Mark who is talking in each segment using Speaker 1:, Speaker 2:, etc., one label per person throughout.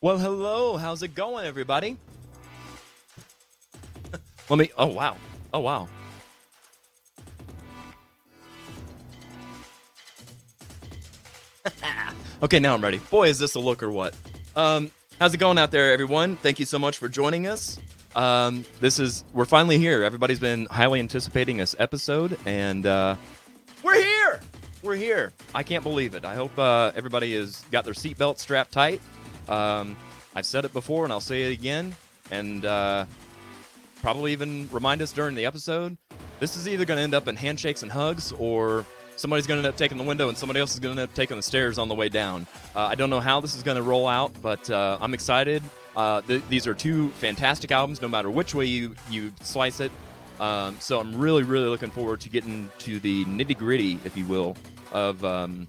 Speaker 1: Well, hello. How's it going, everybody? Let me. Oh wow. Oh wow. okay, now I'm ready. Boy, is this a look or what? Um, how's it going out there, everyone? Thank you so much for joining us. Um, this is we're finally here. Everybody's been highly anticipating this episode, and uh, we're here. We're here. I can't believe it. I hope uh, everybody has got their seatbelt strapped tight. Um, I've said it before, and I'll say it again, and uh, probably even remind us during the episode. This is either going to end up in handshakes and hugs, or somebody's going to end up taking the window, and somebody else is going to end up taking the stairs on the way down. Uh, I don't know how this is going to roll out, but uh, I'm excited. Uh, th- these are two fantastic albums, no matter which way you you slice it. Um, so I'm really, really looking forward to getting to the nitty gritty, if you will, of um,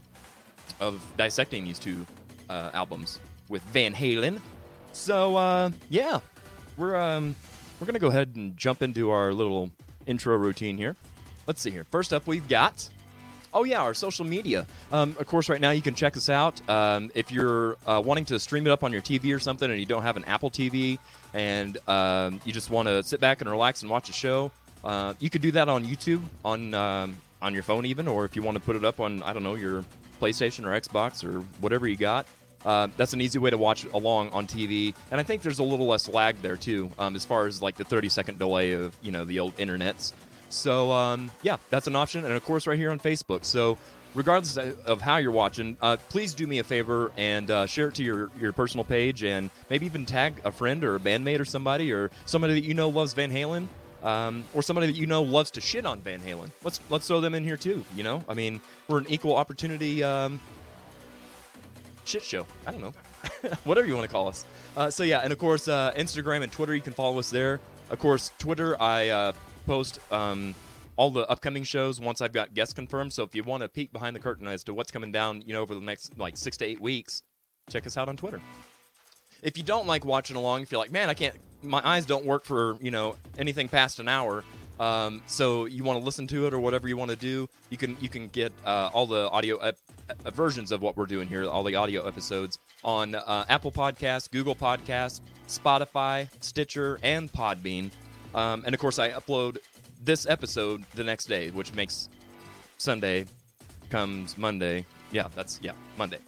Speaker 1: of dissecting these two uh, albums with Van Halen. So uh, yeah, we're um, we're gonna go ahead and jump into our little intro routine here. Let's see here. First up, we've got oh yeah, our social media. Um, of course, right now you can check us out. Um, if you're uh, wanting to stream it up on your TV or something, and you don't have an Apple TV, and um, you just want to sit back and relax and watch a show, uh, you could do that on YouTube on um, on your phone even, or if you want to put it up on I don't know your PlayStation or Xbox or whatever you got. Uh, that's an easy way to watch along on TV, and I think there's a little less lag there too, um, as far as like the 30 second delay of you know the old internets. So um, yeah, that's an option, and of course right here on Facebook. So regardless of how you're watching, uh, please do me a favor and uh, share it to your your personal page, and maybe even tag a friend or a bandmate or somebody or somebody that you know loves Van Halen. Um, or somebody that you know loves to shit on Van Halen. Let's let's throw them in here too. You know, I mean, we're an equal opportunity um, shit show. I don't know, whatever you want to call us. Uh, so yeah, and of course, uh, Instagram and Twitter. You can follow us there. Of course, Twitter. I uh, post um, all the upcoming shows once I've got guests confirmed. So if you want to peek behind the curtain as to what's coming down, you know, over the next like six to eight weeks, check us out on Twitter. If you don't like watching along, if you're like, man, I can't, my eyes don't work for you know anything past an hour. Um, so you want to listen to it or whatever you want to do, you can you can get uh, all the audio ep- uh, versions of what we're doing here, all the audio episodes on uh, Apple Podcasts, Google Podcasts, Spotify, Stitcher, and Podbean. Um, and of course, I upload this episode the next day, which makes Sunday comes Monday. Yeah, that's yeah Monday.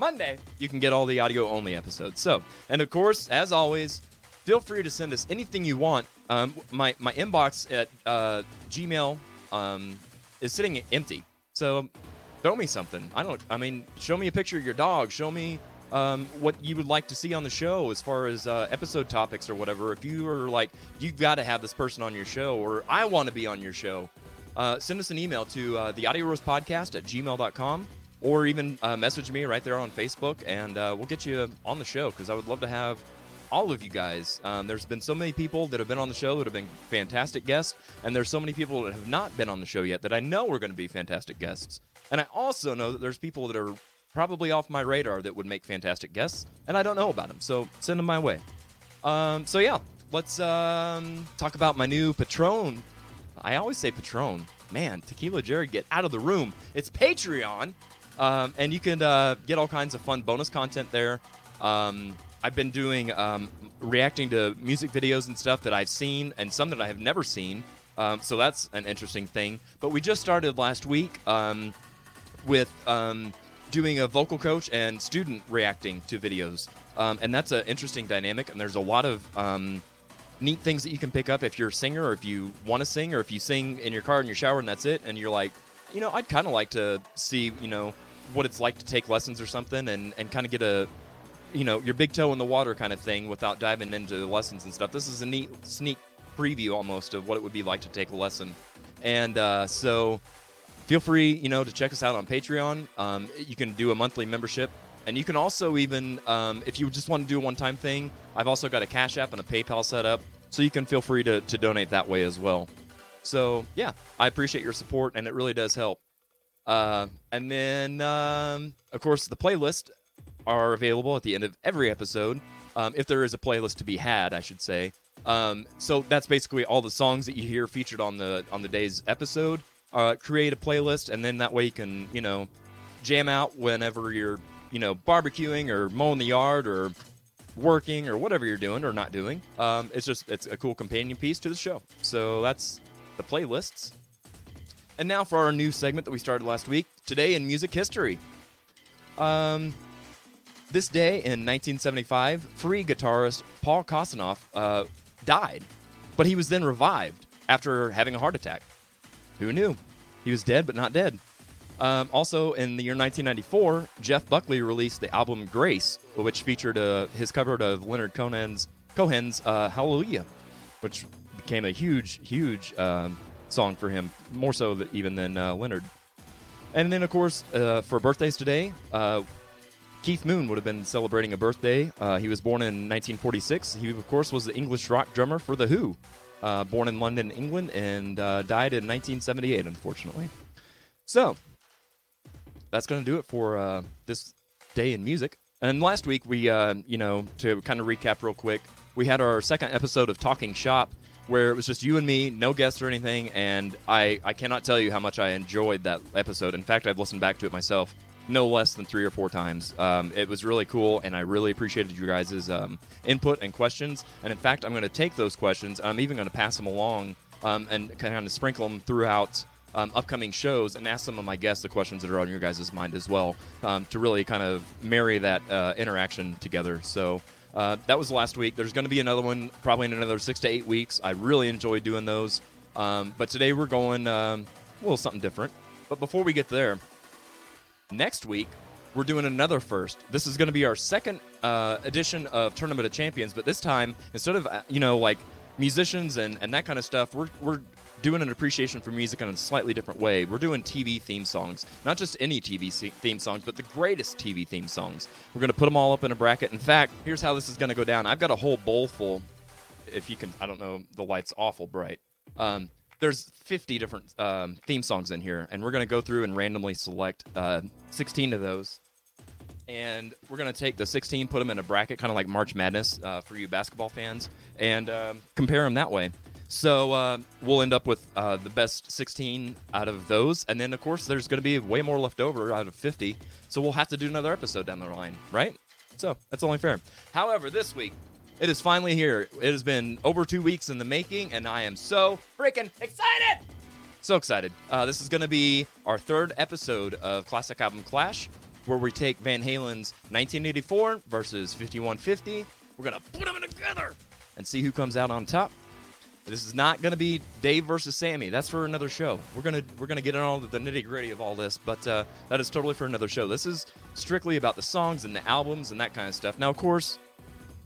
Speaker 1: Monday, you can get all the audio only episodes. So, and of course, as always, feel free to send us anything you want. Um, my my inbox at uh, Gmail um, is sitting empty, so throw me something. I don't. I mean, show me a picture of your dog. Show me um, what you would like to see on the show as far as uh, episode topics or whatever. If you are like, you've got to have this person on your show, or I want to be on your show, uh, send us an email to uh, the audio roast podcast at gmail.com or even uh, message me right there on Facebook and uh, we'll get you on the show because I would love to have all of you guys. Um, there's been so many people that have been on the show that have been fantastic guests, and there's so many people that have not been on the show yet that I know are going to be fantastic guests. And I also know that there's people that are probably off my radar that would make fantastic guests, and I don't know about them. So send them my way. Um, so yeah, let's um, talk about my new patron. I always say patron. Man, Tequila Jared, get out of the room. It's Patreon, um, and you can uh, get all kinds of fun bonus content there. Um, I've been doing um, reacting to music videos and stuff that I've seen, and some that I have never seen. Um, so that's an interesting thing. But we just started last week um, with um, doing a vocal coach and student reacting to videos. Um, and that's an interesting dynamic. And there's a lot of um, neat things that you can pick up if you're a singer or if you want to sing or if you sing in your car in your shower and that's it. And you're like, you know, I'd kind of like to see, you know, what it's like to take lessons or something and, and kind of get a, you know, your big toe in the water kind of thing without diving into the lessons and stuff. This is a neat sneak preview almost of what it would be like to take a lesson. And uh, so feel free you know to check us out on patreon um, you can do a monthly membership and you can also even um, if you just want to do a one-time thing i've also got a cash app and a paypal set up so you can feel free to, to donate that way as well so yeah i appreciate your support and it really does help uh, and then um, of course the playlist are available at the end of every episode um, if there is a playlist to be had i should say um, so that's basically all the songs that you hear featured on the on the day's episode uh, create a playlist and then that way you can you know jam out whenever you're you know barbecuing or mowing the yard or working or whatever you're doing or not doing. Um, it's just it's a cool companion piece to the show. So that's the playlists. And now for our new segment that we started last week, today in music history. Um, this day in 1975, free guitarist Paul Kosanoff uh, died, but he was then revived after having a heart attack. Who knew? He was dead, but not dead. Um, also, in the year 1994, Jeff Buckley released the album Grace, which featured uh, his cover of Leonard Cohen's Cohen's uh, Hallelujah, which became a huge, huge um, song for him, more so th- even than uh, Leonard. And then, of course, uh, for birthdays today, uh, Keith Moon would have been celebrating a birthday. Uh, he was born in 1946. He, of course, was the English rock drummer for The Who, uh, born in London, England, and uh, died in 1978, unfortunately. So, that's going to do it for uh, this day in music. And last week, we, uh, you know, to kind of recap real quick, we had our second episode of Talking Shop where it was just you and me, no guests or anything. And I, I cannot tell you how much I enjoyed that episode. In fact, I've listened back to it myself no less than three or four times. Um, it was really cool, and I really appreciated you guys' um, input and questions. And in fact, I'm going to take those questions. I'm even going to pass them along um, and kind of sprinkle them throughout um, upcoming shows and ask some of my guests the questions that are on your guys' mind as well um, to really kind of marry that uh, interaction together. So uh, that was last week. There's going to be another one probably in another six to eight weeks. I really enjoy doing those. Um, but today we're going um, a little something different. But before we get there, next week we're doing another first this is going to be our second uh, edition of tournament of champions but this time instead of uh, you know like musicians and, and that kind of stuff we're, we're doing an appreciation for music in a slightly different way we're doing tv theme songs not just any tv se- theme songs but the greatest tv theme songs we're going to put them all up in a bracket in fact here's how this is going to go down i've got a whole bowl full if you can i don't know the light's awful bright um, there's 50 different um, theme songs in here and we're going to go through and randomly select uh, 16 of those and we're going to take the 16 put them in a bracket kind of like march madness uh, for you basketball fans and um, compare them that way so uh, we'll end up with uh, the best 16 out of those and then of course there's going to be way more left over out of 50 so we'll have to do another episode down the line right so that's only fair however this week it is finally here. It has been over two weeks in the making, and I am so freaking excited! So excited. Uh, this is going to be our third episode of Classic Album Clash, where we take Van Halen's 1984 versus 5150. We're going to put them together and see who comes out on top. This is not going to be Dave versus Sammy. That's for another show. We're gonna we're gonna get in all the nitty gritty of all this, but uh, that is totally for another show. This is strictly about the songs and the albums and that kind of stuff. Now, of course,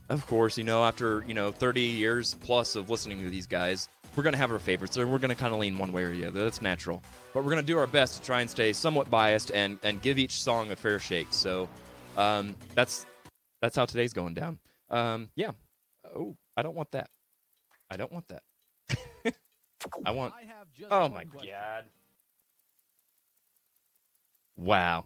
Speaker 1: of course, you know, after, you know, 30 years plus of listening to these guys, we're going to have our favorites. So we're going to kind of lean one way or the other. That's natural. But we're going to do our best to try and stay somewhat biased and, and give each song a fair shake. So um, that's that's how today's going down. Um, yeah. Oh, I don't want that. I don't want that. I want.
Speaker 2: I have just
Speaker 1: Oh
Speaker 2: one
Speaker 1: my
Speaker 2: question.
Speaker 1: god. Wow.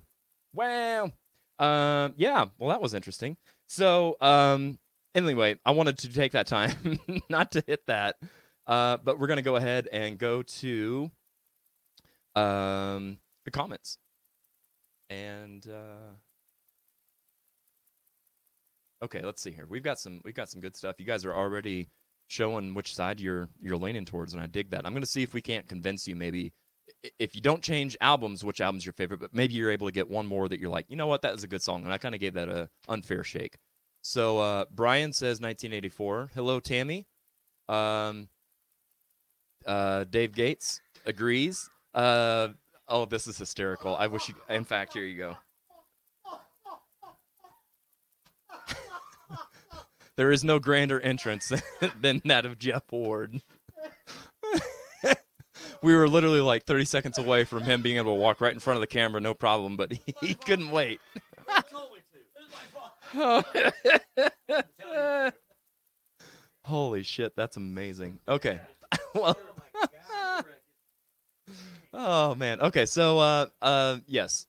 Speaker 1: Wow. Um yeah, well that was interesting. So um anyway, I wanted to take that time not to hit that. Uh but we're going to go ahead and go to um the comments. And uh Okay, let's see here. We've got some we've got some good stuff. You guys are already showing which side you're you're leaning towards, and I dig that. I'm gonna see if we can't convince you maybe i- if you don't change albums, which album's your favorite, but maybe you're able to get one more that you're like, you know what, that is a good song, and I kind of gave that a unfair shake. So uh, Brian says 1984. Hello, Tammy. Um, uh, Dave Gates agrees. Uh, oh, this is hysterical. I wish you. In fact, here you go. there is no grander entrance than that of Jeff Ward. we were literally like 30 seconds away from him being able to walk right in front of the camera, no problem, but he, couldn't wait. Holy shit, that's amazing. Okay. well, oh man. Okay, so uh uh yes.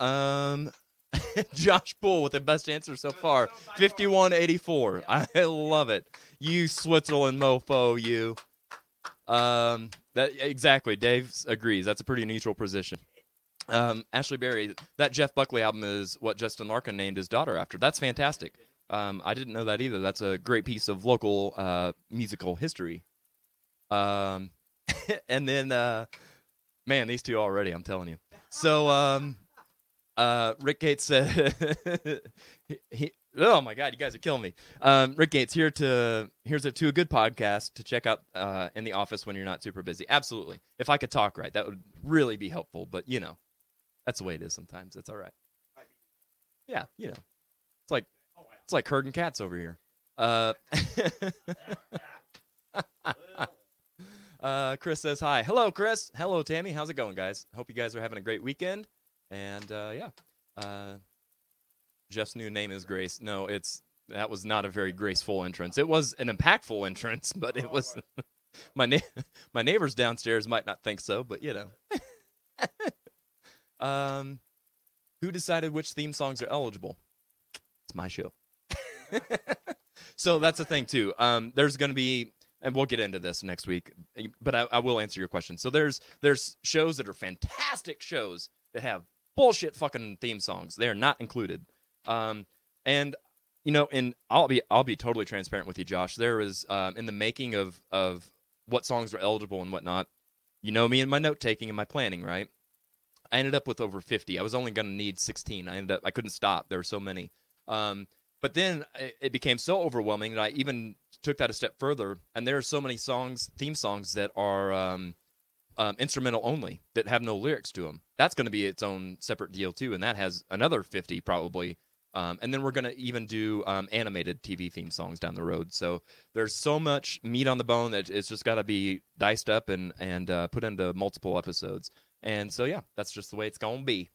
Speaker 1: Um Josh Bull with the best answer so far. 5184. I love it. You Switzerland mofo, you. Um, that exactly. Dave agrees. That's a pretty neutral position. Um, Ashley Berry, that Jeff Buckley album is what Justin Larkin named his daughter after. That's fantastic. Um, I didn't know that either. That's a great piece of local uh, musical history. Um, and then, uh, man, these two already. I'm telling you. So, um, uh, Rick Gates said, he, he- "Oh my God, you guys are killing me." Um, Rick Gates here to here's a to a good podcast to check out uh, in the office when you're not super busy. Absolutely. If I could talk right, that would really be helpful. But you know, that's the way it is sometimes. It's all right. Yeah, you know, it's like it's like herding cats over here. Uh, uh, Chris says hi. Hello, Chris. Hello, Tammy. How's it going, guys? Hope you guys are having a great weekend. And uh, yeah, uh, Jeff's new name is Grace. No, it's that was not a very graceful entrance. It was an impactful entrance, but it was my na- my neighbors downstairs might not think so, but you know. um, who decided which theme songs are eligible? It's my show. so that's the thing too. Um, there's going to be, and we'll get into this next week, eh, but I, I will answer your question. So there's there's shows that are fantastic shows that have bullshit fucking theme songs. They are not included. Um, and you know, and I'll be I'll be totally transparent with you, Josh. There is um, in the making of of what songs were eligible and whatnot. You know me and my note taking and my planning, right? I ended up with over 50. I was only going to need 16. I ended up I couldn't stop. There were so many. Um, but then it, it became so overwhelming that I even took that a step further. And there are so many songs, theme songs that are um, um, instrumental only that have no lyrics to them. That's going to be its own separate deal too, and that has another 50 probably. Um, and then we're going to even do um, animated TV theme songs down the road. So there's so much meat on the bone that it's just got to be diced up and and uh, put into multiple episodes. And so yeah, that's just the way it's going to be.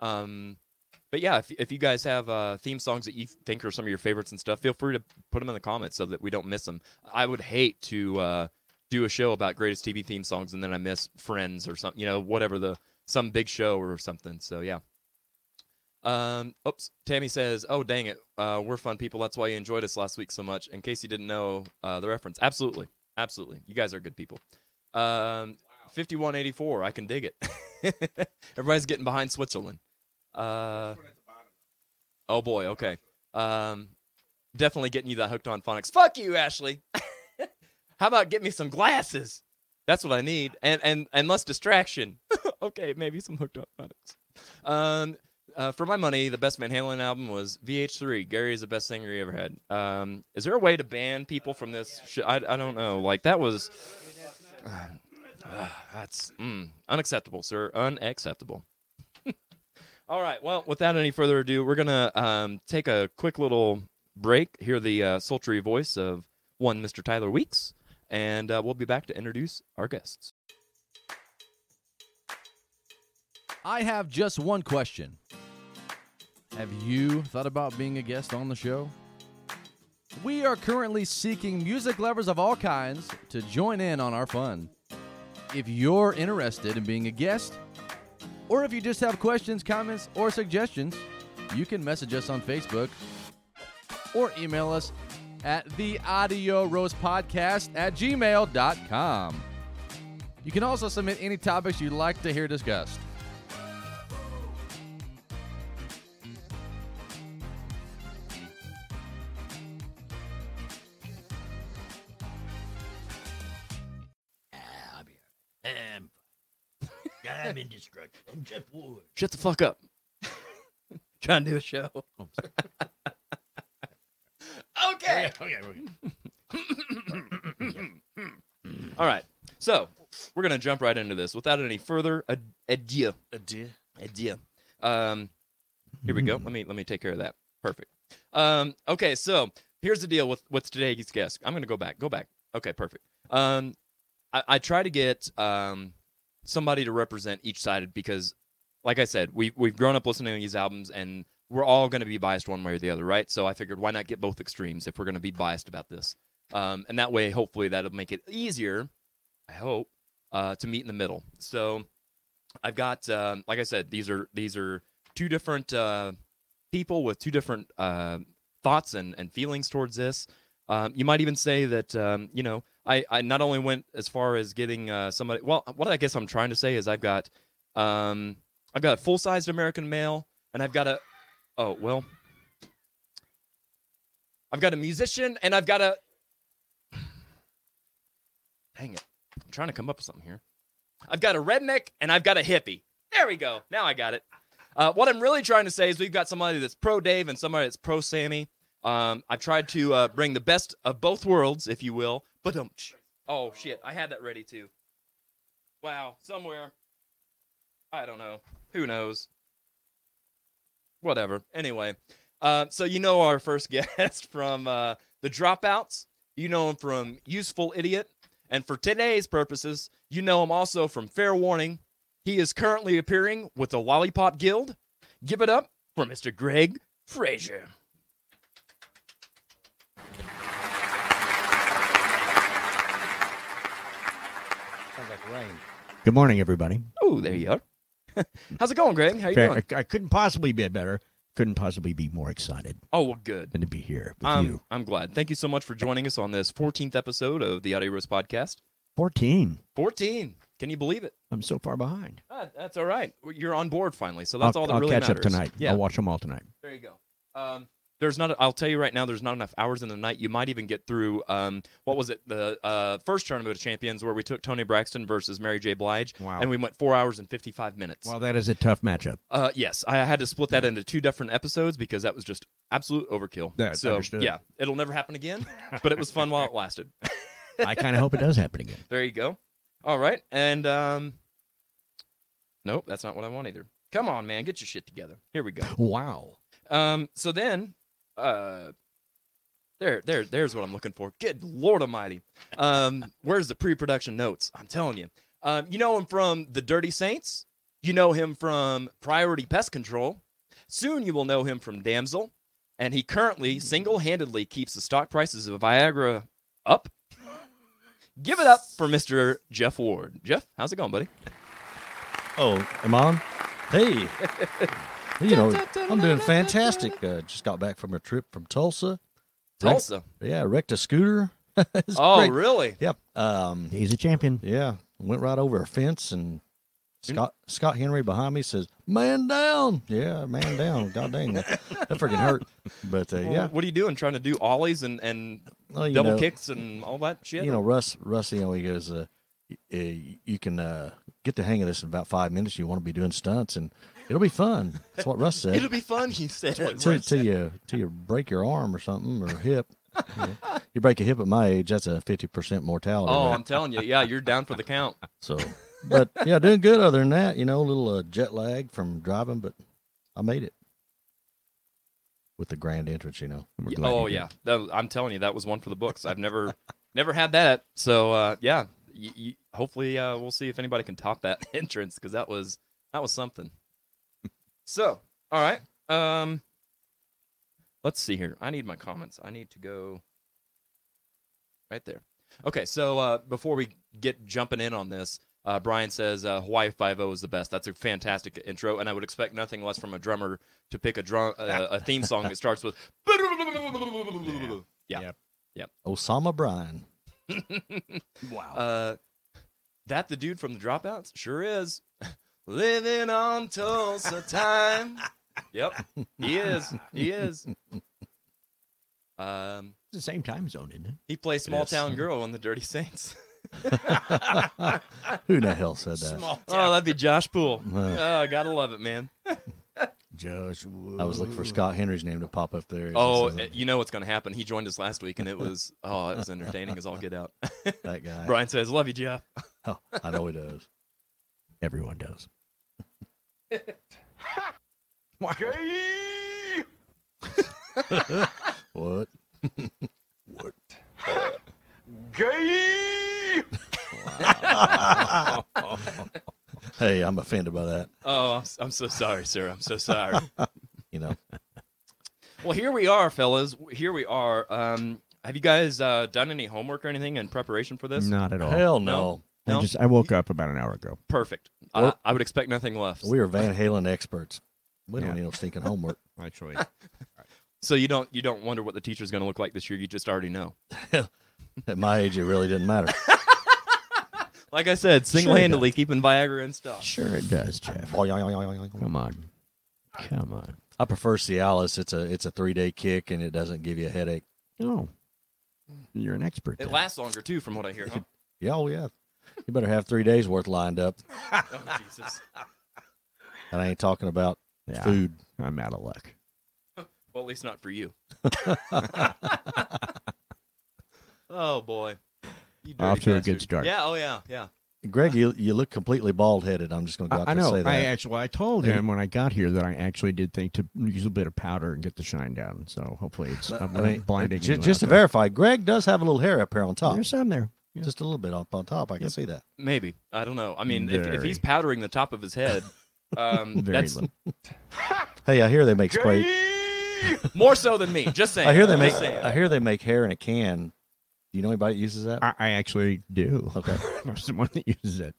Speaker 1: Um, but yeah, if, if you guys have uh, theme songs that you think are some of your favorites and stuff, feel free to put them in the comments so that we don't miss them. I would hate to uh, do a show about greatest TV theme songs and then I miss Friends or something, you know, whatever the some big show or something. So yeah. Um, oops. Tammy says, "Oh dang it, uh, we're fun people. That's why you enjoyed us last week so much." In case you didn't know uh, the reference, absolutely, absolutely, you guys are good people. Um, fifty-one eighty-four. I can dig it. Everybody's getting behind Switzerland. Uh, oh boy. Okay. Um, definitely getting you that hooked on phonics. Fuck you, Ashley. How about get me some glasses? That's what I need, and and and less distraction. okay, maybe some hooked on phonics. Um, uh, for my money, the best Van Halen album was VH3. Gary is the best singer he ever had. Um, is there a way to ban people from this? Sh- I I don't know. Like that was. Ah, that's mm, unacceptable, sir. Unacceptable. All right. Well, without any further ado, we're gonna um, take a quick little break. Hear the uh, sultry voice of one Mr. Tyler Weeks, and uh, we'll be back to introduce our guests.
Speaker 2: I have just one question. Have you thought about being a guest on the show? We are currently seeking music lovers of all kinds to join in on our fun. If you're interested in being a guest, or if you just have questions, comments, or suggestions, you can message us on Facebook or email us at the audio rose podcast at gmail.com. You can also submit any topics you'd like to hear discussed.
Speaker 3: I'll be all right. I'm fine. I'm indestructible. I'm Jeff Ward.
Speaker 1: Shut the fuck up. Trying to do a show. okay.
Speaker 3: Okay, okay.
Speaker 1: All right. So we're gonna jump right into this without any further ad- adieu.
Speaker 3: Adieu.
Speaker 1: Adieu. Um, here we go. Let me let me take care of that. Perfect. Um, okay. So here's the deal with what's today's guest. I'm gonna go back. Go back. Okay. Perfect. Um, I, I try to get um somebody to represent each side because, like I said, we we've grown up listening to these albums and we're all gonna be biased one way or the other, right? So I figured why not get both extremes if we're gonna be biased about this. Um, and that way, hopefully, that'll make it easier. I hope uh, to meet in the middle. So I've got, um, like I said, these are these are two different uh, people with two different uh, thoughts and, and feelings towards this. Um, you might even say that um, you know I, I not only went as far as getting uh, somebody. Well, what I guess I'm trying to say is I've got um, I've got a full sized American male and I've got a oh well I've got a musician, and I've got a. Dang it! I'm trying to come up with something here. I've got a redneck, and I've got a hippie. There we go. Now I got it. Uh, what I'm really trying to say is we've got somebody that's pro Dave and somebody that's pro Sammy. Um, I've tried to uh, bring the best of both worlds, if you will. But um, oh shit, I had that ready too. Wow, somewhere. I don't know. Who knows? Whatever. Anyway, uh, so you know our first guest from uh, the Dropouts. You know him from Useful Idiot, and for today's purposes, you know him also from Fair Warning. He is currently appearing with the Lollipop Guild. Give it up for Mr. Greg Frazier.
Speaker 3: Sounds like rain.
Speaker 4: Good morning, everybody.
Speaker 1: Oh, there you are. How's it going, Greg? How you
Speaker 4: Fair-
Speaker 1: doing?
Speaker 4: I, I couldn't possibly be better. Couldn't possibly be more excited
Speaker 1: Oh, well, good.
Speaker 4: than to be here with
Speaker 1: I'm,
Speaker 4: you.
Speaker 1: I'm glad. Thank you so much for joining us on this 14th episode of the Audio Roast Podcast.
Speaker 4: 14.
Speaker 1: 14. Can you believe it?
Speaker 4: I'm so far behind.
Speaker 1: Ah, that's all right. You're on board finally, so that's
Speaker 4: I'll,
Speaker 1: all that
Speaker 4: I'll
Speaker 1: really
Speaker 4: catch
Speaker 1: matters.
Speaker 4: up tonight.
Speaker 1: Yeah,
Speaker 4: I'll watch them all tonight.
Speaker 1: there you go. Um, there's not. I'll tell you right now. There's not enough hours in the night. You might even get through. Um, what was it? The uh, first tournament of champions where we took Tony Braxton versus Mary J. Blige,
Speaker 4: Wow.
Speaker 1: and we went four hours and 55 minutes.
Speaker 4: well, that is a tough matchup.
Speaker 1: Uh, yes, I had to split that into two different episodes because that was just absolute overkill.
Speaker 4: That's
Speaker 1: so
Speaker 4: understood.
Speaker 1: yeah, it'll never happen again. But it was fun while it lasted.
Speaker 4: I kind of hope it does happen again.
Speaker 1: There you go. All right, and um, nope, that's not what I want either. Come on, man, get your shit together. Here we go.
Speaker 4: Wow.
Speaker 1: Um, so then, uh, there, there, there's what I'm looking for. Good Lord Almighty. Um, where's the pre-production notes? I'm telling you. Um, you know him from The Dirty Saints. You know him from Priority Pest Control. Soon you will know him from Damsel, and he currently single-handedly keeps the stock prices of Viagra up. Give it up for Mr. Jeff Ward. Jeff, how's it going, buddy?
Speaker 5: Oh, am I on? Hey. you know, I'm doing fantastic. Uh, just got back from a trip from Tulsa.
Speaker 1: Tulsa.
Speaker 5: Yeah, wrecked a scooter. It's
Speaker 1: Oh,
Speaker 5: great.
Speaker 1: really?
Speaker 5: Yep. Um,
Speaker 4: He's a champion.
Speaker 5: yeah, went right over a fence and
Speaker 1: Dude.
Speaker 5: Scott Scott Henry behind me says, "Man down." Yeah, man down. God dang, that, that freaking hurt. But uh,
Speaker 1: Well,
Speaker 5: yeah,
Speaker 1: What are you doing? Trying to do ollies and and
Speaker 5: well, you
Speaker 1: double
Speaker 5: know,
Speaker 1: kicks and all that shit.
Speaker 5: You know, Russ, Russ, you know, he goes, uh, y- uh, you can uh, get the hang of this in about five minutes. You want to be doing stunts, and it'll be fun. That's what Russ said.
Speaker 1: It'll be fun, he said.
Speaker 5: till, till you till you break your arm or something or hip. Yeah. You break a hip at my age, that's a fifty percent mortality.
Speaker 1: Oh,
Speaker 5: rate.
Speaker 1: I'm telling you, yeah, you're down for the count.
Speaker 5: so, but yeah, doing good. Other than that, you know, a little uh, jet lag from driving, but I made it with the grand entrance. You know,
Speaker 4: We're glad
Speaker 1: Oh
Speaker 4: you did.
Speaker 1: yeah, that, was- I'm telling you, that was one for the books. I've never, never had that. So uh, yeah, y- y- hopefully uh, we'll see if anybody can top that entrance because that was that was something. So all right, um, let's see here. I need my comments. I need to go right there. Okay, so uh, before we get jumping in on this, uh, Brian says uh, Hawaii Five O is the best. That's a fantastic intro, and I would expect nothing less from a drummer to pick a drum uh, a theme song that starts with. Yeah.
Speaker 5: Osama Bryan.
Speaker 4: Wow.
Speaker 1: Uh, that the dude from the Dropouts sure is living on Tulsa time. Yep, he is. He is. Um,
Speaker 4: it's the same time zone, isn't it?
Speaker 1: he plays small
Speaker 5: is.
Speaker 1: town girl on the Dirty Saints.
Speaker 5: Who the hell said that?
Speaker 1: Oh, that'd be Josh Poole.
Speaker 5: Uh,
Speaker 1: Oh, gotta love it, man.
Speaker 5: I was looking for Scott Henry's name to pop up there. It just
Speaker 1: Oh,
Speaker 5: says,
Speaker 1: uh, you know what's gonna happen? He joined us last week, and it was oh, it was entertaining as all get out.
Speaker 5: that guy.
Speaker 1: Brian says, "Love you, Jeff."
Speaker 5: Oh, I know he does.
Speaker 4: Everyone does.
Speaker 5: What? Hey, I'm offended by that.
Speaker 1: Oh, I'm, s- I'm so sorry, sir. I'm so sorry.
Speaker 5: You know,
Speaker 1: well, here we are, fellas. Here we are. Um, have you guys uh, done any homework or anything in preparation for this?
Speaker 4: Not at all.
Speaker 5: hell
Speaker 1: No.
Speaker 5: no.
Speaker 1: No?
Speaker 4: I just I woke up about an hour ago.
Speaker 1: Perfect. I,
Speaker 5: Well-
Speaker 1: I would expect nothing left.
Speaker 5: We are Van Halen experts. We don't
Speaker 4: Yeah.
Speaker 5: need no stinking homework.
Speaker 4: Actually,
Speaker 1: So you don't you don't wonder what the teacher's going to look like this year. You just already know.
Speaker 5: At my age, it really didn't matter.
Speaker 1: Like I said,
Speaker 4: Sure he
Speaker 1: single-handedly keeping Viagra and stuff.
Speaker 4: sure it does, Jeff.
Speaker 5: I
Speaker 4: Come on, come on.
Speaker 5: prefer Cialis. It's a it's a three day kick, and it doesn't give you a headache. Oh,
Speaker 4: You're an expert.
Speaker 1: It
Speaker 4: then.
Speaker 1: lasts longer too, from what I hear. Huh?
Speaker 5: yeah, oh yeah. You better have three days worth lined up.
Speaker 1: oh Jesus!
Speaker 5: And I ain't talking about
Speaker 4: Yeah,
Speaker 5: food.
Speaker 4: I'm out of luck.
Speaker 1: Well, at least not for you. oh boy. You dirty
Speaker 4: Off to a good
Speaker 1: bastard.
Speaker 4: start.
Speaker 1: Yeah. Oh yeah. Yeah.
Speaker 5: Greg, you you look completely bald headed. I'm just gonna go out
Speaker 4: I, I
Speaker 5: there and
Speaker 4: know.
Speaker 5: say that.
Speaker 4: I actually, I told
Speaker 5: Hey.
Speaker 4: him when I got here that I actually did think to use a bit of powder and get the shine down. So hopefully it's
Speaker 5: But,
Speaker 4: I'm
Speaker 5: I
Speaker 4: not
Speaker 5: mean,
Speaker 4: blinding.
Speaker 5: ju-
Speaker 4: you
Speaker 5: just to
Speaker 4: out there.
Speaker 5: verify, Greg does have a little hair up here on top.
Speaker 4: There's some there. yeah.
Speaker 5: Just a little bit up on top. I can
Speaker 4: Yep.
Speaker 5: see that.
Speaker 1: Maybe. I don't know. I mean, if, if he's
Speaker 4: Very.
Speaker 1: powdering the top of his head, um,
Speaker 4: Very
Speaker 1: that's
Speaker 4: little.
Speaker 5: Hey, I hear they make spray.
Speaker 1: Gay! more so than me. Just saying.
Speaker 5: I hear they
Speaker 1: Just
Speaker 5: make
Speaker 1: saying.
Speaker 5: I hear they make hair in a can. Do you know anybody that uses that?
Speaker 4: I, I actually do.
Speaker 5: Okay.
Speaker 4: I'm someone that uses it.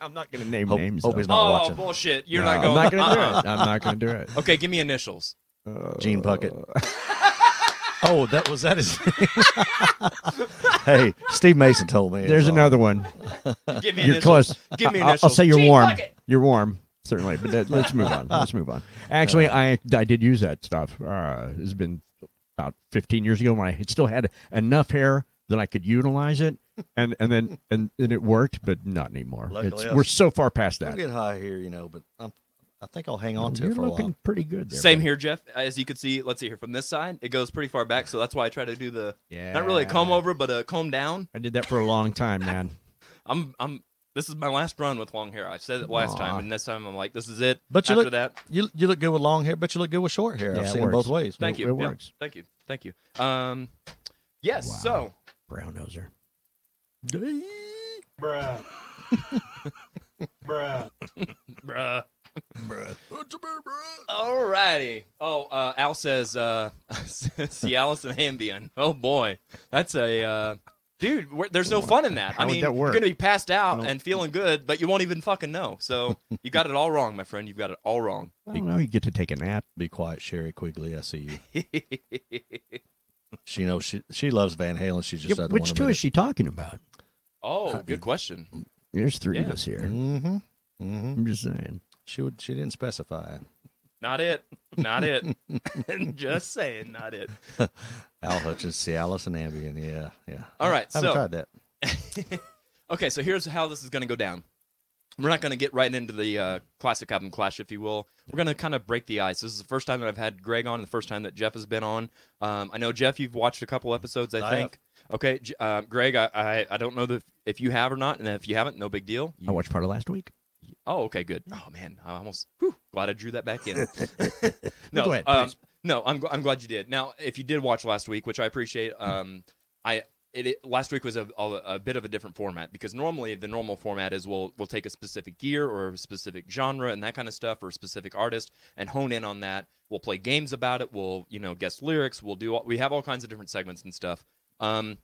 Speaker 4: I'm not going to name
Speaker 5: Hope-
Speaker 4: names.
Speaker 5: hope
Speaker 4: though.
Speaker 5: he's not
Speaker 1: oh
Speaker 5: watching.
Speaker 1: bullshit! You're
Speaker 4: No,
Speaker 1: not going.
Speaker 4: I'm not going
Speaker 1: uh-uh.
Speaker 4: to do it. I'm not going to do it.
Speaker 1: Okay, give me initials.
Speaker 5: Gene Puckett.
Speaker 4: Uh,
Speaker 5: Oh, that was that is. hey, Steve Mason told me.
Speaker 4: There's
Speaker 5: It's all-
Speaker 4: another one.
Speaker 1: Give me
Speaker 4: You're
Speaker 1: initials.
Speaker 4: close.
Speaker 1: Give me
Speaker 4: I- I'll,
Speaker 1: initials.
Speaker 4: I'll say you're
Speaker 1: Gene
Speaker 4: warm.
Speaker 1: Puckett.
Speaker 4: You're warm, certainly. But that, let's move on. Let's move on. Actually, I I did use that stuff. Uh, it's been about 15 years ago when I had still had enough hair that I could utilize it, and and then and, and it worked, but not anymore.
Speaker 5: Luckily
Speaker 4: It's-
Speaker 5: us.
Speaker 4: we're so far past
Speaker 5: I'll
Speaker 4: that.
Speaker 5: get high here, you know, but I'm, I think I'll hang on to
Speaker 4: You're
Speaker 5: it for a
Speaker 4: looking
Speaker 5: while.
Speaker 4: pretty good. There,
Speaker 1: Same
Speaker 4: buddy.
Speaker 1: here, Jeff. As you can see, let's see here from this side, it goes pretty far back. So that's why I try to do the
Speaker 4: Yeah.
Speaker 1: not really a comb over, but a comb down.
Speaker 4: I did that for a long time, man.
Speaker 1: I'm I'm. This is my last run with long hair. I said it last
Speaker 4: Aw.
Speaker 1: time, and this time I'm like, this is it.
Speaker 5: But you
Speaker 1: After
Speaker 5: look-
Speaker 1: that,
Speaker 5: You you look good with long hair, but you look good with short hair.
Speaker 4: Yeah,
Speaker 5: I've
Speaker 4: it
Speaker 5: seen it
Speaker 4: works.
Speaker 5: both ways.
Speaker 1: thank
Speaker 4: it-
Speaker 1: you.
Speaker 4: It
Speaker 1: yeah,
Speaker 4: works.
Speaker 1: Thank you. Thank you. Um, yes.
Speaker 4: Wow.
Speaker 1: So
Speaker 4: Brown noser.
Speaker 3: Bruh. Bruh.
Speaker 1: Bruh. Alrighty. Oh, uh, Al says uh, Cialis and Ambien. Oh boy, that's a uh, dude. we there's no fun in that.
Speaker 4: How
Speaker 1: I
Speaker 4: would
Speaker 1: mean,
Speaker 4: that work?
Speaker 1: you're gonna be passed out
Speaker 4: don't-
Speaker 1: and feeling good, but you won't even fucking know. So you got it all wrong, my friend. You've got it all wrong.
Speaker 4: I don't know. You get to take a nap.
Speaker 5: Be quiet, Sherry Quigley. I see you.
Speaker 1: oh,
Speaker 5: She knows she she loves Van Halen. She just
Speaker 4: Yeah,
Speaker 5: doesn't
Speaker 4: which two is she talking about?
Speaker 1: Oh, good question.
Speaker 4: There's three of
Speaker 1: Yeah.
Speaker 4: us here.
Speaker 5: Mm-hmm. Mm-hmm.
Speaker 4: I'm just saying.
Speaker 5: She would. She didn't specify.
Speaker 1: Not it. Not it. Just saying, not it.
Speaker 5: Al Hutchins, Cialis, and Ambien. Yeah, yeah.
Speaker 1: All right,
Speaker 5: I haven't
Speaker 1: so-
Speaker 5: tried that.
Speaker 1: okay, so here's how this is going to go down. We're not going to get right into the uh, classic album clash, if you will. We're going to kind of break the ice. This is the first time that I've had Greg on, the first time that Jeff has been on. Um, I know Jeff, you've watched a couple episodes, I,
Speaker 5: I have.
Speaker 1: think. Okay, J- uh, Greg, I, I I don't know the, if you have or not, and if you haven't, no big deal.
Speaker 4: I watched part of last week.
Speaker 1: Oh, okay, good. Oh man, I almost whew, glad I drew that back in. no,
Speaker 4: Go ahead,
Speaker 1: um,
Speaker 4: please.
Speaker 1: no, I'm gl- I'm glad you did. Now, if you did watch last week, which I appreciate, um, I it, it last week was a, a, a bit of a different format because normally the normal format is we'll we'll take a specific gear or a specific genre and that kind of stuff or a specific artist and hone in on that. We'll play games about it. We'll you know guess lyrics. We'll do all, we have all kinds of different segments and stuff. Um,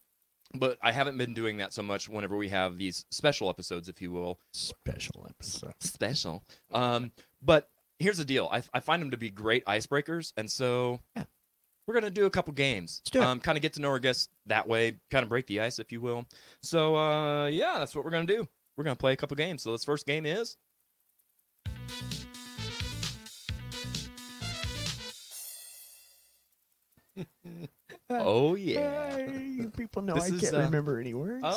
Speaker 1: but I haven't been doing that so much whenever we have these special episodes, if you will
Speaker 4: Special episode.
Speaker 1: special. Um, but here's the deal: I, I find them to be great icebreakers, and so
Speaker 4: Yeah.
Speaker 1: we're gonna do a couple games.
Speaker 4: Let's do it.
Speaker 1: Um, kind of get to know our guests that way, kind of break the ice, if you will. So uh, yeah, that's what we're gonna do. We're gonna play a couple games. So this first game is oh yeah.
Speaker 4: you people know
Speaker 1: This
Speaker 4: I
Speaker 1: is,
Speaker 4: can't
Speaker 1: uh,
Speaker 4: remember any words.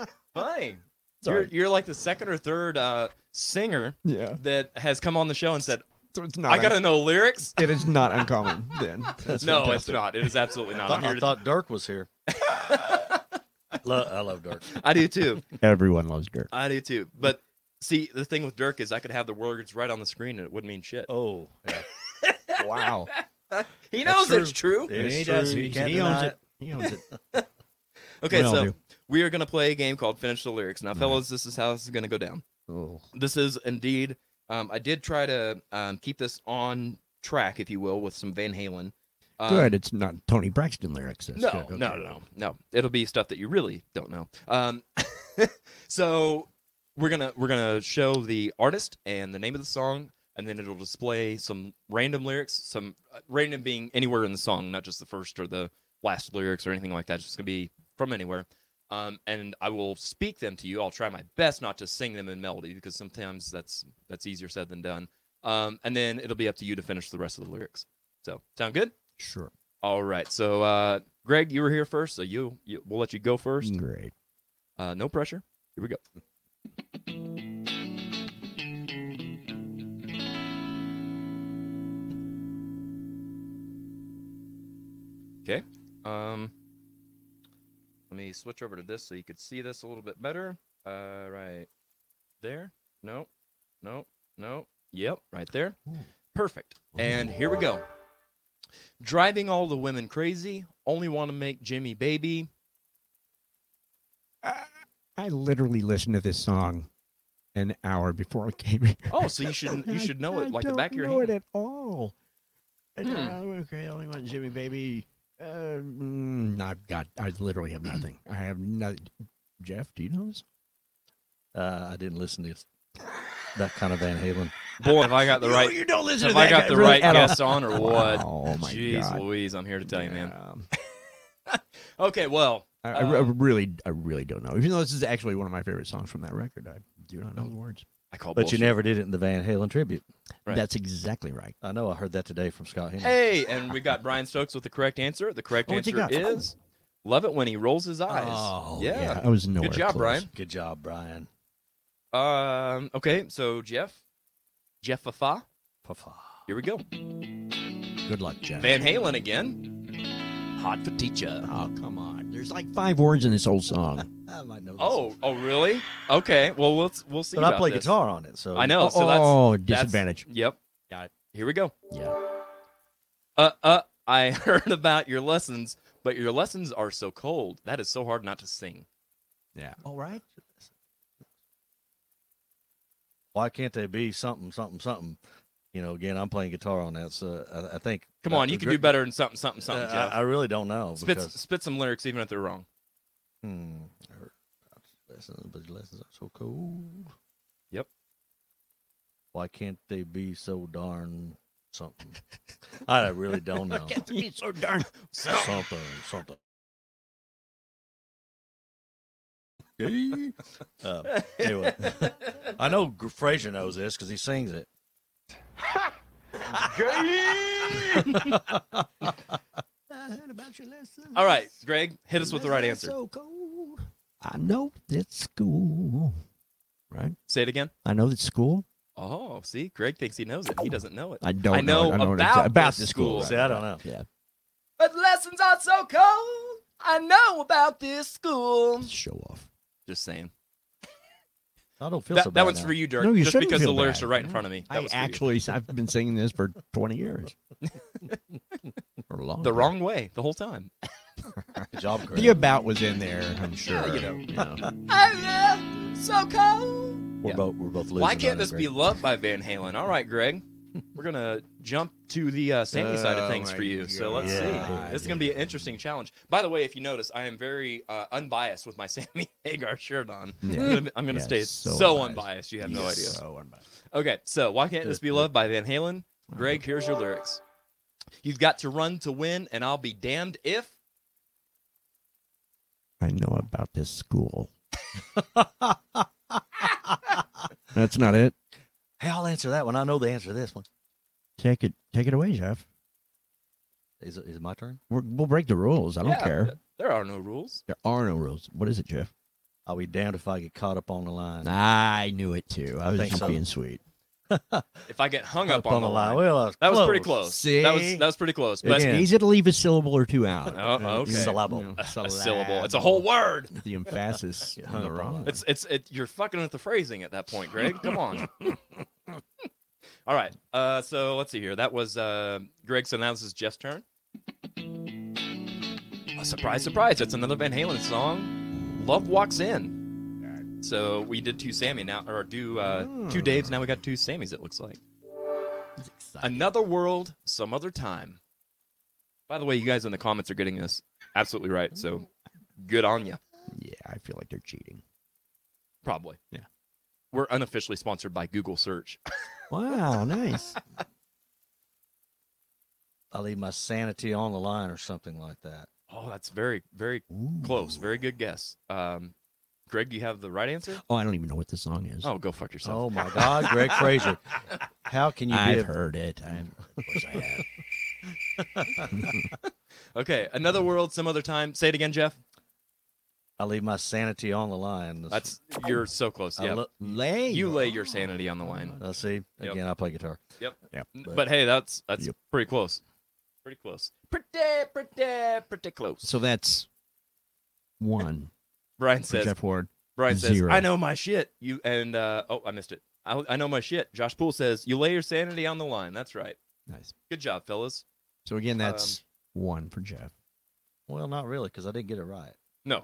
Speaker 1: Oh, fine. You're,
Speaker 4: Sorry.
Speaker 1: you're like the second or third uh, singer
Speaker 4: yeah.
Speaker 1: that has come on the show and said,
Speaker 4: So it's
Speaker 1: "I
Speaker 4: not.
Speaker 1: gotta know lyrics."
Speaker 4: un- it is not uncommon then. That's
Speaker 1: no, it's
Speaker 4: fantastic.
Speaker 1: not. It is absolutely
Speaker 5: I
Speaker 1: not. I'm
Speaker 5: thought,
Speaker 1: here
Speaker 5: I
Speaker 1: to-
Speaker 5: thought Dirk was here. Lo- I love Dirk.
Speaker 1: I do too.
Speaker 4: Everyone loves dirt.
Speaker 1: I do too. But see, the thing with Dirk is I could have the words right on the screen and it wouldn't mean shit.
Speaker 5: Oh, yeah.
Speaker 4: Wow.
Speaker 1: he
Speaker 5: that's
Speaker 1: knows it's true.
Speaker 5: It's
Speaker 4: he
Speaker 5: true.
Speaker 4: does.
Speaker 5: You
Speaker 4: He,
Speaker 5: can't
Speaker 4: he
Speaker 5: deny
Speaker 4: owns
Speaker 5: it.
Speaker 4: it. He owns it.
Speaker 1: Okay,
Speaker 4: Well,
Speaker 1: so
Speaker 4: dude.
Speaker 1: we are gonna play a game called Finish the Lyrics. Now,
Speaker 4: Alright.
Speaker 1: fellas, this is how this is gonna go down.
Speaker 4: Oh.
Speaker 1: This is indeed. Um, I did try to um, keep this on track, if you will, with some Van Halen. Um,
Speaker 4: Good. It's not Tony Braxton lyrics. That's
Speaker 1: no,
Speaker 4: good. Okay.
Speaker 1: no, no, no. It'll be stuff that you really don't know. Um, so we're gonna we're gonna show the artist and the name of the song, and then it'll display some random lyrics, some uh, random being anywhere in the song, not just the first or the last lyrics or anything like that. It's just gonna be from anywhere. Um, and I will speak them to you. I'll try my best not to sing them in melody because sometimes that's that's easier said than done. Um, and then it'll be up to you to finish the rest of the lyrics. So sound good?
Speaker 4: Sure.
Speaker 1: All right. So, uh, Greg, you were here first, so you, you we'll let you go first.
Speaker 4: Great.
Speaker 1: Uh, no pressure. Here we go. Okay. Um, let me switch over to this so you could see this a little bit better. Uh, right there. No, no, no. Yep, right there. Perfect. And here we go. Driving all the women crazy. Only want to make Jimmy baby.
Speaker 4: I literally listened to this song an hour before I came here.
Speaker 1: Oh, so you should you should know it like the back of your
Speaker 4: I don't know
Speaker 1: hand.
Speaker 4: it at all. I
Speaker 1: Hmm.
Speaker 4: don't- okay, I only want Jimmy Baby. Uh, mm, I've got. I literally
Speaker 1: Hmm.
Speaker 4: have nothing. I have nothing. Jeff, do you know this?
Speaker 5: Uh, I didn't listen to that kind of Van Halen.
Speaker 1: Boy, have I got the
Speaker 4: You-
Speaker 1: right
Speaker 4: You don't listen
Speaker 1: have
Speaker 4: to that
Speaker 1: I got
Speaker 4: guy
Speaker 1: the
Speaker 4: really
Speaker 1: right
Speaker 4: at all.
Speaker 1: guess on or what?
Speaker 4: Oh my
Speaker 1: Jeez
Speaker 4: god!
Speaker 1: Louise, I'm here to tell you, man.
Speaker 4: Yeah.
Speaker 1: Okay, well,
Speaker 4: I, I
Speaker 1: Um,
Speaker 4: re- I really, I really don't know. Even though this is actually one of my favorite songs from that record, I do not know the words.
Speaker 1: I call
Speaker 5: But
Speaker 1: bullshit.
Speaker 5: you never did it in the Van Halen tribute.
Speaker 1: Right.
Speaker 4: That's exactly right.
Speaker 5: I know I heard that today from Scott Henry.
Speaker 1: Hey, and we got Brian Stokes with the correct answer. The correct
Speaker 4: Oh, what's he
Speaker 1: answer
Speaker 4: got?
Speaker 1: is love it when he rolls his eyes.
Speaker 4: Oh
Speaker 1: yeah.
Speaker 4: I was nowhere.
Speaker 1: job,
Speaker 4: close.
Speaker 1: Brian.
Speaker 5: Good job, Brian.
Speaker 4: Oh.
Speaker 1: Um, okay, so Jeff, Jeff Fafa,
Speaker 5: Papa.
Speaker 1: here we go.
Speaker 4: Good luck, Jeff.
Speaker 1: Van Halen again. Hot for teacher.
Speaker 4: Oh come on! There's like five words in this whole song.
Speaker 5: I might know. This
Speaker 1: Oh, oh, really? Okay. Well, we'll we'll see.
Speaker 5: but I
Speaker 1: about
Speaker 5: play
Speaker 1: this.
Speaker 5: guitar on it, so
Speaker 1: I know. so that's
Speaker 4: oh,
Speaker 1: that's-
Speaker 4: disadvantage.
Speaker 1: Yep.
Speaker 4: Got it.
Speaker 1: Here we go.
Speaker 4: Yeah.
Speaker 1: Uh, uh, I heard about your lessons, but your lessons are so cold. That is so hard not to sing.
Speaker 5: All right. Why can't they be something, something, something? You know, again, I'm playing guitar on that, so I, I think.
Speaker 1: Come
Speaker 5: uh,
Speaker 1: on, you can do
Speaker 5: dr-
Speaker 1: better than something, something,
Speaker 5: uh,
Speaker 1: something,
Speaker 5: I, I
Speaker 1: Jeff.
Speaker 5: really don't know
Speaker 1: Spit,
Speaker 5: because
Speaker 1: spit some lyrics even if they're wrong.
Speaker 5: hmm, I heard about your lessons, but your lessons are so cold.
Speaker 1: Yep.
Speaker 5: Why can't they be so darn something? I really don't know.
Speaker 4: so darn.
Speaker 5: something, something. Uh, anyway, I know Gr- Frazier knows this because he sings it.
Speaker 1: All right, Greg, hit us with the right answer.
Speaker 4: So cool. I know that school. Right.
Speaker 1: Say it again.
Speaker 4: I know that school.
Speaker 1: Oh, see, Greg thinks he knows it. He doesn't know it.
Speaker 4: I don't.
Speaker 1: I know
Speaker 4: it. I
Speaker 1: about
Speaker 4: don't exact- about
Speaker 1: the
Speaker 4: the school.
Speaker 1: school.
Speaker 5: See, I don't know.
Speaker 4: Yeah.
Speaker 1: But lessons are so cold. I know about this school.
Speaker 4: Show off.
Speaker 1: Just saying.
Speaker 5: I don't feel
Speaker 1: That,
Speaker 5: so bad.
Speaker 1: that one's
Speaker 5: now.
Speaker 1: for you, Dirk.
Speaker 4: No, you
Speaker 1: just
Speaker 4: shouldn't
Speaker 1: because the
Speaker 4: feel
Speaker 1: lyrics
Speaker 4: bad.
Speaker 1: are right in front of me. That
Speaker 4: I
Speaker 1: was for you.
Speaker 4: actually, I've been singing this for 20 years. or longer.
Speaker 1: the wrong way the whole time.
Speaker 5: Good job, Greg.
Speaker 4: The about was in there, I'm sure.
Speaker 1: you know.
Speaker 4: Yeah.
Speaker 1: I love so cold.
Speaker 5: We're
Speaker 1: Yeah.
Speaker 5: both we're both losing.
Speaker 1: Why can't
Speaker 5: on it,
Speaker 1: this be
Speaker 5: Greg.
Speaker 1: loved by Van Halen? All right, Greg. We're gonna jump to the uh, Sammy side of
Speaker 4: Oh
Speaker 1: things
Speaker 4: my
Speaker 1: for you. So let's
Speaker 4: God.
Speaker 1: see. This is gonna be an interesting challenge. By the way, if you notice, I am very uh, unbiased with my Sammy Hagar shirt on.
Speaker 4: Yeah.
Speaker 1: I'm gonna- I'm gonna
Speaker 4: Yeah,
Speaker 1: stay so,
Speaker 4: so
Speaker 1: unbiased.
Speaker 4: unbiased.
Speaker 1: You have no idea.
Speaker 5: Oh,
Speaker 4: So unbiased.
Speaker 1: Okay, so why can't this be loved by Van Halen?
Speaker 4: Wow.
Speaker 1: Greg, here's your lyrics. You've got to run to win, and I'll be damned if.
Speaker 4: I know about this school. That's not it.
Speaker 5: Hey, I'll answer that one. I know the answer to this one.
Speaker 4: Take it. Take it away, Jeff.
Speaker 5: Is it, is it my turn?
Speaker 4: We're, we'll break the rules. I don't
Speaker 1: Yeah,
Speaker 4: care.
Speaker 1: th- There are no rules.
Speaker 4: There are no rules. What is it, Jeff?
Speaker 5: I'll be damned if I get caught up on the line.
Speaker 4: I knew it too. I was
Speaker 5: Think
Speaker 4: just
Speaker 5: so.
Speaker 4: being sweet.
Speaker 1: If I get hung up on, the line,
Speaker 5: Well, I was
Speaker 1: that was pretty close. That was
Speaker 4: See?
Speaker 1: that was pretty close. But
Speaker 4: It's
Speaker 5: Again.
Speaker 4: easy to leave a syllable or two out.
Speaker 1: Oh, okay.
Speaker 5: Syllable.
Speaker 4: know,
Speaker 1: a syllable. It's a whole word.
Speaker 4: The emphasis.
Speaker 5: Get
Speaker 4: on
Speaker 5: hung
Speaker 4: the
Speaker 5: up on
Speaker 4: wrong
Speaker 5: that.
Speaker 4: one.
Speaker 1: It's it's it, you're fucking with the phrasing at that point, Greg. Come on. All right. Uh, so let's see here. That was uh, Greg. So now this is Jeff's turn. Uh, surprise, surprise! It's another Van Halen song. Love walks in. So we did two Sammy now, or do uh, two Daves. Now we got two Sammys. It looks like. Another world, some other time. By the way, you guys in the comments are getting this absolutely right. So good on you.
Speaker 4: yeah, I feel like they're cheating.
Speaker 1: Probably.
Speaker 4: Yeah.
Speaker 1: We're unofficially sponsored by Google search.
Speaker 4: Wow, nice.
Speaker 5: I'll leave my sanity on the line or something like that.
Speaker 1: Oh, that's very, very close. Very good guess. Um, Greg, do you have the right answer?
Speaker 4: Oh, I don't even know what the song is.
Speaker 1: Oh, go fuck yourself.
Speaker 5: Oh my God, Greg Fraser! How can you
Speaker 4: I've
Speaker 5: give?
Speaker 4: heard it. I'm, of course I have.
Speaker 1: Okay, another world, some other time. Say it again, Jeff.
Speaker 5: I leave my sanity on the line. This-
Speaker 1: That's you're so close.
Speaker 5: I
Speaker 1: Yeah,
Speaker 5: lo- lay.
Speaker 1: you lay your sanity on the line.
Speaker 5: I Uh, see.
Speaker 1: Yep.
Speaker 5: Again, I play guitar.
Speaker 1: But, hey, that's that's
Speaker 4: Yep.
Speaker 1: pretty close. Pretty close. Pretty pretty pretty close.
Speaker 4: So that's one
Speaker 1: Brian
Speaker 4: for
Speaker 1: says.
Speaker 4: Jeff Ward.
Speaker 1: Brian says.
Speaker 4: zero.
Speaker 1: I know my shit. You and uh, oh, I missed it. I, I know my shit. Josh Poole says you lay your sanity on the line. That's right.
Speaker 4: Nice.
Speaker 1: Good job, fellas.
Speaker 4: So
Speaker 1: Um,
Speaker 4: again, that's one for Jeff.
Speaker 5: Well, not really, because I didn't get it right.
Speaker 1: No,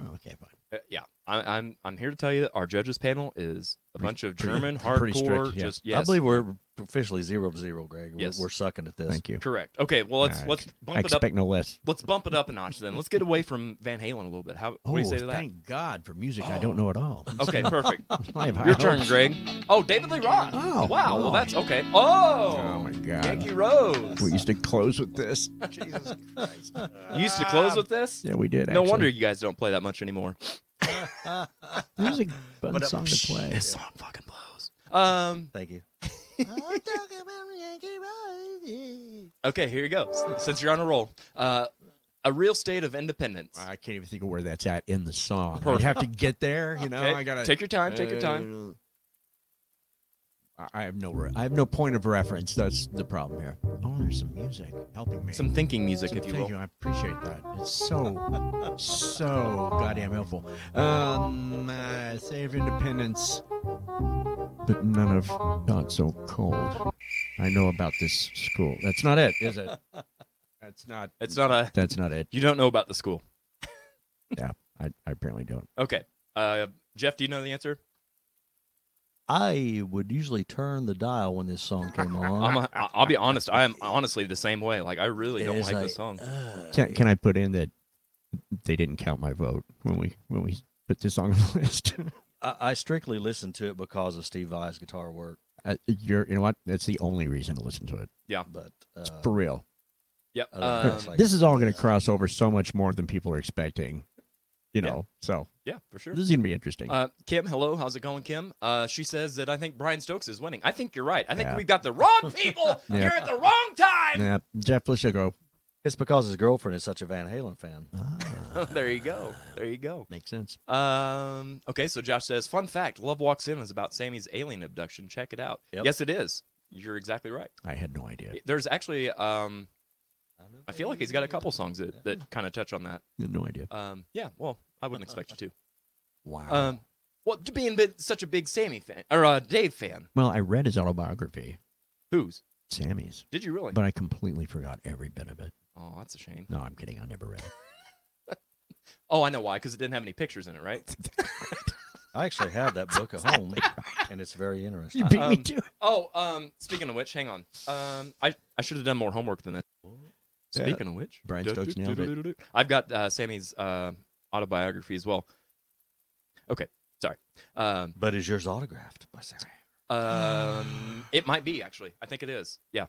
Speaker 1: Oh.
Speaker 4: okay, fine.
Speaker 1: Uh, yeah, I, I'm I'm here to tell you that our judges panel is a
Speaker 4: Pretty-
Speaker 1: bunch of
Speaker 4: pretty-
Speaker 1: German
Speaker 4: pretty strict,
Speaker 1: hardcore.
Speaker 4: yeah.
Speaker 1: Just yes,
Speaker 5: I believe we're officially zero to zero, Greg. We're,
Speaker 1: Yes.
Speaker 5: we're sucking at this.
Speaker 4: Thank you.
Speaker 1: correct. Okay, well let's
Speaker 4: I
Speaker 1: let's
Speaker 4: ex-
Speaker 1: bump
Speaker 4: I
Speaker 1: it up.
Speaker 4: expect no less.
Speaker 1: Let's bump it up a notch then. Let's get away from Van Halen a little bit. How what do you
Speaker 4: Oh,
Speaker 5: Oh,
Speaker 1: say to that?
Speaker 4: thank God for music I don't know at all.
Speaker 1: Okay, perfect.
Speaker 4: I have high
Speaker 1: Your turn,
Speaker 4: hopes.
Speaker 1: Greg. Oh, David Lee Roth.
Speaker 4: Oh,
Speaker 1: wow. Well,
Speaker 4: wow.
Speaker 1: that's okay.
Speaker 4: Oh
Speaker 1: Oh,
Speaker 4: my God.
Speaker 1: Yankee Rose.
Speaker 4: We used to close with this.
Speaker 1: Jesus Christ. You used to close with this.
Speaker 4: Yeah, we did.
Speaker 1: No
Speaker 4: actually.
Speaker 1: wonder you guys don't play that much anymore.
Speaker 5: Oh.
Speaker 4: It was a fun
Speaker 1: But, uh,
Speaker 4: song to play.
Speaker 1: This song fucking blows. Um.
Speaker 5: Thank you.
Speaker 1: Okay, here you go. Since you're on a roll, uh, a real state of independence.
Speaker 4: I can't even think of where that's at in the song. I'd have to get there. You know,
Speaker 1: Okay,
Speaker 4: Oh, I gotta
Speaker 1: take your time. Take your time.
Speaker 4: Uh, I- I have no. Re- I have no point of reference. That's the problem here. Oh, there's some music helping me.
Speaker 1: Some thinking music, if you
Speaker 4: Thank
Speaker 1: will.
Speaker 4: you. I appreciate that. It's so, so goddamn helpful. Um, uh, save independence, but none of not so cold. I know about this school. That's not it, is it? That's not.
Speaker 1: It's not a.
Speaker 4: That's not it.
Speaker 1: You don't know about the school.
Speaker 4: I, I apparently don't.
Speaker 1: Okay. Uh, Jeff, do you know the answer?
Speaker 5: I would usually turn the dial when this song came on.
Speaker 1: I'm a, I- I'll be honest. I am honestly the same way. Like I really
Speaker 5: It
Speaker 1: don't
Speaker 5: is
Speaker 1: like this song.
Speaker 5: uh,
Speaker 4: Can, can I put in that they didn't count my vote when we when we put this on the list?
Speaker 5: I, I strictly listen to it because of Steve Vai's guitar work,
Speaker 4: Uh, you're, you know what? That's the only reason to listen to it.
Speaker 5: but uh,
Speaker 4: It's for real.
Speaker 1: Yep.
Speaker 5: I don't know, it's
Speaker 1: um,
Speaker 5: like-
Speaker 4: this is all going to cross over so much more than people are expecting. You
Speaker 1: Yeah.
Speaker 4: know, so
Speaker 1: yeah, for sure.
Speaker 4: this is going to be interesting.
Speaker 1: Uh, Kim, hello. How's it going, Kim? Uh, she says that I think Brian Stokes is winning. I think you're right. I think
Speaker 4: Yeah.
Speaker 1: we've got the wrong people
Speaker 4: Yeah.
Speaker 1: here at the wrong time.
Speaker 4: yeah, Jeff Lishago.
Speaker 5: it's because his girlfriend is such a Van Halen fan.
Speaker 1: there you go. There you go.
Speaker 4: Makes Ah, sense.
Speaker 1: Um, okay, so Josh says, fun fact: Love Walks In is about Sammy's alien abduction. Check it out.
Speaker 5: Yep.
Speaker 1: Yes, it is. You're exactly right.
Speaker 4: I had no idea.
Speaker 1: There's actually, um, I feel like he's got a couple songs that, that kind of touch on that.
Speaker 4: I had no idea.
Speaker 1: Um, yeah. Well, I wouldn't expect you
Speaker 4: Wow.
Speaker 1: to. Um, well, to being bi- such a big Sammy fan or uh, Dave fan,
Speaker 4: well, I read his autobiography,
Speaker 1: whose
Speaker 4: Sammy's,
Speaker 1: did you really?
Speaker 4: but I completely forgot every bit of it.
Speaker 1: Oh, that's a shame.
Speaker 4: No, I'm kidding. I never read it.
Speaker 1: Oh, I know why. Because it didn't have any pictures in it, right?
Speaker 5: I actually have that book at home, and it's very interesting.
Speaker 1: beat me Um,
Speaker 4: to it.
Speaker 1: Oh, um, speaking of which, hang on. Um, I I should have done more homework than this.
Speaker 4: Yeah.
Speaker 1: Speaking of which,
Speaker 4: Brian Stokes nailed it.
Speaker 1: I've got uh, Sammy's uh, autobiography as well. Okay, sorry. Um,
Speaker 5: Uh, But is yours autographed by Sarah?
Speaker 1: um, it might be actually. I think it is. Yeah.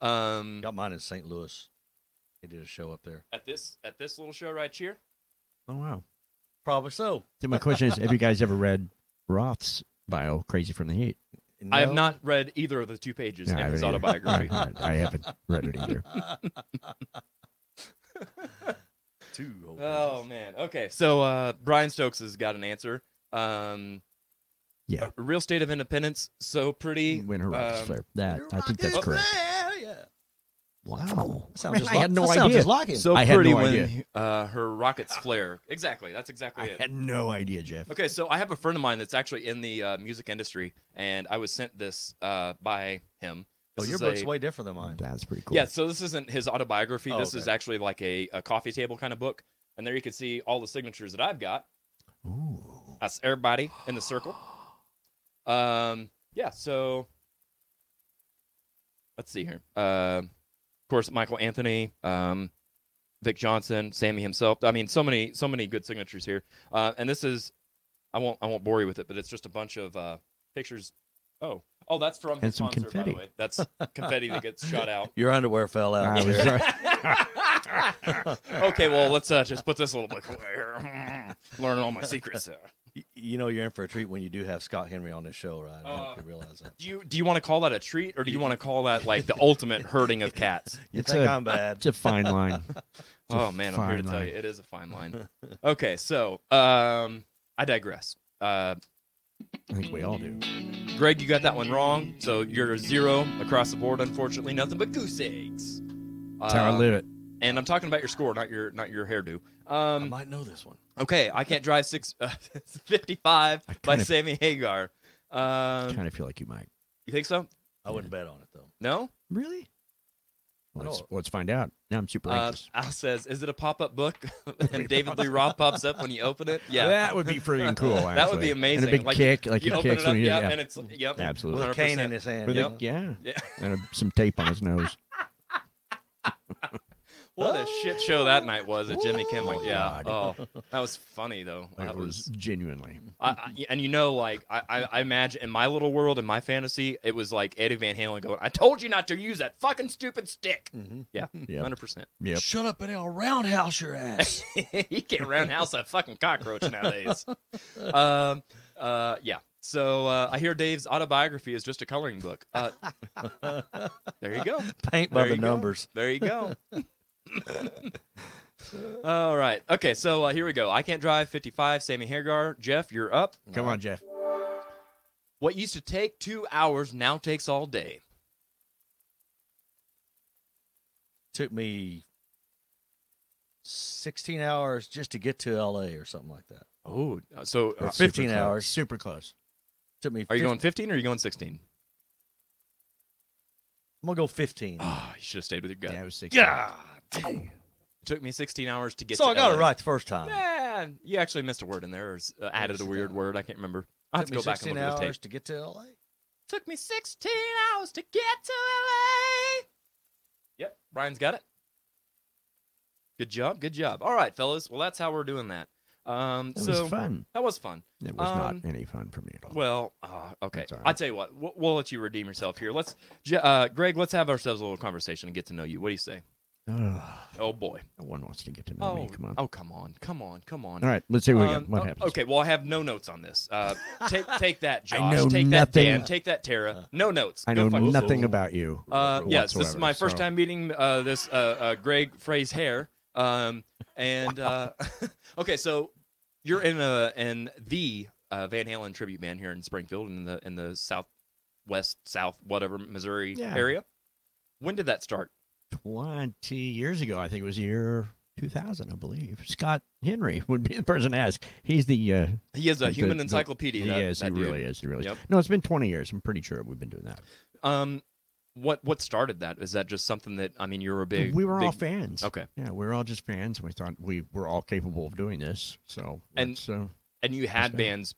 Speaker 1: Um,
Speaker 5: Got mine in St. Louis. He did a show up there.
Speaker 1: at this at this little show right here.
Speaker 4: Oh, wow.
Speaker 5: Probably so.
Speaker 4: So my question is, have you guys ever read Roth's bio, Crazy from the Heat?
Speaker 1: I have
Speaker 5: No?
Speaker 1: not read either of the two pages
Speaker 4: No, I
Speaker 1: in his
Speaker 4: haven't either.
Speaker 1: autobiography.
Speaker 4: I, I haven't read it either.
Speaker 5: Two whole
Speaker 1: oh
Speaker 5: pages.
Speaker 1: man. Okay. So uh, Brian Stokes has got an answer. Um,
Speaker 4: Yeah.
Speaker 1: a real state of independence. So pretty.
Speaker 4: Winter Rocks
Speaker 1: um,
Speaker 4: Flare. That, I think that's
Speaker 1: Oh.
Speaker 4: correct.
Speaker 5: Yeah, yeah.
Speaker 4: Wow.
Speaker 5: Sounds just
Speaker 4: I
Speaker 5: like-
Speaker 4: had no
Speaker 5: that sounds
Speaker 4: idea.
Speaker 5: just like him.
Speaker 1: So
Speaker 4: I had
Speaker 1: pretty
Speaker 4: no
Speaker 1: when
Speaker 4: idea.
Speaker 1: Uh, her rockets flare. Exactly. That's exactly
Speaker 4: I
Speaker 1: it.
Speaker 4: had no idea, Jeff.
Speaker 1: Okay, so I have a friend of mine that's actually in the uh, music industry, and I was sent this uh, by him.
Speaker 5: Oh,
Speaker 1: This
Speaker 5: your
Speaker 1: is
Speaker 5: book's
Speaker 1: a-
Speaker 5: way different than mine.
Speaker 4: That's pretty cool.
Speaker 1: Yeah, so this isn't his autobiography.
Speaker 5: Oh,
Speaker 1: this is
Speaker 5: okay.
Speaker 1: actually like a, a coffee table kind of book. And there you can see all the signatures that I've got.
Speaker 4: Ooh.
Speaker 1: That's everybody in the circle. Um, yeah, so let's see here. Um of course, Michael Anthony, um, Vic Johnson, Sammy himself. I mean, so many, so many good signatures here. Uh, and this is, I won't, I won't bore you with it, but it's just a bunch of uh, pictures. Oh, oh, that's from his
Speaker 4: And some
Speaker 1: sponsor, by
Speaker 4: confetti.
Speaker 1: the way. That's confetti that gets shot out.
Speaker 5: Your underwear fell out.
Speaker 4: I was
Speaker 5: there.
Speaker 4: right.
Speaker 1: okay, well, let's uh, just put this a little bit. Learn Hmm. all my secrets. there.
Speaker 5: You- you know you're in for a treat when you do have Scott Henry on this show, right? I
Speaker 1: Uh,
Speaker 5: hope you realize that.
Speaker 1: Do you do you want to call that a treat, or do you want to call that like the ultimate herding of cats?
Speaker 5: You
Speaker 4: It's
Speaker 5: think
Speaker 4: a-
Speaker 5: I'm bad?
Speaker 4: It's a fine line. It's a
Speaker 1: Oh man, I'm here to
Speaker 4: fine
Speaker 1: tell
Speaker 4: line.
Speaker 1: you, it is a fine line. Okay, so um, I digress. Uh,
Speaker 4: I think we all do.
Speaker 1: Mm-hmm. Greg, you got that one wrong, so you're a zero across the board. Unfortunately, nothing but goose eggs.
Speaker 4: That's how I
Speaker 1: Uh,
Speaker 4: live it.
Speaker 1: And I'm talking about your score, not your not your hairdo.
Speaker 5: I
Speaker 1: Um,
Speaker 5: might know this one.
Speaker 1: okay, I can't drive six uh, 55
Speaker 4: I
Speaker 1: by
Speaker 4: kinda-
Speaker 1: Sammy Hagar. Um,
Speaker 4: kind of feel like you might.
Speaker 1: you think so?
Speaker 5: I wouldn't bet on it though.
Speaker 1: No.
Speaker 4: Really? Let's,
Speaker 5: know.
Speaker 4: let's find out. Now I'm super
Speaker 1: Oh. Uh,
Speaker 4: anxious.
Speaker 1: Al says, "Is it a pop-up book?" and David Lee Roth pops up when you open it. Yeah,
Speaker 4: That would be freaking cool. Actually.
Speaker 1: That would be
Speaker 4: And
Speaker 1: amazing.
Speaker 4: a big
Speaker 1: Like,
Speaker 4: kick, like
Speaker 1: you
Speaker 4: he
Speaker 1: open it
Speaker 4: kicks
Speaker 1: up,
Speaker 4: when he
Speaker 1: yep,
Speaker 4: yeah.
Speaker 1: and it's yep,
Speaker 4: Absolutely.
Speaker 5: With a cane in his hand.
Speaker 4: With
Speaker 5: you
Speaker 4: a-
Speaker 5: know?
Speaker 4: yeah.
Speaker 1: Yeah.
Speaker 4: and a, some tape on his nose.
Speaker 1: What a shit show that night was at Jimmy Kimmel.
Speaker 4: Oh,
Speaker 1: Yeah. Oh, that was funny though. That
Speaker 4: It was
Speaker 1: was.
Speaker 4: genuinely.
Speaker 1: I, I, and you know, like I, I, I imagine in my little world, in my fantasy, it was like Eddie Van Halen going, "I told you not to use that fucking stupid stick."
Speaker 4: Mm-hmm.
Speaker 5: Mhm.
Speaker 1: Yeah,
Speaker 4: Yep.
Speaker 1: hundred percent.
Speaker 4: Yep.
Speaker 3: Shut up and I'll roundhouse your ass.
Speaker 1: he can't roundhouse that fucking cockroach nowadays. um, uh, yeah. So uh, I hear Dave's autobiography is just a coloring book. Uh, there you go. There
Speaker 5: Paint by the
Speaker 1: you go.
Speaker 5: numbers.
Speaker 1: There you go. All right. Okay. So uh, here we go. I can't drive. Fifty-five. Sammy Hagar. Jeff, you're up.
Speaker 4: Come on, Jeff.
Speaker 1: What used to take two hours now takes all day.
Speaker 5: Took me 16 hours just to get to LA or something like that.
Speaker 1: Oh, so uh,
Speaker 5: That's super 15 close. hours.
Speaker 4: Super close.
Speaker 5: Took me.
Speaker 1: are you
Speaker 5: 15
Speaker 1: going fifteen or are you going sixteen?
Speaker 5: I'm gonna go 15.
Speaker 1: Oh, you should have stayed with your gut.
Speaker 4: Yeah, it was six.
Speaker 5: God.
Speaker 1: It took me sixteen hours to get.
Speaker 5: So
Speaker 1: to
Speaker 5: I got it
Speaker 1: LA.
Speaker 5: right the first
Speaker 1: Um,
Speaker 5: time.
Speaker 1: Yeah, you actually missed a word in there, or s- uh, added a
Speaker 5: Sixteen
Speaker 1: weird
Speaker 5: hours.
Speaker 1: word. I can't remember. I have
Speaker 5: Took
Speaker 1: to
Speaker 5: me
Speaker 1: go back and
Speaker 5: 16
Speaker 1: look at the
Speaker 5: hours
Speaker 1: tape.
Speaker 5: to get to LA.
Speaker 1: Took me sixteen hours to get to LA. Yep, Brian's got it. Good job, good job. All right, fellas. Well, that's how we're doing that. Um,
Speaker 4: It
Speaker 1: so
Speaker 4: was fun.
Speaker 1: that was fun.
Speaker 4: It was
Speaker 1: um,
Speaker 4: not any fun for me at all.
Speaker 1: Well, uh, okay.
Speaker 4: That's all right.
Speaker 1: I tell you what, we'll, we'll let you redeem yourself here. Let's, J- uh, Greg, let's have ourselves a little conversation and get to know you. What do you say?
Speaker 4: Ugh,
Speaker 1: Oh boy.
Speaker 4: no one wants to get to know
Speaker 1: Oh,
Speaker 4: me. Come on.
Speaker 1: oh, come on, come on, come on.
Speaker 4: All right, let's see what we got.
Speaker 1: Um,
Speaker 4: What
Speaker 1: o-
Speaker 4: happens?
Speaker 1: Okay, well, I have no notes on this. Uh, take take that,
Speaker 4: I
Speaker 1: Josh.
Speaker 4: know
Speaker 1: take that,
Speaker 4: nothing. Uh,
Speaker 1: Dan. Take that, Tara. No notes.
Speaker 4: I
Speaker 1: Go
Speaker 4: know
Speaker 1: fuck yourself.
Speaker 4: nothing about you.
Speaker 1: Uh, yes, this is my
Speaker 4: whatsoever,
Speaker 1: first
Speaker 4: so-
Speaker 1: time meeting uh, this uh, uh, Greg Frey's hair. Um, and uh, okay, so you're in a in the uh, Van Halen tribute band here in Springfield in the in the southwest south whatever Missouri
Speaker 4: Yeah.
Speaker 1: area. When did that start?
Speaker 4: 20 years ago. I think it was the year 2000, I believe. Scott Henry would be the person to ask. He's the. Uh,
Speaker 1: He is a
Speaker 4: The-
Speaker 1: human
Speaker 4: the-
Speaker 1: encyclopedia.
Speaker 4: he
Speaker 1: that-
Speaker 4: is.
Speaker 1: that
Speaker 4: he
Speaker 1: dude.
Speaker 4: really is. He really
Speaker 1: Yep.
Speaker 4: is. No, it's been 20 years. I'm pretty sure we've been doing that.
Speaker 1: Um, what what started that? Is that just something that I mean you were a big
Speaker 4: we were all
Speaker 1: big- oh.
Speaker 4: fans.
Speaker 1: Okay.
Speaker 4: Yeah, we were all just fans. and We thought we were all capable of doing this. So
Speaker 1: And-
Speaker 4: let's, uh,
Speaker 1: And you had
Speaker 4: Understand.
Speaker 1: bands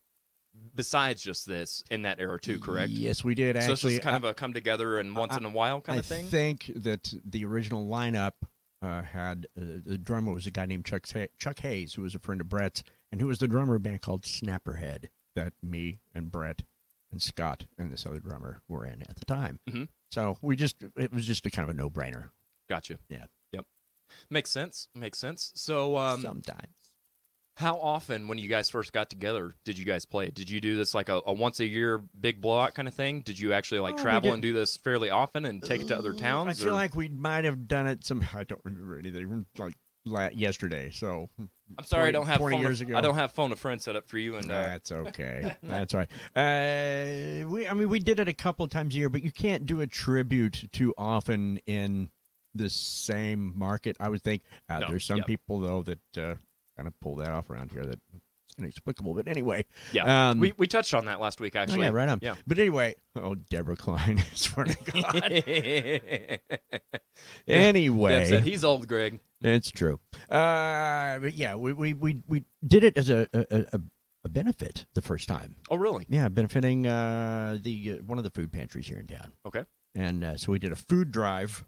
Speaker 1: besides just this in that era too, correct?
Speaker 4: Yes, we did.
Speaker 1: so it's
Speaker 4: Actually,
Speaker 1: just kind of a come together and once in a while
Speaker 4: I,
Speaker 1: kind
Speaker 4: I
Speaker 1: of thing.
Speaker 4: think that the original lineup uh, had uh, the drummer was a guy named Chuck Sa- Chuck Hayes, who was a friend of Brett's, and who was the drummer of a band called Snapperhead that me and Brett and Scott and this other drummer were in at the time.
Speaker 1: Mhm.
Speaker 4: So we just it was just a kind of a no brainer.
Speaker 1: Gotcha.
Speaker 4: Yeah.
Speaker 1: Yep. Makes sense. Makes sense. So, um,
Speaker 4: Sometimes
Speaker 1: how often when you guys first got together did you guys play? Did you do this like a, a once a year big blowout kind of thing? Did you actually like
Speaker 4: Oh, we
Speaker 1: travel
Speaker 4: did- Mm,
Speaker 1: and do this fairly often and take it to other towns?
Speaker 4: I feel
Speaker 1: or-
Speaker 4: like we might have done it some. I don't remember anything like la- yesterday. So
Speaker 1: I'm sorry, I
Speaker 4: 20
Speaker 1: don't have
Speaker 4: 20
Speaker 1: phone
Speaker 4: years
Speaker 1: a-
Speaker 4: ago.
Speaker 1: I don't have phone a friend set up for you and uh,
Speaker 4: That's okay. That's all right. Uh, we, I mean, we did it a couple of times a year, but you can't do a tribute too often in the same market. I would think uh,
Speaker 1: No,
Speaker 4: there's some
Speaker 1: yep.
Speaker 4: people though that uh, kind of pull that off around here that it's inexplicable. But anyway,
Speaker 1: yeah.
Speaker 4: um,
Speaker 1: we we touched on that last week
Speaker 4: oh,
Speaker 1: actually.
Speaker 4: yeah, right on.
Speaker 1: Yeah.
Speaker 4: But anyway, oh, Deborah Klein, I swear to God.
Speaker 1: Deb said,
Speaker 4: anyway,
Speaker 1: He's old, Greg.
Speaker 4: it's true. Uh, but yeah, we, we we we did it as a a, a, a benefit the first time.
Speaker 1: Oh, really?
Speaker 4: Yeah, benefiting uh, the uh, one of the food pantries here in town.
Speaker 1: Okay.
Speaker 4: And uh, so we did a food drive,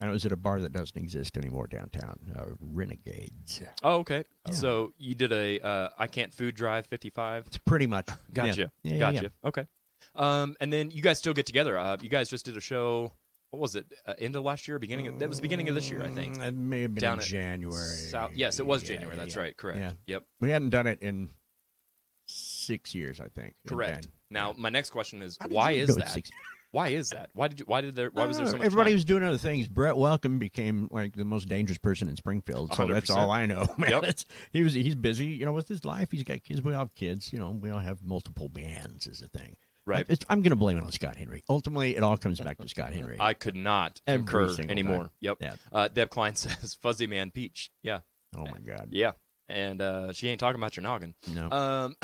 Speaker 4: and it was at a bar that doesn't exist anymore downtown, uh, Renegades.
Speaker 1: Oh, okay.
Speaker 4: Yeah.
Speaker 1: So you did a uh, I can't food drive 55.
Speaker 4: It's pretty much yeah.
Speaker 1: Gotcha.
Speaker 4: Yeah, yeah,
Speaker 1: gotcha. Okay. Um, and then you guys still get together. Uh, you guys just did a show. What was it? Uh, end of last year, beginning of that was the beginning of this year, I think.
Speaker 4: Mm, It may have been
Speaker 1: Down
Speaker 4: in
Speaker 1: at
Speaker 4: January.
Speaker 1: Sou- yes, it was
Speaker 4: Yeah,
Speaker 1: January.
Speaker 4: yeah,
Speaker 1: That's
Speaker 4: yeah.
Speaker 1: right. Correct.
Speaker 4: Yeah.
Speaker 1: Yep.
Speaker 4: We hadn't done it in s- six years, I think. in
Speaker 1: Correct.
Speaker 4: Jan-
Speaker 1: Now, my next question is
Speaker 4: How did
Speaker 1: why
Speaker 4: you
Speaker 1: is
Speaker 4: go
Speaker 1: that?
Speaker 4: six-
Speaker 1: Why is that? Why did you? Why did there? Why was there
Speaker 4: I
Speaker 1: so much?
Speaker 4: don't know. Uh, Everybody
Speaker 1: time?
Speaker 4: was doing other things. Brett Welcome became like the most dangerous person in Springfield. So that's
Speaker 1: 100%.
Speaker 4: all I know. Man,
Speaker 1: Yep.
Speaker 4: That's- he was he's busy, you know, with his life. He's got kids. We all have kids. You know, we all have multiple bands is the thing.
Speaker 1: right.
Speaker 4: It's, I'm going to blame it on Scott Henry. Ultimately, it all comes back to Scott Henry.
Speaker 1: I could not
Speaker 4: Every
Speaker 1: concur
Speaker 4: single time.
Speaker 1: anymore. Yep.
Speaker 4: Yeah.
Speaker 1: Uh, Deb Klein says Fuzzy Man Peach. Yeah.
Speaker 4: oh my God.
Speaker 1: Yeah. And uh, she ain't talking about your noggin.
Speaker 4: No.
Speaker 1: Um,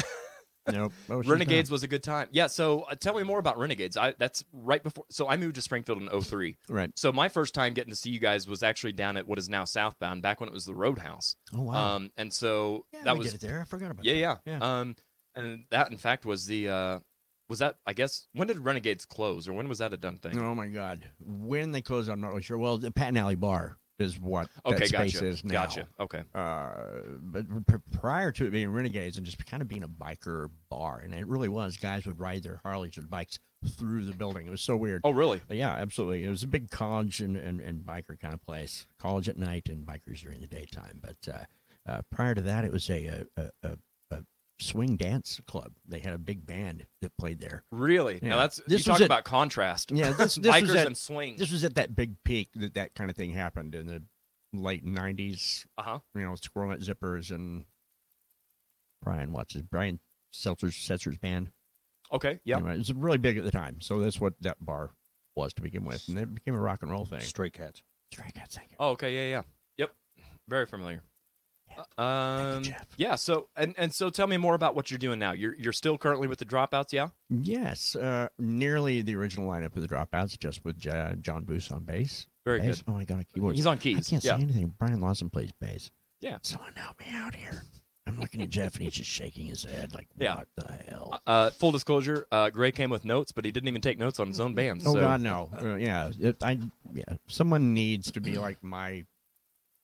Speaker 4: no. Oh, she's not.
Speaker 1: Renegades was a good time. Yeah. So uh, tell me more about Renegades. I that's right before. So I moved to Springfield in 03.
Speaker 4: Right.
Speaker 1: So my first time getting to see you guys was actually down at what is now Southbound, back when it was the Roadhouse.
Speaker 4: Oh wow.
Speaker 1: Um, and so
Speaker 4: yeah,
Speaker 1: that
Speaker 4: we
Speaker 1: was
Speaker 4: did it there. I forgot about
Speaker 1: yeah,
Speaker 4: that.
Speaker 1: yeah,
Speaker 4: Yeah.
Speaker 1: Um, and that in fact was the uh, was that I guess when did Renegades close or when was that a done thing?
Speaker 4: Oh my God. When they closed, I'm not really sure. Well, the Pat and Alley Bar is what
Speaker 1: Okay,
Speaker 4: that space
Speaker 1: gotcha.
Speaker 4: is now.
Speaker 1: Gotcha. Okay.
Speaker 4: uh, but p- prior to it being Renegades and just kind of being a biker bar, and it really was. Guys would ride their Harleys and bikes through the building. It was so weird.
Speaker 1: Oh, really?
Speaker 4: But yeah, absolutely. It was a big college and, and, and biker kind of place. College at night and bikers during the daytime. But uh, uh, prior to that, it was a, a, a, a swing dance club. They had a big band that played there.
Speaker 1: Really?
Speaker 4: Yeah.
Speaker 1: Now that's
Speaker 4: This
Speaker 1: you talk
Speaker 4: was at-
Speaker 1: about contrast.
Speaker 4: Yeah, this, this was
Speaker 1: Bikers
Speaker 4: at,
Speaker 1: and swing.
Speaker 4: this was at that big peak that that kind of thing happened in the late 90s,
Speaker 1: Uh huh.
Speaker 4: you know, Squirrel Nut Zippers and Brian watches Brian Seltzer's Setzer's band.
Speaker 1: Okay. Yeah.
Speaker 4: Anyway, it was really big at the time, so that's what that bar was to begin with, and it became a rock and roll thing.
Speaker 5: Stray cats.
Speaker 4: Strike out, thank you.
Speaker 1: Oh, okay. Yeah. Yeah. Yep. Very familiar. Uh, Um.
Speaker 4: Jeff.
Speaker 1: Yeah. So and and so tell me more about what you're doing now. You're you're still currently with the dropouts. Yeah.
Speaker 4: Yes, uh, nearly the original lineup of the Dropouts, just with J- John Boos on bass.
Speaker 1: Very
Speaker 4: bass?
Speaker 1: good.
Speaker 4: Oh my god, keyboards.
Speaker 1: He's on
Speaker 4: I
Speaker 1: keys.
Speaker 4: can't
Speaker 1: yeah.
Speaker 4: say anything. Brian Lawson plays bass.
Speaker 1: Yeah.
Speaker 4: Someone help me out here. I'm looking at Jeff and he's just shaking his head like,
Speaker 1: Yeah.
Speaker 4: what the hell?
Speaker 1: Uh, full disclosure, uh, Gray came with notes, but he didn't even take notes on his own band.
Speaker 4: Oh
Speaker 1: so.
Speaker 4: God, no. Uh, yeah, it, I yeah. Someone needs to be like my.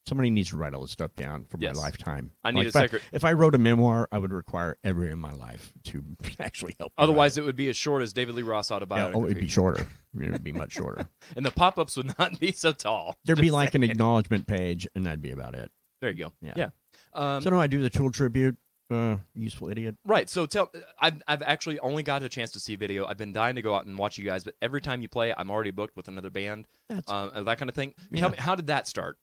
Speaker 4: Somebody needs to write all this stuff down for
Speaker 1: Yes.
Speaker 4: my lifetime.
Speaker 1: I need
Speaker 4: Like,
Speaker 1: a
Speaker 4: if I-
Speaker 1: secret.
Speaker 4: If I wrote a memoir, I would require everyone in my life to actually help. me write
Speaker 1: Otherwise,
Speaker 4: it.
Speaker 1: it would be as short as David Lee Ross
Speaker 4: yeah,
Speaker 1: autobiography,
Speaker 4: oh, it'd be shorter. It would be much shorter.
Speaker 1: and the pop-ups would not be so tall.
Speaker 4: There'd be
Speaker 1: Just
Speaker 4: like an
Speaker 1: saying.
Speaker 4: acknowledgement page, and that'd be about it.
Speaker 1: there you go. Yeah.
Speaker 4: Yeah.
Speaker 1: Um,
Speaker 4: so no, I do the Tool tribute. Uh, useful idiot.
Speaker 1: right. So tell, I've I've actually only got a chance to see video. I've been dying to go out and watch you guys, but every time you play, I'm already booked with another band,
Speaker 4: That's,
Speaker 1: um, and that kind of thing.
Speaker 4: Yeah.
Speaker 1: Tell me, how did that start?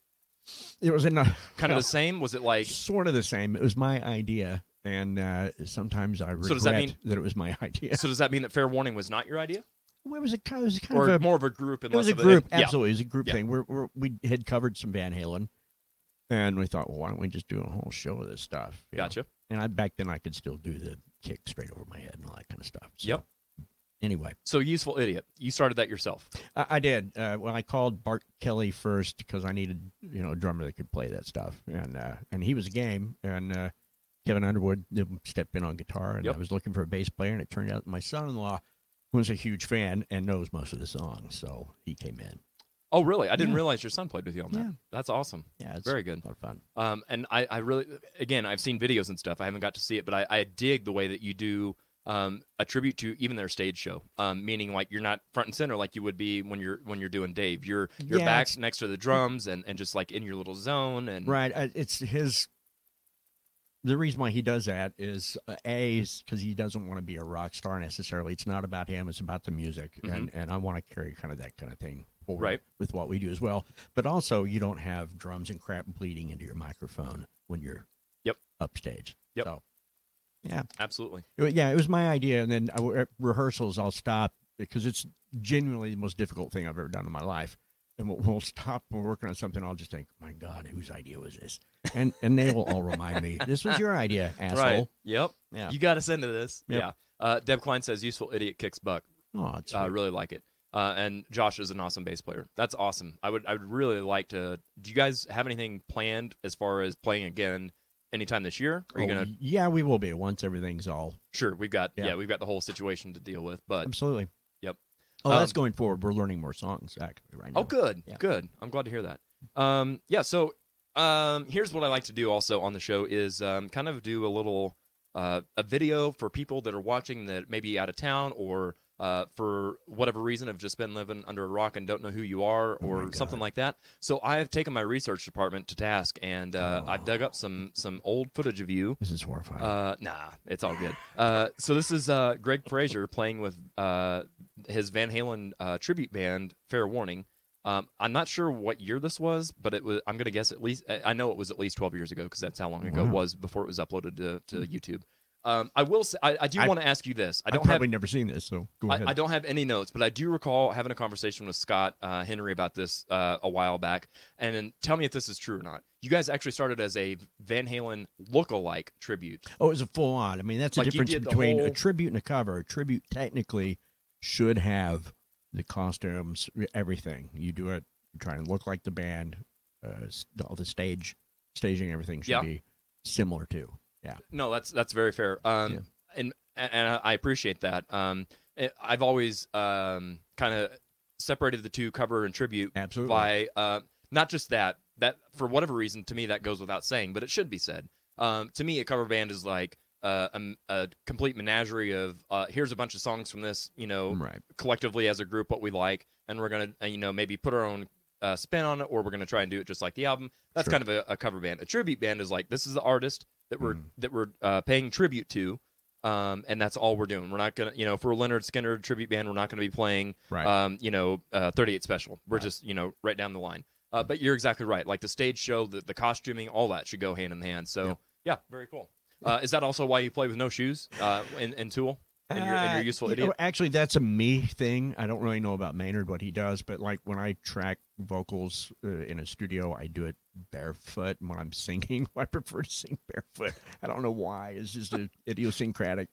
Speaker 4: it was in a
Speaker 1: Kind of
Speaker 4: Well,
Speaker 1: the same? Was it like?
Speaker 4: sort of the same. It was my idea, and uh, sometimes I regret
Speaker 1: So does that mean-
Speaker 4: that it was my idea.
Speaker 1: So does that mean that Fair Warning was not your idea,
Speaker 4: It was a kind it was kind
Speaker 1: or
Speaker 4: of a
Speaker 1: more of a group? And
Speaker 4: It was
Speaker 1: less
Speaker 4: a
Speaker 1: of
Speaker 4: group,
Speaker 1: yeah.
Speaker 4: absolutely. It was a group
Speaker 1: Yeah.
Speaker 4: thing. We're, we're, we had covered some Van Halen, and we thought, well, why don't we just do a whole show of this stuff? you know?
Speaker 1: Gotcha.
Speaker 4: And I back then I could still do the kick straight over my head and all that kind of stuff. So,
Speaker 1: Yep.
Speaker 4: Anyway,
Speaker 1: So useful idiot. You started that yourself.
Speaker 4: I, I did. Uh, well, I called Bart Kelly first because I needed, you know, a drummer that could play that stuff, and uh, and he was game. And uh, Kevin Underwood stepped in on guitar, and
Speaker 1: Yep.
Speaker 4: I was looking for a bass player, and it turned out my son-in-law was a huge fan and knows most of the songs, so he came in.
Speaker 1: Oh, really? I didn't
Speaker 4: Yeah.
Speaker 1: realize your son played with you on that.
Speaker 4: Yeah.
Speaker 1: That's awesome.
Speaker 4: Yeah, it's
Speaker 1: Very good.
Speaker 4: a lot of fun.
Speaker 1: Um, and I, I really, again, I've seen videos and stuff. I haven't got to see it, but I, I dig the way that you do um, a tribute to even their stage show. Um, meaning like you're not front and center like you would be when you're when you're doing Dave. You're you're
Speaker 4: Yeah,
Speaker 1: back
Speaker 4: it's-
Speaker 1: next to the drums and and just like in your little zone and
Speaker 4: Right. uh, It's his. The reason why he does that is uh, a because he doesn't want to be a rock star necessarily. It's not about him. It's about the music,
Speaker 1: Mhm.
Speaker 4: and and I want to carry kind of that kind of thing forward
Speaker 1: Right.
Speaker 4: with what we do as well. But also, you don't have drums and crap bleeding into your microphone when you're
Speaker 1: Yep.
Speaker 4: upstage.
Speaker 1: Yep.
Speaker 4: So, yeah,
Speaker 1: absolutely.
Speaker 4: It wa- yeah, it was my idea, and then I w at rehearsals I'll stop because it's genuinely the most difficult thing I've ever done in my life. And we'll, we'll stop. We're working on something. I'll just think, my God, whose idea was this? And and they will all remind me, this was your idea, asshole.
Speaker 1: Right. Yep.
Speaker 4: Yeah.
Speaker 1: You got us into this.
Speaker 4: Yep.
Speaker 1: Yeah. Uh, Deb Klein says useful idiot kicks buck.
Speaker 4: Oh, it's
Speaker 1: I really like it. Uh, and Josh is an awesome bass player. That's awesome. I would I would really like to. Do you guys have anything planned as far as playing again anytime this year? Are you
Speaker 4: oh,
Speaker 1: gonna?
Speaker 4: Yeah, we will be once everything's all
Speaker 1: Sure, we've got yeah.
Speaker 4: Yeah.
Speaker 1: we've got the whole situation to deal with. But
Speaker 4: absolutely.
Speaker 1: Uh, Yep.
Speaker 4: Oh, that's
Speaker 1: Um,
Speaker 4: going forward. We're learning more songs actually right now.
Speaker 1: oh, good,
Speaker 4: Yeah.
Speaker 1: good. I'm glad to hear that. Um, yeah. So, um, here's what I like to do also on the show is um, kind of do a little uh, a video for people that are watching that may be out of town or uh, for whatever reason have just been living under a rock and don't know who you are
Speaker 4: Oh my
Speaker 1: or something like that. So I have taken my research department to task and uh,
Speaker 4: Oh.
Speaker 1: I've dug up some some old footage of you.
Speaker 4: This is horrifying.
Speaker 1: Uh, nah, it's all good. Uh, so this is uh, Greg Frazier playing with uh, his Van Halen uh, tribute band. Fair warning. Um, I'm not sure what year this was, but it was. I'm gonna guess at least. I I know it was at least 12 years ago because that's how long ago
Speaker 4: Wow. Hmm.
Speaker 1: it was before it was uploaded to, to YouTube. Um, I will. Say, I, I do
Speaker 4: I-
Speaker 1: want to ask you this. I
Speaker 4: I've
Speaker 1: don't have.
Speaker 4: probably never seen this, so go ahead.
Speaker 1: I, I don't have any notes, but I do recall having a conversation with Scott uh, Henry about this uh, a while back. And then tell me if this is true or not. You guys actually started as a Van Halen look-alike tribute.
Speaker 4: Oh, it was a full on. I mean, that's the
Speaker 1: Like, you
Speaker 4: difference
Speaker 1: did the
Speaker 4: between a
Speaker 1: whole-
Speaker 4: tribute and a cover. A tribute technically should have the costumes, e, everything. You do it, you try and look like the band, uh, s- all the stage, staging, everything should
Speaker 1: Yeah.
Speaker 4: be similar to.
Speaker 1: No, that's that's very fair. Um,
Speaker 4: Yeah.
Speaker 1: and and I- I appreciate that. Um, I- I've always um kind of separated the two cover and tribute
Speaker 4: Absolutely.
Speaker 1: by uh not just that that for whatever reason to me that goes without saying, but it should be said. Um, to me, a cover band is like uh, a, a complete menagerie of uh, here's a bunch of songs from this you know
Speaker 4: right.
Speaker 1: collectively as a group what we like and we're gonna uh, you know maybe put our own uh, spin on it or we're gonna try and do it just like the album that's
Speaker 4: Sure.
Speaker 1: kind of a, a cover band a tribute band is like this is the artist that we're
Speaker 4: Mm.
Speaker 1: that we're uh, paying tribute to um, and that's all we're doing we're not gonna you know for a leonard skinner tribute band we're not gonna be playing
Speaker 4: Right.
Speaker 1: um, you know, uh, 38 special. We're just, you know, right down the line. Uh, but you're exactly right. Like the stage show, the, the costuming, all that should go hand in hand. So yeah, very cool. Uh, is that also why you play with no shoes uh, in, in Tool? And you're, and
Speaker 4: Uh,
Speaker 1: you're useful
Speaker 4: you know,
Speaker 1: idiot.
Speaker 4: actually, that's a me thing. I don't really know about Maynard what he does, but like when I track vocals uh, in a studio, I do it barefoot. When I'm singing, I prefer to sing barefoot. I don't know why. It's just an idiosyncratic.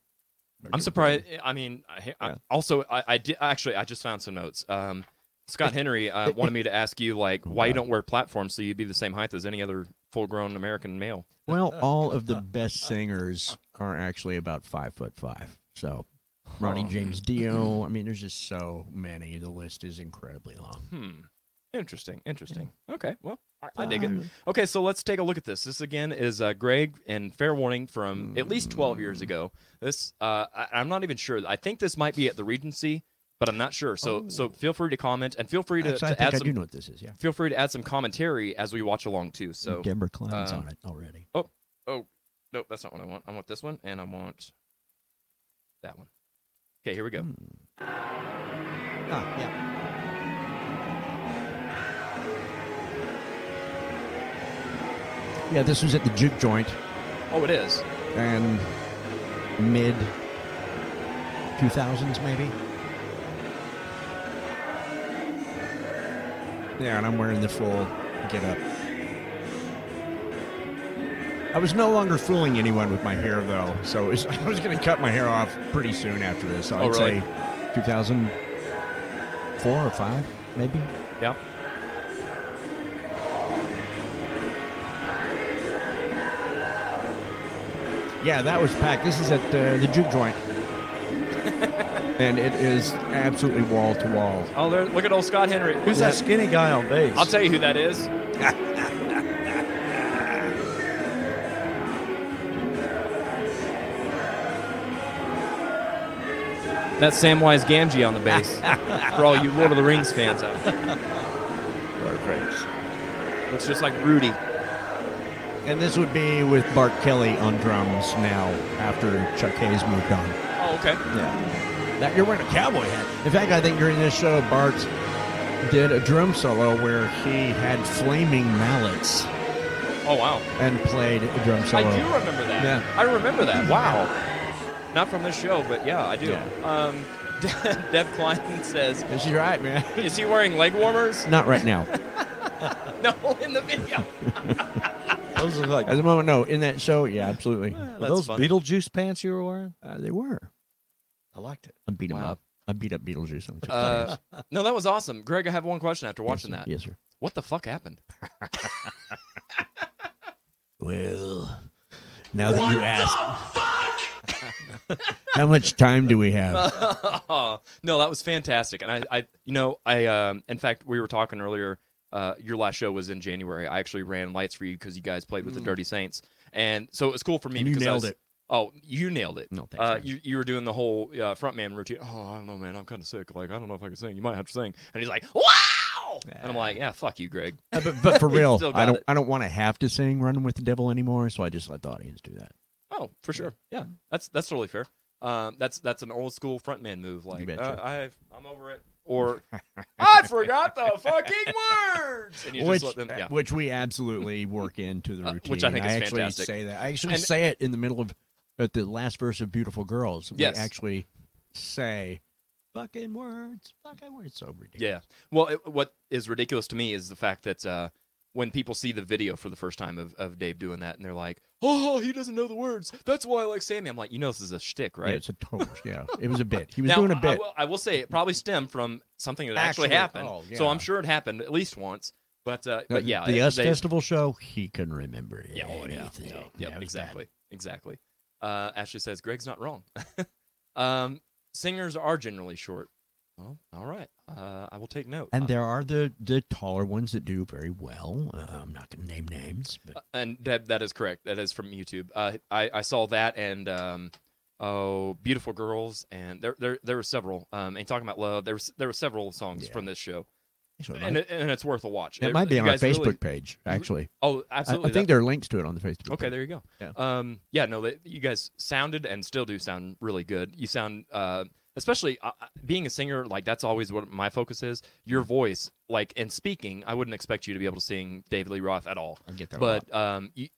Speaker 1: I'm surprised. I mean, I, I-
Speaker 4: Yeah.
Speaker 1: also I, I did actually I just found some notes. Um, Scott Henry uh, wanted me to ask you like why you don't wear platforms so you'd be the same height as any other full-grown American male.
Speaker 4: Well, all of the best singers are actually about five foot five. So, Ronnie
Speaker 1: Huh.
Speaker 4: James Dio. I mean, there's just so many. The list is incredibly long.
Speaker 1: Hmm. Interesting. Interesting. Okay. Well, I, I dig it.
Speaker 4: Um,
Speaker 1: Okay, so let's take a look at this. This again is uh, Greg, and fair warning from at least 12 years
Speaker 4: Hmm.
Speaker 1: ago. This uh, I, I'm not even sure. I think this might be at the Regency, but I'm not sure. So so feel free to comment and feel free to,
Speaker 4: Oh. Actually, I
Speaker 1: to
Speaker 4: think
Speaker 1: add
Speaker 4: I do
Speaker 1: some
Speaker 4: know what this is. Yeah.
Speaker 1: feel free to add some commentary as we watch along too. So
Speaker 4: Denver Klein's
Speaker 1: uh,
Speaker 4: on it already.
Speaker 1: no, that's not what I want. I want this one, and I want that one. Okay, here we go.
Speaker 4: Hmm. Ah, yeah. Yeah, this was at the juke joint
Speaker 1: Oh, it is.
Speaker 4: and mid 2000s, maybe. Yeah, and I'm wearing the full get up. I was no longer fooling anyone with my hair, though, so it was, I was going to cut my hair off pretty soon after this. So
Speaker 1: Oh,
Speaker 4: I'd
Speaker 1: really?
Speaker 4: say 2004 or 5, maybe.
Speaker 1: Yeah.
Speaker 4: Yeah, that was packed. This is at uh, the juke joint. and it is absolutely wall to wall.
Speaker 1: Oh, there. Look at old Scott Henry.
Speaker 5: Who's that skinny guy on bass?
Speaker 1: I'll tell you who that is. That's Samwise Gamgee on the bass. for all you Lord of the Rings fans out there. Looks just like Rudy.
Speaker 4: And this would be with Bart Kelly on drums now after Chuck Hayes moved on.
Speaker 1: Oh, okay.
Speaker 4: Yeah. That you're wearing a cowboy hat. In fact, I think during this show, Bart did a drum solo where he had flaming mallets
Speaker 1: Oh, wow.
Speaker 4: and played a drum
Speaker 1: I
Speaker 4: solo.
Speaker 1: do remember that.
Speaker 4: Yeah.
Speaker 1: I remember that. Wow. Not from this show, but yeah, I do.
Speaker 4: Yeah.
Speaker 1: Um, Dev Klein says,
Speaker 4: This is right, man.
Speaker 1: "Is he wearing leg warmers?"
Speaker 4: Not right now.
Speaker 1: No, in the video.
Speaker 5: Those are like
Speaker 4: At the moment, no. In that show, yeah, absolutely.
Speaker 1: That's
Speaker 5: were those
Speaker 1: funny.
Speaker 5: Beetlejuice pants you were wearing.
Speaker 4: Uh, they were.
Speaker 5: I liked it.
Speaker 4: I beat him
Speaker 1: Wow.
Speaker 4: up. I beat up Beetlejuice on two
Speaker 1: Uh,
Speaker 4: players.
Speaker 1: no, that was awesome, Greg. I have one question after watching
Speaker 4: yes,
Speaker 1: that.
Speaker 4: Yes, sir.
Speaker 1: What the fuck happened?
Speaker 4: Well, now that you ask, how much time do we have?
Speaker 1: no, that was fantastic, and I, I, you know, I, um, in fact, we were talking earlier. Uh, your last show was in January. I actually ran lights for you because you guys played with the Dirty Saints, and so it was cool for me
Speaker 4: Mm. And you
Speaker 1: because I
Speaker 4: nailed
Speaker 1: was-
Speaker 4: it.
Speaker 1: Oh, you nailed it.
Speaker 4: No, thanks.
Speaker 1: Uh,
Speaker 4: man.
Speaker 1: you, you were doing the whole uh, frontman routine. Oh, I don't know, man. I'm kind of sick. Like, I don't know if I can sing. You might have to sing. And he's like, wow. And I'm like, yeah, fuck you, Greg.
Speaker 4: Uh, but, but for
Speaker 1: He's
Speaker 4: real,
Speaker 1: still
Speaker 4: I
Speaker 1: got
Speaker 4: don't
Speaker 1: it.
Speaker 4: I don't want to have to sing "Running with the Devil" anymore, so I just let the audience do that.
Speaker 1: Oh, for sure. Yeah, that's that's totally fair. Um, that's that's an old school frontman move. Like,
Speaker 4: betcha.
Speaker 1: uh, I I'm over it. Or I forgot the fucking words. And you
Speaker 4: which,
Speaker 1: just let them. Yeah.
Speaker 4: which we absolutely work into the
Speaker 1: Uh,
Speaker 4: routine.
Speaker 1: which I think is
Speaker 4: actually
Speaker 1: fantastic.
Speaker 4: say that. I actually
Speaker 1: And-
Speaker 4: say it in the middle of at the last verse of "Beautiful Girls." We
Speaker 1: Yes.
Speaker 4: actually say fucking words, fucking words. So ridiculous.
Speaker 1: Yeah. Well, it, what is ridiculous to me is the fact that uh, when people see the video for the first time of, of Dave doing that, and they're like, "Oh, he doesn't know the words. That's why I like Sammy." I'm like, you know, this is a shtick,
Speaker 4: Yeah,
Speaker 1: right?
Speaker 4: it's a total. Yeah, it was a bit. He was
Speaker 1: now,
Speaker 4: doing a
Speaker 1: I- I
Speaker 4: bit.
Speaker 1: will, I will say it probably stemmed from something that actually,
Speaker 4: Actually,
Speaker 1: happened.
Speaker 4: oh,
Speaker 1: So
Speaker 4: yeah.
Speaker 1: I'm sure it happened at least once. But uh,
Speaker 4: No,
Speaker 1: but yeah,
Speaker 4: the
Speaker 1: it-
Speaker 4: Us
Speaker 1: they-
Speaker 4: Festival show, he can remember.
Speaker 1: Yeah, oh, yeah,
Speaker 4: anything.
Speaker 1: yeah,
Speaker 4: Yeah, it was
Speaker 1: yeah,
Speaker 4: bad.
Speaker 1: exactly, exactly. Uh, Ashley says Greg's not wrong. um, singers are generally short. Well, all right, uh, I will take note.
Speaker 4: And there are the the taller ones that do very well. Uh, I'm not going to name names, but
Speaker 1: and that that is correct. That is from YouTube. Uh, I I saw that and um, oh, beautiful girls and there there there were several. Um, and talking about love, there was there were several songs
Speaker 4: Yeah.
Speaker 1: from this show,
Speaker 4: actually, it
Speaker 1: and it,
Speaker 4: might,
Speaker 1: and it's worth a watch.
Speaker 4: it
Speaker 1: It-
Speaker 4: might be
Speaker 1: you
Speaker 4: on our
Speaker 1: guys really-
Speaker 4: Facebook page. Actually,
Speaker 1: oh,
Speaker 4: I, I
Speaker 1: absolutely.
Speaker 4: think there are links to it on the Facebook.
Speaker 1: Okay,
Speaker 4: page.
Speaker 1: there you go.
Speaker 4: Yeah.
Speaker 1: Um, yeah, no, that you guys sounded and still do sound really good. You sound, uh, especially uh, uh, being a singer, like that's always what my focus is. Your voice, like in speaking, I wouldn't expect you to be able to sing David Lee Roth at all.
Speaker 4: I get that. a lot.
Speaker 1: But um, you,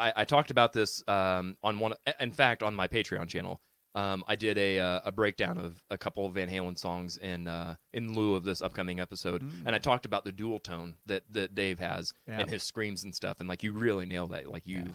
Speaker 1: I, I talked about this um, on one, in fact, on my Patreon channel. Um, I did a uh, a breakdown of a couple of Van Halen songs in uh, in lieu of this upcoming episode,
Speaker 4: Mm.
Speaker 1: and I talked about the dual tone that, that Dave has
Speaker 4: Yeah.
Speaker 1: and his screams and stuff, and like you really nail that. Like you,
Speaker 4: Yeah.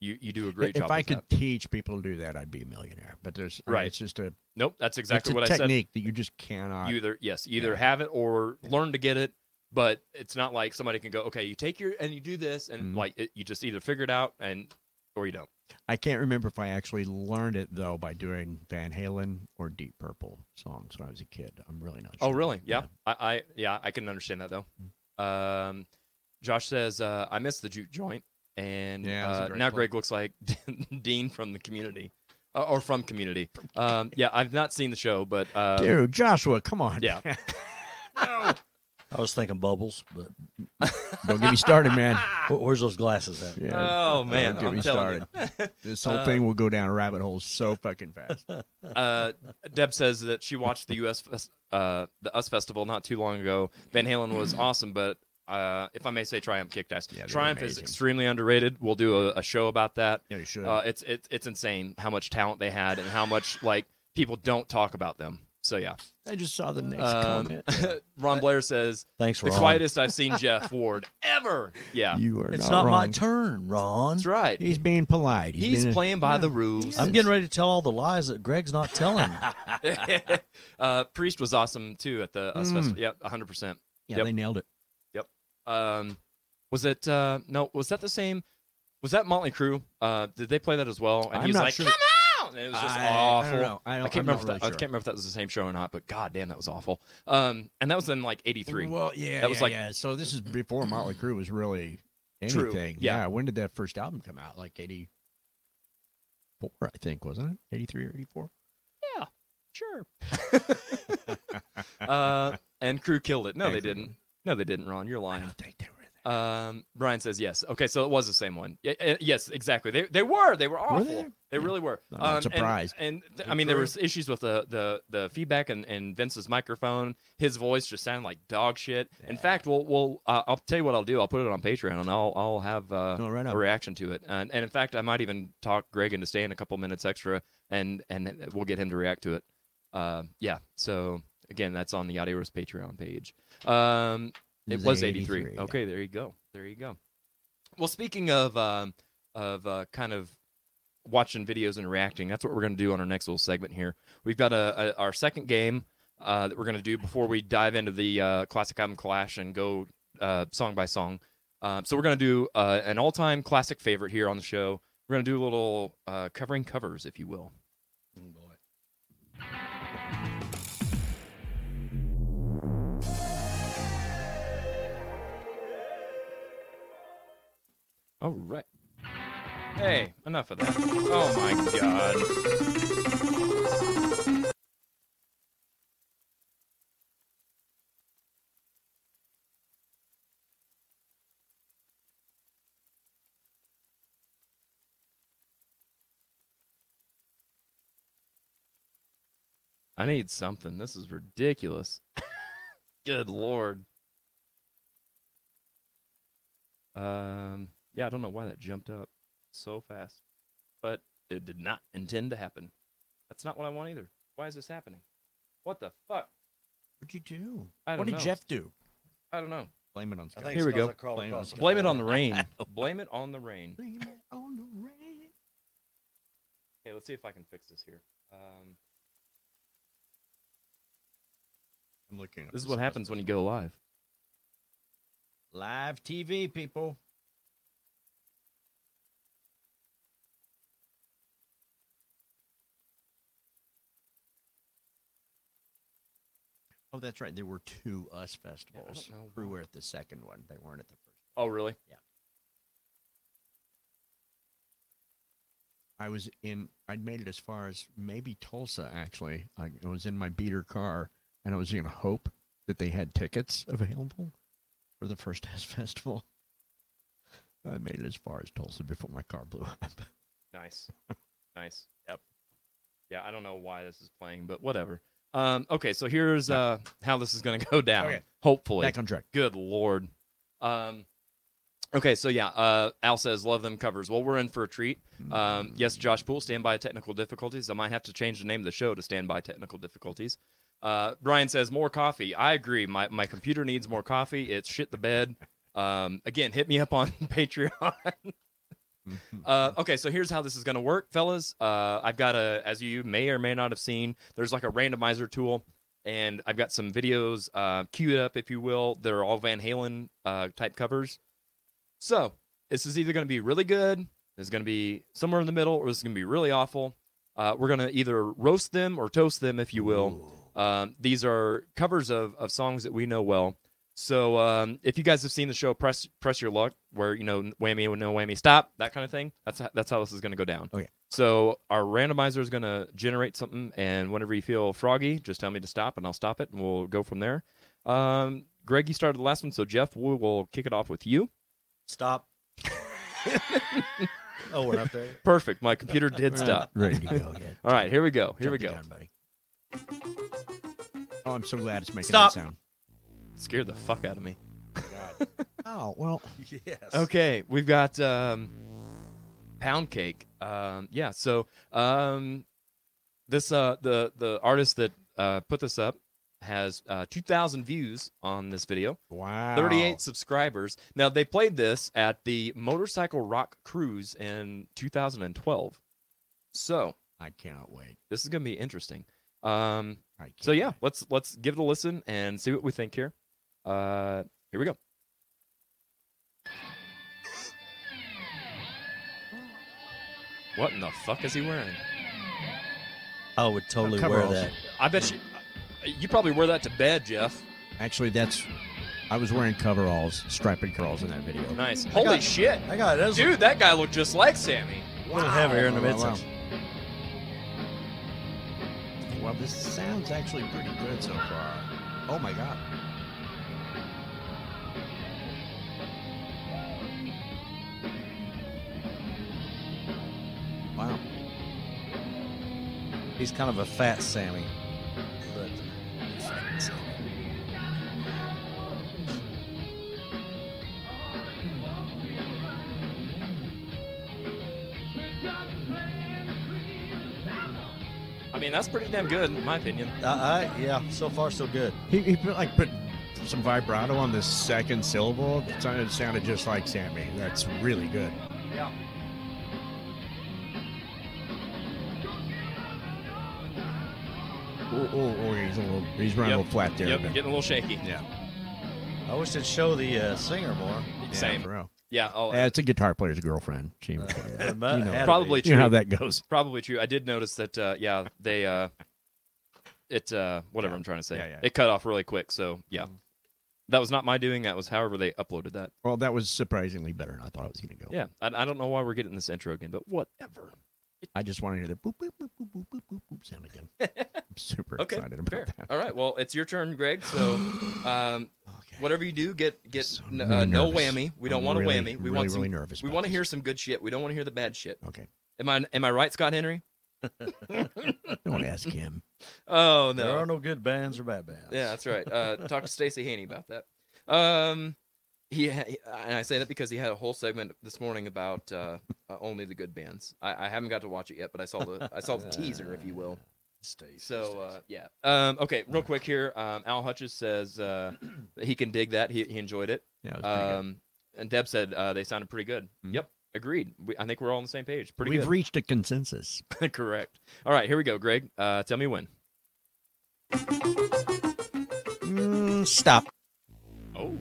Speaker 1: you, you do a great
Speaker 4: if
Speaker 1: job.
Speaker 4: I
Speaker 1: with
Speaker 4: could
Speaker 1: that.
Speaker 4: teach people to do that, I'd be a millionaire. But there's I mean,
Speaker 1: Right.
Speaker 4: It's just a
Speaker 1: nope, that's exactly
Speaker 4: it's a
Speaker 1: what I said.
Speaker 4: technique that you just cannot.
Speaker 1: You either yes, you either
Speaker 4: Yeah.
Speaker 1: have it or learn to get it. But it's not like somebody can go, okay, you take your and you do this, and
Speaker 4: Mhm.
Speaker 1: like it, you just either figure it out and or you don't.
Speaker 4: I can't remember if I actually learned it though by doing Van Halen or Deep Purple songs when I was a kid. I'm really not.
Speaker 1: Oh,
Speaker 4: sure.
Speaker 1: really? Yeah. I, I yeah, I can understand that though.
Speaker 4: Mm.
Speaker 1: Um, Josh says uh, I missed the juke joint, and
Speaker 4: Yeah, it was a
Speaker 1: uh,
Speaker 4: great
Speaker 1: now
Speaker 4: play.
Speaker 1: Greg looks like Dean from the community, uh, or from Community. Um, yeah, I've not seen the show, but uh,
Speaker 4: Dude, Joshua, come on.
Speaker 1: yeah.
Speaker 5: I was thinking bubbles, but
Speaker 4: Don't get me started, man.
Speaker 5: wh- where's those glasses at?
Speaker 4: Yeah.
Speaker 1: oh man,
Speaker 4: don't get
Speaker 1: I'm
Speaker 4: me
Speaker 1: telling you.
Speaker 4: This whole
Speaker 1: Uh,
Speaker 4: thing will go down a rabbit hole so fucking fast.
Speaker 1: uh, Deb says that she watched the U.S. Fest, uh, the US Festival not too long ago. Van Halen was awesome, but uh, if I may say, Triumph kicked ass.
Speaker 4: Yeah, they were
Speaker 1: Triumph is
Speaker 4: amazing.
Speaker 1: extremely underrated. We'll do a, a show about that.
Speaker 4: Yeah, you should.
Speaker 1: Uh, it's it's it's insane how much talent they had and how much like people don't talk about them. So yeah,
Speaker 4: I just saw the next
Speaker 1: Um,
Speaker 4: comment.
Speaker 1: Ron Blair says
Speaker 5: Thanks,
Speaker 1: the
Speaker 5: Ron.
Speaker 1: quietest I've seen Jeff Ward ever. Yeah,
Speaker 4: You are
Speaker 5: It's
Speaker 4: not,
Speaker 5: not, my
Speaker 4: wrong.
Speaker 5: turn, Ron.
Speaker 1: that's right.
Speaker 4: He's being polite.
Speaker 1: He's
Speaker 4: being a-
Speaker 1: playing by the rules.
Speaker 5: I'm getting ready to tell all the lies that Greg's not telling.
Speaker 1: uh, Priest was awesome too at the uh, US
Speaker 4: Mm.
Speaker 1: festival. Yeah, 100. percent
Speaker 4: Yeah,
Speaker 1: Yep.
Speaker 4: they nailed it.
Speaker 1: Um, was it uh, no? Was that the same? Was that Motley Crue? Uh, did they play that as well? And
Speaker 4: I'm
Speaker 1: he was
Speaker 4: not
Speaker 1: like,
Speaker 4: sure.
Speaker 1: "Come out!" And it was just
Speaker 4: I,
Speaker 1: awful.
Speaker 4: I don't know. I, don't,
Speaker 1: I can't
Speaker 4: I'm
Speaker 1: remember.
Speaker 4: not
Speaker 1: If that,
Speaker 4: really
Speaker 1: I
Speaker 4: sure.
Speaker 1: can't remember if that was the same show or not, but god damn, that was awful. Um, and that was in like '83.
Speaker 4: Well, yeah,
Speaker 1: That was
Speaker 4: yeah,
Speaker 1: like-
Speaker 4: yeah. So this is before Motley Crue was really
Speaker 1: True,
Speaker 4: anything.
Speaker 1: yeah.
Speaker 4: When did that first album come out? Like eighty four, I think, wasn't it? Eighty three or eighty four?
Speaker 1: Sure. uh, and crew killed it. No, they
Speaker 4: Excellent.
Speaker 1: didn't. No, they didn't, Ron. You're
Speaker 4: I
Speaker 1: lying.
Speaker 4: don't think they were. There.
Speaker 1: Um, Brian says yes. Okay, so it was the same one. Y- y- yes, exactly. They, they were. They were awful.
Speaker 4: they? Yeah.
Speaker 1: really were. Um,
Speaker 4: I'm not
Speaker 1: and-
Speaker 4: surprised.
Speaker 1: And, th- I
Speaker 4: Good
Speaker 1: mean, there
Speaker 4: for
Speaker 1: was issues with the the the feedback and, and Vince's microphone. His voice just sounded like dog shit. In
Speaker 4: Yeah.
Speaker 1: fact, we'll we'll uh, I'll tell you what I'll do. I'll put it on Patreon and I'll I'll have uh,
Speaker 4: no, right
Speaker 1: a
Speaker 4: up.
Speaker 1: reaction to it. And, and in fact, I might even talk Greg into staying a couple minutes extra, and and we'll get him to react to it. Uh, yeah. So again, that's on the Audios Patreon page. Um, it was 83. Okay, there you go. There you go. Well, speaking of um, of uh, kind of watching videos and reacting, that's what we're going to do on our next little segment here. We've got a, a our second game uh, that we're going to do before we dive into the uh, classic album clash and go uh, song by song. Uh, so we're going to do uh, an all time classic favorite here on the show. We're going to do a little uh, covering covers, if you will. All right. Hey, enough of that. Oh my god. I need something. This is ridiculous. Good lord. Um, yeah, I don't know why that jumped up so fast, but it did not intend to happen. That's not what I want either. Why is this happening? What the fuck?
Speaker 4: What'd you do?
Speaker 1: I
Speaker 4: What
Speaker 1: don't
Speaker 4: did
Speaker 1: know.
Speaker 4: Jeff do?
Speaker 1: I don't know.
Speaker 4: Blame it on
Speaker 3: I
Speaker 4: Scott.
Speaker 3: think
Speaker 1: Here we
Speaker 3: Scott's
Speaker 1: go.
Speaker 3: a crawler
Speaker 4: Blame it on
Speaker 3: across the
Speaker 1: Blame it
Speaker 3: floor.
Speaker 1: on the rain. Blame it on the rain.
Speaker 4: Blame it on the rain.
Speaker 1: Okay, let's see if I can fix this here. Um,
Speaker 4: I'm looking. up
Speaker 1: this is what happens when you go live.
Speaker 4: live TV, people. Oh, that's right. There were two us festivals.
Speaker 1: know
Speaker 4: we
Speaker 1: why.
Speaker 4: were at the second one. They weren't at the first.
Speaker 1: Oh, really?
Speaker 4: I was in. I'd made it as far as maybe Tulsa. Actually, I, I was in my beater car, and I was in hope that they had tickets available for the first S festival. I made it as far as Tulsa before my car blew up.
Speaker 1: Nice. Nice. Yep. Yeah, I don't know why this is playing, but whatever. Um, okay, so here's uh, how this is going to go down.
Speaker 4: Okay.
Speaker 1: Hopefully.
Speaker 4: Back on track.
Speaker 1: Good lord. Um, okay, so yeah, uh, Al says love them covers. Well, we're in for a treat.
Speaker 4: Mm-hmm.
Speaker 1: Um, yes, Josh Poole, stand by technical difficulties. I might have to change the name of the show to stand by technical difficulties. Uh, Brian says more coffee. I agree. My my computer needs more coffee. It's shit the bed. Um, again, hit me up on Patreon.
Speaker 4: Mm-hmm.
Speaker 1: Uh, okay, so here's how this is going to work, fellas. Uh, I've got a, as you may or may not have seen, there's like a randomizer tool, and I've got some videos uh, queued up, if you will. They're all Van Halen uh, type covers. So this is either going to be really good, it's going to be somewhere in the middle, or it's going to be really awful. Uh, we're going to either roast them or toast them, if you will. Um, these are covers of, of songs that we know well. So um, if you guys have seen the show, press press your luck, where you know whammy, no whammy, stop, that kind of thing. That's ho- that's how this is going to go down.
Speaker 4: Okay.
Speaker 1: So our randomizer is going to generate something, and whenever you feel froggy, just tell me to stop, and I'll stop it, and we'll go from there. Um, Greg, you started the last one, so Jeff, we will kick it off with you.
Speaker 5: Stop.
Speaker 3: Oh, we're not there.
Speaker 1: Perfect. My computer did stop.
Speaker 4: Ready to go. Yeah.
Speaker 1: All right, here we go. Here we
Speaker 4: Jump
Speaker 1: go.
Speaker 4: down, buddy. Oh, I'm so glad it's making
Speaker 5: Stop.
Speaker 4: that sound.
Speaker 1: Scared the fuck out of me.
Speaker 4: Oh well,
Speaker 3: Yes.
Speaker 1: Okay, we've got um, pound cake. Um, yeah, so um, this uh, the the artist that uh, put this up has uh, 2,000 views on this video,
Speaker 4: wow.
Speaker 1: 38 subscribers. Now they played this at the Motorcycle Rock Cruise in 2012, so
Speaker 4: I cannot wait.
Speaker 1: this is gonna be interesting. Um,
Speaker 4: I can't
Speaker 1: so yeah,
Speaker 4: wait.
Speaker 1: let's let's give it a listen and see what we think here. Uh, here we go. What in the fuck is he wearing?
Speaker 5: I would totally wear
Speaker 4: Coveralls.
Speaker 5: that.
Speaker 1: I bet you uh, you probably wear that to bed, Jeff.
Speaker 4: Actually, that's. I was wearing coveralls, striped coveralls in that video.
Speaker 1: Nice. Holy
Speaker 5: got-
Speaker 1: shit,
Speaker 5: I got it. That was
Speaker 1: dude! That guy looked just like Sammy.
Speaker 5: a little heavier in the
Speaker 4: Wow, wow, wow.
Speaker 5: midsection.
Speaker 4: Well, this sounds actually pretty good so far. Oh my god. Wow.
Speaker 5: He's kind of a fat Sammy. But
Speaker 1: I mean, that's pretty damn good, in my opinion.
Speaker 5: I, I, yeah, so far so good.
Speaker 4: He, he put, like put some vibrato on the second syllable. It sounded, sounded just like Sammy. That's really good.
Speaker 1: Yeah.
Speaker 4: Oh, oh, oh, he's a little, he's running a
Speaker 1: Yep.
Speaker 4: little flat there.
Speaker 1: Yep,
Speaker 4: but-
Speaker 1: getting a little shaky.
Speaker 4: yeah.
Speaker 5: I wish they'd show the uh, singer more.
Speaker 4: yeah,
Speaker 1: Same.
Speaker 4: for real.
Speaker 1: Yeah. Oh,
Speaker 4: Uh, it's a guitar player's girlfriend. She,
Speaker 5: Uh,
Speaker 4: you
Speaker 5: it might-
Speaker 4: know.
Speaker 5: had to
Speaker 1: probably
Speaker 5: be.
Speaker 1: true.
Speaker 4: know how that goes.
Speaker 1: probably true. I did notice that. Uh, yeah, they. Uh, it uh, whatever I'm trying to say.
Speaker 4: Yeah, Mm-hmm. yeah.
Speaker 1: It cut off really quick. So yeah. That was not my doing. That was however they uploaded that.
Speaker 4: Well, that was surprisingly better than I thought it was going to go.
Speaker 1: Yeah, I, I don't know why we're getting this intro again, but whatever.
Speaker 4: I just want to hear the boop, boop, boop, boop, boop, boop, boop, boop sound again. I'm super
Speaker 1: Okay,
Speaker 4: excited about
Speaker 1: Fair.
Speaker 4: that.
Speaker 1: All right. Well, it's your turn, Greg. So, um,
Speaker 4: Okay.
Speaker 1: whatever you do, get get
Speaker 4: So
Speaker 1: n-
Speaker 4: really
Speaker 1: uh, no
Speaker 4: nervous.
Speaker 1: whammy. We don't
Speaker 4: I'm
Speaker 1: want a
Speaker 4: really,
Speaker 1: whammy. We
Speaker 4: really,
Speaker 1: want some.
Speaker 4: really nervous.
Speaker 1: we
Speaker 4: about
Speaker 1: want to
Speaker 4: this.
Speaker 1: hear some good shit. We don't want to hear the bad shit.
Speaker 4: Okay.
Speaker 1: Am I am I right, Scott Henry?
Speaker 4: Don't ask him.
Speaker 1: Oh
Speaker 5: There
Speaker 1: no.
Speaker 5: are no good bands or bad bands.
Speaker 1: Yeah, that's right. Uh, talk to Stacey Haney about that. Um, he ha- he- and I say that because he had a whole segment this morning about uh, uh, only the good bands. I, I haven't got to watch it yet, but I saw the I saw the teaser, if you will.
Speaker 5: Stacy,
Speaker 1: So uh,
Speaker 5: Stacy.
Speaker 1: yeah. Um, okay, real quick here. Um, Al Hutchins says uh, he can dig that. He he enjoyed it.
Speaker 4: Yeah, it was pretty good.
Speaker 1: Um, and Deb said uh, they sounded pretty good.
Speaker 4: Mhm.
Speaker 1: Yep, agreed. We, I think we're all on the same page. Pretty
Speaker 4: We've
Speaker 1: good.
Speaker 4: reached a consensus.
Speaker 1: Correct. All right, here we go, Greg. Uh, tell me when.
Speaker 5: Mm, stop.
Speaker 1: Oh.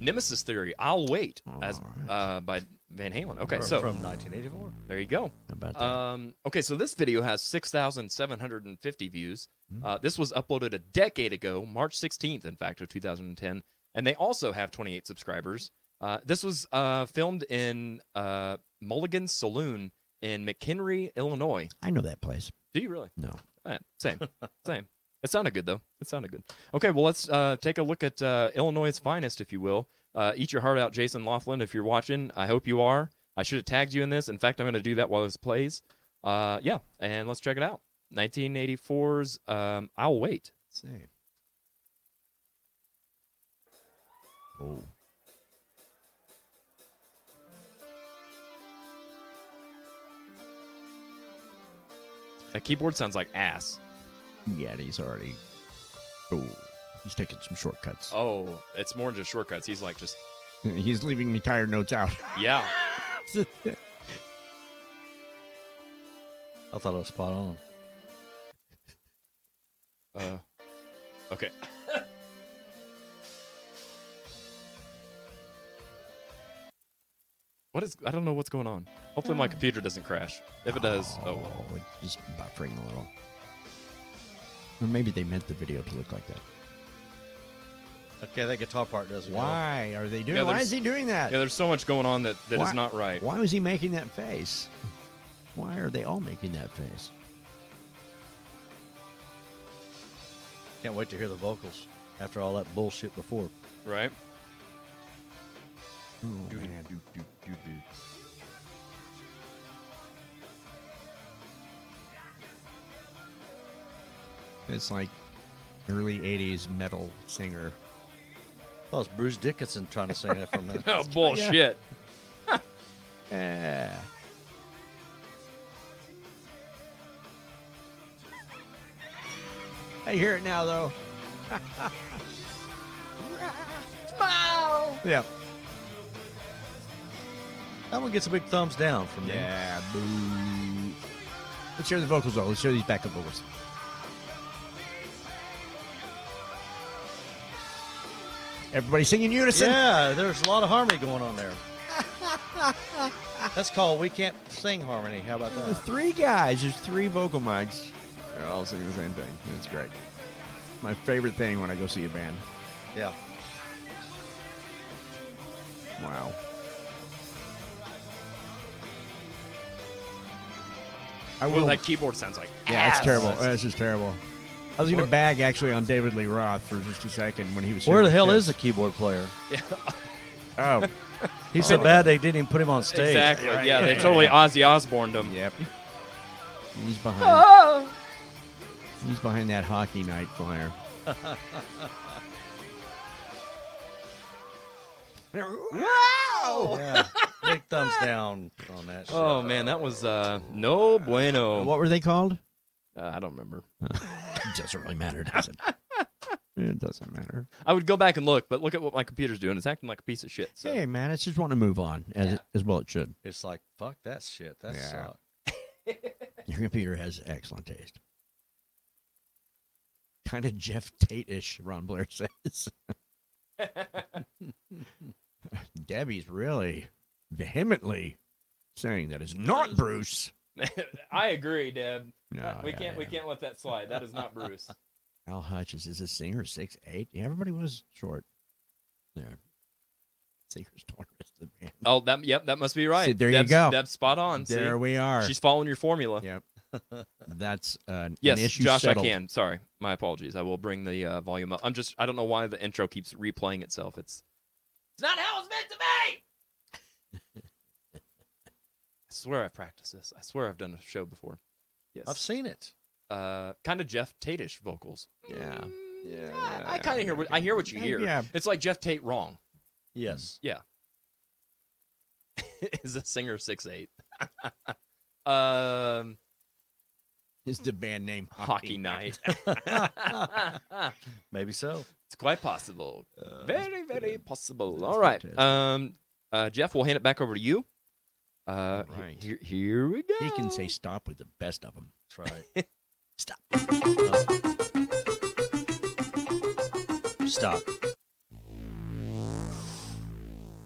Speaker 1: Nemesis Theory. I'll wait. As
Speaker 4: All right.
Speaker 1: uh, by Van Halen. Okay,
Speaker 5: From-
Speaker 1: so
Speaker 5: from 1984.
Speaker 1: there you go.
Speaker 4: How about that?
Speaker 1: Um, okay, so this video has 6,750 views.
Speaker 5: Mm-hmm.
Speaker 4: Hmm.
Speaker 1: Uh, this was uploaded a decade ago, March 16th, in fact, of 2010. And they also have 28 subscribers. Uh, this was uh, filmed in uh, Mulligan's Saloon in McHenry, Illinois.
Speaker 4: I know that place.
Speaker 1: Do you really?
Speaker 4: No.
Speaker 1: All right, same, same. It sounded good though. It sounded good. Okay, well let's uh, take a look at uh, Illinois' finest, if you will. Uh, eat your heart out, Jason Laughlin, if you're watching. I hope you are. I should have tagged you in this. In fact, I'm going to do that while this plays. Uh, yeah, and let's check it out. 1984's um, "I'll Wait."
Speaker 4: Say. Oh.
Speaker 1: That keyboard sounds like ass.
Speaker 4: Yeah, he's already. Oh, he's taking some shortcuts.
Speaker 1: Oh, it's more than just shortcuts. He's like just
Speaker 4: He's leaving entire notes out.
Speaker 1: yeah.
Speaker 5: I thought it was spot on.
Speaker 1: Uh, okay. what is? I don't know what's going on. Hopefully, my computer doesn't crash. If it does, oh well.
Speaker 4: it's just buffering a little. Or maybe they meant the video to look like that.
Speaker 5: Okay, that guitar part doesn't.
Speaker 4: Why are they doing?
Speaker 1: Yeah,
Speaker 4: why
Speaker 1: there's-
Speaker 4: is he doing that?
Speaker 1: Yeah, there's so much going on that that is
Speaker 4: Why-
Speaker 1: not right.
Speaker 4: Why was he making that face? Why are they all making that face?
Speaker 5: Can't wait to hear the vocals after all that bullshit before.
Speaker 1: Right?
Speaker 4: Oh,
Speaker 5: Doo-doo.
Speaker 4: man. It's like early '80s metal singer.
Speaker 5: Oh, it's Bruce Dickinson trying to sing that from that.
Speaker 1: Oh bullshit.
Speaker 4: Yeah. I hear it now, though. Yeah.
Speaker 5: That one gets a big thumbs down from me.
Speaker 4: Yeah. Boo. Let's hear the vocals, though. Let's hear these backup vocals. Everybody sing in unison.
Speaker 5: Yeah, there's a lot of harmony going on there. That's called We Can't Sing Harmony. How about
Speaker 4: There's
Speaker 5: that?
Speaker 4: three guys. There's three vocal mics. They're all singing the same thing. It's great. My favorite thing when I go see a band.
Speaker 5: Yeah.
Speaker 4: Wow. I
Speaker 1: Well,
Speaker 4: will.
Speaker 1: that keyboard sounds like
Speaker 4: yeah, it's
Speaker 1: ass.
Speaker 4: terrible. That's just terrible. I was gonna bag actually on David Lee Roth for just a second when he was.
Speaker 5: Where
Speaker 4: here
Speaker 5: the hell
Speaker 4: too.
Speaker 5: is the keyboard player?
Speaker 4: Oh,
Speaker 5: He's so bad they didn't even put him on stage.
Speaker 1: Exactly.
Speaker 4: Right.
Speaker 1: Yeah, they totally Ozzy Osbourne them.
Speaker 4: yep. He's behind.
Speaker 5: Oh!
Speaker 4: He's behind that hockey night flyer. wow!
Speaker 5: Yeah. Big thumbs down on that. shit.
Speaker 1: Oh man, that was uh no bueno.
Speaker 4: What were they called?
Speaker 1: Uh, I don't remember.
Speaker 4: It doesn't really matter, does it? it doesn't matter.
Speaker 1: I would go back and look, but look at what my computer's doing. It's acting like a piece of shit. So.
Speaker 4: Hey, man, it's just want to move on as as well it should.
Speaker 5: It's like, fuck that shit. That
Speaker 4: Yeah.
Speaker 5: sucked.
Speaker 4: Your computer has excellent taste. Kind of Jeff Tate-ish, Ron Blair says. Debbie's really vehemently saying that is not Bruce.
Speaker 1: I agree, Deb.
Speaker 4: No, yeah, yeah.
Speaker 1: let that slide. That is not Bruce.
Speaker 4: Al Hutchins is a singer, six eight. Yeah, everybody was short. There. Singer's tallest the man.
Speaker 1: Oh, that yep, that must be right.
Speaker 4: there you
Speaker 1: Deb's-
Speaker 4: go.
Speaker 1: Deb's spot on. see?
Speaker 4: There we are.
Speaker 1: She's following your formula.
Speaker 4: Yeah. That's an,
Speaker 1: Yes,
Speaker 4: an issue
Speaker 1: Josh,
Speaker 4: settled.
Speaker 1: I can. Sorry, my apologies. I will bring the uh, volume up. I'm just, I don't know why the intro keeps replaying itself. It's, it's not how it's meant to be. I swear I practiced this. I swear I've done a show before. Yes.
Speaker 5: I've seen it.
Speaker 1: uh, kind of Jeff Tate-ish vocals.
Speaker 4: Yeah.
Speaker 1: Mm,
Speaker 4: Yeah,
Speaker 1: I- I
Speaker 4: yeah,
Speaker 1: kind of hear what I hear what you
Speaker 4: Yeah,
Speaker 1: hear.
Speaker 4: yeah.
Speaker 1: It's like Jeff Tate wrong
Speaker 5: Yes.
Speaker 1: is a singer six eight. um,
Speaker 4: Is the band name
Speaker 1: hockey night.
Speaker 5: Maybe so.
Speaker 1: It's quite possible.
Speaker 5: Uh,
Speaker 1: very, very possible.
Speaker 4: that's
Speaker 1: All right.
Speaker 4: fantastic.
Speaker 1: Um, uh, Jeff, we'll hand it back over to you. Uh, he-
Speaker 4: right.
Speaker 1: here, here we go.
Speaker 4: He can say stop with the best of them.
Speaker 5: That's right.
Speaker 4: Stop.
Speaker 5: Stop.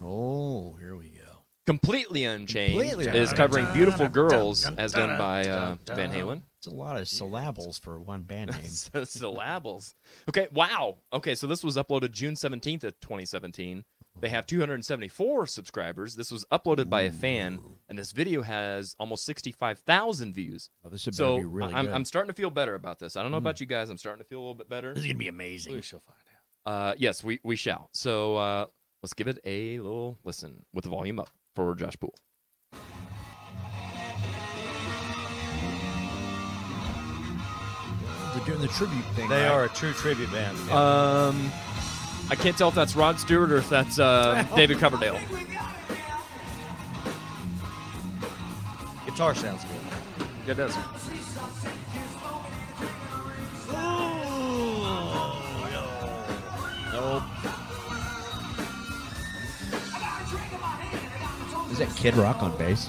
Speaker 4: Oh, here we go.
Speaker 1: completely unchanged
Speaker 4: Completely
Speaker 1: is
Speaker 4: Unchained.
Speaker 1: covering beautiful girls as done by uh, Van Halen.
Speaker 4: It's a lot of syllables for one band name.
Speaker 1: So syllables. Okay. Wow. Okay. So this was uploaded June 17th of 2017. They have 274 subscribers. This was uploaded by a fan, and this video has almost 65,000 views.
Speaker 4: Oh, this is
Speaker 1: so
Speaker 4: be really
Speaker 1: I- I'm,
Speaker 4: good.
Speaker 1: I'm starting to feel better about this. I don't know
Speaker 4: Mm.
Speaker 1: about you guys. I'm starting to feel a little bit better.
Speaker 4: this is gonna be amazing.
Speaker 5: shall find out.
Speaker 1: Uh, yes, we, we shall. So uh, let's give it a little listen with the volume up for Josh Poole.
Speaker 4: They're doing the tribute thing.
Speaker 5: They
Speaker 4: right?
Speaker 5: are a true tribute band.
Speaker 4: Uh,
Speaker 1: Um, I can't tell if that's Rod Stewart or if that's uh, David Coverdale.
Speaker 5: Guitar sounds good.
Speaker 1: Yeah, it does.
Speaker 4: Is that Kid Rock on bass?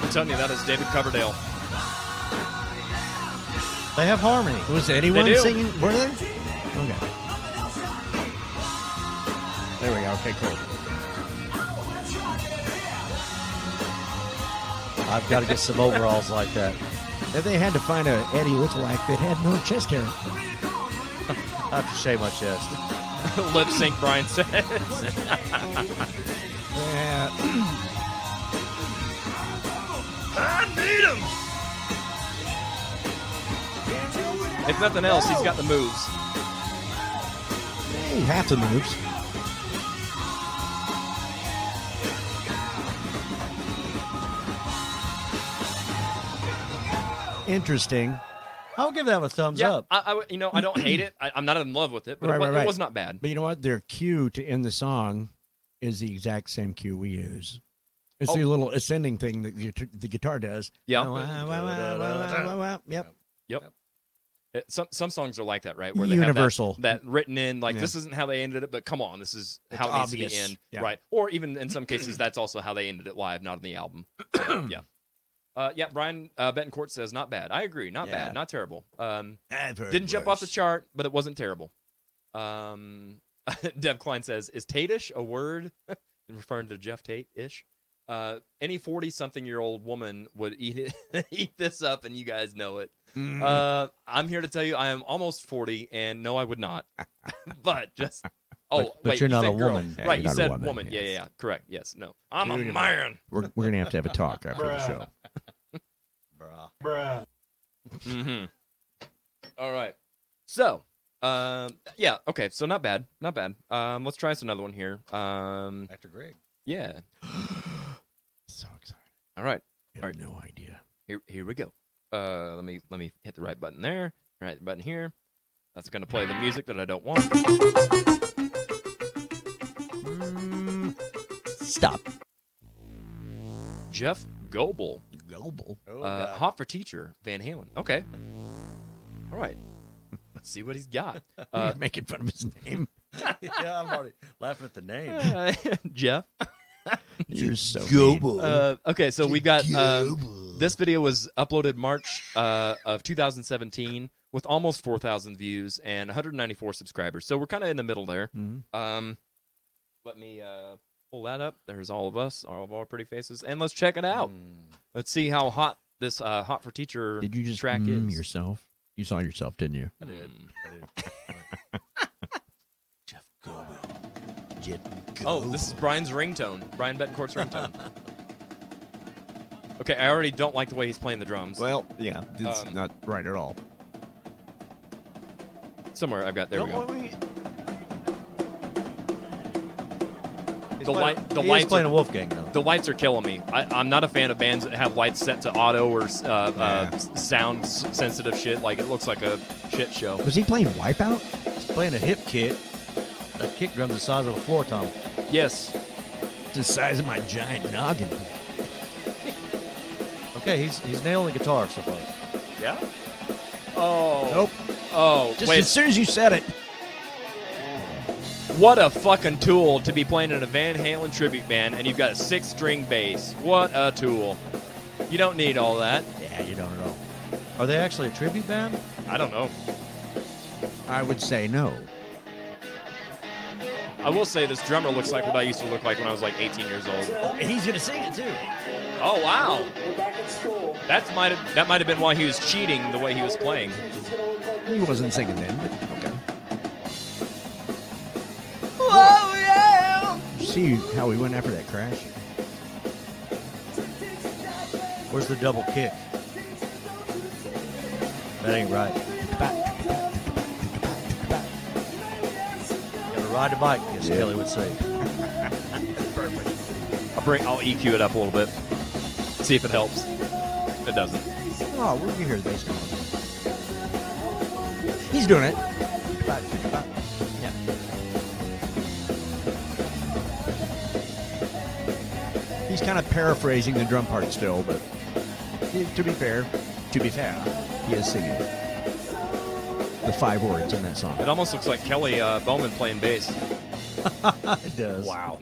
Speaker 1: I'm telling you, that is David Coverdale.
Speaker 5: They have harmony.
Speaker 4: Was anyone
Speaker 1: do.
Speaker 4: singing? Were there? Okay. There we go. Okay, cool.
Speaker 5: I've got to get some overalls like that.
Speaker 4: If they had to find a Eddie lookalike that had more chest hair,
Speaker 5: I have to shave my chest.
Speaker 1: Lip sync, Brian says.
Speaker 4: yeah,
Speaker 1: if nothing else, he's got the moves.
Speaker 4: hey, half the moves. Interesting,
Speaker 5: I'll give that a thumbs
Speaker 1: yeah,
Speaker 5: up.
Speaker 1: I, I would- you know, I don't hate it. I, I'm not in love with it, but
Speaker 4: Right,
Speaker 1: it, wa-
Speaker 4: right, right.
Speaker 1: it was not bad.
Speaker 4: but you know what? Their cue to end the song is the exact same cue we use. It's the little ascending thing that the, the guitar does.
Speaker 1: Oh. Yeah.
Speaker 4: Wah, wah, wah, wah, wah, wah, wah. Yep.
Speaker 1: It- Uh, some some songs are like that, right? Where they
Speaker 4: Universal.
Speaker 1: have that, that written in, like
Speaker 4: Yeah.
Speaker 1: this isn't how they ended it, but come on, this is
Speaker 4: It's
Speaker 1: how it needs to be
Speaker 4: obvious.
Speaker 1: end,
Speaker 4: Yeah.
Speaker 1: right? Or even in some cases, that's also how they ended it live, not on the album. yeah. yeah. Uh, yeah, Brian uh, Betancourt says not bad. I agree, not
Speaker 4: Yeah.
Speaker 1: bad, not terrible. Um,
Speaker 4: I've heard
Speaker 1: Didn't jump off the
Speaker 4: worse.
Speaker 1: chart, but it wasn't terrible. Um, Dev Klein says, "Is Tate-ish a word?" referring to Jeff Tate-ish. Uh, any forty-something-year-old woman would eat it, eat this up, and you guys know it.
Speaker 4: Mm.
Speaker 1: Uh, I'm here to tell you, I am almost forty, and no, I would not. but just oh,
Speaker 5: But- but
Speaker 1: wait,
Speaker 5: you're
Speaker 1: you
Speaker 5: not
Speaker 1: said
Speaker 5: a
Speaker 1: girl.
Speaker 5: woman.
Speaker 4: Yeah,
Speaker 1: right?
Speaker 4: you're
Speaker 1: You
Speaker 4: not a
Speaker 1: said
Speaker 4: woman,
Speaker 1: woman. Yeah, yeah,
Speaker 4: yes.
Speaker 1: yeah, correct. Yes, no, I'm
Speaker 4: Dude,
Speaker 1: a
Speaker 4: you're-
Speaker 1: man.
Speaker 4: We're, we're gonna have to have a talk after the show.
Speaker 5: Bruh.
Speaker 1: Mm-hmm. All right. So, um, yeah, okay. So not bad, not bad. Um, let's try us another one here. Um,
Speaker 5: Actor Greg.
Speaker 1: yeah.
Speaker 4: so excited!
Speaker 1: All right.
Speaker 4: I
Speaker 1: Alright.
Speaker 4: had no idea.
Speaker 1: Here, here we go. Uh, let me let me hit the right button there. Right button here. That's gonna play the music that I don't want. Mm,
Speaker 4: Stop.
Speaker 1: Jeff Goebel,
Speaker 4: Global.
Speaker 5: Oh,
Speaker 1: uh, Hot for Teacher, Van Halen. Okay. All right. Let's see what he's got. Uh,
Speaker 4: making fun of his name.
Speaker 5: yeah, I'm already laughing at the name.
Speaker 1: uh, Jeff.
Speaker 4: You're so
Speaker 1: Uh, okay, uh, so we got um, this video was uploaded March uh, of 2017. with almost 4,000 views and 194 subscribers. So we're kind of in the middle there.
Speaker 4: Mhm.
Speaker 3: Mm-hmm.
Speaker 1: Um, let me uh, pull that up. There's all of us, all of our pretty faces, and let's check it out.
Speaker 3: Mm.
Speaker 1: Let's see how hot this uh, hot for teacher.
Speaker 4: Did you just
Speaker 1: track
Speaker 4: mm
Speaker 1: is.
Speaker 4: yourself? You saw yourself, didn't you?
Speaker 1: I did.
Speaker 3: Jeff Goldblum. Jeff Goldblum.
Speaker 1: Oh, this is Brian's ringtone. Brian Betancourt's ringtone. okay, I already don't like the way he's playing the drums.
Speaker 4: Well, yeah,
Speaker 1: it's Um,
Speaker 4: not right at all.
Speaker 1: Somewhere I've got there. We go.
Speaker 5: He's
Speaker 1: The
Speaker 5: playing-
Speaker 1: light- the
Speaker 5: he is
Speaker 1: lights are-
Speaker 5: playing a Wolfgang though.
Speaker 1: The lights are killing me. I, I'm not a fan of bands that have lights set to auto or uh, uh, s- sound s- sensitive shit. Like it looks like a shit show.
Speaker 4: Was he playing Wipeout?
Speaker 5: He's playing a hip kick. That kick drum's the size of a floor tom.
Speaker 1: Yes.
Speaker 4: The size of my giant noggin.
Speaker 5: Okay, he's he's nailing the guitar so far.
Speaker 1: Yeah. Oh.
Speaker 4: Nope.
Speaker 1: Oh.
Speaker 4: Just
Speaker 1: wait.
Speaker 4: as soon as you said it.
Speaker 1: What a fucking tool to be playing in a Van Halen tribute band, and you've got a six-string bass. What a tool. You don't need all that.
Speaker 5: Yeah, you don't at all. Are they actually a tribute band?
Speaker 1: I don't know.
Speaker 4: I would say no.
Speaker 1: I will say this drummer looks like what I used to look like when I was like 18 years old.
Speaker 5: He's gonna sing it too.
Speaker 1: Oh wow.
Speaker 6: We're back at school.
Speaker 1: That's might have that might have been why he was cheating the way he was playing.
Speaker 4: He wasn't singing then, but okay. Oh, Did you See how we went after that crash?
Speaker 5: Where's the double kick? That ain't right. Gotta ride a bike, as Kelly would say.
Speaker 1: I'll bring I'll EQ it up a little bit. See if it helps. It doesn't.
Speaker 4: Oh, we'll be here this time. He's doing it. Yeah. He's kind of paraphrasing the drum part still, but to be fair, to be fair, he is singing the five words in that song.
Speaker 1: It almost looks like Kelly uh, Bowman playing bass.
Speaker 5: It does.
Speaker 4: Wow.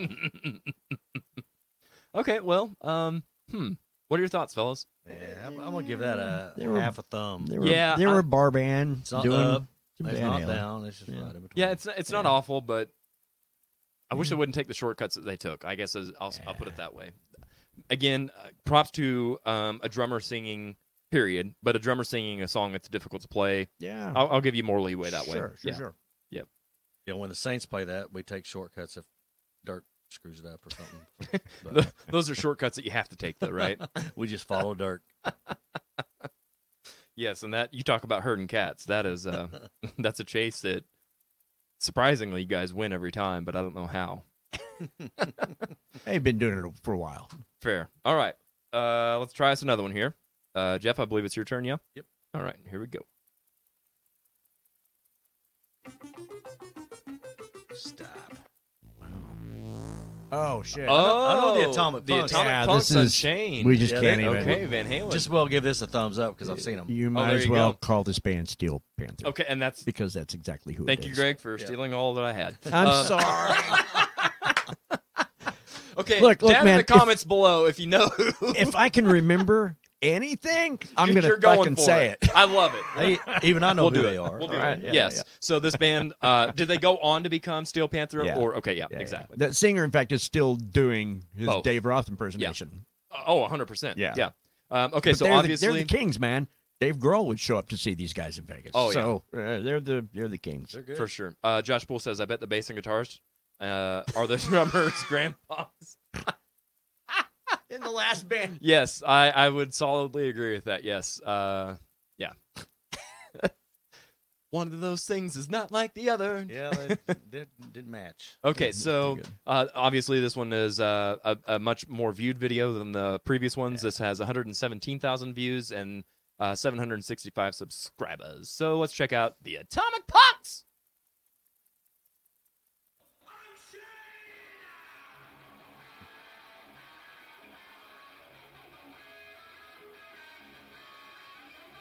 Speaker 1: Okay, well, um, hmm. What are your thoughts, fellas?
Speaker 5: Yeah, I'm, I'm gonna give that a
Speaker 4: They were-
Speaker 5: half a thumb.
Speaker 4: They were,
Speaker 1: Yeah,
Speaker 4: they were
Speaker 1: I-
Speaker 4: a bar band
Speaker 5: It's not
Speaker 4: doing
Speaker 5: up,
Speaker 4: some
Speaker 5: It's
Speaker 4: Van
Speaker 5: not
Speaker 4: Halen.
Speaker 5: down. It's just
Speaker 4: Yeah.
Speaker 5: right in between.
Speaker 1: Yeah, Mm. it's it's not awful, but I wish they wouldn't take the shortcuts that they took. I guess is- I'll, I'll put it that way. Again, uh, props to um, a drummer singing. Period. But a drummer singing a song that's difficult to play,
Speaker 4: Yeah.
Speaker 1: I'll, I'll give you more leeway that way.
Speaker 4: Sure, sure,
Speaker 1: yeah.
Speaker 4: sure.
Speaker 5: Yeah, when the Saints play that, we take shortcuts if Dirk screws it up or something.
Speaker 1: Th-
Speaker 5: But
Speaker 1: Those are shortcuts that you have to take, though, right?
Speaker 5: we just follow Dirk.
Speaker 1: yes, and that you talk about herding cats. That is, uh, that's a chase that surprisingly you guys win every time, but I don't know how.
Speaker 4: They've been doing it for a while.
Speaker 1: Fair. All right. Uh, let's try us another one here. Uh, Jeff, I believe it's your turn. Yeah.
Speaker 5: Yep.
Speaker 1: All right. Here we go.
Speaker 5: Stop.
Speaker 4: Oh, shit.
Speaker 1: Oh,
Speaker 5: I know the Atomic
Speaker 1: the
Speaker 5: Punk's-
Speaker 1: Atomic
Speaker 4: Yeah,
Speaker 1: Punk's
Speaker 4: this is-
Speaker 1: Unchained.
Speaker 4: we just
Speaker 5: Yeah,
Speaker 4: can't
Speaker 5: they-
Speaker 4: even.
Speaker 1: okay, Van Halen.
Speaker 5: Just well, give this a thumbs up because I've seen them.
Speaker 4: You might
Speaker 1: Oh, there
Speaker 4: as
Speaker 1: you
Speaker 4: well
Speaker 1: go.
Speaker 4: call this band Steel Panther.
Speaker 1: okay, and that's
Speaker 4: Because that's exactly who
Speaker 1: thank
Speaker 4: it
Speaker 1: you,
Speaker 4: is.
Speaker 1: Greg, for
Speaker 5: Yeah.
Speaker 1: stealing all that I had.
Speaker 4: I'm
Speaker 1: Uh,
Speaker 4: sorry.
Speaker 1: Okay,
Speaker 4: Look, look,
Speaker 1: down in
Speaker 4: man,
Speaker 1: the
Speaker 4: if-
Speaker 1: comments below if you know who
Speaker 4: if I can remember anything, I'm
Speaker 1: you-
Speaker 4: going to
Speaker 1: you're going
Speaker 4: fucking
Speaker 1: for
Speaker 4: say it.
Speaker 1: I love it.
Speaker 5: Hey, even I know
Speaker 1: we'll
Speaker 5: who
Speaker 1: do
Speaker 5: they
Speaker 1: it.
Speaker 5: are.
Speaker 1: We'll do
Speaker 4: All right,
Speaker 1: it.
Speaker 4: yeah,
Speaker 1: yes.
Speaker 4: yeah.
Speaker 1: So this band, uh, did they go on to become Steel Panther?
Speaker 4: Yeah.
Speaker 1: Or okay, yeah,
Speaker 4: Yeah, yeah.
Speaker 1: exactly.
Speaker 4: That singer, in fact, is still doing his
Speaker 1: Both.
Speaker 4: Dave Roth impersonation.
Speaker 1: Oh, 100 percent.
Speaker 4: Yeah.
Speaker 1: yeah. Um, okay,
Speaker 4: But
Speaker 1: so
Speaker 4: they're,
Speaker 1: obviously
Speaker 4: the, they're the kings, man. Dave Grohl would show up to see these guys in Vegas.
Speaker 1: Oh, yeah.
Speaker 4: so uh, they're the they're the kings.
Speaker 5: They're good.
Speaker 1: for sure. Uh, Josh Poole says, "I bet the bass and guitars uh, are the drummers' grandpas."
Speaker 4: In the last band,
Speaker 1: Yes, I, I would solidly agree with that. Yes, uh, yeah. One of those things is not like the other.
Speaker 5: Yeah, they did, did match.
Speaker 1: Okay, so uh, obviously this one is uh, a, a much more viewed video than the previous ones. This has 117,000 views and uh, 765 subscribers. So let's check out the Atomic Punks.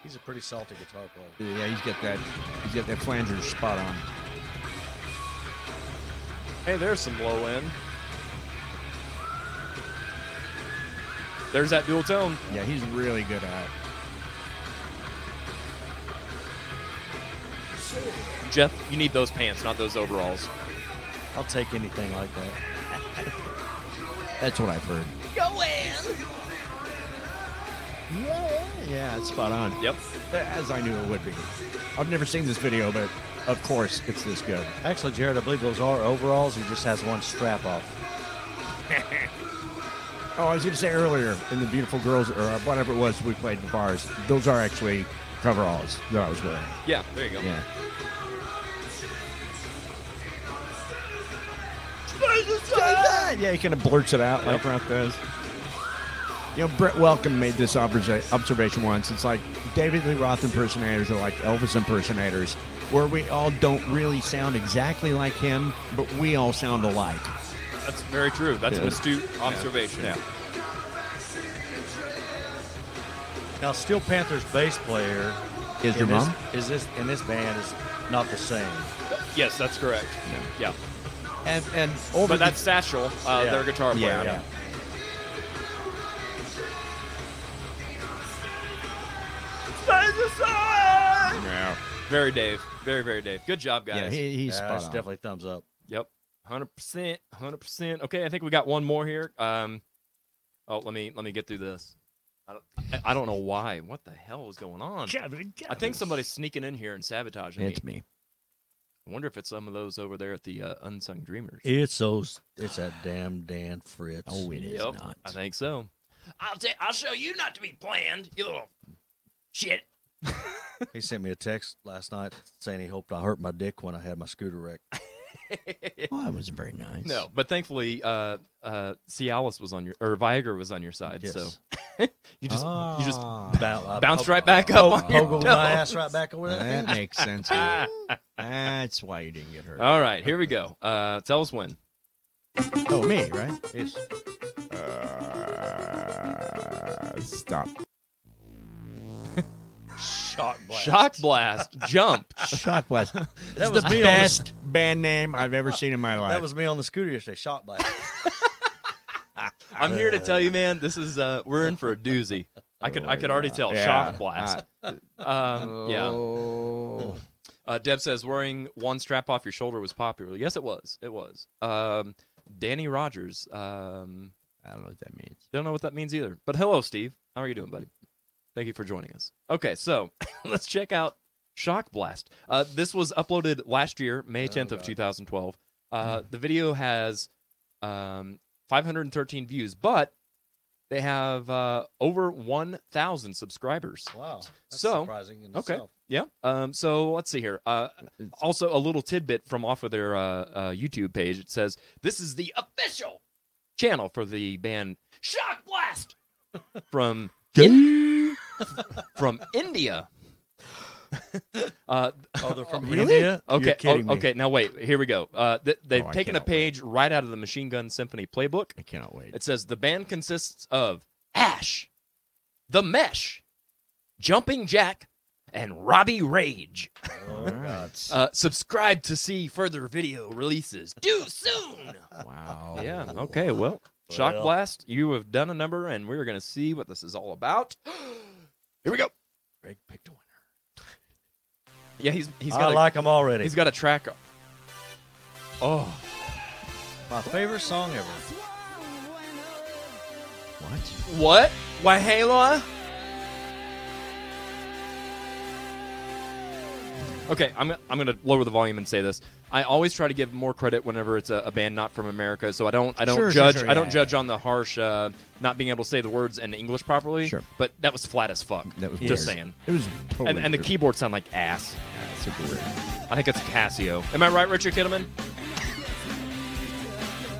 Speaker 5: He's a pretty salty guitar player.
Speaker 4: yeah, he's got that he's got that flanger spot on.
Speaker 1: Hey, there's some low end. There's that dual tone.
Speaker 4: Yeah, he's really good at. it.
Speaker 1: Jeff, you need those pants, not those overalls.
Speaker 5: I'll take anything like that. That's what I've heard.
Speaker 4: Yeah, yeah, it's spot on.
Speaker 1: Yep.
Speaker 4: As I knew it would be. I've never seen this video, but of course it's this good.
Speaker 5: Actually, Jared, I believe those are overalls. He just has one strap off.
Speaker 4: Oh, I was going to say earlier in the beautiful girls or whatever it was we played in bars. Those are actually coveralls that I was wearing.
Speaker 1: Yeah, there you go.
Speaker 4: Yeah. Yeah, he kind of blurts it out like Ralph does. You know, Brett Welcome made this observa- observation once. It's like David Lee Roth impersonators are like Elvis impersonators, where we all don't really sound exactly like him, but we all sound alike.
Speaker 1: That's very true. That's an
Speaker 4: Yeah.
Speaker 1: astute observation.
Speaker 4: Yeah.
Speaker 5: Now, Steel Panther's bass player
Speaker 4: Is
Speaker 5: in
Speaker 4: your
Speaker 5: this,
Speaker 4: mom?
Speaker 5: is this in this band is not the same.
Speaker 1: Yes, that's correct. Yeah.
Speaker 4: And, and over
Speaker 1: But
Speaker 4: the-
Speaker 1: that's Satchel, uh,
Speaker 5: Yeah.
Speaker 1: their guitar player.
Speaker 4: Yeah. Yeah.
Speaker 1: Very Dave. Very, very Dave. Good job, guys.
Speaker 4: Yeah, he, he's
Speaker 5: Yeah,
Speaker 4: spot
Speaker 5: that's
Speaker 4: on.
Speaker 5: definitely thumbs up.
Speaker 1: Yep. Hundred percent. Hundred percent. Okay, I think we got one more here. Um, oh, let me let me get through this. I don't, I- I don't know why. What the hell is going on? I think somebody's sneaking in here and sabotaging me.
Speaker 4: It's me.
Speaker 1: I wonder if it's some of those over there at the uh, Unsung Dreamers.
Speaker 5: It's those. It's that damn Dan Fritz.
Speaker 4: Oh, it is
Speaker 1: Yep,
Speaker 4: not.
Speaker 1: I think so.
Speaker 3: I'll ta- I'll show you not to be planned, you little shit.
Speaker 5: He sent me a text last night saying he hoped I hurt my dick when I had my scooter wreck.
Speaker 4: Well, Oh, that was very nice.
Speaker 1: No, but thankfully, uh, uh, Cialis was on your or Viagra was on your side, so
Speaker 5: Yes.
Speaker 1: you just you
Speaker 4: Ah.
Speaker 1: just
Speaker 5: Bow- I
Speaker 1: bounced
Speaker 5: poke-
Speaker 1: right back up. on your
Speaker 5: Pogled
Speaker 1: toes.
Speaker 5: my ass right back over there.
Speaker 4: That makes sense. to me. That's why you didn't get hurt.
Speaker 1: All right, here we go. Uh, tell us when.
Speaker 4: oh, me, right? Yes. Uh, stop.
Speaker 5: Shock blast.
Speaker 1: Shock blast, jump.
Speaker 4: Shock Blast.
Speaker 5: That
Speaker 4: That
Speaker 5: was
Speaker 4: was the
Speaker 5: me on the s-
Speaker 4: best band name I've ever seen in my life.
Speaker 5: That was me on the scooter yesterday. Shock blast.
Speaker 1: I'm here to tell you, man. This is uh, we're in for a doozy. I could I could already tell.
Speaker 4: Yeah.
Speaker 1: Shock blast. Um, yeah.
Speaker 4: Oh.
Speaker 1: Uh, Deb says wearing one strap off your shoulder was popular. Yes, it was. It was. Um, Danny Rogers. Um,
Speaker 4: I don't know what that means.
Speaker 1: Don't know what that means either. But hello, Steve. How are you doing, buddy? Thank you for joining us. Okay, so let's check out Shock Blast. Uh, this was uploaded last year, May
Speaker 5: Oh,
Speaker 1: 10th of
Speaker 5: God. Hmm.
Speaker 1: 2012. Uh, the video has um, 513 views, but they have uh, over 1,000 subscribers.
Speaker 5: Wow. That's
Speaker 1: So,
Speaker 5: surprising in
Speaker 1: okay.
Speaker 5: itself.
Speaker 1: Yeah. Um, so let's see here. Uh, also, a little tidbit from off of their uh, uh, YouTube page. It says this is the official channel for the band Shock Blast from In- from India. uh,
Speaker 5: Oh, they're from
Speaker 4: Really?
Speaker 5: India.
Speaker 1: okay.
Speaker 4: You're kidding
Speaker 1: oh,
Speaker 4: me.
Speaker 1: okay. Now wait. Here we go. Uh, th- they've
Speaker 4: Oh, I
Speaker 1: taken a
Speaker 4: cannot wait.
Speaker 1: page right out of the Machine Gun Symphony playbook.
Speaker 4: I cannot wait.
Speaker 1: It says the band consists of Ash, The Mesh, Jumping Jack, and Robbie Rage.
Speaker 5: Oh, God.
Speaker 1: Uh, subscribe to see further video releases.
Speaker 3: Too soon.
Speaker 4: Wow.
Speaker 1: Yeah. Okay. Well, Shock
Speaker 5: Well.
Speaker 1: Blast, you have done a number, and we're going to see what this is all about. Here we go.
Speaker 5: Greg picked a winner.
Speaker 1: Yeah, he's he's
Speaker 5: I
Speaker 1: got a,
Speaker 5: like them already.
Speaker 1: he's got a track. Oh,
Speaker 5: My favorite song ever.
Speaker 4: What?
Speaker 1: what? Why, Halo? Okay, I'm I'm gonna lower the volume and say this. I always try to give more credit whenever it's a, a band not from America, so I don't I don't
Speaker 4: Sure, sure,
Speaker 1: judge
Speaker 4: sure,
Speaker 1: I don't
Speaker 4: yeah,
Speaker 1: judge on the harsh uh, not being able to say the words in English properly.
Speaker 4: Sure.
Speaker 1: But that was flat as fuck.
Speaker 4: That was
Speaker 1: just
Speaker 4: weird.
Speaker 1: saying.
Speaker 4: It was totally
Speaker 1: And and the
Speaker 4: weird.
Speaker 1: keyboards sound like ass.
Speaker 4: Yeah, it's super weird.
Speaker 1: I think it's Casio. Am I right, Richard Kittelman?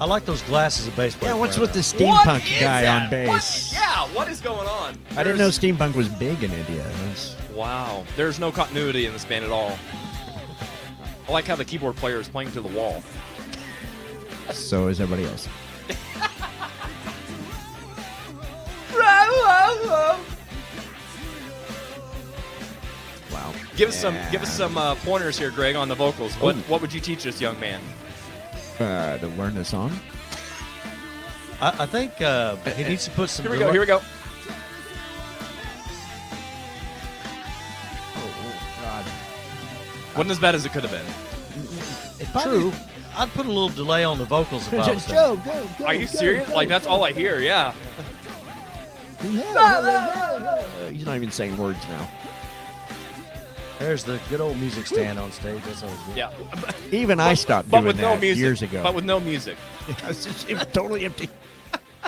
Speaker 5: I like those glasses of baseball.
Speaker 4: Yeah, what's with the
Speaker 1: What
Speaker 4: steampunk
Speaker 1: is
Speaker 4: guy
Speaker 1: that?
Speaker 4: on
Speaker 1: What-
Speaker 4: bass?
Speaker 1: yeah, what is going on?
Speaker 4: I didn't know
Speaker 1: There's-
Speaker 4: steampunk was big in India. That's-
Speaker 1: Wow, there's no continuity in this band at all. I like how the keyboard player is playing to the wall.
Speaker 4: so is everybody else. Wow.
Speaker 1: Give us some, give us
Speaker 4: Yeah.
Speaker 1: some uh, pointers here, Greg, on the vocals. What,
Speaker 4: Ooh.
Speaker 1: what would you teach this young man?
Speaker 4: uh, to learn the song.
Speaker 5: I, I think uh, he needs to put some.
Speaker 1: Here we go. Here we go.
Speaker 4: Oh, God.
Speaker 1: Wasn't as bad as it could have been.
Speaker 5: If True. I would put a little delay on the vocals if I was them.
Speaker 6: go, go, go.
Speaker 1: Are you serious? Like that's all I hear. Yeah.
Speaker 4: Uh, he's not even saying words now.
Speaker 5: There's the good old music stand on stage. That's always good.
Speaker 1: Yeah.
Speaker 4: Even I stopped
Speaker 1: But
Speaker 4: doing
Speaker 1: with
Speaker 4: that
Speaker 1: no music.
Speaker 4: years ago.
Speaker 1: But with no music.
Speaker 4: It's just- it was totally empty.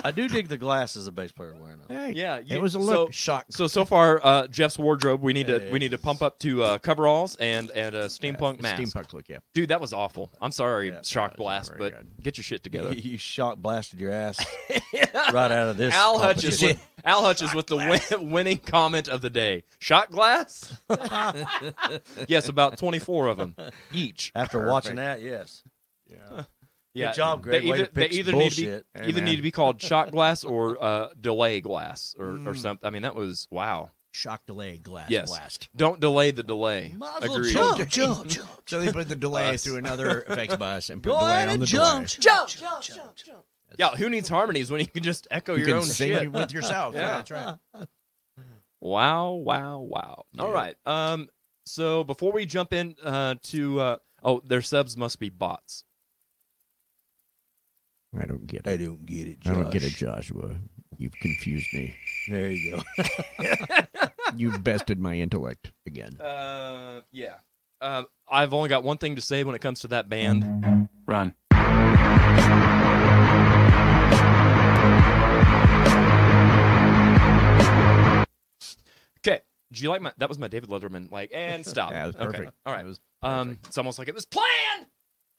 Speaker 5: I do dig the glasses the bass player wearing. though.
Speaker 4: Hey,
Speaker 1: Yeah. you-
Speaker 4: it was a
Speaker 1: so-
Speaker 4: look shock.
Speaker 1: So so far, uh, Jeff's wardrobe. We need to we need to pump up to uh, coveralls and and a steampunk mask.
Speaker 4: Steampunk look, yeah.
Speaker 1: Dude, that was awful. I'm sorry,
Speaker 5: Yeah,
Speaker 1: shock
Speaker 4: that's
Speaker 1: blast,
Speaker 4: very
Speaker 1: but
Speaker 4: good.
Speaker 1: get your shit together.
Speaker 5: You, you shock blasted your ass right out of this.
Speaker 1: Al Hutchins,
Speaker 5: competition.
Speaker 1: with, Al Hutchins with the win, winning comment of the day. Shot glass? yes, about 24 of them each.
Speaker 5: After watching that, yes.
Speaker 4: Yeah.
Speaker 1: Yeah,
Speaker 5: Good job,
Speaker 1: they
Speaker 5: great way
Speaker 1: either-
Speaker 5: to
Speaker 1: they
Speaker 5: pitch
Speaker 1: either need to be-
Speaker 5: bullshit.
Speaker 4: Hey,
Speaker 1: Either
Speaker 4: man.
Speaker 1: need to be called shot glass or uh, delay glass or, or
Speaker 4: Mm.
Speaker 1: something. I mean, that was wow.
Speaker 6: Shock delay glass
Speaker 1: Yes.
Speaker 6: blast.
Speaker 1: Don't delay the delay. Agreed.
Speaker 6: jump, jump, jump. So they put the delay
Speaker 1: Us.
Speaker 6: to another effects bus and put Go delay ahead on and the jump, delay. jump, jump, jump, jump.
Speaker 1: Yeah, who needs harmonies when you can just echo
Speaker 6: You
Speaker 1: your
Speaker 6: can
Speaker 1: own
Speaker 6: sing
Speaker 1: shit?
Speaker 6: it with yourself.
Speaker 1: Yeah.
Speaker 6: yeah, that's right.
Speaker 1: Wow, wow, wow. All
Speaker 6: Yeah.
Speaker 1: right. Um so before we jump in uh to uh oh, their subs must be bots.
Speaker 4: I don't get it.
Speaker 6: I don't get it.
Speaker 4: I don't get it,
Speaker 6: Josh.
Speaker 4: Joshua. You've confused me.
Speaker 5: There you go.
Speaker 4: You've bested my intellect again.
Speaker 1: Uh yeah. Um I've only got one thing to say when it comes to that band.
Speaker 7: Run.
Speaker 1: Okay. Do you like my that was my David Letterman like and stop.
Speaker 4: Yeah, it was
Speaker 1: Okay,
Speaker 4: perfect.
Speaker 1: All right.
Speaker 4: It was
Speaker 1: Um, it's almost like it was planned.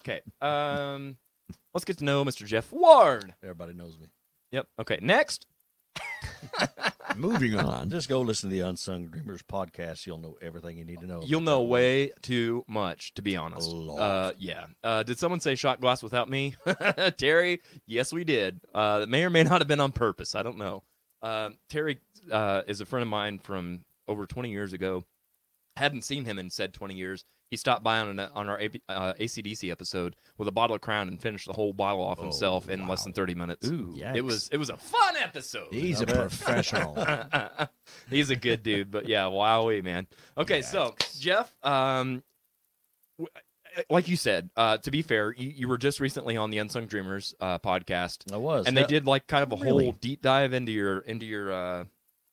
Speaker 1: Okay. Um, let's get to know Mr. Jeff Ward.
Speaker 5: Everybody knows me.
Speaker 1: Yep. Okay. Next.
Speaker 4: moving on.
Speaker 5: Just go listen to the Unsung Dreamers podcast. You'll know everything you need to know.
Speaker 1: You'll know way too much, to be honest.
Speaker 5: A lot.
Speaker 1: Uh, yeah. Uh, did someone say shot glass without me, Terry? Yes, we did. Uh, it may or may not have been on purpose. I don't know. Um, Terry uh, is a friend of mine from over 20 years ago. Hadn't seen him in said 20 years. He stopped by on an, on our AP, uh, ACDC episode with a bottle of Crown and finished the whole bottle
Speaker 5: Oh,
Speaker 1: off himself in less than 30 minutes.
Speaker 6: Ooh,
Speaker 1: It was it was a fun episode.
Speaker 6: He's a professional.
Speaker 1: He's a good dude, but yeah, wowie, man. Okay, so Jeff, um, w- like you said, uh, to be fair, you, you were just recently on the Unsung Dreamers uh, podcast,
Speaker 5: I was.
Speaker 1: and they
Speaker 5: Now-
Speaker 1: did like kind of a
Speaker 4: Really?
Speaker 1: whole deep dive into your into your uh,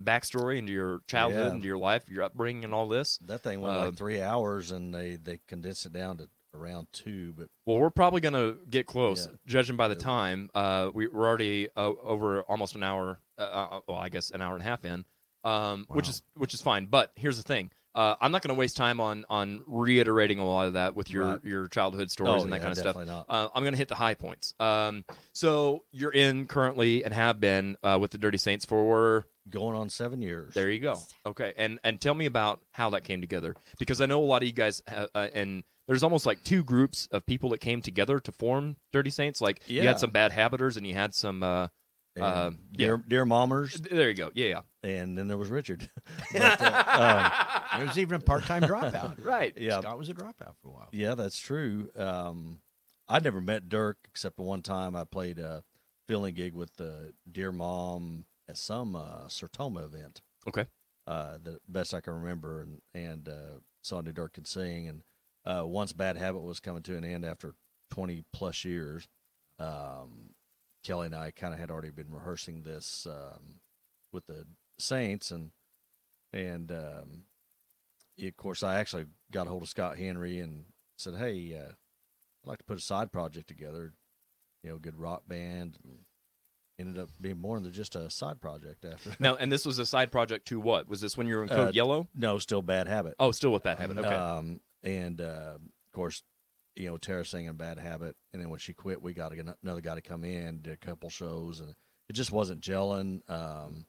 Speaker 1: backstory, into your childhood,
Speaker 5: Yeah.
Speaker 1: into your life, your upbringing, and all this.
Speaker 5: That thing went
Speaker 1: Um,
Speaker 5: like three hours, and they they condensed it down to around two. But
Speaker 1: Well, we're probably gonna get close,
Speaker 5: Yeah.
Speaker 1: judging by the
Speaker 5: Yeah.
Speaker 1: time. Uh, we, we're already uh, over almost an hour. Uh, uh, well, I guess an hour and a half in, um, which
Speaker 4: Wow.
Speaker 1: is which is fine. But here's the thing: uh, I'm not gonna waste time on on reiterating a lot of that with your
Speaker 5: Right. Oh,
Speaker 1: your childhood stories and that
Speaker 5: yeah,
Speaker 1: kind of stuff.
Speaker 5: definitely Not.
Speaker 1: Uh, I'm gonna hit the high points. Um, so you're in currently and have been uh, with the Dirty Saints for
Speaker 5: Going on seven years.
Speaker 1: there you go. Okay, and and tell me about how that came together because I know a lot of you guys ha uh, and there's almost like two groups of people that came together to form Dirty Saints. Like you
Speaker 5: Yeah.
Speaker 1: had some bad habiters and you had some. Uh,
Speaker 5: And
Speaker 1: uh, yeah.
Speaker 5: dear, dear mommers,
Speaker 1: there you go. Yeah.
Speaker 5: and then there was Richard. But,
Speaker 1: yeah.
Speaker 5: uh, um,
Speaker 6: There was even a part-time dropout.
Speaker 1: right.
Speaker 5: yeah,
Speaker 6: Scott was a dropout for a while.
Speaker 5: yeah, that's true. Um, I never met Dirk except the one time I played a filling gig with the Dear Mom at some uh, Sertoma event.
Speaker 1: Okay.
Speaker 5: Uh, the best I can remember, and and uh, Sonny Dirk could sing, and uh, once Bad Habit was coming to an end after 20 plus years, um, Kelly and I kind of had already been rehearsing this um, with the Saints, and and um, yeah, of course I actually got a hold of Scott Henry and said, "Hey, uh, I'd like to put a side project together, you know, good rock band." And ended up being more than just a side project after.
Speaker 1: Now, and this was a side project to what? Was this when you were in
Speaker 5: Uh,
Speaker 1: Code Yellow?
Speaker 5: no, still Bad Habit.
Speaker 1: Oh, still with Bad Habit. Okay.
Speaker 5: Um, and uh, of course, you know, Tara singing Bad Habit. And then when she quit, we got an- another guy to come in, did a couple shows, and it just wasn't gelling. Um,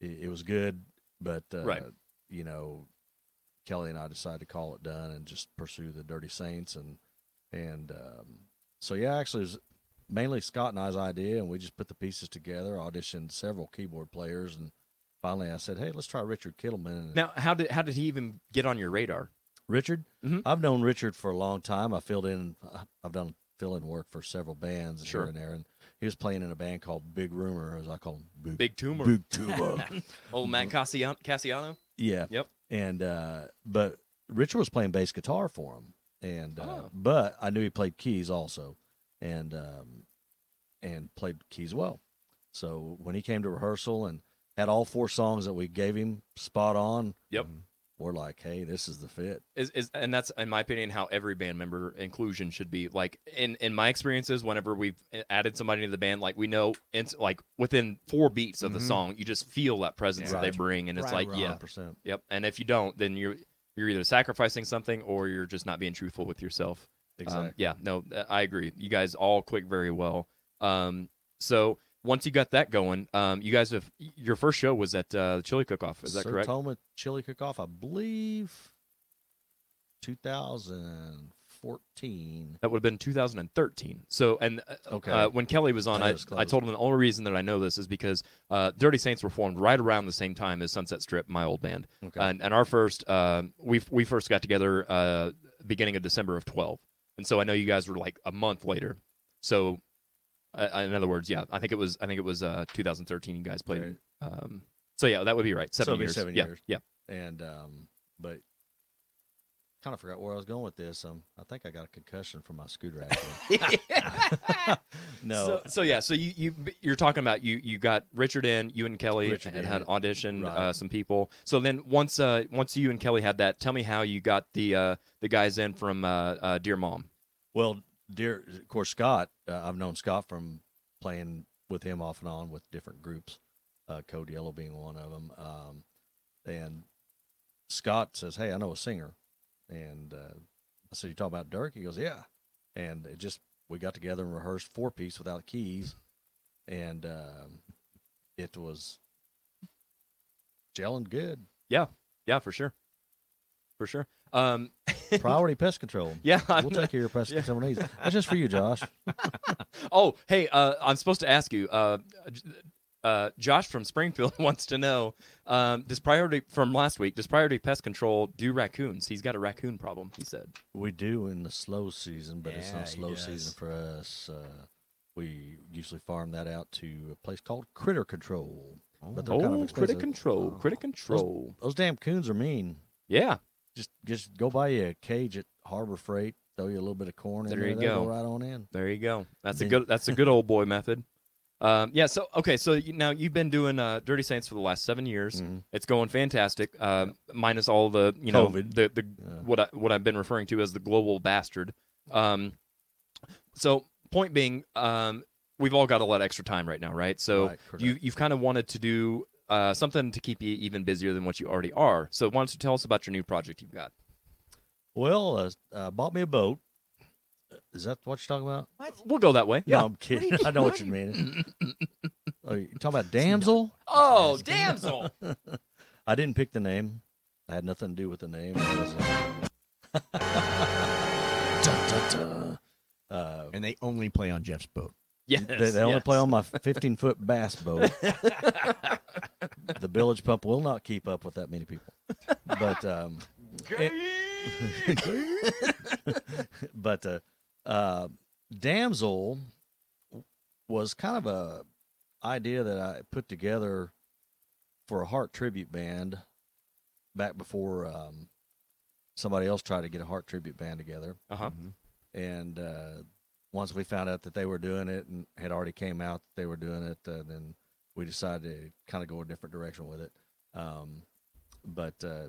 Speaker 5: it, it was good, but, uh,
Speaker 1: Right.
Speaker 5: you know, Kelly and I decided to call it done and just pursue the Dirty Saints. And, and um, so, yeah, actually, it was mainly Scott and I's idea, and we just put the pieces together, auditioned several keyboard players, and finally I said, hey, let's try Richard Kittleman. And
Speaker 1: now, how did how did he even get on your radar?
Speaker 5: Richard.
Speaker 1: Mhm.
Speaker 5: I've known Richard for a long time. I filled in. I- I've done fill in work for several bands
Speaker 1: Sure.
Speaker 5: here and there, and he was playing in a band called Big Rumor, as I call him. Big.
Speaker 1: Big tumor.
Speaker 5: Big Tuba.
Speaker 1: Old Matt Cassiano. Cassiano?
Speaker 5: yeah.
Speaker 1: Yep.
Speaker 5: And uh, but Richard was playing bass guitar for him, and uh,
Speaker 1: Oh.
Speaker 5: but I knew he played keys also, and um, and played keys well. So when he came to rehearsal and had all four songs that we gave him spot on,
Speaker 1: Yep.
Speaker 5: we're like, hey, this is the fit.
Speaker 1: is, is and that's in my opinion how every band member inclusion should be like in in my experiences whenever we've eh, added somebody to the band like we know it's like within four beats of the
Speaker 4: Mhm.
Speaker 1: song you just feel that presence that
Speaker 5: Right.
Speaker 1: they bring and it's
Speaker 6: Right,
Speaker 1: like yeah
Speaker 5: percent.
Speaker 1: yep and if you don't then you're you're either sacrificing something or you're just not being truthful with yourself
Speaker 5: Exactly.
Speaker 1: um, yeah, no, th- I agree. You guys all click very well. Um, so once you got that going, um, you guys have your first show was at uh, the Chili Cook Off. Is that correct?
Speaker 5: Sertoma Chili Cook-Off, I believe, 2014.
Speaker 1: That would have been 2013. So, and uh,
Speaker 5: Okay.
Speaker 1: uh, when Kelly was on,
Speaker 5: That
Speaker 1: I,
Speaker 5: was
Speaker 1: I
Speaker 5: close.
Speaker 1: told him the only reason that I know this is because uh, Dirty Saints were formed right around the same time as Sunset Strip, my old band.
Speaker 5: okay.
Speaker 1: And, and our first, uh, we we first got together uh, beginning of December of 12. And so I know you guys were like a month later. So, uh, in other words, yeah, I think it was I think it was uh, 2013. You guys played. Um, so yeah, that would be right.
Speaker 5: So
Speaker 1: Seven
Speaker 5: it'd be
Speaker 1: years.
Speaker 5: seven
Speaker 1: yeah,
Speaker 5: years.
Speaker 1: yeah.
Speaker 5: and um, but kind of forgot where I was going with this. Um, I think I got a concussion from my scooter accident. no,
Speaker 1: So, so yeah, so you you you're talking about you you got Richard in, you and Kelly
Speaker 5: Richard
Speaker 1: and
Speaker 5: in
Speaker 1: had
Speaker 5: it.
Speaker 1: auditioned
Speaker 5: Right.
Speaker 1: uh, some people. So then once uh once you and Kelly had that, tell me how you got the uh the guys in from uh, uh Dear Mom.
Speaker 5: well, dear, of course, Scott. Uh, I've known Scott from playing with him off and on with different groups, uh, Code Yellow being one of them. Um, and Scott says, "Hey, I know a singer," and uh, I said, "You talking about Dirk?" He goes, "Yeah," and it just we got together and rehearsed four piece without keys, and um, it was gelling good.
Speaker 1: Yeah, for sure, for sure. Um,
Speaker 5: Priority pest control.
Speaker 1: yeah. I'm-
Speaker 5: We'll take care of your pest
Speaker 1: Yeah.
Speaker 5: control needs. That's just for you, Josh.
Speaker 1: oh, hey, uh, I'm supposed to ask you. Uh, j- uh, Josh from Springfield wants to know: um, Does priority from last week? Does priority pest control do raccoons? He's got a raccoon problem. He said.
Speaker 5: We do in the slow season, but it's
Speaker 6: Yeah,
Speaker 5: not
Speaker 6: he
Speaker 5: slow
Speaker 6: does.
Speaker 5: season for us. Uh, we usually farm that out to a place called Critter Control. But they're kind of
Speaker 1: Oh, critic
Speaker 5: expensive. uh,
Speaker 1: control, critic control.
Speaker 5: Those damn coons are mean.
Speaker 1: Yeah,
Speaker 5: Just just go buy you a cage at Harbor Freight, throw you a little bit of corn in
Speaker 1: There
Speaker 5: there,
Speaker 1: you
Speaker 5: they
Speaker 1: go.
Speaker 5: right on in.
Speaker 1: there you go. That's a
Speaker 5: Then-
Speaker 1: good. That's a good old boy method. Um, yeah. So okay. So you, now you've been doing uh, Dirty Saints for the last seven years.
Speaker 5: Mhm.
Speaker 1: It's going fantastic. Um, minus all the you know
Speaker 5: COVID.
Speaker 1: the the
Speaker 5: Yeah.
Speaker 1: what I what I've been referring to as the global bastard. Um, so point being, um, we've all got a lot of extra time right now, right? So
Speaker 5: Right, correct.
Speaker 1: you you've kind of wanted to do uh, something to keep you even busier than what you already are. So why don't you tell us about your new project you've got?
Speaker 5: well, uh, uh, bought me a boat. Uh, Is that what you're talking about?
Speaker 1: We'll go that way.
Speaker 5: No, I'm kidding. I know what you mean. oh, you talking about damsel?
Speaker 1: Oh, damsel.
Speaker 5: I didn't pick the name. I had nothing to do with the name. It was, uh, dun, dun, dun. Uh,
Speaker 4: And they only play on Jeff's boat.
Speaker 1: Yes.
Speaker 5: they, they only play on my 15 foot bass boat. the village pump will not keep up with that many people. But um, it- but uh, uh, damsel was kind of a idea that I put together for a heart tribute band back before um, somebody else tried to get a heart tribute band together
Speaker 1: Uh-huh.
Speaker 4: Mm-hmm.
Speaker 5: and uh, once we found out that they were doing it and had already came out that they were doing it, uh, then we decided to kind of go a different direction with it. Um, but uh,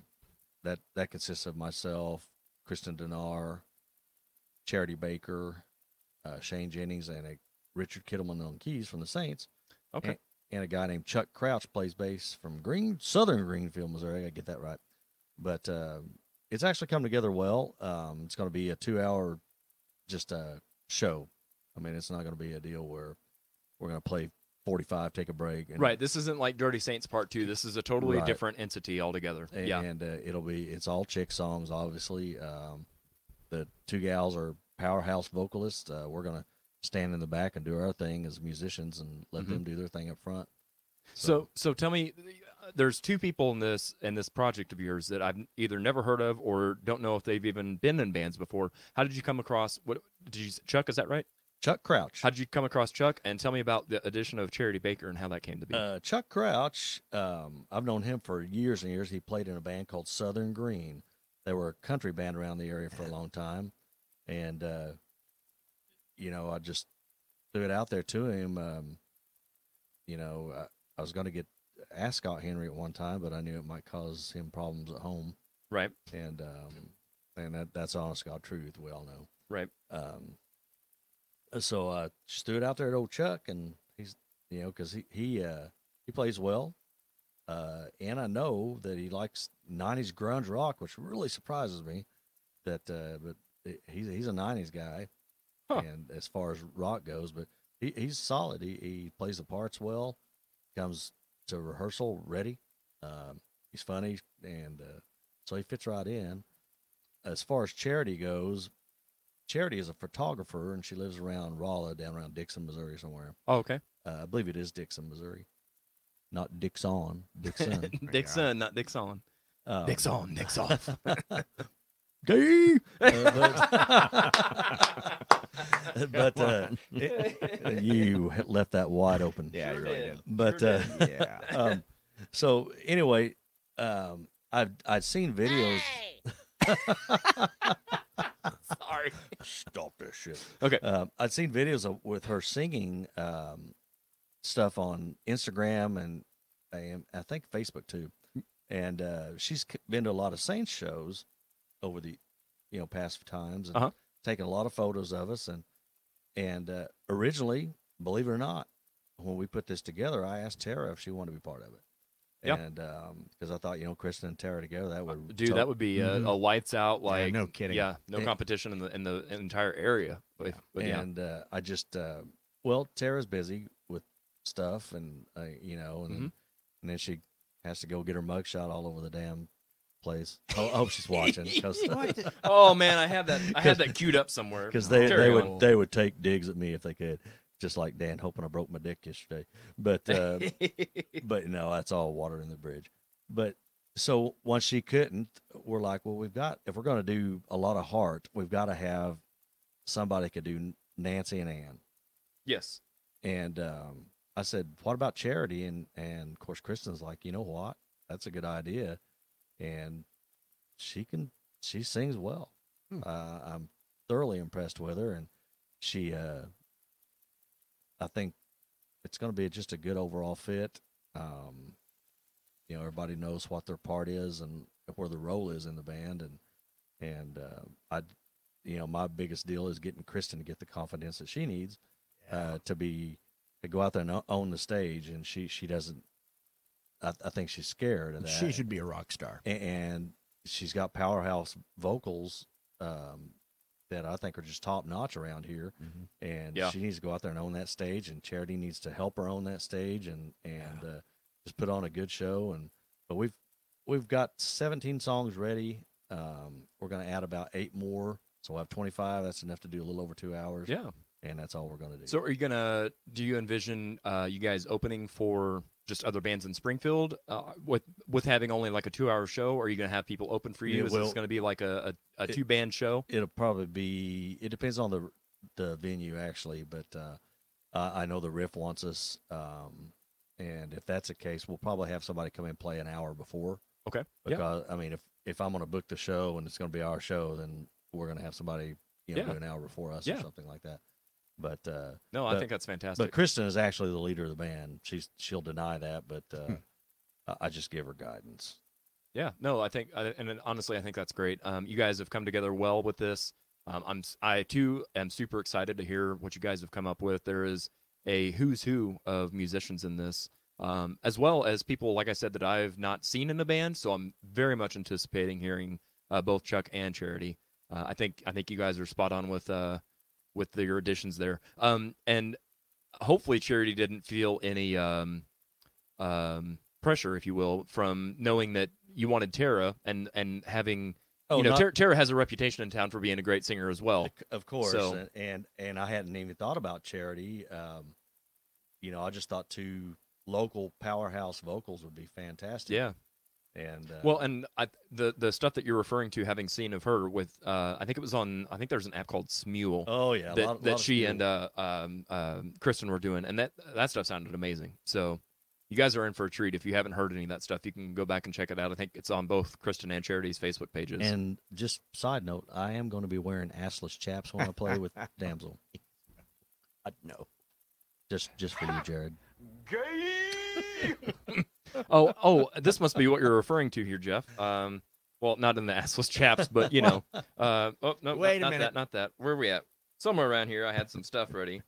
Speaker 5: that that consists of myself, Kristen Dinar, Charity Baker, uh, Shane Jennings, and a Richard Kittleman on keys from the Saints.
Speaker 1: Okay.
Speaker 5: And, and a guy named Chuck Crouch plays bass from Green Southern Greenfield, Missouri. I get that right, but uh, it's actually come together well. Um, it's going to be a two-hour just a show. I mean, it's not going to be a deal where we're going to play 45, take a break, and,
Speaker 1: Right. This isn't like Dirty Saints Part Two. This is a totally
Speaker 5: Right.
Speaker 1: different entity altogether.
Speaker 5: And,
Speaker 1: yeah.
Speaker 5: and, uh, it'll be it's all chick songs, obviously. Um, the two gals are powerhouse vocalists. Uh, we're going to stand in the back and do our thing as musicians and let
Speaker 1: Mhm.
Speaker 5: them do their thing up front.
Speaker 1: So so tell me, uh, there's two people in this in this project of yours that I've either never heard of or don't know if they've even been in bands before. How did you come across? What did you Chuck? Is that right?
Speaker 5: Chuck Crouch.
Speaker 1: How did you come across Chuck? And tell me about the addition of Charity Baker and how that came to be.
Speaker 5: Uh, Chuck Crouch, um, I've known him for years and years. He played in a band called Southern Green, They were a country band around the area for a long time, and uh, you know, I just threw it out there to him. Um, you know, I, I was going to get Ascot Henry at one time, but I knew it might cause him problems at home,
Speaker 1: Right.
Speaker 5: and um, and that that's honest God truth. We all know.
Speaker 1: Right.
Speaker 5: Um, so I just threw it out there at old Chuck, and he's you know because he he uh, he plays well, uh, and I know that he likes '90s grunge rock, which really surprises me. That uh, but he- he's he's a '90s guy,
Speaker 1: Huh.
Speaker 5: and as far as rock goes, but he, he's solid. He he plays the parts well, comes to rehearsal ready. Um, he's funny, and uh, so he fits right in. As far as charity goes, Charity is a photographer, and she lives around Rolla, down around Dixon, Missouri, somewhere.
Speaker 1: Oh, okay.
Speaker 5: Uh, I believe it is Dixon, Missouri, not Dixon. Dixon.
Speaker 1: Dixon, not Dixon.
Speaker 5: Um,
Speaker 1: Dixon, Dixon.
Speaker 5: Gay. Uh, but but uh, it- you left that wide open.
Speaker 6: Yeah, I
Speaker 1: Sure
Speaker 6: really
Speaker 1: did.
Speaker 6: did.
Speaker 5: But
Speaker 1: Sure
Speaker 5: uh,
Speaker 6: Yeah.
Speaker 5: um, so anyway, um, I've I've seen videos.
Speaker 1: Sorry.
Speaker 5: Stop this shit.
Speaker 1: Okay.
Speaker 5: Um, I'd seen videos of, with her singing um, stuff on Instagram and and I think Facebook too. And uh, she's c- been to a lot of Saints shows over the you know past times and
Speaker 1: Uh-huh.
Speaker 5: taken a lot of photos of us and and uh, originally, believe it or not, when we put this together, I asked Tara if she wanted to be part of it.
Speaker 1: Yeah. Uh,
Speaker 5: And because I thought, you know, Kristen and Tara together, that would
Speaker 1: Dude,
Speaker 5: to-
Speaker 1: that would be uh, a, a lights out like
Speaker 4: no kidding.
Speaker 1: Yeah, no
Speaker 5: And-
Speaker 1: competition in the in the entire area. But, but yeah.
Speaker 5: and uh, I just uh, well, Tara's busy with stuff, and uh, you know,
Speaker 1: Mm-hmm.
Speaker 5: and, then, and then she has to go get her mugshot all over the damn place. Oh, I, I hope she's watching because
Speaker 1: Oh man, I have that I had that queued up somewhere.
Speaker 5: they
Speaker 1: Carry
Speaker 5: they
Speaker 1: on.
Speaker 5: would they would take digs at me if they could, just like Dan hoping I broke my dick yesterday. But uh, but no, that's all water in the bridge. But so once she couldn't, we're like, well, we've got if we're going to do a lot of heart, we've got to have somebody could do Nancy and Ann.
Speaker 1: yes.
Speaker 5: And um, I said, "What about charity?" And and of course, Kristen's like, "You know what? That's a good idea." And she can she sings well. Uh, I'm thoroughly impressed with her, and she uh, I think it's going to be just a good overall fit. Um, you know, everybody knows what their part is and where the role is in the band, and and uh, I, you know, my biggest deal is getting Kristen to get the confidence that she needs uh, to be to go out there and o- own the stage, and she she doesn't. I, I think she's scared of that.
Speaker 4: She should be a rock star.
Speaker 5: A- and she's got powerhouse vocals um, that I think are just top notch around here.
Speaker 6: Mm-hmm.
Speaker 4: Mhm.
Speaker 5: And
Speaker 1: Yeah.
Speaker 5: she needs to go out there and own that stage, and Charity needs to help her own that stage and and uh, just put on a good show. And but we've we've got 17 songs ready. Um, we're going to add about eight more, so we'll have 25. That's enough to do a little over two hours.
Speaker 1: Yeah.
Speaker 5: and that's all we're going to do.
Speaker 1: So are you gonna do you envision uh you guys opening for just other bands in Springfield uh, with with having only like a two hour show? Or are you gonna have people open for you?
Speaker 5: Yeah,
Speaker 1: Is this
Speaker 5: well,
Speaker 1: gonna be like a, a, a
Speaker 5: it-
Speaker 1: two band show?
Speaker 5: it'll probably be it depends on the the venue actually but uh i, I know the riff wants us um and if that's the case we'll probably have somebody come and play an hour before
Speaker 1: Okay. Yeah.
Speaker 5: because i mean if if i'm going to book the show and it's going to be our show then we're going to have somebody you know
Speaker 1: Yeah.
Speaker 5: do an hour before us
Speaker 1: Yeah.
Speaker 5: or something like that but uh
Speaker 1: No, I
Speaker 5: but-
Speaker 1: think that's fantastic.
Speaker 5: but kristen is actually the leader of the band she's she'll deny that but
Speaker 1: Hmm.
Speaker 5: uh I- i just give her guidance
Speaker 1: Yeah, no, I think, I- and then honestly, I think that's great. Um, you guys have come together well with this. Um, I'm, s- I too am super excited to hear what you guys have come up with. There is a who's who of musicians in this, um, as well as people, like I said, that I've not seen in the band. So I'm very much anticipating hearing uh, both Chuck and Charity. Uh, I think, I think you guys are spot on with, uh, with the, your additions there. Um, and hopefully, Charity didn't feel any, um, um, pressure, if you will, from knowing that you wanted Tara and and having you know
Speaker 5: Oh, not-
Speaker 1: Tara, Tara has a reputation in town for being a great singer as well.
Speaker 5: Of c- Oh, Of course,
Speaker 1: So-
Speaker 5: and, and and I hadn't even thought about charity. Um, you know, I just thought two local powerhouse vocals would be fantastic.
Speaker 1: Yeah.
Speaker 5: and uh,
Speaker 1: Well, and I, the the stuff that you're referring to, having seen of her with, uh, I think it was on, I think there's an app called Smule
Speaker 5: oh yeah, a
Speaker 1: that,
Speaker 5: lot, lot
Speaker 1: that
Speaker 5: of
Speaker 1: she
Speaker 5: skill.
Speaker 1: and uh, um, um, Kristen were doing, and that that stuff sounded amazing. So you guys are in for a treat if you haven't heard any of that stuff. You can go back and check it out. I think it's on both Christian and Charity's Facebook pages.
Speaker 5: And just side note, I am going to be wearing assless chaps when I play with damsel.
Speaker 4: I know.
Speaker 5: Just just for you, Jared.
Speaker 1: oh, oh, this must be what you're referring to here, Jeff. Um, well, not in the assless chaps, but you know, uh, oh no,
Speaker 4: Wait a
Speaker 1: not, not
Speaker 4: minute.
Speaker 1: that, not that. Where are we at? Somewhere around here, I had some stuff ready.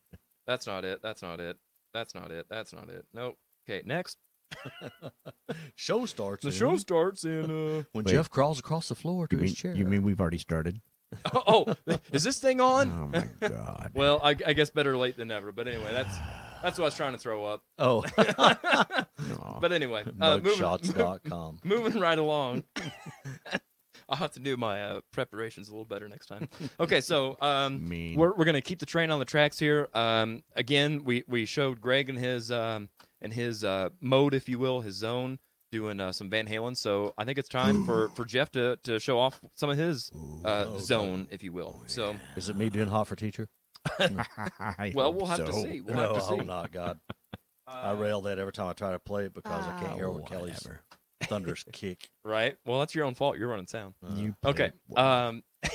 Speaker 1: That's not it. That's not it. That's not it. That's not it. Nope. Okay, next.
Speaker 5: Show starts. in
Speaker 1: starts in.
Speaker 5: when
Speaker 4: Wait.
Speaker 5: Jeff crawls across the floor to
Speaker 4: You mean,
Speaker 5: his chair.
Speaker 4: you mean we've already started?
Speaker 1: Uh... oh, is this thing
Speaker 4: Oh
Speaker 1: on?
Speaker 4: my god.
Speaker 1: Well, I, I guess better late than never. But anyway, that's that's what I was trying to throw up.
Speaker 5: Oh,
Speaker 4: Aw.
Speaker 1: But anyway, uh, moving,
Speaker 5: mugshots.com.
Speaker 1: moving right along. I'll have to do my uh, preparations a little better next time. Okay, so um,
Speaker 4: mean.
Speaker 1: we're, we're gonna keep the train on the tracks here. Um, again, we we showed Greg and his um and his uh, mode, if you will, his zone doing uh, some Van Halen. So I think it's time for for Jeff to to show off some of his
Speaker 5: Oh,
Speaker 1: uh, zone, if you will. So
Speaker 5: Is it me doing hot for teacher?
Speaker 4: I
Speaker 1: well,
Speaker 4: hope
Speaker 1: we'll have to
Speaker 4: so.
Speaker 1: see. We'll
Speaker 5: no,
Speaker 1: have to
Speaker 5: oh,
Speaker 1: see.
Speaker 5: not God. I rail that every time I try to play it because I
Speaker 1: Ah.
Speaker 5: can't hear
Speaker 1: Oh,
Speaker 5: what Kelly's
Speaker 4: Whatever.
Speaker 5: thunderous kick.
Speaker 1: Right? Well, that's your own fault. You're running sound.
Speaker 5: Uh,
Speaker 4: You play
Speaker 1: Okay.
Speaker 4: whatever.
Speaker 1: Um,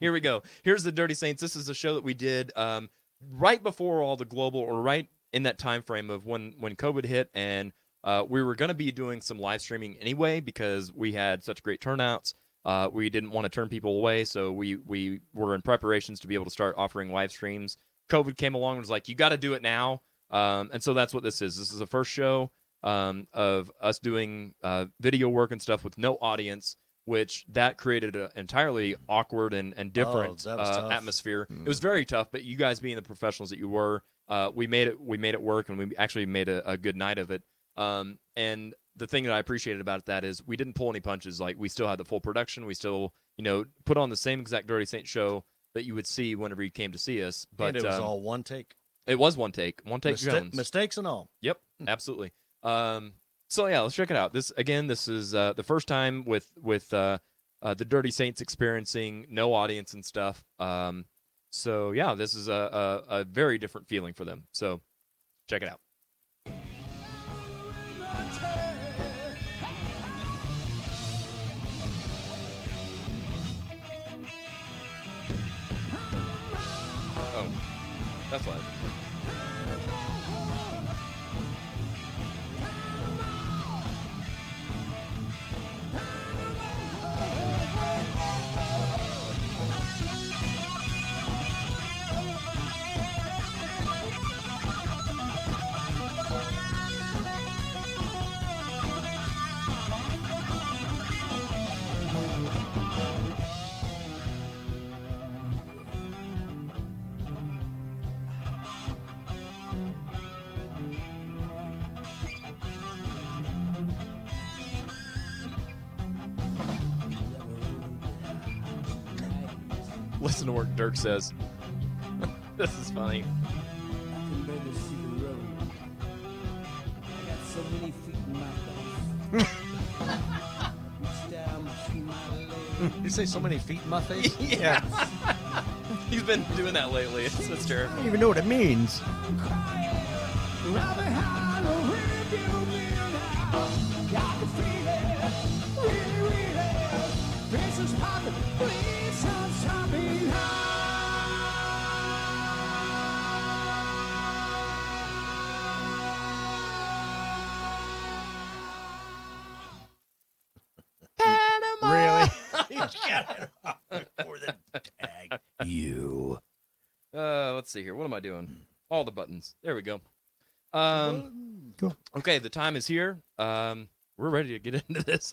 Speaker 1: here we go. Here's the Dirty Saints. This is a show that we did um, right before all the global, or right in that time frame of when when COVID hit, and uh, we were going to be doing some live streaming anyway because we had such great turnouts. Uh, we didn't want to turn people away, so we we were in preparations to be able to start offering live streams. COVID came along and was like, "You got to do it now," um, and so that's what this is. This is the first show um, of us doing uh, video work and stuff with no audience which that created an entirely awkward and, and different
Speaker 5: Oh, that was
Speaker 1: uh,
Speaker 5: tough. Hmm.
Speaker 1: atmosphere. It was very tough, but you guys being the professionals that you were, uh, we made it. We made it work, and we actually made a, a good night of it. Um, and the thing that I appreciated about that is we didn't pull any punches. Like we still had the full production. We still, you know, put on the same exact Dirty Saint show that you would see whenever you came to see us. But
Speaker 5: and it was
Speaker 1: um,
Speaker 5: all one take.
Speaker 1: it was one take, one take
Speaker 5: Mista-
Speaker 1: Jones.
Speaker 5: Mistakes and all.
Speaker 1: Yep, absolutely. Um, so yeah, let's check it out. This again, this is uh, the first time with with uh, uh, the Dirty Saints experiencing no audience and stuff. Um, so yeah, this is a, a a very different feeling for them. So check it out. Oh, that's loud. Listen to what Dirk says. this is funny.
Speaker 7: I can barely see the road. I got so many feet in my face. Reach down between my legs.
Speaker 5: You say so many feet in my face?
Speaker 1: Yeah. He's been doing that lately. It's, it's
Speaker 4: I
Speaker 1: terrible.
Speaker 4: don't even know what it means.
Speaker 7: I'm crying. Robbie Hollow, where have you been? I can feel it. Really, really. Patience popping. Please stop stopping.
Speaker 4: Really?
Speaker 5: you.
Speaker 1: Uh, let's see here. What am I doing? All the buttons. There we go. Um, okay, the time is here. Um, we're ready to get into this.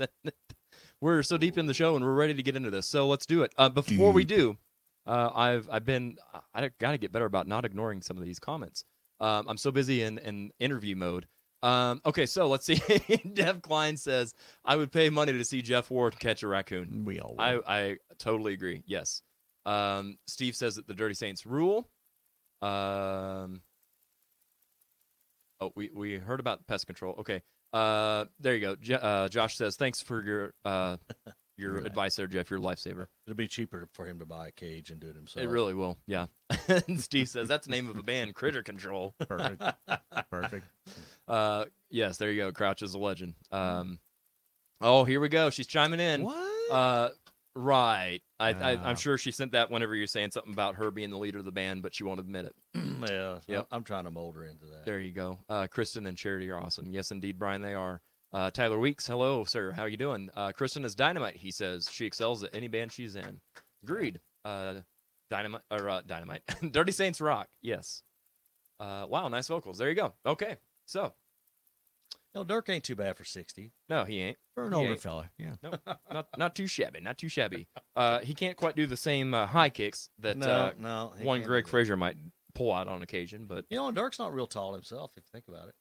Speaker 1: we're so deep in the show, and we're ready to get into this. So let's do it. Uh, before we do, uh, I've I've been I got to get better about not ignoring some of these comments. Um, I'm so busy in in interview mode. Um, okay, so let's see. Dev Klein says I would pay money to see Jeff Ward catch a raccoon.
Speaker 4: We all.
Speaker 1: I,
Speaker 4: will.
Speaker 1: I totally agree. Yes. Um, Steve says that the Dirty Saints rule. Um, oh, we, we heard about pest control. Okay. Uh, there you go. Je- uh, Josh says, thanks for your, uh, your advice there, Jeff. You're a lifesaver.
Speaker 5: It'd be cheaper for him to buy a cage and do it himself.
Speaker 1: It really will. Yeah. and Steve says, that's the name of a band, Critter Control.
Speaker 4: Perfect. Perfect.
Speaker 1: Uh, Yes, there you go. Crouch is a legend. Um, oh, here we go. She's chiming in.
Speaker 5: What?
Speaker 1: Uh, right. I, I,
Speaker 4: Wow.
Speaker 1: I'm sure she sent that whenever you're saying something about her being the leader of the band, but she won't admit it.
Speaker 5: Mm, yeah.
Speaker 1: Yep.
Speaker 5: I'm trying to mold her into that.
Speaker 1: There you go. Uh, Kristen and Charity are awesome. Yes, indeed, Brian, they are. Uh, Tyler Weeks, hello, sir. How you doing? Uh, Kristen is dynamite. He says she excels at any band she's in. Agreed. Uh, dynamite or uh, dynamite. Dirty Saints rock. Yes. Uh, wow, nice vocals. There you go. Okay, so
Speaker 5: No, Dirk ain't too bad for 60.
Speaker 1: no, he ain't.
Speaker 4: For an
Speaker 1: He
Speaker 4: older
Speaker 1: ain't.
Speaker 4: fella. Yeah.
Speaker 1: Not not too shabby. Not too shabby. Uh, he can't quite do the same uh, high kicks that uh,
Speaker 5: no. he
Speaker 1: one
Speaker 5: can't
Speaker 1: Greg
Speaker 5: do that.
Speaker 1: Fraser might pull out on occasion, but
Speaker 5: You know, and Dirk's not real tall himself, if you think about it.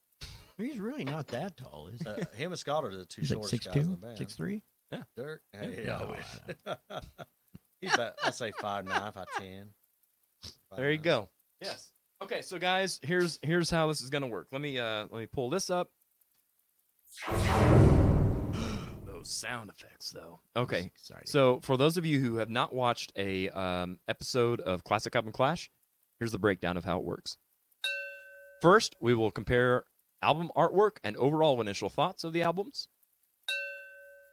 Speaker 6: He's really not that tall, is he?
Speaker 5: Uh, him and Scott are the two
Speaker 4: He's like
Speaker 5: shortest
Speaker 4: six
Speaker 5: guys in the
Speaker 4: two,
Speaker 5: band.
Speaker 4: six three.
Speaker 5: Dirk? Yeah, I
Speaker 4: No.
Speaker 5: wish. He's about, I'd say 5'9", 5'10".
Speaker 1: There you
Speaker 5: 5'9".
Speaker 1: go. Yes. Okay, so guys, here's here's how this is gonna work. Let me uh let me pull this up. Those sound effects though. Okay. So for those of you who have not watched a um, episode of Classic Album Clash, here's the breakdown of how it works. First, we will compare album artwork and overall initial thoughts of the albums.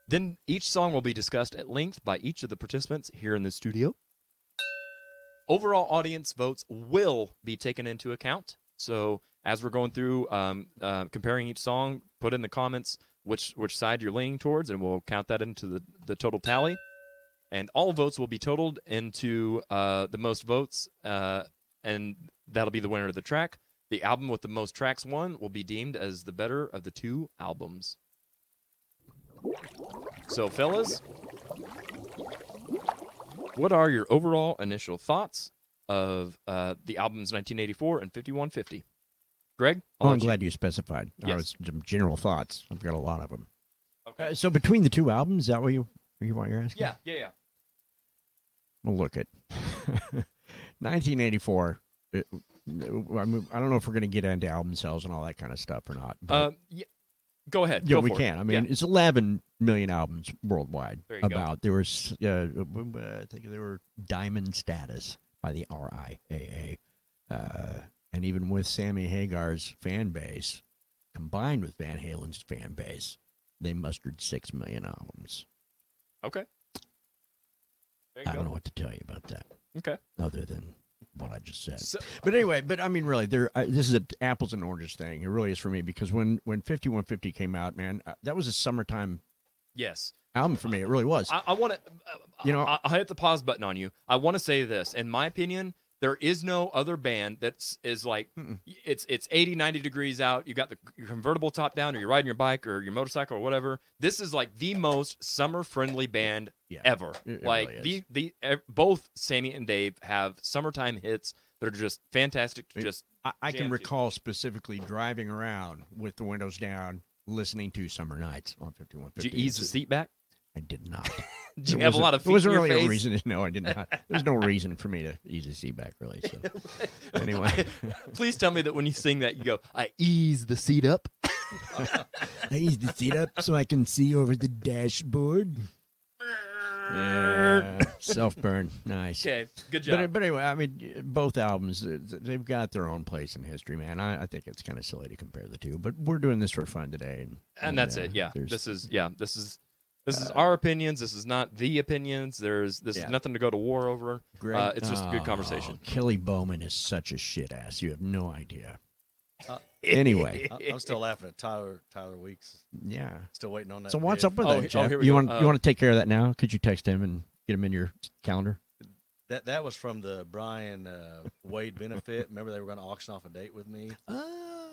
Speaker 1: Then each song will be discussed at length by each of the participants here in the studio. Overall audience votes will be taken into account. So as we're going through um, uh, comparing each song, put in the comments which which side you're leaning towards, and we'll count that into the, the total tally. And all votes will be totaled into uh, the most votes, uh, and that'll be the winner of the track. The album with the most tracks won will be deemed as the better of the two albums. So, fellas, what are your overall initial thoughts of uh, the albums 1984 and 5150? Greg? I'll
Speaker 4: Oh,
Speaker 1: let
Speaker 4: I'm
Speaker 1: you-
Speaker 4: glad you specified. I
Speaker 1: Yes.
Speaker 4: was some general thoughts. I've got a lot of them.
Speaker 1: Okay.
Speaker 4: Uh, so between the two albums, is that what you you want you're asking?
Speaker 1: Yeah, yeah, yeah.
Speaker 4: Well, look at 1984. it- uh, I mean, I don't know if we're going to get into album sales and all that kind of stuff or not. but-
Speaker 1: Um, yeah. Go ahead.
Speaker 4: yeah,
Speaker 1: go
Speaker 4: we
Speaker 1: for it.
Speaker 4: can. I mean,
Speaker 1: Yeah.
Speaker 4: it's 11 million albums worldwide.
Speaker 1: There you go.
Speaker 4: about there was, uh, uh, I think they were diamond status by the RIAA, uh, and even with Sammy Hagar's fan base, combined with Van Halen's fan base, they mustered six million albums.
Speaker 1: Okay. There you go.
Speaker 4: I don't know what to tell you about that.
Speaker 1: Okay.
Speaker 4: Other than what I just said.
Speaker 1: So-
Speaker 4: But anyway, but I mean, really, there. I, this is an apples and oranges thing. It really is for me because when when fifty one fifty came out, man, uh, that was a summertime
Speaker 1: yes.
Speaker 4: album for me. It really was.
Speaker 1: I, I want to,
Speaker 4: You
Speaker 1: you
Speaker 4: know-
Speaker 1: know, I, I'll hit the pause button on you. I want to say this. In my opinion, there is no other band that's is like
Speaker 4: Mm-mm.
Speaker 1: it's it's 80 90 degrees out you got the your convertible top down or you're riding your bike or your motorcycle or whatever this is like the most summer friendly band
Speaker 4: Yeah.
Speaker 1: ever
Speaker 4: It- it
Speaker 1: like
Speaker 4: really is.
Speaker 1: the the ev- both sammy and dave have summertime hits that are just fantastic to
Speaker 4: It-
Speaker 1: just
Speaker 4: I, I
Speaker 1: jam
Speaker 4: can
Speaker 1: to.
Speaker 4: recall specifically driving around with the windows down, listening to "Summer Nights" on fifty one
Speaker 1: did
Speaker 4: fifty.
Speaker 1: you ease the seat back
Speaker 4: I did not.
Speaker 1: did you
Speaker 4: There
Speaker 1: have a
Speaker 4: wasn't-
Speaker 1: lot of feet
Speaker 4: There wasn't
Speaker 1: in
Speaker 4: really
Speaker 1: your
Speaker 4: a
Speaker 1: face?
Speaker 4: reason. No, I did not. There's no reason for me to ease the seat back, really. So anyway,
Speaker 1: Please tell me that when you sing that, you go, I ease the seat up.
Speaker 4: I eased the seat up so I can see over the dashboard. Self burn, nice.
Speaker 1: Okay, good job.
Speaker 4: But, but anyway, I mean, y- both albums, uh, th- they've got their own place in history, man. I, I think it's kind of silly to compare the two, but we're doing this for fun today. And,
Speaker 1: and that's
Speaker 4: uh,
Speaker 1: it. Yeah,
Speaker 4: there's- Uh,
Speaker 1: this is yeah, this is this is our opinions. This is not the opinions. There's this
Speaker 4: Yeah.
Speaker 1: is nothing to go to war over.
Speaker 4: Greg-
Speaker 1: uh, it's just a good conversation.
Speaker 4: Oh, Kelly Bowman is such a shit ass. You have no idea.
Speaker 5: Uh,
Speaker 4: anyway,
Speaker 5: I, am still laughing at Tyler Tyler Weeks.
Speaker 4: yeah.
Speaker 5: Still waiting on that.
Speaker 4: So what's
Speaker 5: bid.
Speaker 4: up with
Speaker 1: Oh, he- oh,
Speaker 4: that, Jeff?
Speaker 1: here we
Speaker 4: you
Speaker 1: go.
Speaker 4: want you
Speaker 1: Uh,
Speaker 4: want to take care of that now? Could you text him and get him in your calendar?
Speaker 5: That that was from the Brian uh, Wade benefit. Remember they were going to auction off a date with me,
Speaker 6: Uh,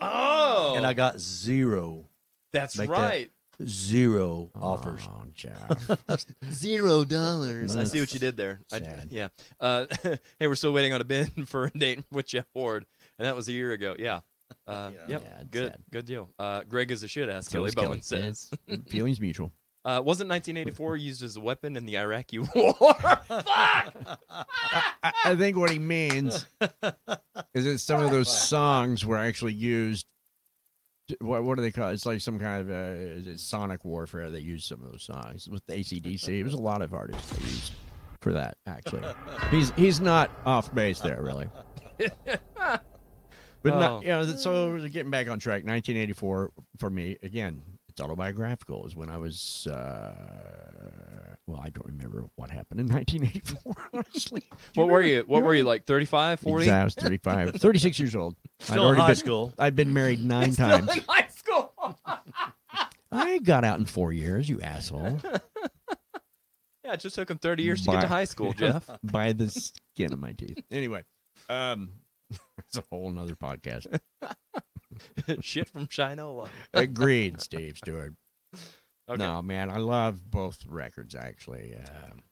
Speaker 1: Oh,
Speaker 5: and I got zero,
Speaker 1: that's
Speaker 5: make that-
Speaker 1: right.
Speaker 5: zero offers.
Speaker 4: Oh, Jeff.
Speaker 6: Zero dollars.
Speaker 1: I see what you did there. I,
Speaker 4: Sad.
Speaker 1: yeah. Uh, hey, we're still waiting on a bid for a date with Jeff Ward, and that was a year ago. Yeah. Uh,
Speaker 5: Yeah.
Speaker 1: yep.
Speaker 4: Yeah, it's
Speaker 1: good.
Speaker 4: sad.
Speaker 1: Good deal. Uh, Greg is a shit ass.
Speaker 4: So
Speaker 1: Kelly
Speaker 4: is
Speaker 1: Bowen
Speaker 4: Kelly. Yeah.
Speaker 1: says.
Speaker 4: Feelings mutual.
Speaker 1: Uh, wasn't 1984 used as a weapon in the Iraqi War?
Speaker 4: I, I think what he means is it's some of those songs were actually used. What what do they call? It? It's like some kind of uh, is it sonic warfare. They used some of those songs with ACDC. It was a lot of artists that used for that actually. He's he's not off base there really. But no
Speaker 1: Oh.
Speaker 4: yeah, th- so we're getting back on track, 1984 for me again. It's autobiographical. Is when I was, uh, well, I don't remember what happened in 1984. Honestly, Do
Speaker 1: What were
Speaker 4: remember?
Speaker 1: you? What were you like 35, 40?
Speaker 4: Exactly, I was 35, 36 years old. I'd
Speaker 5: Still in
Speaker 4: already
Speaker 5: high
Speaker 4: been,
Speaker 5: school.
Speaker 4: I've been married nine times.
Speaker 7: high school.
Speaker 4: I got out in four years. You asshole.
Speaker 1: Yeah, it just took him 30 years to get
Speaker 4: Bye.
Speaker 1: to high school, Jeff.
Speaker 4: by the skin of my teeth. Anyway, um, it's a whole nother podcast.
Speaker 1: Shit from Shinola.
Speaker 4: Agreed, Steve Stewart.
Speaker 1: Okay.
Speaker 4: No, man, I love both records actually. Um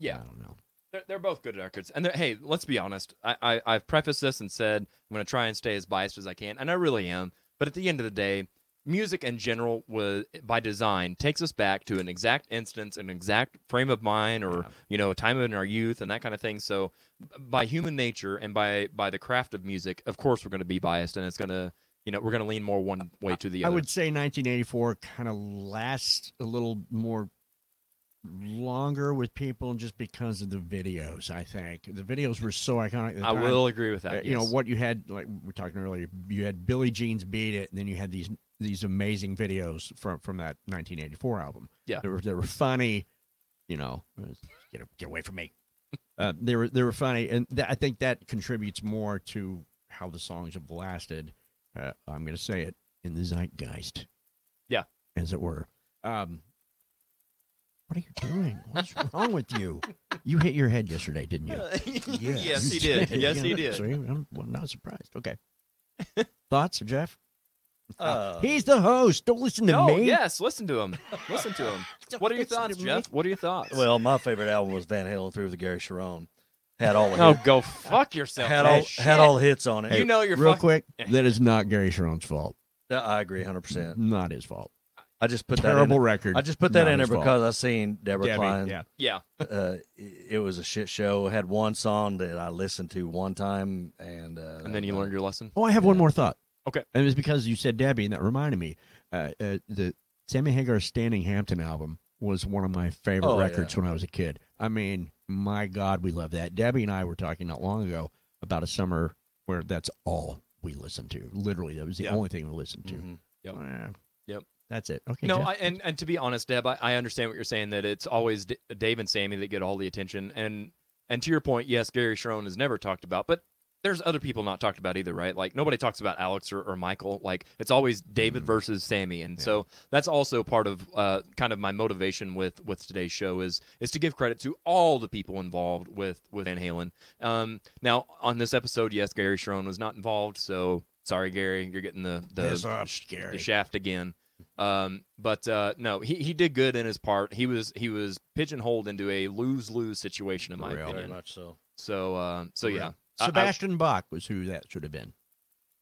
Speaker 1: Yeah.
Speaker 4: I don't know.
Speaker 1: They're, they're both good records. And they're- hey, let's be honest. I, I, I've prefaced this and said I'm going to try and stay as biased as I can. And I really am. But at the end of the day, music in general, was, by design, takes us back to an exact instance, an exact frame of mind, or, you know, a time in our youth and that kind of thing. So b- by human nature and by, by the craft of music, of course, we're going to be biased. And it's going to, you know, we're going to lean more one way to the
Speaker 4: I
Speaker 1: other.
Speaker 4: would say 1984 kind of lasts a little more longer with people just because of the videos. I think the videos were so iconic. at the
Speaker 1: I
Speaker 4: time.
Speaker 1: will agree with
Speaker 4: Uh,
Speaker 1: that.
Speaker 4: you know
Speaker 1: yes.
Speaker 4: what you had like we were talking earlier you had billy jean's beat it and then you had these these amazing videos from from that 1984 album
Speaker 1: Yeah.
Speaker 4: they were, they were funny you know it was, get, a- get away from me uh, they were they were funny and tha- i think that contributes more to how the songs have lasted uh, i'm going to say it in the zeitgeist
Speaker 1: Yeah.
Speaker 4: as it were um what are you doing what's wrong with you you hit your head yesterday didn't you
Speaker 1: yes. he did. Yes, he did.
Speaker 4: See, I'm, well, not surprised. Okay. Thoughts, Jeff? Ah,
Speaker 5: Uh,
Speaker 4: He's the host. Don't listen to
Speaker 1: No,
Speaker 4: me.
Speaker 1: yes, listen to him. Listen to him. What are your
Speaker 4: listen to
Speaker 1: thoughts,
Speaker 4: me.
Speaker 1: Jeff? What are your thoughts?
Speaker 5: well, my favorite album was Van Halen through the Gary Sharon. Had all the
Speaker 4: Oh,
Speaker 1: no,
Speaker 5: hit-
Speaker 1: Oh, go fuck yourself.
Speaker 5: had
Speaker 1: man.
Speaker 5: all
Speaker 1: Shit.
Speaker 5: had all the hits on it.
Speaker 1: you know you're
Speaker 4: Real
Speaker 1: fucking.
Speaker 4: quick, that is not Gary Sharon's fault.
Speaker 5: Yeah, I agree, hundred percent.
Speaker 4: Not his fault.
Speaker 5: I just put that
Speaker 4: Terrible
Speaker 5: in.
Speaker 4: record.
Speaker 5: I just put that
Speaker 4: Not
Speaker 5: in there
Speaker 4: his fault.
Speaker 5: because I seen Deborah
Speaker 4: Debbie,
Speaker 5: Klein.
Speaker 4: yeah.
Speaker 1: Yeah,
Speaker 5: Uh, it it was a shit show. It had one song that I listened to one time, and uh,
Speaker 1: and then you learned your lesson.
Speaker 4: Oh, I have one more thought.
Speaker 1: Okay.
Speaker 4: And it was because you said Debbie, and that reminded me. Uh, uh, the Sammy Hagar's Standing Hampton album was one of my favorite
Speaker 5: Oh,
Speaker 4: records when I was a kid. I mean, my God, we love that. Debbie and I were talking not long ago about a summer where that's all we listened to. Literally, that was the
Speaker 1: Yeah. Mm-hmm.
Speaker 4: only thing we listened to.
Speaker 5: Mhm.
Speaker 1: Yep.
Speaker 4: Eh,
Speaker 1: Yep.
Speaker 4: That's it. Okay.
Speaker 1: No,
Speaker 4: Jeff.
Speaker 1: I, and and to be honest, Deb, I, I understand what you're saying that it's always D- Dave and Sammy that get all the attention. And and to your point, yes, Gary Sharon is never talked about, but there's other people not talked about either, right? Like nobody talks about Alex or, or Michael. Like it's always David
Speaker 4: Mm-hmm.
Speaker 1: versus Sammy, and so that's also part of uh, kind of my motivation with with today's show is is to give credit to all the people involved with with Van Halen. Um, now on this episode, yes, Gary Sharon was not involved, so sorry, Gary, you're getting the the
Speaker 4: Piss off, Gary.
Speaker 1: uh, the shaft again. Um, but uh, no, he, he did good in his part. He was he was pigeonholed into a lose lose situation in my
Speaker 4: Real.
Speaker 5: very
Speaker 1: opinion.
Speaker 5: much so.
Speaker 1: So uh, so yeah. I- I-
Speaker 4: Sebastian Bach was who that should have been.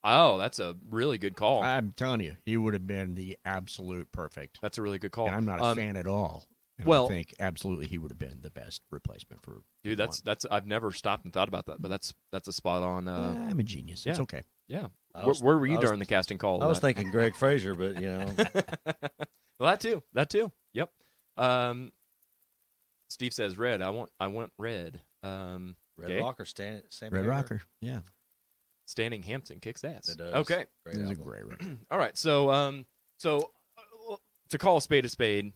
Speaker 1: oh, that's a really good call.
Speaker 4: I'm telling you, he would have been the absolute perfect.
Speaker 1: that's a really good call.
Speaker 4: And I'm not a
Speaker 1: Um,
Speaker 4: fan at all. And
Speaker 1: well-
Speaker 4: I think absolutely he would have been the best replacement for
Speaker 1: dude. That's that's I've never stopped and thought about that, but that's that's a spot on. Uh,
Speaker 4: I'm a genius. It's
Speaker 1: yeah.
Speaker 4: okay.
Speaker 1: yeah.
Speaker 5: I
Speaker 1: Where,
Speaker 5: was,
Speaker 1: where were you
Speaker 5: I was-
Speaker 1: during the casting call?
Speaker 5: I was
Speaker 1: uh,
Speaker 5: thinking Greg Fraser, but you know,
Speaker 1: Well, that too. That too. Yep. Um, Steve says red. I want I want red. Um,
Speaker 5: Red
Speaker 1: Okay.
Speaker 5: Rocker, Stan, Sam
Speaker 4: Red
Speaker 5: Hagar.
Speaker 4: Rocker. Yeah.
Speaker 1: Standing Hampton kicks ass.
Speaker 5: It does.
Speaker 1: Okay.
Speaker 5: Great
Speaker 4: This is a
Speaker 5: album.
Speaker 4: great record.
Speaker 1: All right. So, um, so uh, to call a spade a spade,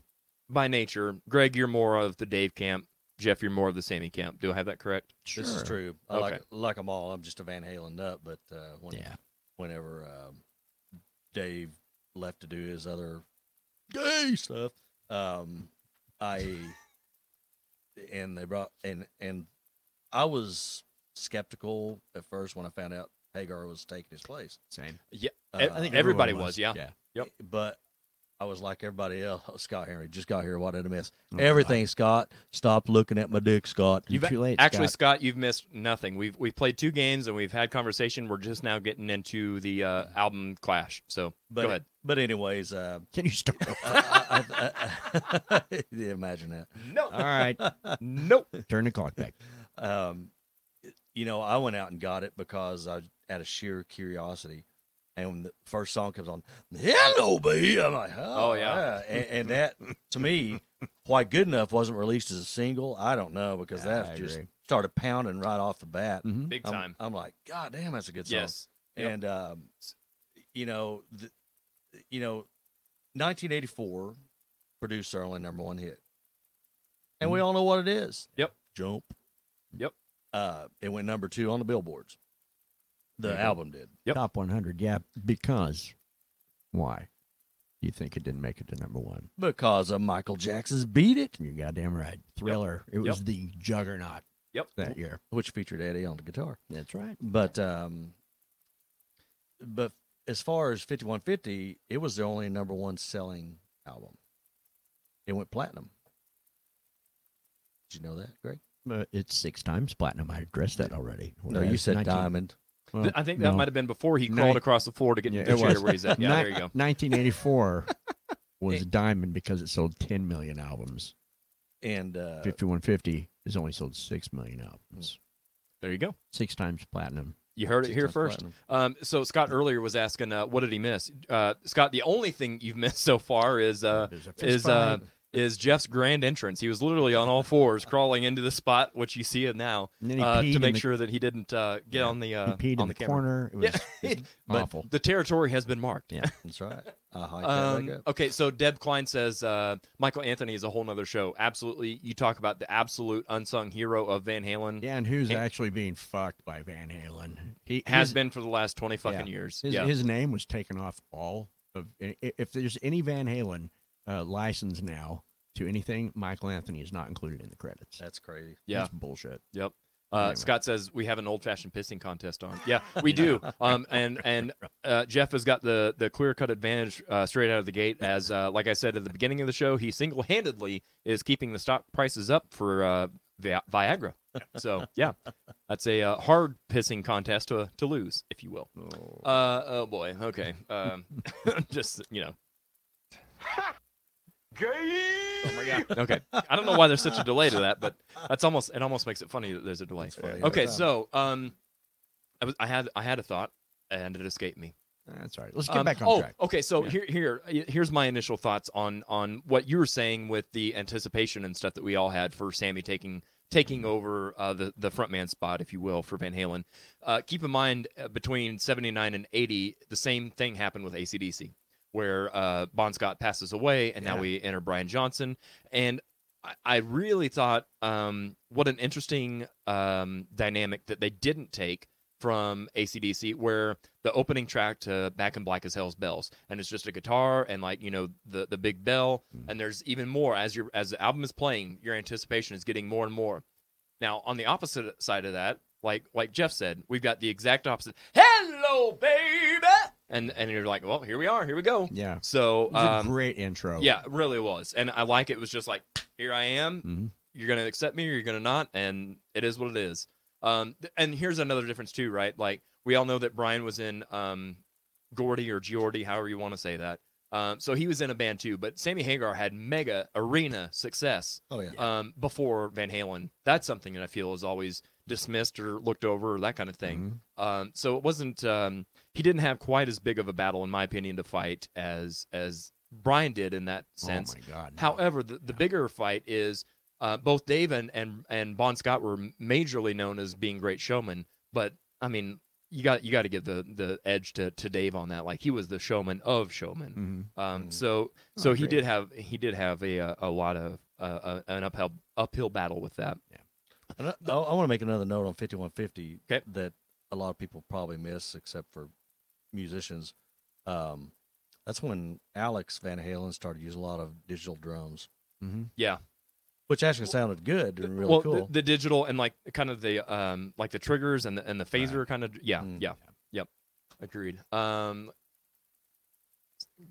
Speaker 1: by nature, Greg, you're more of the Dave camp. Jeff, you're more of the Sammy camp. Do I have that correct?
Speaker 5: This is
Speaker 4: Sure.
Speaker 5: true. I
Speaker 1: Okay.
Speaker 5: like like them all. I'm just a Van Halen nut, but uh, when,
Speaker 4: Yeah.
Speaker 5: whenever um, Dave left to do his other gay stuff, um, I and they brought and and I was skeptical at first when I found out Hagar was taking his place.
Speaker 4: Same.
Speaker 1: E-
Speaker 5: Uh,
Speaker 1: everybody was.
Speaker 4: everyone was.
Speaker 1: yeah.
Speaker 4: Yeah.
Speaker 1: Yep.
Speaker 5: but I was like everybody else. "Oh, Scott Henry just got here. What did I miss?
Speaker 1: Mm-hmm.
Speaker 4: God.
Speaker 5: Everything, Scott. Stop looking at my dick, Scott.
Speaker 4: You're
Speaker 1: You've
Speaker 4: too late.
Speaker 1: Actually,
Speaker 4: Scott.
Speaker 1: Scott, you've missed nothing. We've we've played two games and we've had conversation. We're just now getting into the uh, album clash. So
Speaker 5: But
Speaker 1: go ahead.
Speaker 5: but anyways, uh,
Speaker 4: can you start? over?
Speaker 5: I, I, I, I, imagine that.
Speaker 1: No,
Speaker 4: All right.
Speaker 1: nope.
Speaker 4: Turn the clock back.
Speaker 5: um, it- you know, I went out and got it because I out of sheer curiosity. And when the first song comes on, "Hello, B," I'm like, "Oh,
Speaker 1: Oh, yeah."
Speaker 5: And, and that to me, why "Good Enough" wasn't released as a single, I don't know because
Speaker 4: Yeah,
Speaker 5: that
Speaker 4: I
Speaker 5: just
Speaker 4: agree.
Speaker 5: started pounding right off the bat.
Speaker 4: Mhm.
Speaker 1: Big
Speaker 5: I'm,
Speaker 1: time.
Speaker 5: I'm like, "God damn, Um, that's a good song."
Speaker 1: yes. Yep.
Speaker 5: and um, you know, th- you know, 1984 produced our only number one hit, and we all know what it is.
Speaker 1: Mm-hmm. Yep.
Speaker 5: Jump.
Speaker 1: Yep.
Speaker 5: Uh, it went number two on the billboards. The
Speaker 1: There you go.
Speaker 5: album did.
Speaker 1: Yep.
Speaker 4: Top 100, yeah, because why? You think it didn't make it to number one?
Speaker 5: Because of Michael Jackson's Beat It,
Speaker 4: You're goddamn right. Thriller. It was the juggernaut
Speaker 1: Yep.
Speaker 4: that year.
Speaker 5: which featured Eddie on the guitar.
Speaker 4: That's right.
Speaker 5: But um but as far as 5150, it was the only number one selling album. It went platinum. Did you know that, Greg?
Speaker 4: But it's six times platinum. I addressed that already.
Speaker 5: No, you
Speaker 4: Whereas
Speaker 5: said
Speaker 4: 19
Speaker 5: diamond.
Speaker 4: well,
Speaker 1: Th- I think that
Speaker 4: no.
Speaker 1: might have been before he
Speaker 4: Nine-
Speaker 1: crawled across the floor to get
Speaker 4: Yeah,
Speaker 1: to
Speaker 4: it
Speaker 1: where
Speaker 4: was.
Speaker 1: he's at. Yeah,
Speaker 4: Ni-
Speaker 1: there you go.
Speaker 4: 1984 was diamond because it sold 10 million albums.
Speaker 5: And uh
Speaker 4: 5150 has only sold 6 million albums.
Speaker 1: There you go.
Speaker 4: Six times platinum.
Speaker 1: You heard it
Speaker 5: six
Speaker 1: here
Speaker 5: times
Speaker 1: first.
Speaker 5: platinum.
Speaker 1: Um, so Scott earlier was asking, uh, what did he miss? Uh, Scott, the only thing you've missed so far is uh,
Speaker 4: There's a fist
Speaker 1: is uh,
Speaker 4: fight.
Speaker 1: is Jeff's grand entrance. He was literally on all fours, crawling into the spot which you see it now
Speaker 4: And then he
Speaker 1: uh,
Speaker 4: peed
Speaker 1: to
Speaker 4: in
Speaker 1: make
Speaker 4: the-
Speaker 1: sure that he didn't uh, get on the uh,
Speaker 4: he peed
Speaker 1: on
Speaker 4: in the,
Speaker 1: camera.
Speaker 4: corner. It was,
Speaker 1: Yeah.
Speaker 4: it was
Speaker 1: But
Speaker 4: awful.
Speaker 1: the territory has been marked.
Speaker 4: Yeah.
Speaker 5: That's right. I hiked that back
Speaker 1: Um,
Speaker 5: up.
Speaker 1: okay, so Deb Klein says uh, Michael Anthony is a whole nother show. Absolutely, you talk about the absolute unsung hero of Van Halen.
Speaker 4: Yeah, and who's
Speaker 1: And-
Speaker 4: actually being fucked by Van Halen? He
Speaker 1: Has
Speaker 4: his,
Speaker 1: been for the last twenty fucking years.
Speaker 4: His,
Speaker 1: yeah,
Speaker 4: his name was taken off all of. i- i- If there's any Van Halen uh, license now to anything, Michael Anthony is not included in the credits.
Speaker 5: That's crazy.
Speaker 1: yeah.
Speaker 4: That's bullshit.
Speaker 1: Yep. Uh,
Speaker 4: Anyway.
Speaker 1: Scott says we have an old-fashioned pissing contest on. Yeah, we do. Um, and and uh, Jeff has got the the clear-cut advantage uh, straight out of the gate. As uh, like I said at the beginning of the show, he single-handedly is keeping the stock prices up for uh, Vi- Viagra. So yeah, that's a uh, hard pissing contest to to lose, if you will. Uh, oh boy. Okay. Um, just you know. Okay. I don't know why there's such a delay to that, but that's almost it. Almost makes it funny that there's a delay.
Speaker 5: funny.
Speaker 1: Okay,
Speaker 5: Yeah.
Speaker 1: so um, I was I had I had a thought and it escaped me.
Speaker 4: That's all right. Let's get
Speaker 1: Um,
Speaker 4: back on
Speaker 1: oh,
Speaker 4: track.
Speaker 1: okay. So
Speaker 4: Yeah.
Speaker 1: here here here here's my initial thoughts on on what you were saying with the anticipation and stuff that we all had for Sammy taking taking
Speaker 4: Mm-hmm.
Speaker 1: over uh, the the frontman spot, if you will, for Van Halen. Uh, keep in mind, uh, between '79 and '80, the same thing happened with ACDC, where uh, Bon Scott passes away, and now
Speaker 4: Yeah.
Speaker 1: we enter Brian Johnson. And I, I really thought, um, what an interesting um, dynamic that they didn't take from ACDC, where the opening track to Back in Black as Hell's Bells, and it's just a guitar and like you know the the big bell, and there's even more as your as the album is playing, your anticipation is getting more and more. Now, on the opposite side of that, like like Jeff said, we've got the exact opposite. Hello, baby, and and you're like, well, here we are, here we go.
Speaker 4: Yeah.
Speaker 1: So,
Speaker 4: It was a
Speaker 1: um,
Speaker 4: great intro.
Speaker 1: yeah, it really was, and I like it. it was just like, here I am.
Speaker 4: Mhm.
Speaker 1: You're gonna accept me, or you're gonna not, and it is what it is. Um, th- and here's another difference too, right? Like we all know that Brian was in um, Gordy or Giordi, however you want to say that. Um, so he was in a band too, but Sammy Hagar had mega arena success
Speaker 5: Oh yeah.
Speaker 1: um, before Van Halen. That's something that I feel is always dismissed or looked over or that kind of
Speaker 4: Mm-hmm.
Speaker 1: thing. Um, so it wasn't um, he didn't have quite as big of a battle, in my opinion, to fight as as Brian did in that sense.
Speaker 4: Oh my god. no.
Speaker 1: However, the, the bigger fight is uh, both Dave and, and and Bon Scott were majorly known as being great showmen, but I mean you got you got to give the the edge to to Dave on that. Like he was the showman of showmen.
Speaker 4: Mhm.
Speaker 1: Um,
Speaker 5: Mm.
Speaker 1: so so he
Speaker 4: Oh, great.
Speaker 1: did have he did have a uh, a lot of uh, a, an uphill uphill battle with that.
Speaker 5: And I, want to make another note on 5150
Speaker 1: Okay.
Speaker 5: that a lot of people probably miss, except for musicians. Um, that's when Alex Van Halen started using a lot of digital drums,
Speaker 1: Yeah.
Speaker 5: which actually sounded good and really
Speaker 1: well,
Speaker 5: cool.
Speaker 1: the, the digital and like kind of the um like the triggers and the and the phaser kind of yeah
Speaker 5: Mm.
Speaker 1: yeah yep agreed. Um,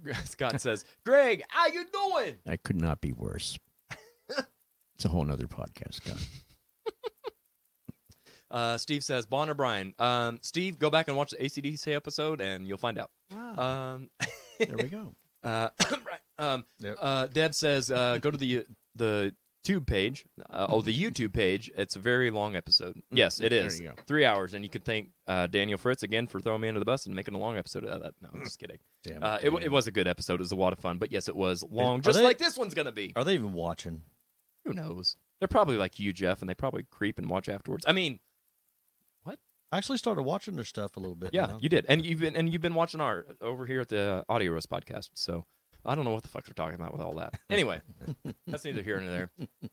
Speaker 1: Scott says, "Greg, how you doing?"
Speaker 4: That could not be worse. it's a whole nother podcast, guy.
Speaker 1: Uh, Steve says, Bon or Brian. Um, Steve, go back and watch the ACDC episode and you'll find out.
Speaker 5: Hmm.
Speaker 1: Um,
Speaker 4: there we go.
Speaker 1: uh, right. um,
Speaker 5: Yep.
Speaker 1: uh, Deb says, uh, go to the the tube page. Uh, oh, the YouTube page. It's a very long episode. Yes, it
Speaker 4: There
Speaker 1: is.
Speaker 4: you go.
Speaker 1: Three hours. And you could thank uh, Daniel Fritz again for throwing me under the bus and making a long episode out of that. No, I'm just kidding.
Speaker 5: Damn
Speaker 1: Uh, it, w- it was a good episode. It was a lot of fun. But yes, it was long,
Speaker 5: are
Speaker 1: just
Speaker 5: they- Oh.
Speaker 1: like this one's going to be.
Speaker 5: Are they even watching?
Speaker 1: Who knows? They're probably like you, Jeff, and they probably creep and watch afterwards. I mean, what?
Speaker 5: I actually started watching their stuff a little bit.
Speaker 1: Yeah,
Speaker 5: now.
Speaker 1: you did, and you've been and you've been watching our over here at the uh, Audio Roast podcast. So I don't know what the fuck they're talking about with all that. Anyway, that's neither here nor there.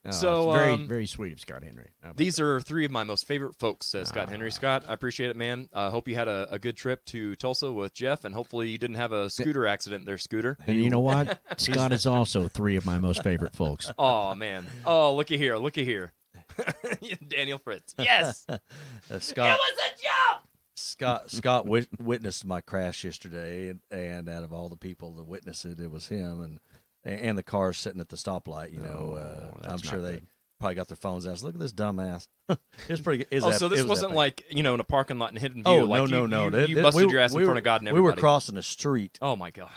Speaker 4: Oh,
Speaker 1: So,
Speaker 4: it's very,
Speaker 1: um,
Speaker 4: very sweet of Scott Henry. How about
Speaker 1: These are three of my most favorite folks, says Scott
Speaker 5: Ah.
Speaker 1: Henry. Scott, I appreciate it, man. I hope you had a, a good trip to Tulsa with Jeff, and hopefully you didn't have a scooter accident there, Scooter.
Speaker 4: that? And you know what? Scott is also three of my most favorite folks.
Speaker 1: Oh, man. Oh, looky here. Looky here. Daniel Fritz. Yes.
Speaker 5: Uh, Scott. It was a job. Scott Scott wit- witnessed my crash yesterday, and, and out of all the people that witnessed it, it was him and and the car sitting at the stoplight. You know,
Speaker 4: Oh,
Speaker 5: uh, I'm
Speaker 4: that's
Speaker 5: sure
Speaker 4: not
Speaker 5: they
Speaker 4: good.
Speaker 5: probably got their phones out. Look at this dumbass. it's pretty. It's
Speaker 1: oh,
Speaker 5: ep-
Speaker 1: so
Speaker 5: it
Speaker 1: this
Speaker 5: was
Speaker 1: wasn't
Speaker 5: epic.
Speaker 1: like, you know, in a parking lot in Hidden View.
Speaker 5: Oh
Speaker 1: like
Speaker 5: no
Speaker 1: you-
Speaker 5: no no!
Speaker 1: You,
Speaker 5: That-
Speaker 1: you
Speaker 5: that-
Speaker 1: busted
Speaker 5: we-
Speaker 1: your ass in
Speaker 5: we
Speaker 1: front
Speaker 5: were-
Speaker 1: of God and
Speaker 5: We
Speaker 1: everybody.
Speaker 5: were crossing a street.
Speaker 1: Oh, my God.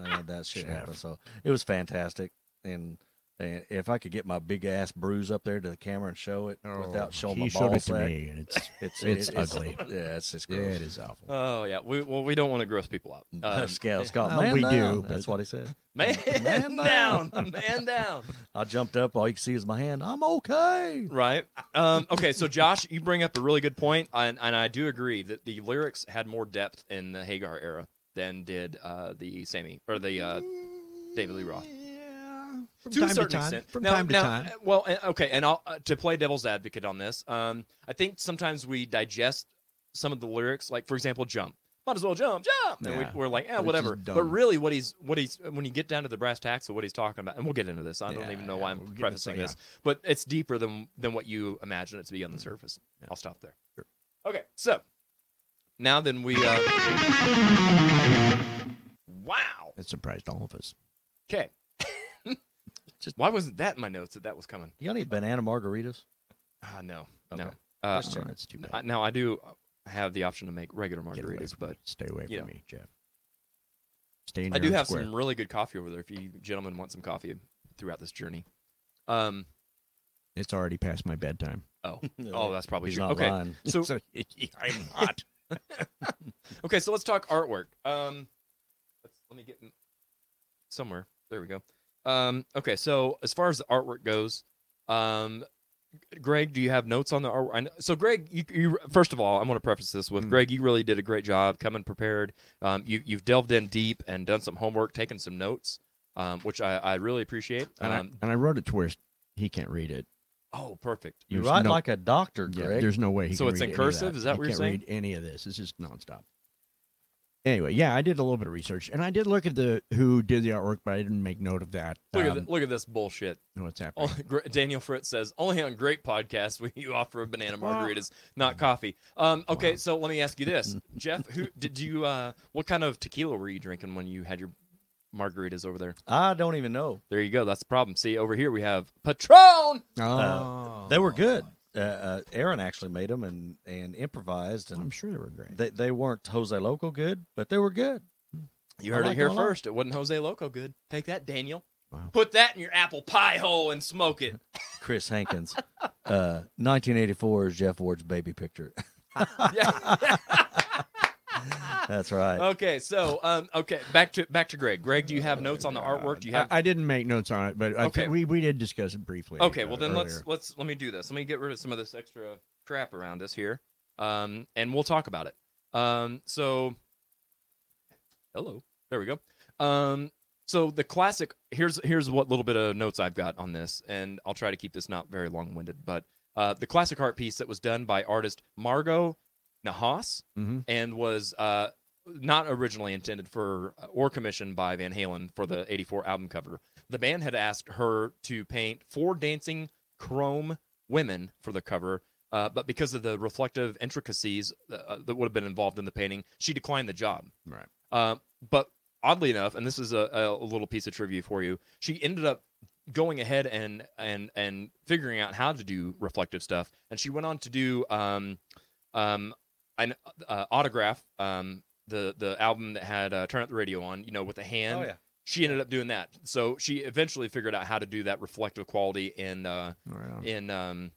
Speaker 5: Uh, that shit
Speaker 4: Oh, ah, Jeff.
Speaker 5: happened. So it was fantastic. And, and if I could get my big ass bruise up there to the camera and show it without showing
Speaker 4: Oh, he
Speaker 5: my
Speaker 4: showed
Speaker 5: ball
Speaker 4: it to
Speaker 5: sack,
Speaker 4: me, and it's
Speaker 5: it's,
Speaker 4: It's
Speaker 5: it- it's
Speaker 4: ugly.
Speaker 5: Yeah, it's just
Speaker 4: yeah,
Speaker 5: gross.
Speaker 4: it is awful.
Speaker 1: Oh, yeah. We, well, we don't want to gross people out.
Speaker 5: Uh,
Speaker 1: Um,
Speaker 5: Scott, Scott,
Speaker 4: well,
Speaker 5: man
Speaker 4: we
Speaker 5: down.
Speaker 4: do,
Speaker 5: That's what he said.
Speaker 1: Man,
Speaker 5: Man
Speaker 1: down, man down.
Speaker 5: I jumped up. All you can see is my hand. I'm okay.
Speaker 1: Right. Um, okay. So Josh, you bring up a really good point, and, and I do agree that the lyrics had more depth in the Hagar era than did uh, the Sammy or the uh, David Lee Roth.
Speaker 4: Yeah, from
Speaker 1: to a
Speaker 4: time
Speaker 1: certain
Speaker 4: to time.
Speaker 1: extent.
Speaker 4: From
Speaker 1: Now-
Speaker 4: time to
Speaker 1: now,
Speaker 4: time.
Speaker 1: uh, Well, uh, okay, and I'll, uh, to play devil's advocate on this, um, I think sometimes we digest some of the lyrics, like for example, "Jump." Might as well jump, jump, and
Speaker 4: Yeah.
Speaker 1: we, we're like, eh,
Speaker 4: just
Speaker 1: whatever. But
Speaker 4: dumb.
Speaker 1: really, what he's what he's when you get down to the brass tacks of what he's talking about, and we'll get into this. I don't
Speaker 4: Yeah,
Speaker 1: even know
Speaker 4: yeah,
Speaker 1: why I'm
Speaker 4: we'll get into
Speaker 1: prefacing
Speaker 4: that,
Speaker 1: this, but it's deeper than than what you imagine it to be
Speaker 4: Mm-hmm.
Speaker 1: on the surface. I'll stop there. Okay, so now then we. Uh, wow.
Speaker 4: It surprised all of us.
Speaker 1: Okay. Just why wasn't that in my notes that that was coming?
Speaker 5: You got any banana margaritas?
Speaker 1: Ah, no,
Speaker 5: Okay.
Speaker 1: no. Uh,
Speaker 5: Just checking.
Speaker 4: Oh, that's too bad.
Speaker 1: I, now I do have the option to make regular
Speaker 4: Get away
Speaker 1: margaritas,
Speaker 4: from
Speaker 1: but
Speaker 4: me. stay away
Speaker 1: you
Speaker 4: from
Speaker 1: know.
Speaker 4: me, Jeff. Stay in
Speaker 1: I
Speaker 4: your
Speaker 1: do
Speaker 4: own
Speaker 1: have
Speaker 4: square.
Speaker 1: some really good coffee over there. If you gentlemen want some coffee throughout this journey, um,
Speaker 4: It's already past my bedtime.
Speaker 1: oh, oh, that's probably
Speaker 5: He's
Speaker 1: true.
Speaker 5: not
Speaker 1: Okay,
Speaker 5: lying.
Speaker 1: so
Speaker 4: I'm hot.
Speaker 1: okay, so let's talk artwork. Um, let's, let me get in- somewhere. There we go. Um, okay, so as far as the artwork goes, um, Greg, do you have notes on the artwork? I know, so, Greg, you, you first of all, I'm going to preface this with
Speaker 4: Mm.
Speaker 1: Greg. You really did a great job coming prepared. Um, you you've delved in deep and done some homework, taken some notes, um, which I, I really appreciate.
Speaker 4: and, I,
Speaker 1: Um,
Speaker 4: and I wrote it to where he can't read it.
Speaker 1: oh, perfect.
Speaker 5: You
Speaker 4: There's
Speaker 5: write
Speaker 4: no-
Speaker 5: like a doctor,
Speaker 4: Yeah,
Speaker 5: Greg.
Speaker 4: there's no way. He
Speaker 1: So
Speaker 4: can
Speaker 1: it's in
Speaker 4: read any of
Speaker 1: cursive?
Speaker 4: that.
Speaker 1: Is that
Speaker 4: He
Speaker 1: what you're
Speaker 4: can't
Speaker 1: saying?
Speaker 4: Read any of this? It's just nonstop. Anyway, yeah, I did a little bit of research, and I did look at the who did the artwork, but I didn't make note of that.
Speaker 1: Look at
Speaker 4: Um,
Speaker 1: th- look at this bullshit.
Speaker 4: know what's happening?
Speaker 1: Oh, Gr- Daniel Fritz says only on great podcasts will you offer banana margaritas, not coffee. Um, okay, so let me ask you this, Jeff: Who did you? Uh, what kind of tequila were you drinking when you had your margaritas over there?
Speaker 5: I don't even know.
Speaker 1: There you go. That's the problem. See, over here we have Patron.
Speaker 4: Um,
Speaker 1: Oh.
Speaker 5: uh, They were good. Uh, uh, Aaron actually made them and, and improvised,
Speaker 4: I'm
Speaker 5: and
Speaker 4: sure they were great.
Speaker 5: they, they weren't Jose Loco good, but they were good.
Speaker 1: You
Speaker 5: I
Speaker 1: heard
Speaker 5: like
Speaker 1: it here
Speaker 5: them a lot.
Speaker 1: first. It wasn't Jose Loco. Good. Take that, Daniel.
Speaker 4: Wow.
Speaker 1: Put that in your apple pie hole and smoke it.
Speaker 5: Chris Hankins. Uh, 1984 is Jeff Ward's baby picture.
Speaker 1: Yeah. Oh,
Speaker 5: That's right.
Speaker 1: okay. So, um, okay, back to back to Greg. Greg, do you have notes on the artwork? Do you have
Speaker 4: Uh, I, I didn't make notes on it, but I
Speaker 1: Okay.
Speaker 4: think we we did discuss it briefly.
Speaker 1: Okay,
Speaker 4: uh,
Speaker 1: well then let's
Speaker 4: earlier.
Speaker 1: let's let me do this. Let me get rid of some of this extra crap around us here, um, and we'll talk about it. Um, so, hello, there we go. Um, so the classic here's here's what little bit of notes I've got on this, and I'll try to keep this not very long winded. But uh, the classic art piece that was done by artist Margot Nahas
Speaker 4: Mhm.
Speaker 1: and was uh, not originally intended for uh, or commissioned by Van Halen for the '84 album cover the band had asked her to paint four dancing chrome women for the cover, uh, but because of the reflective intricacies uh, that would have been involved in the painting, she declined the job.
Speaker 4: Right.
Speaker 1: Uh, but oddly enough, and this is a, a little piece of trivia for you, she ended up going ahead and and and figuring out how to do reflective stuff, and she went on to do um, um, an uh, autograph. Um, the, the album that had uh, turn up the radio on you know with a hand she ended up doing that. So she eventually figured out how to do that reflective quality in uh,
Speaker 4: Right on.
Speaker 1: in um,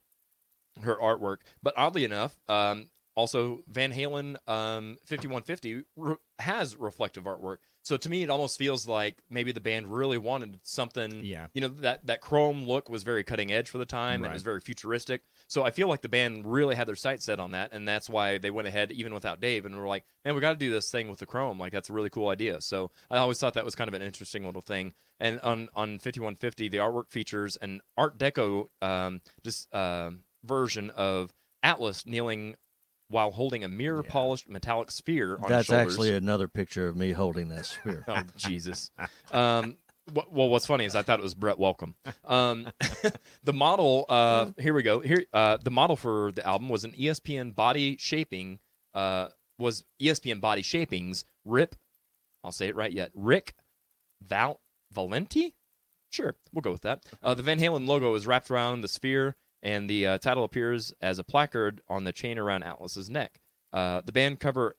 Speaker 1: her artwork. But oddly enough, um, also Van Halen um, 5150 re- has reflective artwork. So to me, it almost feels like maybe the band really wanted something.
Speaker 4: Yeah.
Speaker 1: You know that that chrome look was very cutting edge for the time and it was very futuristic. So I feel like the band really had their sights set on that, and that's why they went ahead even without Dave, and were like, "Man, we got to do this thing with the chrome. Like that's a really cool idea." So I always thought that was kind of an interesting little thing. And on on 5150, the artwork features an Art Deco um, just um version of Atlas kneeling while holding a mirror polished metallic sphere on his
Speaker 5: That's
Speaker 1: shoulders.
Speaker 5: actually another picture of me holding that sphere.
Speaker 1: Oh Jesus. Um, wh- well, what's funny is I thought it was Brett Welcome. Um, the model. Uh, here we go. Here, uh, the model for the album was an E ESPN body shaping. Uh, was ESPN body shapings Rip? I'll say it right yet. Rick Val Valenti. Sure, we'll go with that. Uh, the Van Halen logo is wrapped around the sphere, and the uh, title appears as a placard on the chain around Atlas's neck. Uh, the band cover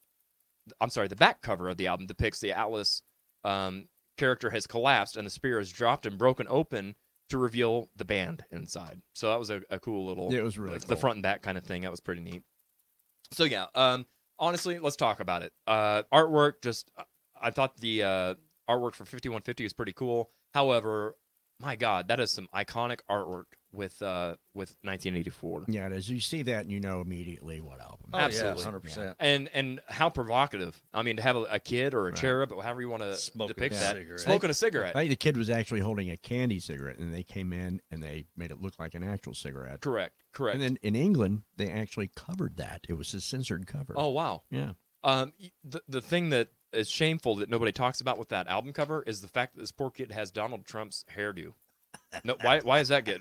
Speaker 1: I'm sorry, the back cover of the album depicts the Atlas um, character has collapsed and the spear is dropped and broken open to reveal the band inside. So that was a, a cool little.
Speaker 4: Yeah, it was really
Speaker 1: like, the
Speaker 4: cool.
Speaker 1: front and back kind of thing. That was pretty neat. So yeah, um, honestly, let's talk about it. Uh, artwork, just I thought the uh, artwork for 5150 is pretty cool. However, my God, that is some iconic artwork with uh, with 1984.
Speaker 4: Yeah, it is. You see that and you know immediately what album.
Speaker 1: Oh, yeah, Absolutely.
Speaker 5: hundred percent.
Speaker 1: and and how provocative. I mean, to have a, a kid or a cherub, or however you want to
Speaker 5: Smoking
Speaker 1: depict
Speaker 5: a
Speaker 1: that,
Speaker 5: cigarette.
Speaker 1: smoking a cigarette.
Speaker 4: I think the kid was actually holding a candy cigarette, and they came in and they made it look like an actual cigarette.
Speaker 1: correct, correct.
Speaker 4: And then in England, they actually covered that. It was a censored cover.
Speaker 1: oh wow.
Speaker 4: yeah.
Speaker 1: Um, y- the the thing that is shameful that nobody talks about with that album cover is the fact that this poor kid has Donald Trump's hairdo. No, why why is that get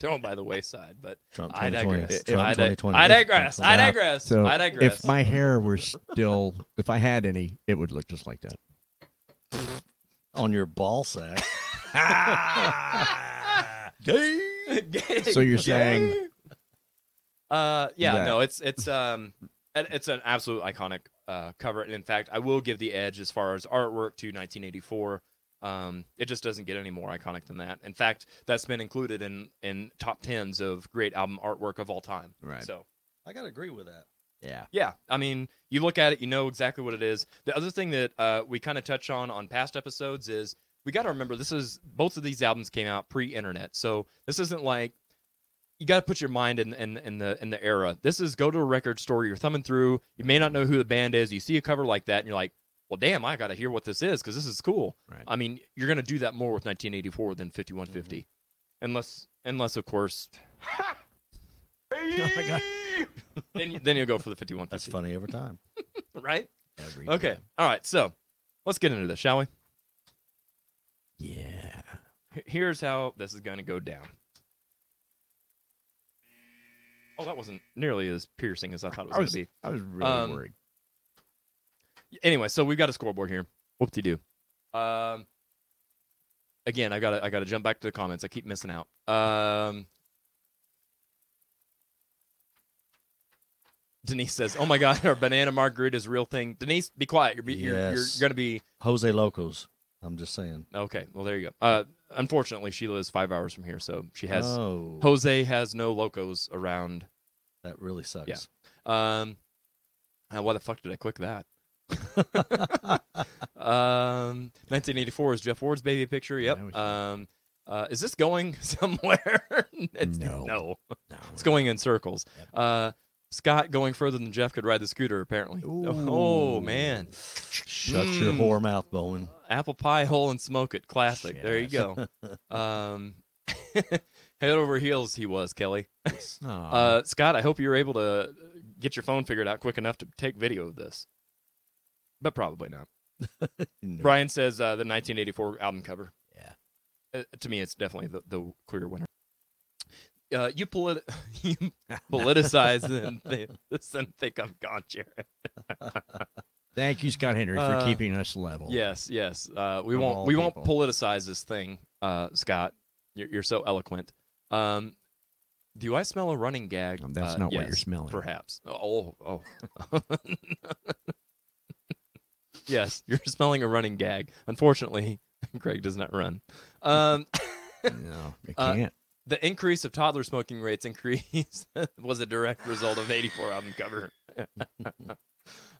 Speaker 1: thrown by the wayside? But
Speaker 5: Trump
Speaker 1: I
Speaker 5: 2020.
Speaker 1: digress.
Speaker 5: Trump
Speaker 1: I, dig-
Speaker 5: 2020.
Speaker 1: I digress. I
Speaker 5: Trump
Speaker 1: digress.
Speaker 4: So
Speaker 1: I digress.
Speaker 4: if my hair were still, if I had any, it would look just like that.
Speaker 5: On your ball sack.
Speaker 4: So you're saying-
Speaker 1: Uh, yeah,
Speaker 4: That.
Speaker 1: no, it's it's um, it- it's an absolute iconic uh cover, and in fact, I will give the edge as far as artwork to 1984. Um, it just doesn't get any more iconic than that. In fact, that's been included in in top tens of great album artwork of all time.
Speaker 4: Right.
Speaker 1: So
Speaker 5: I gotta agree with that.
Speaker 4: Yeah.
Speaker 1: yeah, I mean, you look at it, you know exactly what it is. The other thing that uh, we kind of touch on on past episodes is we got to remember this is both of these albums came out pre-internet, so this isn't like you got to put your mind in, in in the in the era. This is go to a record store, you're thumbing through, you may not know who the band is, you see a cover like that, and you're like, well, damn, I got to hear what this is because this is cool.
Speaker 4: Right.
Speaker 1: I mean, you're gonna do that more with 1984 than 5150, unless unless of course. then, you- then you'll go for the 5150
Speaker 5: That's funny every time.
Speaker 1: right?
Speaker 5: Every
Speaker 1: Okay.
Speaker 5: time.
Speaker 1: All right. So let's get into this, shall we?
Speaker 4: Yeah.
Speaker 1: H- Here's how this is going to go down. Oh, that wasn't nearly as piercing as I thought it was
Speaker 4: I
Speaker 1: going
Speaker 4: was,
Speaker 1: to be.
Speaker 4: I was really
Speaker 1: Um,
Speaker 4: worried.
Speaker 1: Anyway, so we've got a scoreboard here. Whoop de doo. Um, again, I got to I got to jump back to the comments. I keep missing out. Um, Denise says, "Oh my God, our banana margarita is a real thing." Denise, be quiet. You're be, you're, you're
Speaker 5: Yes.
Speaker 1: going to be
Speaker 5: Jose Locos. I'm just saying.
Speaker 1: Okay, well there you go. Uh, unfortunately, she lives five hours from here, so she has
Speaker 5: oh,
Speaker 1: Jose has no locos around.
Speaker 5: that really sucks.
Speaker 1: Yeah. Um, uh, why the fuck did I click that? um, 1984 is Jeff Ward's baby picture.
Speaker 4: that was-
Speaker 1: Yep. Um, uh, is this going somewhere? It's-
Speaker 4: No.
Speaker 1: no,
Speaker 4: No.
Speaker 1: it's going in circles. Uh, Scott going further than Jeff could ride the scooter apparently. Oh
Speaker 4: Ooh.
Speaker 1: man,
Speaker 5: Shut your
Speaker 1: Mm.
Speaker 5: whore mouth, Bowen.
Speaker 1: apple pie hole and smoke it classic there you go um head over heels he was kelly
Speaker 4: Aw.
Speaker 1: uh scott i hope you were able to get your phone figured out quick enough to take video of this but probably not
Speaker 5: No.
Speaker 1: brian says uh the 1984 album cover
Speaker 5: Yeah.
Speaker 1: uh, to me it's definitely the, the clear winner uh, you, polit- you politicize and, th- this and think I'm gone, Jared.
Speaker 4: Thank you, Scott Henry, for
Speaker 1: uh,
Speaker 4: keeping us level.
Speaker 1: Yes, yes. Uh, we
Speaker 4: Of
Speaker 1: won't
Speaker 4: all
Speaker 1: we won't
Speaker 4: people.
Speaker 1: politicize this thing, uh, Scott. You're, you're so eloquent. Um, do I smell a running gag?
Speaker 4: Um, that's
Speaker 1: Uh,
Speaker 4: not what you're
Speaker 1: yes,
Speaker 4: smelling.
Speaker 1: Perhaps. Oh, oh. yes, you're smelling a running gag. Unfortunately, Greg does not run. Um,
Speaker 4: No, it
Speaker 1: Uh,
Speaker 4: can't.
Speaker 1: the increase of toddler smoking rates increase was a direct result of 84 album cover.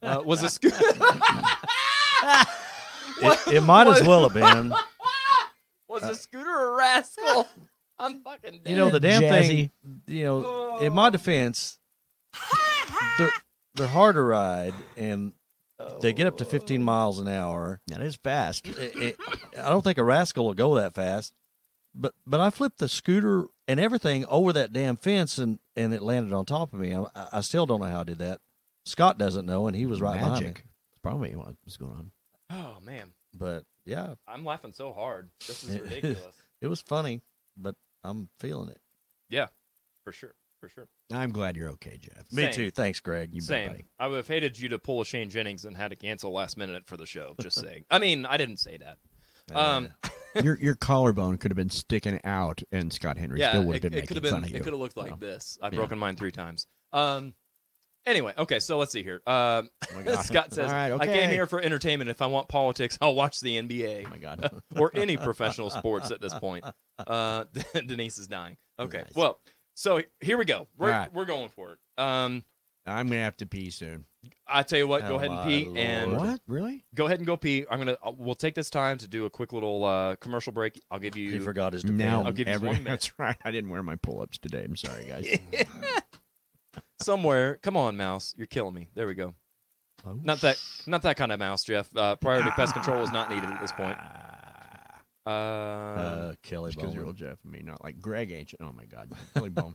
Speaker 1: uh, was a scooter.
Speaker 5: It, it might as well have been.
Speaker 1: Was a scooter a rascal? I'm fucking dead.
Speaker 5: You know the damn
Speaker 4: Jazzy.
Speaker 5: thing. You know, in my defense, they're they're hard to ride, and
Speaker 1: Oh.
Speaker 5: they get up to 15 miles an hour.
Speaker 6: That is fast.
Speaker 5: It- it- I don't think a rascal will go that fast. But but I flipped the scooter and everything over that damn fence, and and it landed on top of me. I, I- I still don't know how I did that. Scott doesn't know, and he was right behind me.
Speaker 6: Magic. It's probably what was going on.
Speaker 1: oh man,
Speaker 5: But yeah,
Speaker 1: I'm laughing so hard. This is ridiculous.
Speaker 5: it was funny. But I'm feeling it.
Speaker 1: for sure, for sure.
Speaker 6: I'm glad you're okay, Jeff.
Speaker 1: Same.
Speaker 5: Me too. Thanks, Greg. You
Speaker 1: Same. I would have hated you to pull a Shane Jennings and had to cancel last minute for the show. Just saying. I mean, I didn't say that. Um,
Speaker 5: Uh,
Speaker 6: your your collarbone could have been sticking out, and Scott Henry
Speaker 1: yeah,
Speaker 6: still would have
Speaker 1: it,
Speaker 6: been
Speaker 1: it could
Speaker 6: making
Speaker 1: have
Speaker 6: fun
Speaker 1: been.
Speaker 6: of you.
Speaker 1: It could have looked like
Speaker 6: Well,
Speaker 1: this. I've
Speaker 6: yeah.
Speaker 1: broken mine three times. Um. Anyway, okay, so let's see here. Um,
Speaker 4: Oh
Speaker 1: Scott says,
Speaker 6: Oh All right,
Speaker 1: "I came
Speaker 6: okay.
Speaker 1: here for entertainment. If I want politics, I'll watch the NBA."
Speaker 6: Oh my God.
Speaker 1: or any professional sports at this point. Uh, Denise is dying. Okay.
Speaker 6: Nice.
Speaker 1: Well, so here we go. We're,
Speaker 6: All right.
Speaker 1: we're going for it. Um,
Speaker 6: I'm gonna have to pee soon.
Speaker 1: I tell you what, go
Speaker 5: Oh,
Speaker 1: ahead and
Speaker 5: my
Speaker 1: pee and
Speaker 5: Lord.
Speaker 6: What? Really?
Speaker 1: go ahead and go pee. I'm gonna. uh, We'll take this time to do a quick little uh, commercial break. I'll give
Speaker 5: He
Speaker 1: you.
Speaker 5: forgot his
Speaker 6: Now
Speaker 1: I'll
Speaker 5: now.
Speaker 1: give you
Speaker 6: every-
Speaker 1: one minute.
Speaker 6: That's right. I didn't wear my pull-ups today. I'm sorry, guys.
Speaker 1: somewhere. Come on, mouse. You're killing me. There we go. Not that, not that kind of mouse, Jeff. Uh,
Speaker 4: Ah.
Speaker 1: priority pest control is not needed at this point. Uh,
Speaker 5: Uh, Kelly
Speaker 6: Because you're
Speaker 5: Bowman.
Speaker 6: old Jeff and me, not like Greg H. Oh my God, Billy Bone.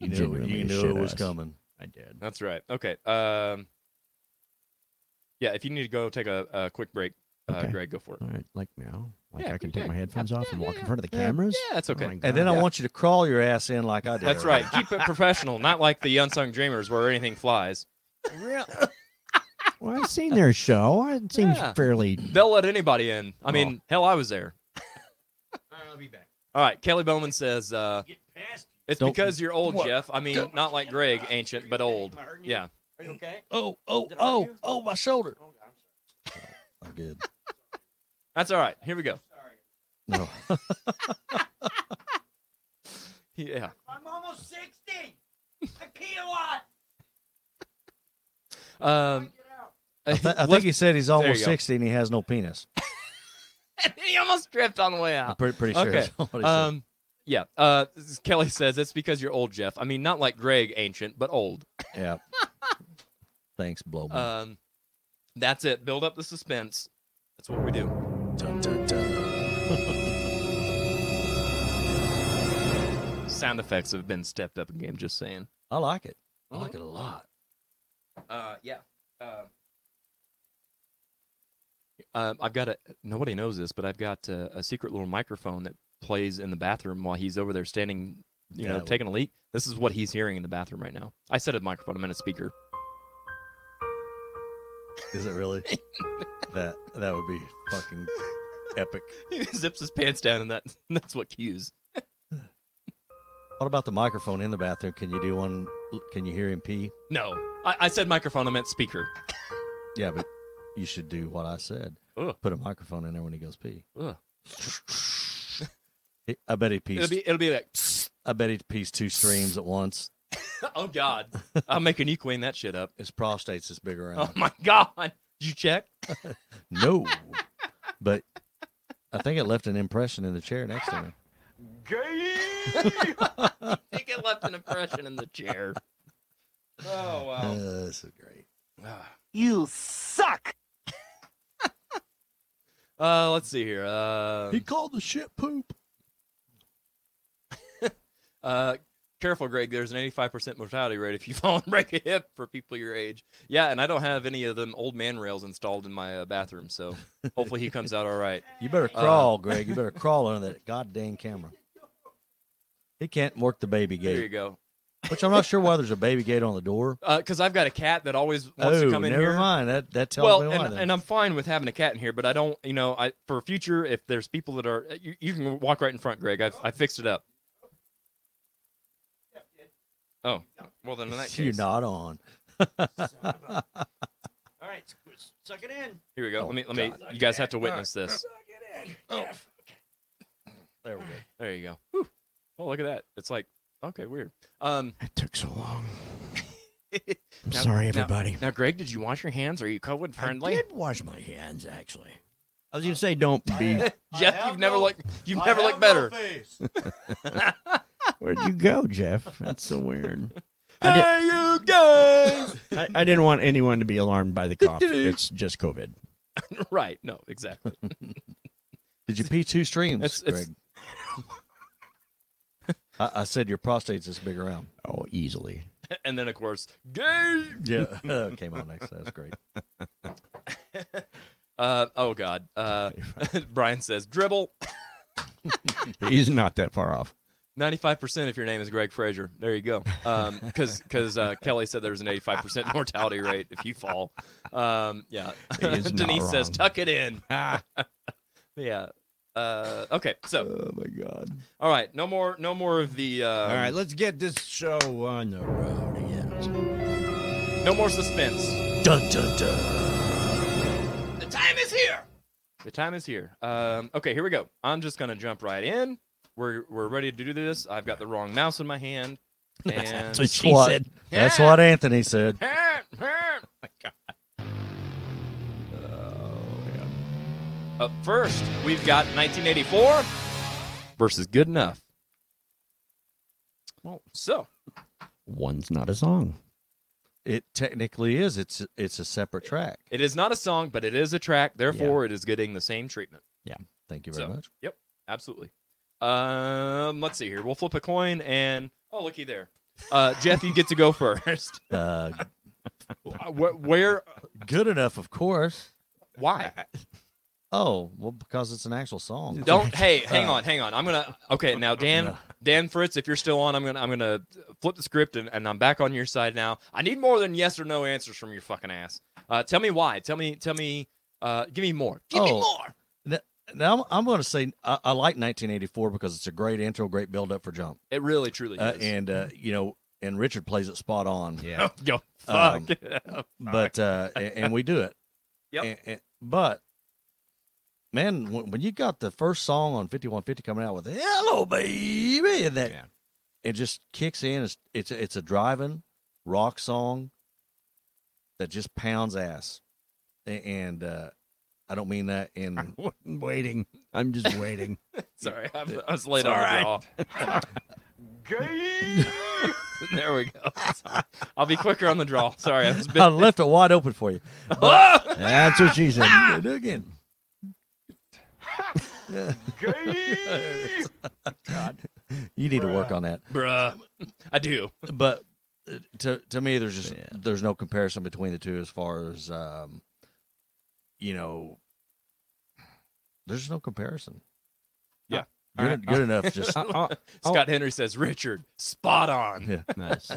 Speaker 5: You knew,
Speaker 6: Genuinely
Speaker 5: you
Speaker 6: a
Speaker 5: knew
Speaker 6: shit
Speaker 5: it was
Speaker 6: ass.
Speaker 5: coming.
Speaker 6: I did.
Speaker 1: that's right. Okay. Um, yeah. If you need to go take a, a quick break, uh,
Speaker 6: Okay.
Speaker 1: Greg, go for it.
Speaker 6: All right, like now, like
Speaker 1: Yeah,
Speaker 6: I can
Speaker 1: yeah,
Speaker 6: take my headphones
Speaker 1: yeah,
Speaker 6: off and
Speaker 1: yeah,
Speaker 6: walk
Speaker 1: yeah,
Speaker 6: in front of the
Speaker 1: yeah.
Speaker 6: cameras.
Speaker 1: Yeah, that's
Speaker 6: Oh
Speaker 1: okay.
Speaker 6: my
Speaker 5: And then
Speaker 6: God.
Speaker 5: I want you to crawl your ass in like I did.
Speaker 1: That's right. Keep it professional, not like the Unsung Dreamers where anything flies.
Speaker 6: Well, I've seen their show. It seems
Speaker 1: Yeah.
Speaker 6: fairly.
Speaker 1: They'll let anybody in. I mean, hell, I was there.
Speaker 3: I'll be back.
Speaker 1: All right, Kelly Bowman says uh,
Speaker 3: Get past me.
Speaker 1: it's
Speaker 6: Don't-
Speaker 1: because you're old,
Speaker 5: What?
Speaker 1: Jeff. I mean, not like Greg, ancient but old.
Speaker 3: Am I hurting you?
Speaker 1: Yeah.
Speaker 3: Are you okay?
Speaker 5: Oh, oh,
Speaker 3: Did I hurt
Speaker 5: oh,
Speaker 3: you?
Speaker 5: oh, my shoulder.
Speaker 3: Oh, I'm
Speaker 5: I did.
Speaker 1: That's all right. Here we go.
Speaker 3: sorry.
Speaker 5: No.
Speaker 1: Yeah.
Speaker 3: I'm almost 60. I pee a lot.
Speaker 1: Um,
Speaker 3: Get out.
Speaker 5: I, thi- I think
Speaker 1: let's-
Speaker 5: he said he's
Speaker 1: you
Speaker 5: almost
Speaker 1: go.
Speaker 5: 60 and he has no penis.
Speaker 1: he almost tripped on the way out.
Speaker 5: I'm pretty, pretty sure.
Speaker 1: Okay.
Speaker 5: that's what he said.
Speaker 1: Um, yeah. Uh, this is- Kelly says it's because you're old, Jeff. I mean, not like Greg, ancient but old.
Speaker 5: yeah. Thanks, Blowman.
Speaker 1: Um, that's it. Build up the suspense. That's what we do.
Speaker 5: Dun, dun, dun.
Speaker 1: Sound effects have been stepped up in game. Just saying.
Speaker 5: I like it. I like it
Speaker 1: oh.
Speaker 5: a lot.
Speaker 1: Uh, yeah. Uh, um, I've got a nobody knows this, but I've got a, a secret little microphone that plays in the bathroom while he's over there standing, you know,
Speaker 5: Yeah.
Speaker 1: taking a leak. This is what he's hearing in the bathroom right now. I said a microphone. I'm in a speaker.
Speaker 5: Is it really? that that would be fucking epic.
Speaker 1: He zips his pants down, and that that's what cues.
Speaker 5: What about the microphone in the bathroom? Can you do one? Can you hear him pee?
Speaker 1: No, I, I said microphone. I meant speaker.
Speaker 5: Yeah, but you should do what I said.
Speaker 1: Ugh.
Speaker 5: Put a microphone in there when he goes pee.
Speaker 1: Ugh.
Speaker 5: He- I bet he
Speaker 1: It'll
Speaker 5: pees.
Speaker 1: be it'll be like,
Speaker 5: I bet he pees two streams at once.
Speaker 1: oh god, I'm making you clean that shit up.
Speaker 5: His prostate's this big around.
Speaker 1: Oh my god, did you check?
Speaker 5: No, but I think it left an impression in the chair next to me.
Speaker 1: I think it left an impression in the chair. Oh
Speaker 5: Uh,
Speaker 1: wow.
Speaker 5: this is great.
Speaker 7: You suck!
Speaker 1: Uh, let's see here. Uh,
Speaker 5: called the shit poop.
Speaker 1: uh, careful, Greg. There's an 85% mortality rate if you fall and break a hip for people your age. Yeah, and I don't have any of them old man rails installed in my uh, bathroom, so hopefully he comes out all right.
Speaker 5: You better
Speaker 1: Uh,
Speaker 5: crawl, Greg. You better crawl under that goddamn camera. He can't work the baby
Speaker 1: There you
Speaker 5: gate,
Speaker 1: go.
Speaker 5: which I'm not sure why there's a baby gate on the door.
Speaker 1: Because I've got a cat that always wants
Speaker 5: oh,
Speaker 1: to come in
Speaker 5: never
Speaker 1: here.
Speaker 5: mind. That that tells
Speaker 1: Well,
Speaker 5: me why.
Speaker 1: and,
Speaker 5: then.
Speaker 1: and I'm fine with having a cat in here, but I don't, you know, I for future if there's people that are, you, you can walk right in front, Greg. I've I fixed it up. Oh, well then in that
Speaker 5: You're
Speaker 1: case,
Speaker 5: not on.
Speaker 3: All right, s- suck it in.
Speaker 1: here we go.
Speaker 5: Oh,
Speaker 1: let me let me.
Speaker 5: God.
Speaker 1: You guys have to witness this.
Speaker 3: Suck it in. Jeff.
Speaker 5: There we go.
Speaker 1: There you go. Whew. Oh, look at that. It's like okay, weird. Um,
Speaker 6: It took so long.
Speaker 1: Now-
Speaker 4: Sorry,
Speaker 1: now-
Speaker 4: everybody.
Speaker 1: Now, Greg, did you wash your hands? Are you COVID
Speaker 6: I
Speaker 1: friendly?
Speaker 6: did wash my hands actually.
Speaker 4: I was gonna say, don't be.
Speaker 1: Jeff,
Speaker 3: have
Speaker 1: you've never
Speaker 3: no-
Speaker 1: looked you've
Speaker 3: I
Speaker 1: never
Speaker 3: have
Speaker 1: looked
Speaker 3: no
Speaker 1: better.
Speaker 3: face.
Speaker 4: Where'd you go, Jeff? That's so weird. I did-
Speaker 1: There you guys.
Speaker 4: I, I didn't want anyone to be alarmed by the cough. It's just COVID.
Speaker 1: right. No, exactly.
Speaker 5: Did you pee two streams,
Speaker 1: It's- it's-
Speaker 5: Greg? I, I said your prostate's this big around.
Speaker 4: Oh, easily.
Speaker 1: And then of course, gay.
Speaker 5: Yeah, came on next. That's great.
Speaker 1: Uh, oh God. Uh, Brian says dribble.
Speaker 4: He's not that far off.
Speaker 1: Ninety-five percent if your name is Greg Frazier. There you go. Um, because because uh, Kelly said there's an eighty-five percent mortality rate if you fall. Um, yeah.
Speaker 4: He is not
Speaker 1: Denise says
Speaker 4: wrong.
Speaker 1: tuck it in.
Speaker 4: Ah.
Speaker 1: Yeah. Uh, okay. So
Speaker 4: Oh my God.
Speaker 1: all right. No more. No more of the. Uh,
Speaker 4: All right, let's get this show on the road again.
Speaker 1: No more suspense.
Speaker 6: Dun dun dun.
Speaker 3: The time is here.
Speaker 1: The time is here. Um, okay. Here we go. I'm just gonna jump right in. We're we're ready to do this. I've got the wrong mouse in my hand. And
Speaker 4: That's what she
Speaker 5: What?
Speaker 4: said.
Speaker 5: That's what Anthony said.
Speaker 1: Oh, Up first, we've got 1984 versus Good Enough. Well, so
Speaker 4: One's not a song.
Speaker 5: It technically is. It's it's a separate track.
Speaker 1: it is not a song, but it is a track. Therefore, it is getting the same treatment.
Speaker 5: Thank you very
Speaker 1: So-
Speaker 5: much.
Speaker 1: Absolutely. Um, let's see here. We'll flip a coin, and oh, looky there. Uh, Jeff, you get to go first.
Speaker 5: Uh,
Speaker 1: Uh, where, where?
Speaker 5: good enough, of course.
Speaker 1: Why?
Speaker 5: Oh well, because it's Uh, oh, an actual song.
Speaker 1: Don't. Hey, hang on, hang on. I'm gonna. Okay, now Dan, Dan Fritz, if you're still on, I'm gonna I'm gonna flip the script and, and I'm back on your side now. I need more than yes or no answers from your fucking ass. Uh, tell me why. Tell me. Tell me. Uh, give me more. Give me
Speaker 5: Oh.
Speaker 1: more.
Speaker 5: Now I'm, I'm going to say I, I like 1984 because it's a great intro, great build up for Jump,
Speaker 1: It really truly
Speaker 5: uh,
Speaker 1: is. Mm-hmm.
Speaker 5: and uh, you know, and Richard plays it spot on.
Speaker 4: Yeah.
Speaker 1: Yo,
Speaker 5: um,
Speaker 1: fuck.
Speaker 5: but uh, a- and, we do it.
Speaker 1: Yep.
Speaker 5: And- and- but man, when, when you got the first song on 5150 coming out with "Hello, baby," and that
Speaker 4: Yeah.
Speaker 5: it just kicks in. It's it's a- it's a driving rock song that just pounds ass, A- and uh, I don't mean that in
Speaker 4: I'm waiting. I'm just waiting.
Speaker 1: Sorry, I'm, I was late
Speaker 4: It's
Speaker 1: on
Speaker 4: all right.
Speaker 1: the draw. there we go. Sorry. I'll be quicker on the draw. Sorry, I was
Speaker 5: I
Speaker 1: bit-
Speaker 5: left it wide open for you.
Speaker 4: That's what she said.
Speaker 5: Do it again. God. You need to work on that.
Speaker 1: bruh. I do.
Speaker 5: But uh, to to me, there's just
Speaker 4: Yeah.
Speaker 5: there's no comparison between the two as far as um, you know. There's no comparison.
Speaker 1: Yeah.
Speaker 5: good, good enough. Just
Speaker 4: Uh, uh, Oh.
Speaker 1: Scott Henry says Richard, spot on.
Speaker 4: nice.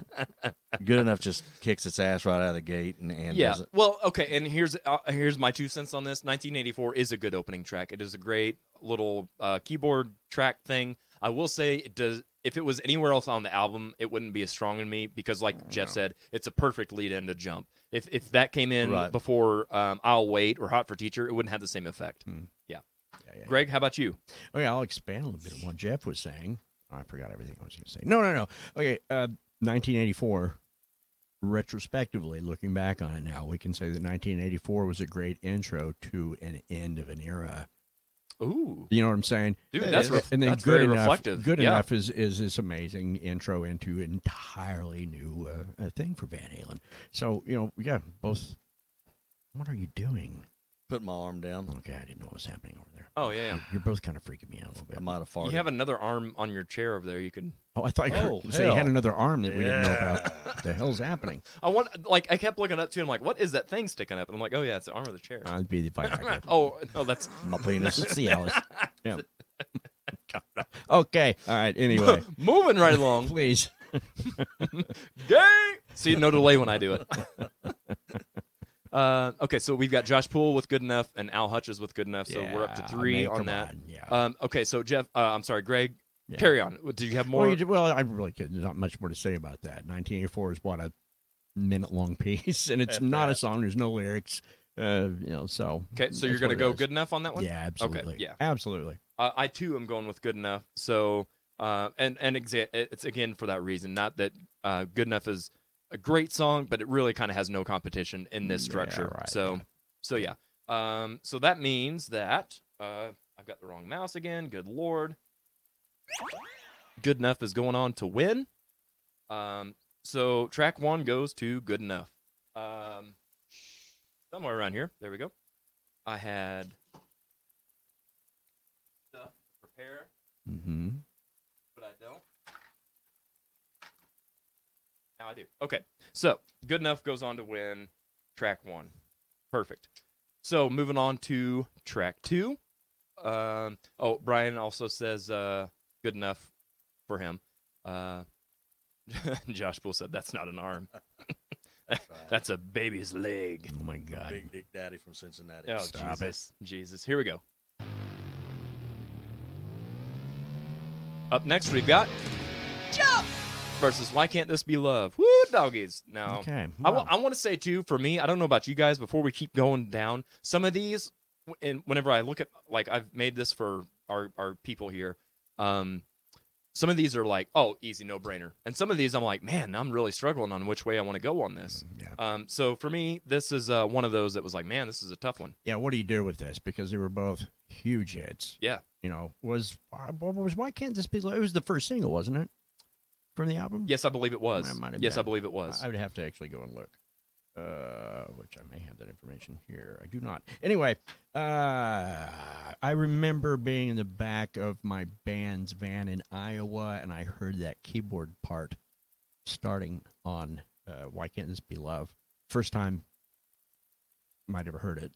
Speaker 5: good enough. Just kicks its ass right out of the gate and and
Speaker 1: yeah.
Speaker 5: does it.
Speaker 1: Well, okay, and here's uh, here's my two cents on this. 1984 is a good opening track. It is a great little uh, keyboard track thing. I will say it does. If it was anywhere else on the album, it wouldn't be as strong in me because, like
Speaker 5: Mm,
Speaker 1: Jeff said, it's a perfect lead in to jump. If if that came in
Speaker 5: Right.
Speaker 1: before um, "I'll Wait" or "Hot for Teacher," it wouldn't have the same effect.
Speaker 4: Hmm.
Speaker 1: Yeah.
Speaker 4: Yeah, yeah,
Speaker 1: Greg, how about you?
Speaker 4: Okay, I'll expand a little bit on what Jeff was saying. Oh, I forgot everything I was going to say. No, no, no. Okay, uh, 1984. Retrospectively, looking back on it now, we can say that 1984 was a great intro to an end of an era.
Speaker 1: Ooh,
Speaker 4: You know what I'm saying?
Speaker 1: dude,
Speaker 5: It
Speaker 1: that's
Speaker 5: is.
Speaker 1: ref-
Speaker 4: and then
Speaker 1: that's
Speaker 4: good
Speaker 1: very
Speaker 4: enough.
Speaker 1: reflective.
Speaker 4: Good
Speaker 1: yeah.
Speaker 4: enough is is this amazing intro into entirely new uh, uh, thing for Van Halen. So you know, yeah, both. What are you doing?
Speaker 5: Put my arm down.
Speaker 4: Okay, I didn't know what was happening over there.
Speaker 1: Oh yeah,
Speaker 4: You're both kind of freaking me out a little bit.
Speaker 5: I might have farted.
Speaker 1: yeah. You have another arm on your chair over there. You can
Speaker 4: Oh, I thought you
Speaker 5: Oh,
Speaker 4: heard, so you had
Speaker 5: hell.
Speaker 4: another arm that we didn't know about. What the hell's happening?
Speaker 1: I want like I kept looking up to him like, what is that thing sticking up? And I'm like, oh yeah, it's the arm of the chair.
Speaker 4: I'd be the firecracker.
Speaker 1: oh no, that's
Speaker 5: my penis.
Speaker 4: It's the Alice. Yeah. okay. All right. Anyway,
Speaker 1: moving right along.
Speaker 4: please.
Speaker 1: Gay. See, no delay when I do it. Uh, okay, so we've got Josh Poole with good enough and Al Hutches with good enough. So we're up to
Speaker 4: Yeah,
Speaker 1: three
Speaker 4: man,
Speaker 1: on
Speaker 4: come
Speaker 1: that.
Speaker 4: on, Yeah.
Speaker 1: Um, okay, so Jeff, uh, I'm sorry, Greg,
Speaker 4: Yeah.
Speaker 1: carry on. Did you have more?
Speaker 4: Well, you ju- well, I really could. There's not much more to say about that. 1984 is what a minute long piece, and it's
Speaker 5: At
Speaker 4: not a
Speaker 5: that.
Speaker 4: song. There's no lyrics. Uh, you know, so
Speaker 1: okay, so you're
Speaker 4: that's
Speaker 1: gonna
Speaker 4: what it
Speaker 1: go
Speaker 4: is.
Speaker 1: good enough on that one.
Speaker 4: Yeah, absolutely.
Speaker 1: yeah.
Speaker 4: absolutely.
Speaker 1: uh, I too am going with good enough. So uh, and and exa- it's again for that reason. Not that uh, good enough is a great song, but it really kind of has no competition in this
Speaker 4: Mm, Yeah,
Speaker 1: structure.
Speaker 4: right.
Speaker 1: So, so yeah. Um, so that means that uh, I've got the wrong mouse again. Good lord. Good enough is going on to win. Um, so track one goes to good enough. Um, somewhere around here. There we go. I had stuff to prepare,
Speaker 4: Mm-hmm.
Speaker 1: but I don't. Now I do. Okay. So good enough goes on to win track one. Perfect. So moving on to track two. Um, oh, Brian also says uh, good enough for him. Uh, Josh Poole said that's not an arm. that's a baby's leg.
Speaker 4: Oh my god.
Speaker 5: Big Dick Daddy from Cincinnati.
Speaker 1: Oh,
Speaker 4: Stop it.
Speaker 1: Jesus. Jesus. Here we go. Up next, we've got Jump versus Why Can't This Be Love? Woo, doggies. Now,
Speaker 4: Okay.
Speaker 1: I
Speaker 4: wow.
Speaker 1: want to say, too, for me, I don't know about you guys, before we keep going down, some of these, w- and whenever I look at, like, I've made this for our, our people here. Um, some of these are like, oh, easy, no brainer. And some of these I'm like, man, I'm really struggling on which way I want to go on this.
Speaker 4: Yeah.
Speaker 1: Um, so for me, this is uh, one of those that was like, man, this is a tough one.
Speaker 4: yeah, what do you do with this? Because they were both huge hits.
Speaker 1: Yeah.
Speaker 4: You know, was uh, what was why can't this be? Love? It was the first single, wasn't it, from the album?
Speaker 1: Yes, I believe it was.
Speaker 4: might have
Speaker 1: Yes, I
Speaker 4: been.
Speaker 1: believe it was.
Speaker 4: I would have to actually go and look, uh, which I may have that information here. I do not. Anyway, uh, I remember being in the back of my band's van in Iowa, and I heard that keyboard part starting on uh, "Why Can't This Be Love." First time, might ever heard it,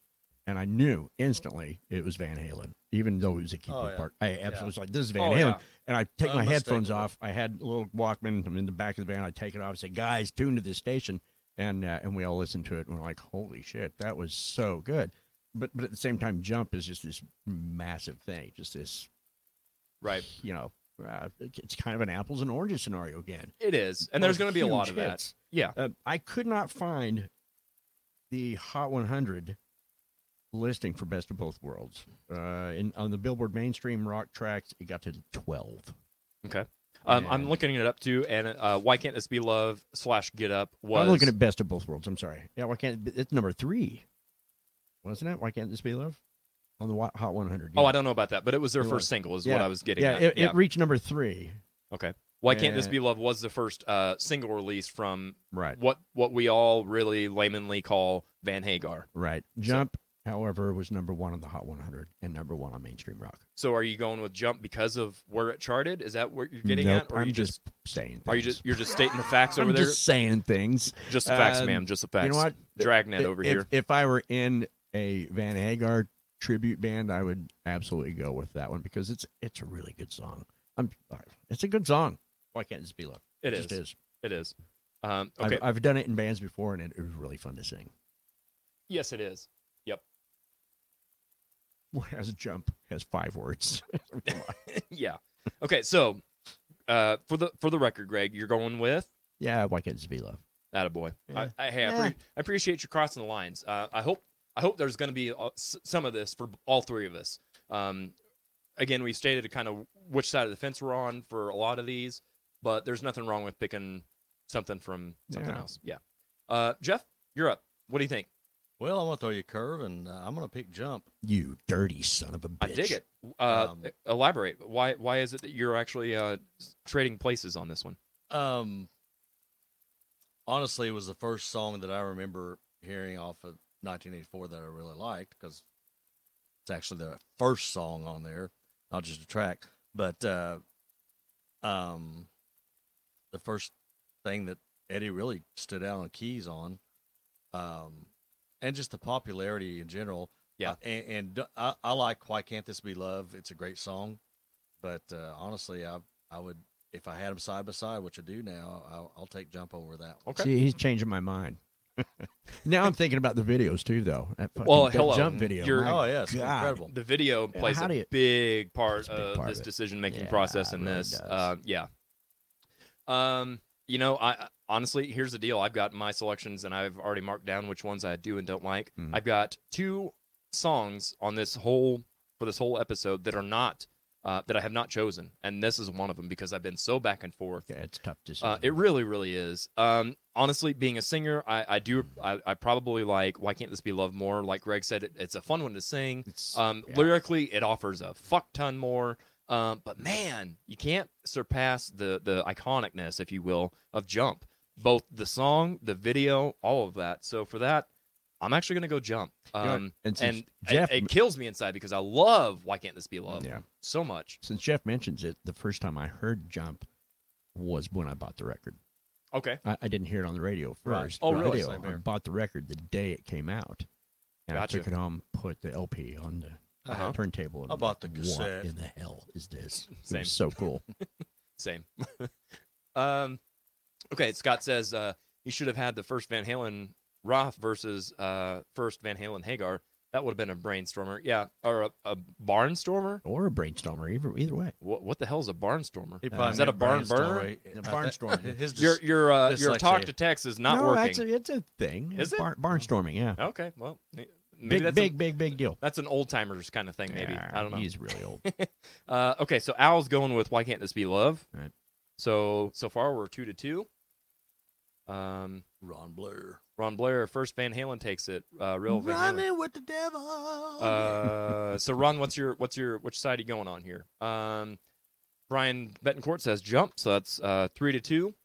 Speaker 4: and I knew instantly it was Van Halen, even though it was a keyboard
Speaker 5: yeah.
Speaker 4: part. I absolutely
Speaker 5: Yeah.
Speaker 4: was like, "This is Van
Speaker 1: Oh,
Speaker 4: Halen."
Speaker 1: yeah.
Speaker 4: and I take my headphones
Speaker 5: Unmistakable.
Speaker 4: off. I had a little Walkman I'm in the back of the van. I take it off. I say, "Guys, tune to this station," and uh, and we all listen to it. And we're like, "Holy shit, that was so good!" But but at the same time, Jump is just this massive thing. Just this,
Speaker 1: Right.
Speaker 4: you know, uh, it- it's kind of an apples and oranges scenario again.
Speaker 1: It is. And there's
Speaker 4: Both
Speaker 1: going to be a lot
Speaker 4: huge
Speaker 1: of that.
Speaker 4: hits.
Speaker 1: Yeah.
Speaker 4: Uh, I could not find the Hot 100 listing for Best of Both Worlds. Uh, in on the Billboard mainstream rock tracks, it got to 12.
Speaker 1: Um, I'm
Speaker 4: Yeah.
Speaker 1: looking it up too. And uh, Why Can't This Be Love slash Get Up was.
Speaker 4: I'm looking at best of both worlds. I'm sorry. Yeah, why can't it's number three, wasn't it? Why can't this be love on the Wa- Hot 100?
Speaker 1: Oh, I don't know about that, but it was their
Speaker 4: It
Speaker 1: first
Speaker 4: was.
Speaker 1: single, is what
Speaker 4: Yeah.
Speaker 1: I was getting
Speaker 4: Yeah,
Speaker 1: at.
Speaker 4: it,
Speaker 1: yeah.
Speaker 4: it reached number three.
Speaker 1: okay. Why Can't This
Speaker 4: Yeah.
Speaker 1: Be Love was the first uh, single release from
Speaker 4: Right,
Speaker 1: what what we all really laymanly call Van Hagar.
Speaker 4: right. Jump, however, was number one on the Hot 100 and number one on mainstream rock.
Speaker 1: So are you going with Jump because of where it charted? Is that what you're getting
Speaker 4: Nope,
Speaker 1: at? Or are
Speaker 4: I'm
Speaker 1: you
Speaker 4: just, saying. Things.
Speaker 1: are you just you're just stating the facts over
Speaker 4: I'm
Speaker 1: there?
Speaker 4: just saying things.
Speaker 1: Just the facts,
Speaker 4: um,
Speaker 1: ma'am. Just the facts.
Speaker 4: You know what?
Speaker 1: Dragnet
Speaker 4: If-
Speaker 1: over
Speaker 4: if,
Speaker 1: here.
Speaker 4: If I were in a Van Hagar tribute band, I would absolutely go with that one because it's it's a really good song. I'm, it's a good song. Why can't this be love?
Speaker 1: It
Speaker 4: just
Speaker 1: is.
Speaker 4: is.
Speaker 1: It is. Um,
Speaker 4: I've-
Speaker 1: okay.
Speaker 4: I've, done it in bands before, and it, it was really fun to sing.
Speaker 1: Yes, it is.
Speaker 4: Whereas jump has five words.
Speaker 1: yeah. Okay, so uh, for the for the record, Greg, you're going with
Speaker 4: yeah, why can't this be love?
Speaker 1: that boy.
Speaker 4: Yeah.
Speaker 1: I, I, hey, I, appre- I appreciate you crossing the lines. Uh, I hope I hope there's going to be uh, s- some of this for b- all three of us. Um, again, we stated kind of which side of the fence we're on for a lot of these, but there's nothing wrong with picking something from something
Speaker 4: Yeah.
Speaker 1: else. Yeah. Uh, Jeff, you're up. What do you think?
Speaker 5: Well, I'm gonna throw you a curve, and uh, I'm gonna pick jump.
Speaker 4: You dirty son of a bitch.
Speaker 1: I dig it. Uh,
Speaker 5: Um,
Speaker 1: elaborate. Why why is it that you're actually uh, s- trading places on this one?
Speaker 5: Um, honestly, it was the first song that I remember hearing off of 1984 that I really liked because it's actually the first song on there, not just a track. But uh, um, the first thing that Eddie really stood out on keys on, um, and just the popularity in general.
Speaker 1: Yeah.
Speaker 5: Uh, and and d- I, I like "Why Can't This Be Love." It's a great song, but uh, honestly, I I would if I had them side by side, which I do now, I'll, I'll take jump over that. One.
Speaker 1: Okay.
Speaker 4: See, he's changing my mind. now I'm thinking about the videos too, though. That fucking
Speaker 1: Well,
Speaker 4: that
Speaker 1: hello.
Speaker 4: jump video.
Speaker 1: You're-
Speaker 4: my
Speaker 5: Oh yeah, it's
Speaker 4: God.
Speaker 5: incredible.
Speaker 1: the video
Speaker 4: Yeah.
Speaker 1: plays
Speaker 4: How
Speaker 1: a
Speaker 4: do you-
Speaker 1: big part
Speaker 4: It's a big
Speaker 1: of
Speaker 4: part
Speaker 1: this
Speaker 4: of it.
Speaker 1: decision making
Speaker 4: Yeah,
Speaker 1: process
Speaker 4: it
Speaker 1: in
Speaker 4: really
Speaker 1: this.
Speaker 4: does.
Speaker 1: Uh, yeah. Um, you know, I I- honestly, here's the deal. I've got my selections and I've already marked down which ones I do and don't like.
Speaker 4: Mhm.
Speaker 1: I've got two songs on this whole for this whole episode that are not uh, uh, that I have not chosen, and this is one of them because I've been so back and forth.
Speaker 4: Yeah, it's tough to say.
Speaker 1: Uh, it really, really is. Um, honestly, being a singer, I, I do. I, I probably like. Why can't this be love more? Like Greg said, it, it's a fun one to sing.
Speaker 4: It's-
Speaker 1: Um,
Speaker 4: yeah.
Speaker 1: Lyrically, it offers a fuck ton more. Um, but man, you can't surpass the the iconicness, if you will, of Jump. Both the song, the video, all of that. So for that, I'm actually gonna go Jump.
Speaker 4: know,
Speaker 1: Um,
Speaker 4: and since
Speaker 1: and it-
Speaker 4: Jeff-
Speaker 1: it, kills me inside because I love Why Can't This Be Love
Speaker 4: Yeah.
Speaker 1: so much.
Speaker 4: Since Jeff mentions it, the first time I heard Jump was when I bought the record.
Speaker 1: Okay.
Speaker 4: I, I didn't hear it on the radio
Speaker 5: Right.
Speaker 4: first.
Speaker 1: Oh,
Speaker 4: but I
Speaker 1: really?
Speaker 4: did.
Speaker 5: Same
Speaker 4: I
Speaker 5: here.
Speaker 4: bought the record the day it came out. And
Speaker 1: Gotcha.
Speaker 4: I took it home, put the LP on the
Speaker 1: Uh-huh.
Speaker 4: turntable. And
Speaker 5: I
Speaker 4: I'm
Speaker 5: bought
Speaker 4: like,
Speaker 5: the cassette."
Speaker 4: What in the hell is this? It
Speaker 1: Same.
Speaker 4: was so cool.
Speaker 1: Same. um, okay, Scott says uh, you should have had the first Van Halen Roth versus uh, first Van Halen Hagar. That would have been a brainstormer. Yeah, or a, a barnstormer.
Speaker 4: or a brainstormer, either, either way.
Speaker 1: What, what the hell is a barnstormer?
Speaker 5: He
Speaker 4: Uh,
Speaker 5: probably
Speaker 4: is
Speaker 1: that
Speaker 5: meant
Speaker 1: a barn
Speaker 5: brainstorm,
Speaker 1: burner?
Speaker 5: right?
Speaker 4: A barnstorm.
Speaker 5: His dis-
Speaker 1: Your your uh, your
Speaker 5: dyslexia.
Speaker 1: talk to text is not
Speaker 4: no,
Speaker 1: working.
Speaker 4: Actually, it's a thing.
Speaker 1: Is it?
Speaker 4: Bar- barnstorming, yeah.
Speaker 1: Okay, well, maybe
Speaker 4: Big,
Speaker 1: that's a-
Speaker 4: big, big, big deal.
Speaker 1: that's an old timers kind of thing. Maybe
Speaker 4: Yeah,
Speaker 1: I don't know.
Speaker 4: He's really old.
Speaker 1: Uh, okay, so Al's going with "Why Can't This Be Love."
Speaker 4: Right.
Speaker 1: So so far we're two to two. Um,
Speaker 5: Ron Blair.
Speaker 1: Ron Blair first. Van Halen takes it. Uh, real Van Halen.
Speaker 5: Rhyming with the devil.
Speaker 1: Uh, so Ron, what's your what's your which side are you going on here? Um, Brian Betancourt says jump, so that's uh, three to two.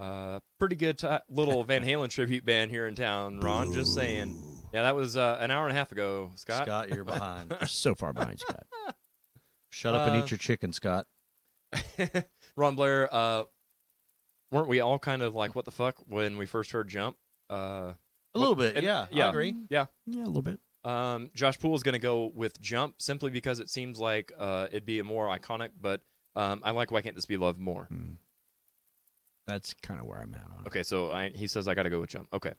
Speaker 1: Uh, pretty good ti little Van Halen tribute band here in town, Ron. Just saying. Yeah, that was uh, an hour and a half ago, Scott.
Speaker 5: Scott, you're behind.
Speaker 4: He's so far behind Scott.
Speaker 5: Shut up and
Speaker 1: Uh,
Speaker 5: eat your chicken, Scott.
Speaker 1: Ron Blair, uh, weren't we all kind of like, what the fuck, when we first heard Jump? Uh,
Speaker 5: A little bit,
Speaker 1: and-
Speaker 5: yeah,
Speaker 1: yeah.
Speaker 5: I agree.
Speaker 1: yeah.
Speaker 4: Um, Yeah, a little bit.
Speaker 1: Um, Josh Poole is going to go with Jump simply because it seems like uh, it'd be a more iconic, but um, I like Why Can't This Be Love more.
Speaker 4: Hmm. That's kind of where I'm at on it.
Speaker 1: Okay, so I, he says I got to go with Jump. Okay.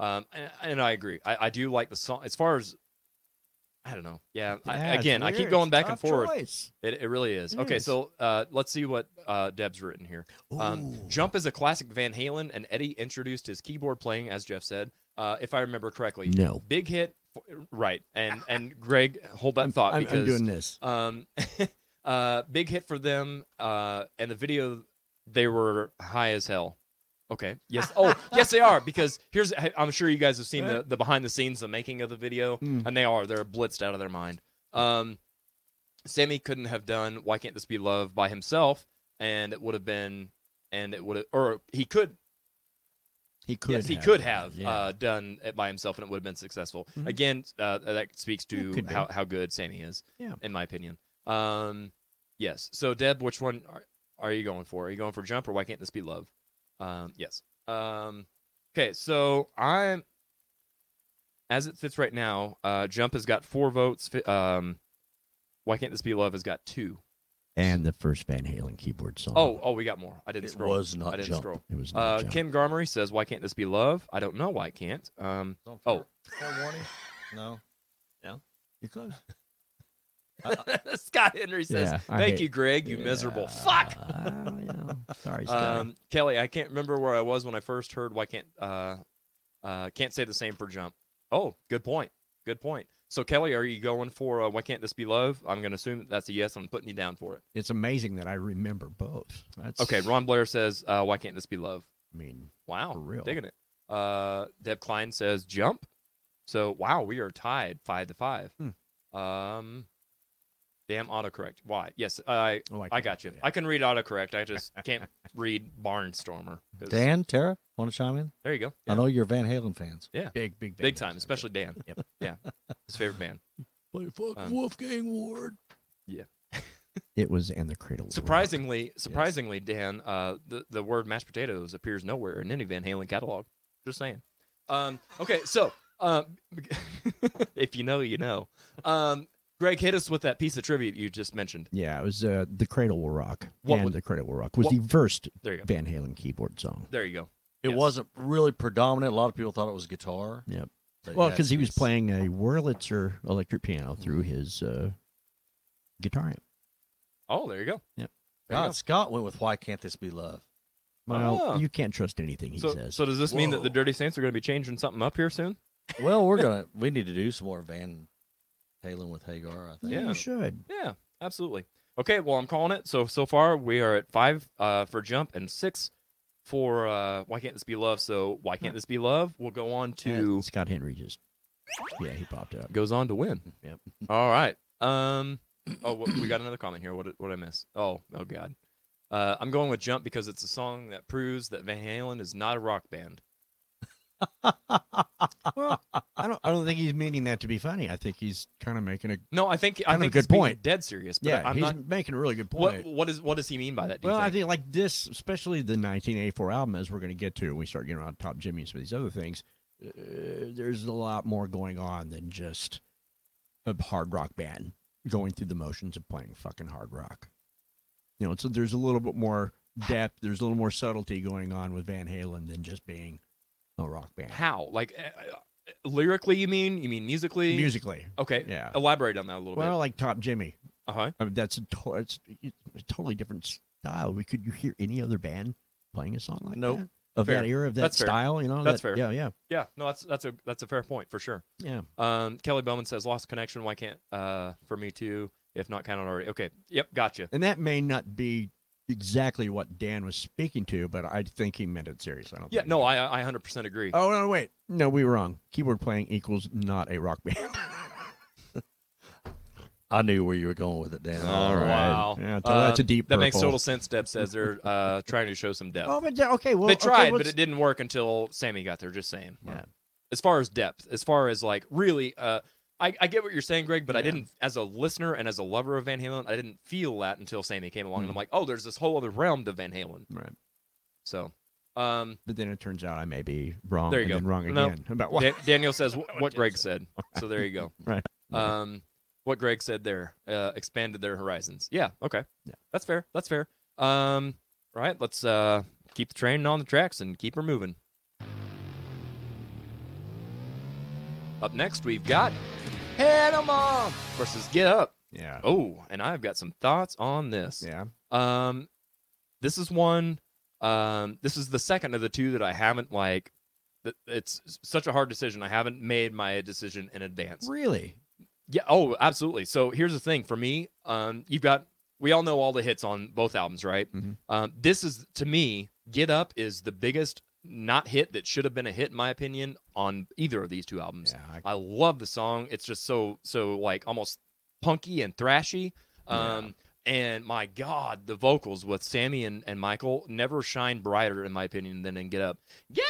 Speaker 1: Um, and, and I agree. I, I do like the song. As far as, I don't know. Yeah. I,
Speaker 4: Yeah, it's
Speaker 1: again, I keep
Speaker 4: weird.
Speaker 1: going
Speaker 4: It's Hmm.
Speaker 1: back and
Speaker 4: tough
Speaker 1: forth.
Speaker 4: choice.
Speaker 1: It, it really is. Okay,
Speaker 4: Yes.
Speaker 1: so uh, let's see what uh, Deb's written here. Um, Jump is a classic Van Halen, and Eddie introduced his keyboard playing, as Jeff said, uh, if I remember correctly.
Speaker 4: No.
Speaker 1: Big hit, right? And and Greg, hold that thought
Speaker 4: I'm,
Speaker 1: because
Speaker 4: I'm doing this.
Speaker 1: um, uh, big hit for them, uh, and the video they were high as hell. Okay. Yes. Oh, yes, they are. Because here's, I- I'm sure you guys have seen the, the behind the scenes, the making of the video,
Speaker 4: Mm.
Speaker 1: and they are. They're blitzed out of their mind. Um, Sammy couldn't have done "Why Can't This Be Love" by himself, and it would have been, and it would have, or he could,
Speaker 4: He could.
Speaker 1: yes, he
Speaker 4: have.
Speaker 1: could have
Speaker 4: Yeah.
Speaker 1: uh, done it by himself, and it would have been successful.
Speaker 4: Mhm.
Speaker 1: Again, uh, that speaks
Speaker 4: Yeah,
Speaker 1: to
Speaker 4: could be.
Speaker 1: how, how good Sammy is,
Speaker 4: Yeah.
Speaker 1: in my opinion. Um, yes. So, Deb, which one are, are you going for? Are you going for Jump or Why Can't This Be Love? Um, yes. Um, okay, so I'm as it sits right now. Uh, Jump has got four votes. fi- Um, Why Can't This Be Love has got two.
Speaker 4: and the first Van Halen keyboard song.
Speaker 1: Oh, oh, we got more. I didn't
Speaker 5: It
Speaker 1: scroll.
Speaker 5: was not
Speaker 1: I didn't
Speaker 5: Jump.
Speaker 1: scroll.
Speaker 4: it was. Not
Speaker 1: Uh,
Speaker 4: Jump.
Speaker 1: Kim Garmory says, "Why can't this be love?" I don't know why it can't. Um, Oh.
Speaker 5: Fair warning? No.
Speaker 4: You're close.
Speaker 1: Scott Henry says,
Speaker 4: Yeah, I
Speaker 1: "Thank
Speaker 4: hate-
Speaker 1: you, Greg. You miserable fuck."
Speaker 4: Uh, yeah. Sorry, Scott.
Speaker 1: Um, Kelly, I can't remember where I was when I first heard. Why can't uh, uh, can't say the same for jump? Oh, good point. Good point. So Kelly, are you going for uh, why can't this be love? I'm gonna assume that that's a yes. I'm putting you down for it.
Speaker 4: it's amazing that I remember both. That's
Speaker 1: Okay. Ron Blair says, uh, "Why can't this be love?"
Speaker 4: I mean,
Speaker 1: Wow,
Speaker 4: For real.
Speaker 1: digging it. Uh, Deb Klein says jump. So wow, we are tied five to five.
Speaker 4: Hmm.
Speaker 1: Um, damn autocorrect. Why? Yes, I
Speaker 4: oh,
Speaker 1: I got you. I can read autocorrect. I just can't read barnstormer. 'cause-
Speaker 5: Dan, Tara, want to chime in?
Speaker 1: There you go.
Speaker 5: I know you're Van Halen fans.
Speaker 4: big, big,
Speaker 1: Big time, especially Dan.
Speaker 4: Yep.
Speaker 1: Yeah, his favorite band.
Speaker 5: Play fuck
Speaker 1: Um,
Speaker 5: Wolfgang Ward.
Speaker 4: It was and the Cradle. of Rock.
Speaker 1: Surprisingly, surprisingly, Dan, uh, the the word mashed potatoes appears nowhere in any Van Halen catalog. Just saying. Um, okay, so um, if you know, you know. Um, Greg, hit us with that piece of tribute you just mentioned.
Speaker 4: Yeah, it was uh, the Cradle Will Rock.
Speaker 1: What
Speaker 4: and
Speaker 1: was-
Speaker 4: the Cradle Will Rock was
Speaker 1: what-
Speaker 4: the first
Speaker 1: There you go.
Speaker 4: Van Halen keyboard song.
Speaker 1: There you go.
Speaker 5: It
Speaker 1: Yes.
Speaker 5: wasn't really predominant. A lot of people thought it was guitar.
Speaker 4: Yep.
Speaker 5: but
Speaker 4: Well,
Speaker 5: yeah,
Speaker 4: because he was
Speaker 5: it's-
Speaker 4: playing a Wurlitzer electric piano through his uh, guitar amp.
Speaker 1: Oh, there you go. There you go.
Speaker 5: God, Scott went with "Why Can't This Be Love."
Speaker 4: Well,
Speaker 1: Oh.
Speaker 4: you can't trust anything he
Speaker 1: So,
Speaker 4: says.
Speaker 1: so does this mean that the
Speaker 5: Whoa.
Speaker 1: Dirty Saints are going to be changing something up here soon?
Speaker 5: Well, we're gonna we need to do some more Van Halen with Hagar. I think.
Speaker 1: Yeah.
Speaker 4: You should.
Speaker 1: Yeah, absolutely. Okay, well, I'm calling it. So so far we are at five uh, for jump and six for uh, why can't this be love? So why can't this be love? We'll go on to
Speaker 4: And Uh, Scott Henry just. Yeah, he popped up.
Speaker 1: goes on to win.
Speaker 5: Yep.
Speaker 1: All right. Um. Oh, wh- we got another comment here. What did- what did I miss? Oh oh God. Uh, I'm going with jump because it's a song that proves that Van Halen is not a rock band.
Speaker 4: I don't. I don't think he's meaning that to be funny. I think he's kind of making a.
Speaker 1: No, I think I
Speaker 4: Kind of a
Speaker 1: think
Speaker 4: good
Speaker 1: he's being
Speaker 4: point.
Speaker 1: Dead serious. But
Speaker 4: Yeah,
Speaker 1: I'm
Speaker 4: he's
Speaker 1: not.
Speaker 4: making a really good point.
Speaker 1: What what is what does he mean by that? Do you
Speaker 4: Well, I
Speaker 1: think?
Speaker 4: think like this, especially the 1984 album, as we're going to get to, we start getting around Top Jimmy and some of these other things. Uh, there's a lot more going on than just a hard rock band going through the motions of playing fucking hard rock. You know, so there's a little bit more depth. There's a little more subtlety going on with Van Halen than just being a rock band.
Speaker 1: how like uh, uh, lyrically? You mean you mean musically?
Speaker 4: Musically,
Speaker 1: Okay.
Speaker 4: yeah.
Speaker 1: Elaborate on that a little
Speaker 4: Well, like Top Jimmy,
Speaker 1: bit. Uh huh.
Speaker 4: I mean, that's a, to- it's, it's a totally different style. We could you hear any other band playing a song like
Speaker 1: Nope.
Speaker 4: that of
Speaker 1: Fair.
Speaker 4: that era of that
Speaker 1: That's fair.
Speaker 4: style? You know,
Speaker 1: That's
Speaker 4: that-
Speaker 1: fair.
Speaker 4: Yeah, yeah,
Speaker 1: Yeah. No, that's that's a that's a fair point for sure.
Speaker 4: yeah.
Speaker 1: Um, Kelly Bowman says lost connection. Why can't uh for me too? If not counted already. Okay. Yep. Gotcha.
Speaker 4: And that may not be exactly what Dan was speaking to, but I think he meant it seriously. I don't
Speaker 1: Yeah.
Speaker 4: think-
Speaker 1: No, I I hundred percent agree.
Speaker 4: Oh no, wait. No, we were wrong. Keyboard playing equals not a rock band.
Speaker 5: I knew where you were going with it, Dan.
Speaker 1: All right. Wow.
Speaker 4: Yeah, so that's a
Speaker 1: Um,
Speaker 4: deep.
Speaker 1: That makes
Speaker 4: purple.
Speaker 1: total sense. Deb says they're uh trying to show some depth.
Speaker 4: Oh, but yeah, okay. Well,
Speaker 1: they
Speaker 4: okay,
Speaker 1: tried, but
Speaker 4: let's-
Speaker 1: it didn't work until Sammy got there. Just saying.
Speaker 4: Yeah.
Speaker 1: As far as depth, as far as like really, uh, I, I get what you're saying, Greg, but I
Speaker 4: Yeah.
Speaker 1: didn't, as a listener and as a lover of Van Halen, I didn't feel that until Sammy came
Speaker 4: Mm.
Speaker 1: along, and I'm like, oh, there's this whole other realm to Van Halen.
Speaker 4: Right.
Speaker 1: So, um,
Speaker 4: But then it turns out I may be wrong.
Speaker 1: There you
Speaker 4: and
Speaker 1: go.
Speaker 4: then wrong
Speaker 1: No.
Speaker 4: again about what.
Speaker 1: Da- Daniel says what, what Greg said. So there you go.
Speaker 4: Right.
Speaker 1: Um, what Greg said there uh, expanded their horizons. Yeah. Okay.
Speaker 4: Yeah.
Speaker 1: That's fair. That's fair. Um, all right. Let's uh, keep the train on the tracks and keep her moving. Up next, we've got Panama versus Get Up.
Speaker 4: Yeah.
Speaker 1: Oh, and I've got some thoughts on this.
Speaker 4: Yeah.
Speaker 1: Um, this is one. Um, this is the second of the two that I haven't like. that- It's such a hard decision. I haven't made my decision in advance.
Speaker 4: Really?
Speaker 1: Yeah. Oh, absolutely. So here's the thing for me. Um, you've got we all know all the hits on both albums, right?
Speaker 4: Mhm.
Speaker 1: Um, this is to me, Get Up is the biggest not hit that should have been a hit, in my opinion, on either of these two albums.
Speaker 4: Yeah. I-
Speaker 1: I love the song. It's just so so like almost punky and thrashy. Um and my god, the vocals with Sammy and, and Michael never shine brighter in my opinion than in Get Up. Get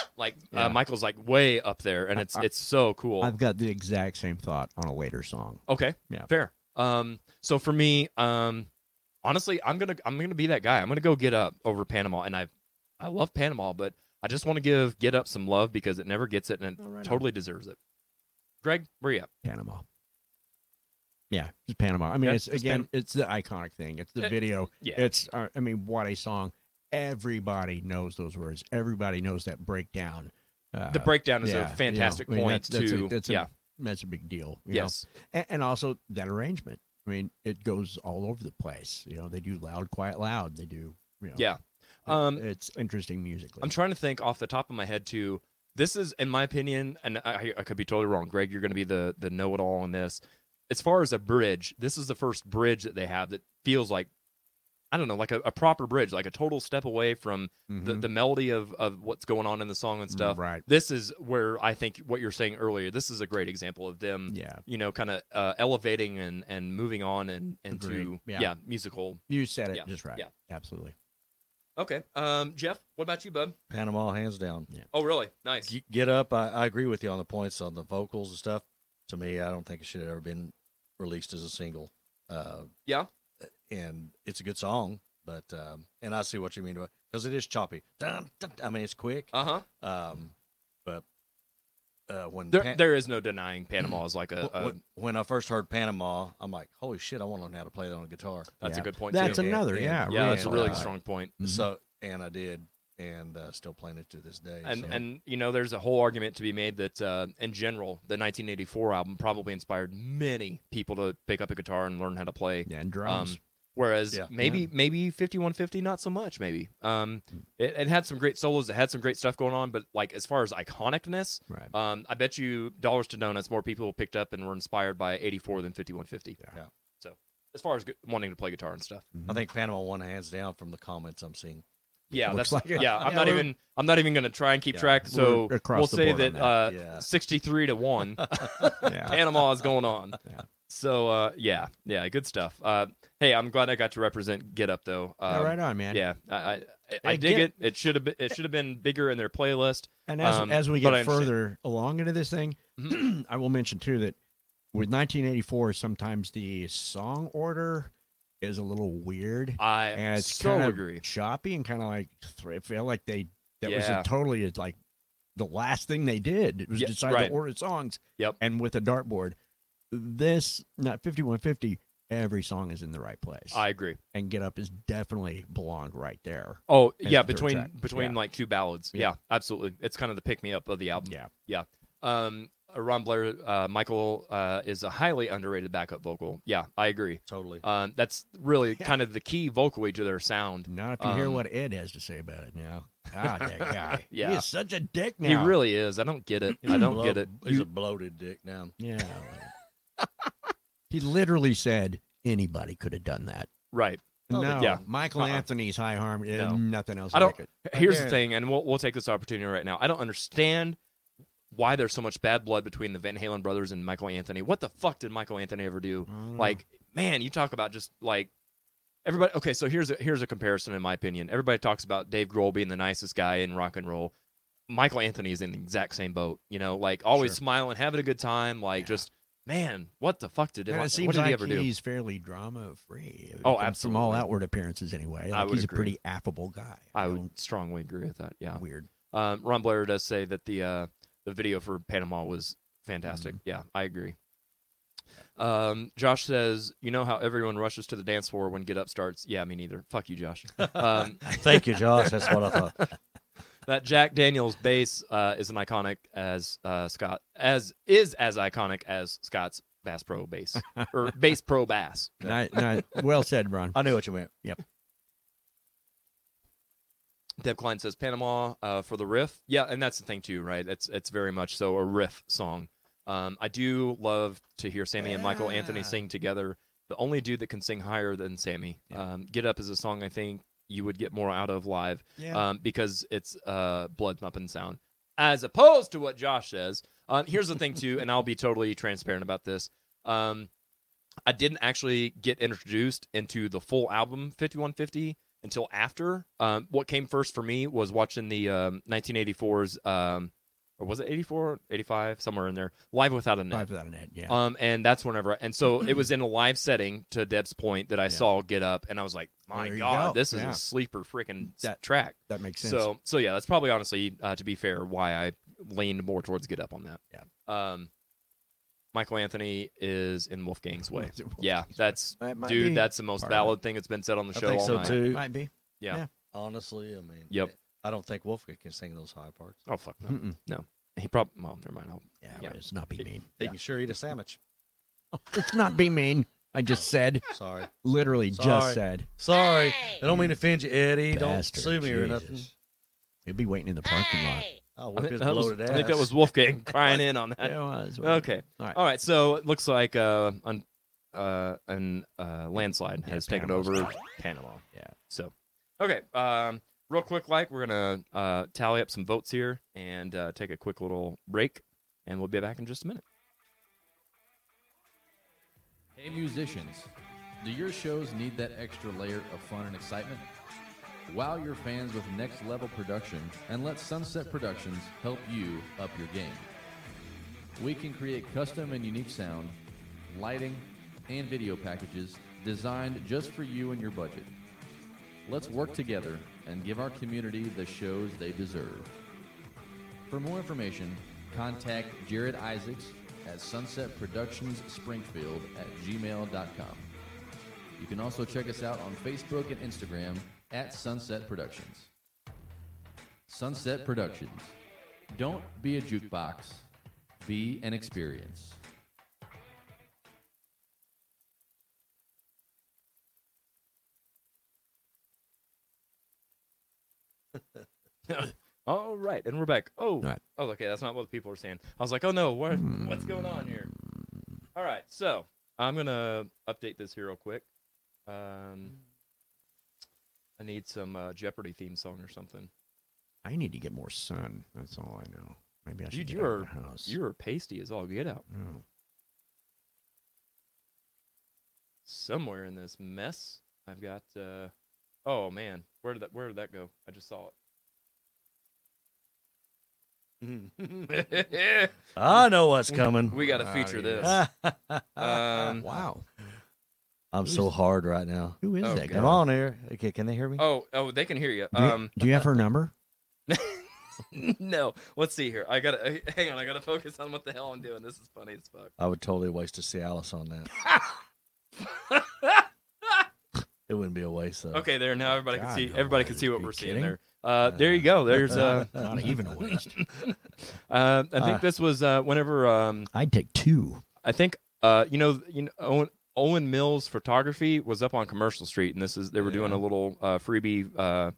Speaker 1: up! Like
Speaker 4: Yeah.
Speaker 1: uh, Michael's like way up there and it's
Speaker 4: I-
Speaker 1: it's so cool.
Speaker 4: I've got the exact same thought on a later song.
Speaker 1: Okay.
Speaker 4: Yeah.
Speaker 1: Fair. Um, so for me, um, honestly, I'm gonna I'm gonna be that guy. I'm gonna go get up over Panama, and I, I love Panama, but I just want to give get up some love because it never gets it, and it
Speaker 4: Oh, right on.
Speaker 1: totally deserves it. Greg, where you at?
Speaker 4: Panama. Yeah, it's Panama. I mean,
Speaker 1: Yeah,
Speaker 4: it's
Speaker 1: it's
Speaker 4: again,
Speaker 1: Pan- Eh.
Speaker 4: it's the iconic thing. It's the
Speaker 1: It-
Speaker 4: video.
Speaker 1: yeah.
Speaker 4: It's uh, I mean, what a song. Everybody knows those words. Everybody knows that breakdown. Uh,
Speaker 1: The breakdown is
Speaker 4: yeah, you know,
Speaker 1: a fantastic
Speaker 4: I mean,
Speaker 1: point
Speaker 4: that's- that's a-
Speaker 1: to
Speaker 4: that's a-
Speaker 1: yeah,
Speaker 4: that's a big deal. you know?
Speaker 1: yes,
Speaker 4: and, and also that arrangement. I mean, it goes all over the place. You know, they do loud, quiet, loud. They do. You know,
Speaker 1: Yeah.
Speaker 4: it-
Speaker 1: Um,
Speaker 4: it's interesting musically.
Speaker 1: I'm trying to think off the top of my head too. This is, in my opinion, and I, I could be totally wrong. Greg, you're going to be the the know it all on this. As far as a bridge, this is the first bridge that they have that feels like, I don't know, like a, a proper bridge, like a total step away from the,
Speaker 4: Mhm.
Speaker 1: the melody of of what's going on in the song and stuff.
Speaker 4: Right.
Speaker 1: This is where I think what you're saying earlier. This is a great example of them,
Speaker 4: Yeah.
Speaker 1: you know, kind of uh, elevating and and moving on and into
Speaker 4: Agreed.
Speaker 1: yeah.
Speaker 4: Yeah.
Speaker 1: musical.
Speaker 4: You said it
Speaker 1: Yeah,
Speaker 4: just right.
Speaker 1: yeah.
Speaker 4: Absolutely.
Speaker 1: Okay, um, Jeff, what about you, bub?
Speaker 5: Panama, hands down.
Speaker 1: Oh, really? Nice.
Speaker 5: G- Get up. I, I agree with you on the points on the vocals and stuff. To me, I don't think it should have ever been released as a single. Uh,
Speaker 1: Yeah.
Speaker 5: And it's a good song, but um, and I see what you mean by because it is choppy. Dun, dun, I mean, it's quick.
Speaker 1: Uh huh.
Speaker 5: Um, but uh, when
Speaker 1: There,
Speaker 5: Pan-
Speaker 1: there uh, is no denying Panama is like a.
Speaker 5: wh-
Speaker 1: a
Speaker 5: when, when I first heard Panama, I'm like, holy shit! I want to learn how to play that on a guitar.
Speaker 1: that's a
Speaker 4: Yeah.
Speaker 1: good point.
Speaker 4: That's
Speaker 1: too.
Speaker 5: a-
Speaker 4: another.
Speaker 5: And-
Speaker 4: Yeah.
Speaker 1: yeah, that's a really
Speaker 5: uh,
Speaker 1: strong point.
Speaker 4: Mhm.
Speaker 5: So and I did, and uh, still playing it to this day.
Speaker 1: mm-hmm. And
Speaker 5: so.
Speaker 1: and you know, there's a whole argument to be made that uh, in general, the 1984 album probably inspired many people to pick up a guitar and learn how to play. Um,
Speaker 4: Yeah, and drums.
Speaker 1: Whereas
Speaker 5: Yeah.
Speaker 1: maybe maybe 5150 not so much maybe. Um it, it had some great solos, it had some great stuff going on, but like as far as iconicness,
Speaker 4: Right.
Speaker 1: um I bet you dollars to donuts more people picked up and were inspired by 84 than 5150.
Speaker 5: Yeah.
Speaker 1: So as far as g- wanting to play guitar and stuff.
Speaker 5: I think Panama won hands down from the comments I'm seeing.
Speaker 1: Yeah,
Speaker 4: Looks
Speaker 1: that's
Speaker 4: like it.
Speaker 1: yeah, I'm
Speaker 5: Yeah,
Speaker 1: not
Speaker 5: we're-
Speaker 1: even I'm not even going to try and keep
Speaker 5: Yeah,
Speaker 1: track. So
Speaker 4: we're across
Speaker 1: we'll
Speaker 4: the
Speaker 1: say
Speaker 4: board on
Speaker 1: that,
Speaker 4: that.
Speaker 1: uh
Speaker 5: Yeah.
Speaker 1: 63 to 1 uh,
Speaker 4: Yeah.
Speaker 1: Panama is going on.
Speaker 4: Yeah.
Speaker 1: So uh, yeah, yeah, good stuff. Uh, hey, I'm glad I got to represent Get Up though.
Speaker 4: Yeah,
Speaker 1: Um,
Speaker 4: right on, man.
Speaker 1: Yeah, I I, I- I
Speaker 4: Hey,
Speaker 1: dig
Speaker 4: Get-
Speaker 1: it. It should have been it should have been bigger in their playlist.
Speaker 4: And as,
Speaker 1: Um,
Speaker 4: as we
Speaker 1: but I understand.
Speaker 4: get
Speaker 1: Mm-hmm.
Speaker 4: further along into this thing, I will mention too that with 1984, sometimes the song order is a little weird.
Speaker 1: I
Speaker 4: and it's
Speaker 1: so
Speaker 4: kind of
Speaker 1: agree.
Speaker 4: choppy and kind of like thr- it felt like they that was
Speaker 1: Yeah.
Speaker 4: a totally it's like the last thing they did. It was
Speaker 1: Yeah,
Speaker 4: decide
Speaker 1: right.
Speaker 4: to order songs.
Speaker 1: Yep.
Speaker 4: And with a dartboard, this not 5150. Every song is in the right place.
Speaker 1: I agree.
Speaker 4: and Get Up is definitely belonged right there.
Speaker 1: Oh
Speaker 4: As
Speaker 1: yeah,
Speaker 4: the third
Speaker 1: between
Speaker 4: track.
Speaker 1: between
Speaker 4: Yeah.
Speaker 1: like two ballads. Yeah.
Speaker 4: Yeah.
Speaker 1: absolutely. It's kind of the pick me up of the album.
Speaker 4: Yeah.
Speaker 1: Um, uh, Ron Blair, uh, Michael uh, is a highly underrated backup vocal. Yeah, I agree.
Speaker 5: Totally.
Speaker 1: Um, that's really kind of the key vocally to their sound.
Speaker 4: Not if you hear
Speaker 1: Um,
Speaker 4: what Ed has to say about it now. Ah, that guy.
Speaker 1: Yeah.
Speaker 4: He is such a dick now.
Speaker 1: He really is. I don't get it. I don't get it.
Speaker 5: He's a bloated dick now.
Speaker 4: Yeah. he literally said anybody could have done that.
Speaker 1: Right.
Speaker 5: Oh,
Speaker 4: no,
Speaker 1: yeah.
Speaker 4: Michael
Speaker 1: Uh-uh.
Speaker 4: Anthony's high harm. eh,
Speaker 1: No.
Speaker 4: Nothing else.
Speaker 1: I don't-
Speaker 4: like it.
Speaker 1: Here's the
Speaker 4: Again.
Speaker 1: thing, and we'll we'll take this opportunity right now. I don't understand why there's so much bad blood between the Van Halen brothers and Michael Anthony. What the fuck did Michael Anthony ever do?
Speaker 4: I don't know.
Speaker 1: Like, man, you talk about just like everybody. Okay, so here's a here's a comparison in my opinion. Everybody talks about Dave Grohl being the nicest guy in rock and roll. Michael Anthony is in the exact same boat. You know, like always
Speaker 4: Sure.
Speaker 1: smiling, having a good time. Like,
Speaker 4: Yeah.
Speaker 1: just man, what the fuck did
Speaker 4: And it
Speaker 1: what
Speaker 4: seems
Speaker 1: did
Speaker 4: like
Speaker 1: he ever do?
Speaker 4: he's fairly drama free.
Speaker 1: Oh,
Speaker 4: From all
Speaker 1: absolutely.
Speaker 4: outward appearances, anyway.
Speaker 1: I
Speaker 4: Like,
Speaker 1: would
Speaker 4: he's
Speaker 1: agree.
Speaker 4: a pretty affable guy.
Speaker 1: I
Speaker 4: you
Speaker 1: would
Speaker 4: know?
Speaker 1: strongly agree with that. Yeah.
Speaker 4: Weird.
Speaker 1: Um, Ron Blair does say that the uh, the video for Panama was fantastic.
Speaker 4: Mm-hmm.
Speaker 1: Yeah, I agree. Um, Josh says, "You know how everyone rushes to the dance floor when Get Up starts? Yeah, me neither. Fuck you, Josh. Um,
Speaker 5: Thank you, Josh. That's what I thought.
Speaker 1: that Jack Daniels bass uh, is an iconic as uh, Scott as is as iconic as Scott's Bass Pro bass or Bass Pro bass.
Speaker 4: Ni- ni- well said, Ron.
Speaker 5: I knew what you meant.
Speaker 1: Deb Klein says Panama uh, for the riff. Yeah, and that's the thing too, right? It's it's very much so a riff song. Um, I do love to hear Sammy and Michael Anthony
Speaker 4: Yeah.
Speaker 1: sing together. The only dude that can sing higher than Sammy. Um, Get Up is a song I think you would get more out of live
Speaker 4: Yeah.
Speaker 1: um, because it's uh, blood pumping sound, as opposed to what Josh says. Um, here's the thing, too, and I'll be totally transparent about this. Um, I didn't actually get introduced into the full album 5150 until after. Um, what came first for me was watching the um, 1984's, um, or was it 84, 85, somewhere in there, Live Without a Net.
Speaker 4: Five without a net. Yeah.
Speaker 1: Um, and that's whenever, I, and so it was in a live setting to Deb's point that I saw get up, and I was like, my
Speaker 4: There you
Speaker 1: god,
Speaker 4: go.
Speaker 1: this is
Speaker 4: Yeah.
Speaker 1: a sleeper freaking s-
Speaker 4: That
Speaker 1: track.
Speaker 4: that makes sense.
Speaker 1: So, so yeah, that's probably honestly, uh, to be fair, why I leaned more towards get up on that. Yeah. Um, Michael Anthony is in Wolfgang's way. Yeah, that's
Speaker 4: That might
Speaker 1: dude.
Speaker 4: be
Speaker 1: That's the most
Speaker 4: part of it.
Speaker 1: valid thing that's been said on the
Speaker 5: I
Speaker 1: show
Speaker 5: think
Speaker 1: all
Speaker 5: so
Speaker 1: night.
Speaker 5: too.
Speaker 4: Might be.
Speaker 5: Honestly, I mean,
Speaker 1: Yep.
Speaker 5: I don't think Wolfgang can sing those high parts.
Speaker 1: Oh fuck, no.
Speaker 4: Mm-mm.
Speaker 1: he probably. Well, never mind. I'll-
Speaker 4: Yeah,
Speaker 1: Yeah.
Speaker 4: right, It's not be mean.
Speaker 5: They can sure eat a sandwich.
Speaker 4: It's not be mean. I just said,
Speaker 5: Sorry.
Speaker 4: literally
Speaker 5: Sorry.
Speaker 4: just said.
Speaker 5: Sorry. I don't mean to offend you, Eddie.
Speaker 4: Bastard,
Speaker 5: don't sue me or
Speaker 4: Jesus.
Speaker 5: nothing.
Speaker 4: He'll be waiting in the parking lot.
Speaker 1: I
Speaker 5: I'll whip
Speaker 1: think,
Speaker 5: his
Speaker 1: that was,
Speaker 5: bloated ass.
Speaker 1: I think that was Wolfgang crying in on that.
Speaker 4: Yeah, well, that's what-
Speaker 1: Okay.
Speaker 4: All right.
Speaker 1: All right, so it looks like uh, un, uh, an uh, landslide
Speaker 4: Yeah,
Speaker 1: has taken
Speaker 4: Panama's-
Speaker 1: over Panama.
Speaker 4: Yeah.
Speaker 1: So, okay, um, real quick, like we're gonna uh, tally up some votes here and uh, take a quick little break, and we'll be back in just a minute.
Speaker 2: Hey, musicians, do your shows need that extra layer of fun and excitement? Wow your fans with next level production and let Sunset Productions help you up your game. We can create custom and unique sound, lighting, and video packages designed just for you and your budget. Let's work together and give our community the shows they deserve. For more information, contact Jared Isaacs at Sunset Productions Springfield at gmail.com. You can also check us out on Facebook and Instagram at Sunset Productions. Sunset Productions. Don't be a jukebox, be an experience.
Speaker 1: All right, and we're back. Oh,
Speaker 4: right.
Speaker 1: oh, okay, that's not what people were saying. I was like, oh no, what,
Speaker 4: Hmm.
Speaker 1: what's going on here? All right, so I'm gonna update this here real quick. Um, I need some uh, Jeopardy theme song or something.
Speaker 4: I need to get more sun. That's all I know. Maybe I should
Speaker 1: Dude,
Speaker 4: get
Speaker 1: you
Speaker 4: out of
Speaker 1: are
Speaker 4: the house.
Speaker 1: you are pasty as all get out.
Speaker 4: Oh.
Speaker 1: Somewhere in this mess, I've got. Uh, oh man, where did that where did that go? I just saw it.
Speaker 5: I know what's coming.
Speaker 1: we got to
Speaker 4: Outta
Speaker 1: feature
Speaker 4: here.
Speaker 5: Ah,
Speaker 1: this.
Speaker 5: uh, I'm ah,
Speaker 1: Um,
Speaker 4: Wow.
Speaker 5: so hard right now.
Speaker 4: Who is
Speaker 1: Oh, God.
Speaker 4: that guy?
Speaker 5: Come on here. Okay, can they hear me?
Speaker 1: Oh, oh, they can hear you.
Speaker 4: Do you-
Speaker 1: Um,
Speaker 4: do you have her number?
Speaker 1: no, let's see here. I gotta hang on. I gotta focus on what the hell I'm doing. This is funny as fuck.
Speaker 5: I would totally waste a Cialis on that. It wouldn't be a waste though.
Speaker 1: Okay, there. Now everybody can
Speaker 4: Oh God,
Speaker 1: see.
Speaker 4: no
Speaker 1: Everybody
Speaker 4: way.
Speaker 1: can see what
Speaker 4: You
Speaker 1: we're seeing
Speaker 4: kidding?
Speaker 1: there. Uh, there you go. There's. Uh,
Speaker 4: Not even a waste.
Speaker 1: uh, I
Speaker 5: Ah.
Speaker 1: think this was uh, whenever. Um,
Speaker 4: I'd take two.
Speaker 1: I think. Uh, you know. You know. Owen, Owen Mills Photography was up on Commercial Street, and this is they were doing a little uh, freebie uh,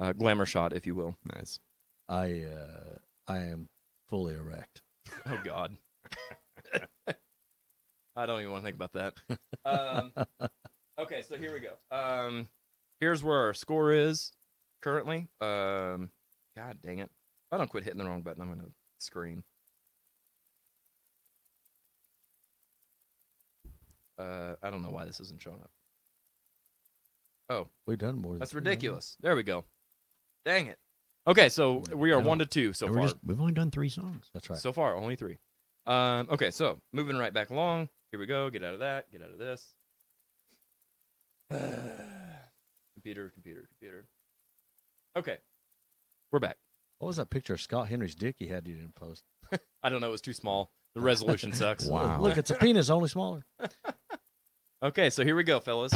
Speaker 1: uh, glamour shot, if you will.
Speaker 4: Nice.
Speaker 5: I uh, I am fully erect.
Speaker 1: Oh God. I don't even want to think about that. Um, okay, so here we go. Um, here's where our score is currently. Um, God dang it! If I don't quit hitting the wrong button, I'm gonna scream. Uh, I don't know why this isn't showing up.
Speaker 5: We've done more. than
Speaker 1: That's
Speaker 5: three, haven't we?
Speaker 1: ridiculous. There we go. Dang it. Okay, so we are one to two so
Speaker 4: And
Speaker 1: far.
Speaker 4: we're just, we've only done three songs.
Speaker 5: That's right.
Speaker 1: So far, only three. Um, okay, so moving right back along. Here we go. Get out of that. Get out of this. computer, computer, computer. Okay, we're back.
Speaker 5: what was that picture of Scott Henry's dick he had you didn't post?
Speaker 1: I don't know. It was too small. The resolution sucks.
Speaker 4: Wow.
Speaker 5: Look, it's a penis, only smaller.
Speaker 1: Okay, so here we go, fellas.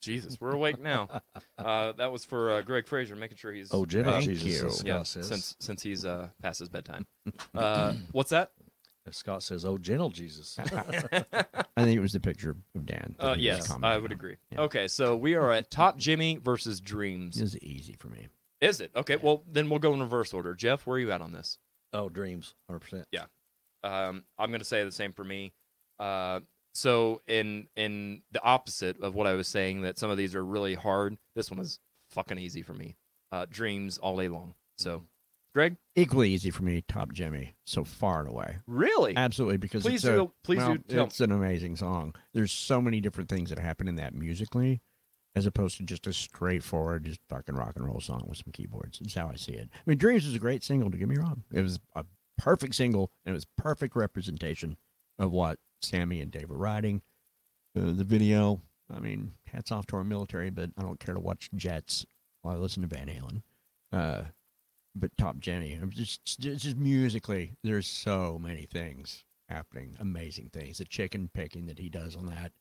Speaker 1: Jesus, we're awake now. Uh, that was for uh, Greg Fraser, making sure he's
Speaker 5: Oh, Jimmy,
Speaker 1: Thank
Speaker 5: Jesus.
Speaker 4: you.
Speaker 5: as Scott
Speaker 1: yeah,
Speaker 5: says.
Speaker 1: since since he's uh, past his bedtime. Uh, what's that?
Speaker 5: If Scott says, "Oh, gentle Jesus,"
Speaker 4: I think it was the picture of Dan. that
Speaker 1: Uh,
Speaker 4: he was
Speaker 1: yes, I
Speaker 4: commenting
Speaker 1: would
Speaker 4: on.
Speaker 1: agree.
Speaker 4: Yeah.
Speaker 1: Okay, so we are at Top Jimmy versus
Speaker 4: This
Speaker 1: Dreams.
Speaker 4: is easy for me.
Speaker 1: Is it okay? Well, then we'll go in reverse order. Jeff, where are you at on this?
Speaker 5: oh, dreams, hundred percent.
Speaker 1: Um, I'm going to say the same for me. Uh, so in in the opposite of what I was saying, that some of these are really hard. This one is fucking easy for me. Uh, dreams all day long. So, Greg,
Speaker 4: Equally easy for me, Top Jimmy. So far and away.
Speaker 1: really?
Speaker 4: Absolutely, because
Speaker 1: Please
Speaker 4: it's a,
Speaker 1: do- please do
Speaker 4: well,
Speaker 1: tell me.
Speaker 4: it's an amazing song. There's so many different things that happen in that musically, as opposed to just a straightforward, just fucking rock and roll song with some keyboards. That's how I see it. I mean, Dreams is a great single. To get me wrong, it was a perfect single, and it was perfect representation of what Sammy and Dave were writing. Uh, the video, I mean, hats off to our military, but I don't care to watch jets while I listen to Van Halen. Uh, but Top Jenny, I'm just just just musically, there's so many things happening, amazing things. The chicken picking that he does on that,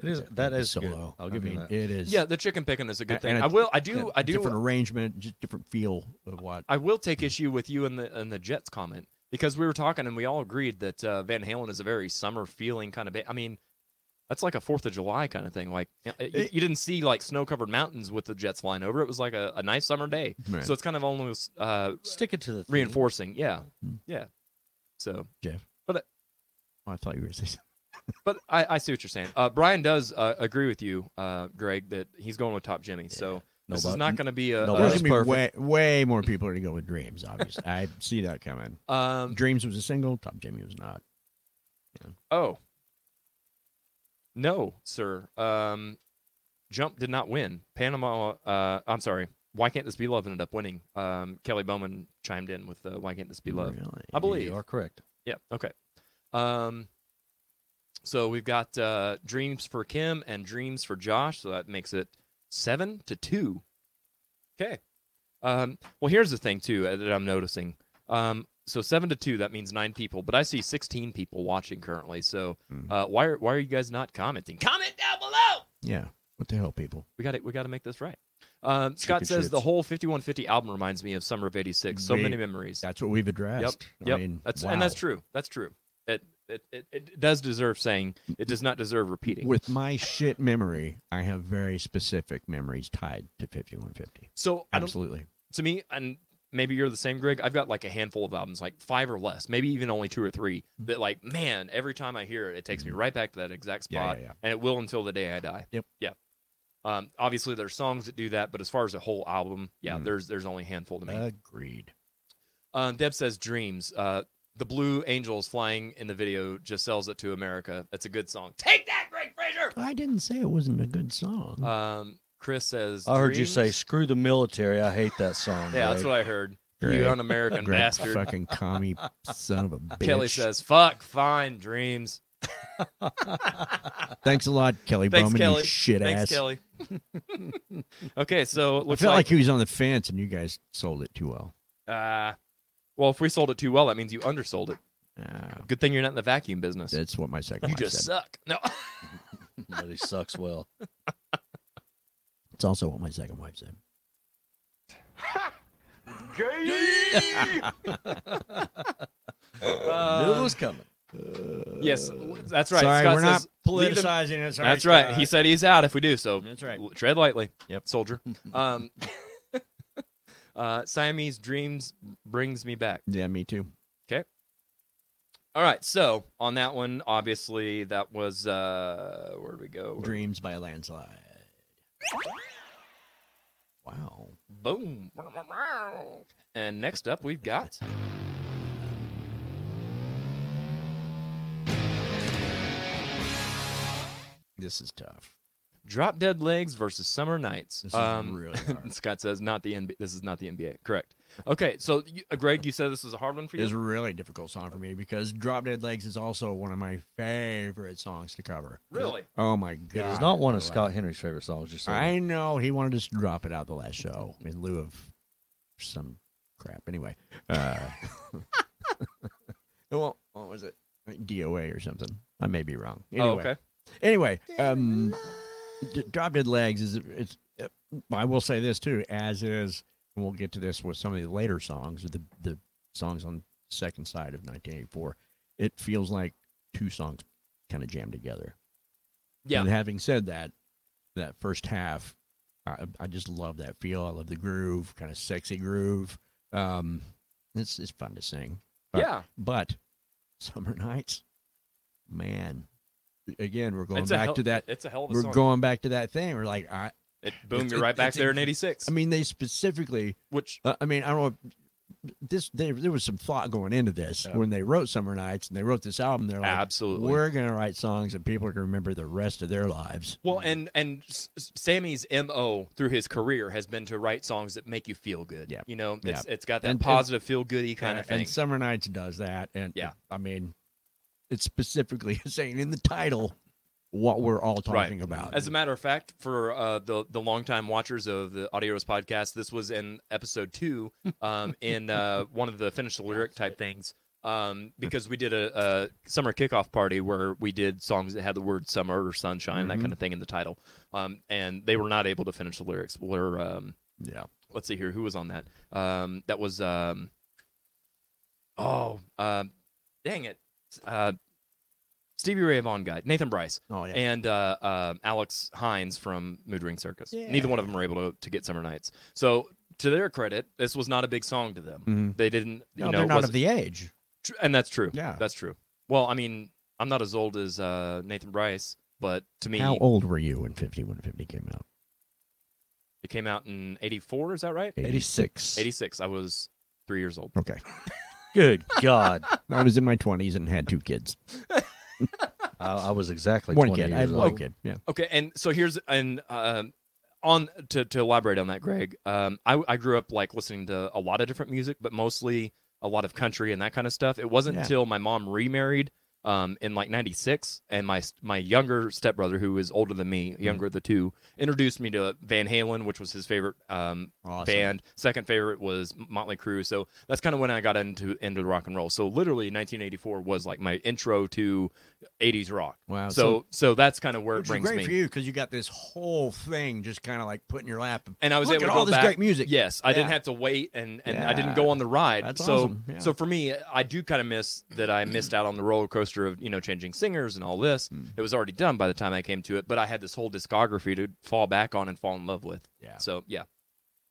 Speaker 5: It is.
Speaker 4: that
Speaker 5: That
Speaker 4: the
Speaker 5: is good.
Speaker 4: solo.
Speaker 5: I'll give
Speaker 4: I
Speaker 5: you
Speaker 4: mean,
Speaker 5: that.
Speaker 4: it is.
Speaker 1: Yeah, the chicken picking is a good
Speaker 4: And-
Speaker 1: thing.
Speaker 4: and
Speaker 1: I
Speaker 4: a-
Speaker 1: will. I
Speaker 4: a
Speaker 1: do. I do.
Speaker 4: different arrangement, just different feel of what.
Speaker 1: I will take issue with you and the and the Jets comment because we were talking and we all agreed that uh, Van Halen is a very summer feeling kind of. Ba- I mean, that's like a Fourth of July kind of thing. Like y- y- you, didn't see like snow covered mountains with the Jets flying over. It was like a, a nice summer day.
Speaker 4: Right.
Speaker 1: So it's kind of almost uh,
Speaker 5: Stick it to the theme.
Speaker 1: reinforcing. Yeah,
Speaker 4: Hmm.
Speaker 1: yeah. So
Speaker 4: Oh, I thought you were saying.
Speaker 1: but I, I see what you're saying. Uh, Brian does uh, agree with you, uh, Greg, that he's going with Top Jimmy. So this is
Speaker 5: Nobody-
Speaker 1: not going to be a.
Speaker 5: no
Speaker 4: There's
Speaker 5: that's
Speaker 4: gonna be
Speaker 5: perfect.
Speaker 4: way way more people are gonna go with Dreams. Obviously, I see that coming.
Speaker 1: a um,
Speaker 4: Dreams was a single. Top Jimmy was not.
Speaker 1: Oh. No, sir. Um, Jump did not win. Panama. Uh, I'm sorry. Why can't this be love? Ended up winning. Um, Kelly Bowman chimed in with uh, "Why can't this be love?"
Speaker 4: Really.
Speaker 1: I believe.
Speaker 5: You are correct.
Speaker 1: Yeah. Okay. Um, so we've got uh, dreams for Kim and dreams for Josh. So that makes it seven to two. Okay. Um, well, here's the thing too uh, that I'm noticing. Um, so seven to two, that means nine people, but I see 16 people watching currently. So
Speaker 5: Hmm.
Speaker 4: Mhm.
Speaker 1: uh, why are why are you guys not commenting? Comment down below.
Speaker 4: Yeah. What the hell, people?
Speaker 1: We got it. We got to make this right. Um, Scott
Speaker 5: Chicken
Speaker 1: says the
Speaker 5: shits.
Speaker 1: whole 5150 album reminds me of Summer of '86. So
Speaker 4: Big-
Speaker 1: many memories.
Speaker 4: That's what we've addressed. I
Speaker 1: Yep,
Speaker 4: mean,
Speaker 1: that's and that's
Speaker 4: wow.
Speaker 1: true. That's true. It it, it, it does deserve saying. It does not deserve repeating.
Speaker 4: With my shit memory, I have very specific memories tied to 5150.
Speaker 1: so I don't,
Speaker 4: Absolutely.
Speaker 1: to me, and maybe you're the same, Greg. I've got like a handful of albums, like five or less, maybe even only two or three. That like, man, every time I hear it, it takes me right back to that exact
Speaker 4: Mm-hmm. Yeah,
Speaker 1: spot,
Speaker 4: yeah, yeah.
Speaker 1: and it will until the day I die.
Speaker 4: Yep.
Speaker 1: Yeah. Um, obviously, there's songs that do that, but as far as a whole album, yeah,
Speaker 4: Mm.
Speaker 1: there's there's only a handful to me.
Speaker 4: Uh, Agreed.
Speaker 1: Um, Deb says dreams. Uh, the Blue Angels flying in the video just sells it to America. That's a good song. Take that, Greg Fraser.
Speaker 4: I didn't say it wasn't a good song.
Speaker 1: Um, Chris says.
Speaker 5: I heard you
Speaker 1: dreams?
Speaker 5: say "screw the military." I hate that song.
Speaker 1: Yeah, that's
Speaker 5: Greg.
Speaker 1: what I heard.
Speaker 4: Greg.
Speaker 1: You un-American
Speaker 4: Great
Speaker 1: bastard.
Speaker 4: fucking commie son of a bitch.
Speaker 1: Kelly says, "Fuck, fine, dreams."
Speaker 4: Thanks a lot, Kelly
Speaker 1: Thanks,
Speaker 4: Bowman,
Speaker 1: Kelly.
Speaker 4: you shit
Speaker 1: Thanks,
Speaker 4: ass.
Speaker 1: Kelly. okay, so it
Speaker 4: I
Speaker 1: looks
Speaker 4: felt like
Speaker 1: like,
Speaker 4: he was on the fence and you guys sold it too well.
Speaker 1: uh, well, if we sold it too well, that means you undersold it.
Speaker 4: Ah,
Speaker 1: Good thing you're not in the vacuum business.
Speaker 4: that's what my second
Speaker 1: you
Speaker 4: wife
Speaker 1: just
Speaker 4: said.
Speaker 1: suck. No,
Speaker 5: but he sucks well.
Speaker 4: It's also what my second wife said.
Speaker 5: Knew it was coming.
Speaker 1: Uh, yes, that's right.
Speaker 4: Sorry,
Speaker 1: Scott
Speaker 4: we're
Speaker 1: says,
Speaker 4: not
Speaker 1: leave them-
Speaker 4: politicizing it. Sorry,
Speaker 1: That's right.
Speaker 4: Scott.
Speaker 1: He said he's out if we do so.
Speaker 4: That's right.
Speaker 1: l- Tread lightly.
Speaker 4: Yep.
Speaker 1: Soldier. Um, uh, Siamese dreams brings me back.
Speaker 4: Yeah, me too.
Speaker 1: All right. So on that one, obviously that was uh, where do we go?
Speaker 4: Dreams by a landslide. Wow.
Speaker 1: Boom. And next up, we've got.
Speaker 4: This is tough.
Speaker 1: Drop Dead Legs versus Summer Nights.
Speaker 4: This is
Speaker 1: um,
Speaker 4: really hard.
Speaker 1: Scott says not the NBA. This is not the NBA. Correct. Okay, so you, uh, Greg, you said this was a hard one for
Speaker 4: It's a
Speaker 1: you.
Speaker 4: really difficult song for me because Drop Dead Legs is also one of my favorite songs to cover.
Speaker 1: Really?
Speaker 4: Oh my god.
Speaker 5: It is not one of Scott Henry's favorite songs. Just so you know.
Speaker 4: I know he wanted us to drop it out the last show in lieu of some crap. Anyway, uh, well, what was it? DOA or something. I may be wrong. Anyway,
Speaker 1: Oh, okay.
Speaker 4: Anyway, um, d- drop dead legs is it's. uh, I will say this too, as is, and we'll get to this with some of the later songs, the the songs on second side of 1984. It feels like two songs kind of jammed together.
Speaker 1: Yeah.
Speaker 4: And having said that, that first half, I, I just love that feel. I love the groove, kind of sexy groove. Um, it's it's fun to sing. but-
Speaker 1: Yeah.
Speaker 4: But summer nights, man. Again, we're going
Speaker 1: It's a
Speaker 4: back
Speaker 1: hell-
Speaker 4: to that.
Speaker 1: It's a hell of a
Speaker 4: We're
Speaker 1: song.
Speaker 4: going back to that thing. We're like, I,
Speaker 1: it, boom,
Speaker 4: it's-
Speaker 1: you're right
Speaker 4: it's-
Speaker 1: back
Speaker 4: it's
Speaker 1: there
Speaker 4: a-
Speaker 1: in '86.
Speaker 4: I mean, they specifically.
Speaker 1: which
Speaker 4: Uh, I mean, I don't. know if- This there, there was some thought going into this
Speaker 5: Yeah.
Speaker 4: when they wrote Summer Nights and they wrote this album. They're like,
Speaker 1: absolutely.
Speaker 4: we're gonna write songs that people are gonna remember the rest of their lives.
Speaker 1: well, and and S- S- Sammy's mo through his career has been to write songs that make you feel good.
Speaker 4: Yeah.
Speaker 1: You know, it's it's got that
Speaker 4: And- and-
Speaker 1: positive feel goody kind
Speaker 4: Yeah,
Speaker 1: of thing.
Speaker 4: And Summer Nights does that. And
Speaker 1: Yeah.
Speaker 4: I mean, it's specifically saying in the title what we're all
Speaker 1: Right.
Speaker 4: talking about.
Speaker 1: As a matter of fact, for uh, the the longtime watchers of the Audios podcast, this was in episode two, um, in uh, one of the finish the lyric type things, um, because we did a, a summer kickoff party where we did songs that had the word summer or sunshine
Speaker 4: Mm-hmm.
Speaker 1: that kind of thing in the title, um, and they were not able to finish the lyrics. Were um,
Speaker 4: yeah.
Speaker 1: let's see here, who was on that? Um, that was um, oh, um, dang it, uh, Stevie Ray Vaughan guy, Nathan Bryce
Speaker 4: Oh, yeah.
Speaker 1: and uh, uh, Alex Hines from Mood Ring Circus. Neither one of them were able to, to get Summer Nights. So to their credit, this was not a big song to them.
Speaker 4: Mhm.
Speaker 1: They didn't, you
Speaker 4: no,
Speaker 1: know,
Speaker 4: they're
Speaker 1: it
Speaker 4: not of
Speaker 1: wasn't-
Speaker 4: the age.
Speaker 1: tr- and that's true.
Speaker 4: Yeah.
Speaker 1: that's true. Well, I mean, I'm not as old as uh, Nathan Bryce, but to me,
Speaker 4: How old were you when 50 when 50 came out?
Speaker 1: it came out in '84. Is that right?
Speaker 4: 86.
Speaker 1: '86. I was three years old.
Speaker 4: Okay.
Speaker 5: Good God,
Speaker 4: I was in my 20s and had two kids.
Speaker 5: I, I was exactly
Speaker 4: one
Speaker 5: 20
Speaker 4: kid. I
Speaker 5: Years
Speaker 4: had one
Speaker 5: old.
Speaker 4: kid. Yeah.
Speaker 1: Okay, and so here's and um, on to to elaborate on that, Greg. Um, I I grew up like listening to a lot of different music, but mostly a lot of country and that kind of stuff. It wasn't
Speaker 4: Yeah.
Speaker 1: until my mom remarried um in like 96 and my my younger stepbrother who is older than
Speaker 4: Mm-hmm.
Speaker 1: me younger of the two introduced me to van halen which was his favorite um
Speaker 4: Awesome.
Speaker 1: band second favorite was motley crue so that's kind of when i got into into rock and roll so literally 1984 was like my intro to 80s rock
Speaker 4: Wow.
Speaker 1: so so that's kind of where it
Speaker 4: which is
Speaker 1: brings
Speaker 4: great
Speaker 1: me
Speaker 4: for you because you got this whole thing just kind of like put in your lap.
Speaker 1: and I was
Speaker 4: Look
Speaker 1: able
Speaker 4: at
Speaker 1: to
Speaker 4: all
Speaker 1: go
Speaker 4: this
Speaker 1: back.
Speaker 4: great music.
Speaker 1: Yes, I didn't
Speaker 4: Yeah.
Speaker 1: have to wait, and and I didn't
Speaker 4: Yeah.
Speaker 1: go on the ride.
Speaker 4: That's
Speaker 1: so
Speaker 4: awesome, yeah.
Speaker 1: so for me, I do kind of miss that I missed out on the roller coaster roster of you know changing singers and all this.
Speaker 4: Hmm.
Speaker 1: It was already done by the time I came to it, but I had this whole discography to fall back on and fall in love with.
Speaker 4: Yeah.
Speaker 1: So yeah,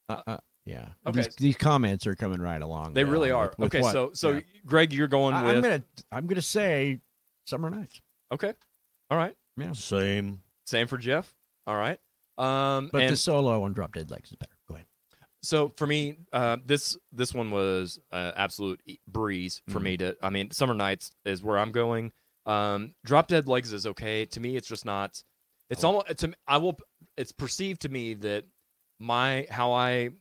Speaker 4: Uh, uh, yeah.
Speaker 1: Okay.
Speaker 4: These, these comments are coming right along.
Speaker 1: they
Speaker 4: now
Speaker 1: really
Speaker 4: with-
Speaker 1: are.
Speaker 4: with
Speaker 1: okay,
Speaker 4: what-
Speaker 1: so so
Speaker 4: yeah.
Speaker 1: Greg, you're going
Speaker 4: I,
Speaker 1: with
Speaker 4: am gonna I'm gonna say summer nights.
Speaker 1: okay, all right.
Speaker 5: Same.
Speaker 1: Same for Jeff. All right. Um,
Speaker 4: But
Speaker 1: and
Speaker 4: the solo on Drop Dead Legs is better. Go ahead.
Speaker 1: so for me, uh, this this one was uh, absolute e- breeze for me
Speaker 4: Mm-hmm.
Speaker 1: to. I mean, Summer Nights is where I'm going. Um, Drop Dead Legs is okay to me. It's just not.
Speaker 4: Oh.
Speaker 1: It's almost. It's. a- I will. It's perceived to me that my how I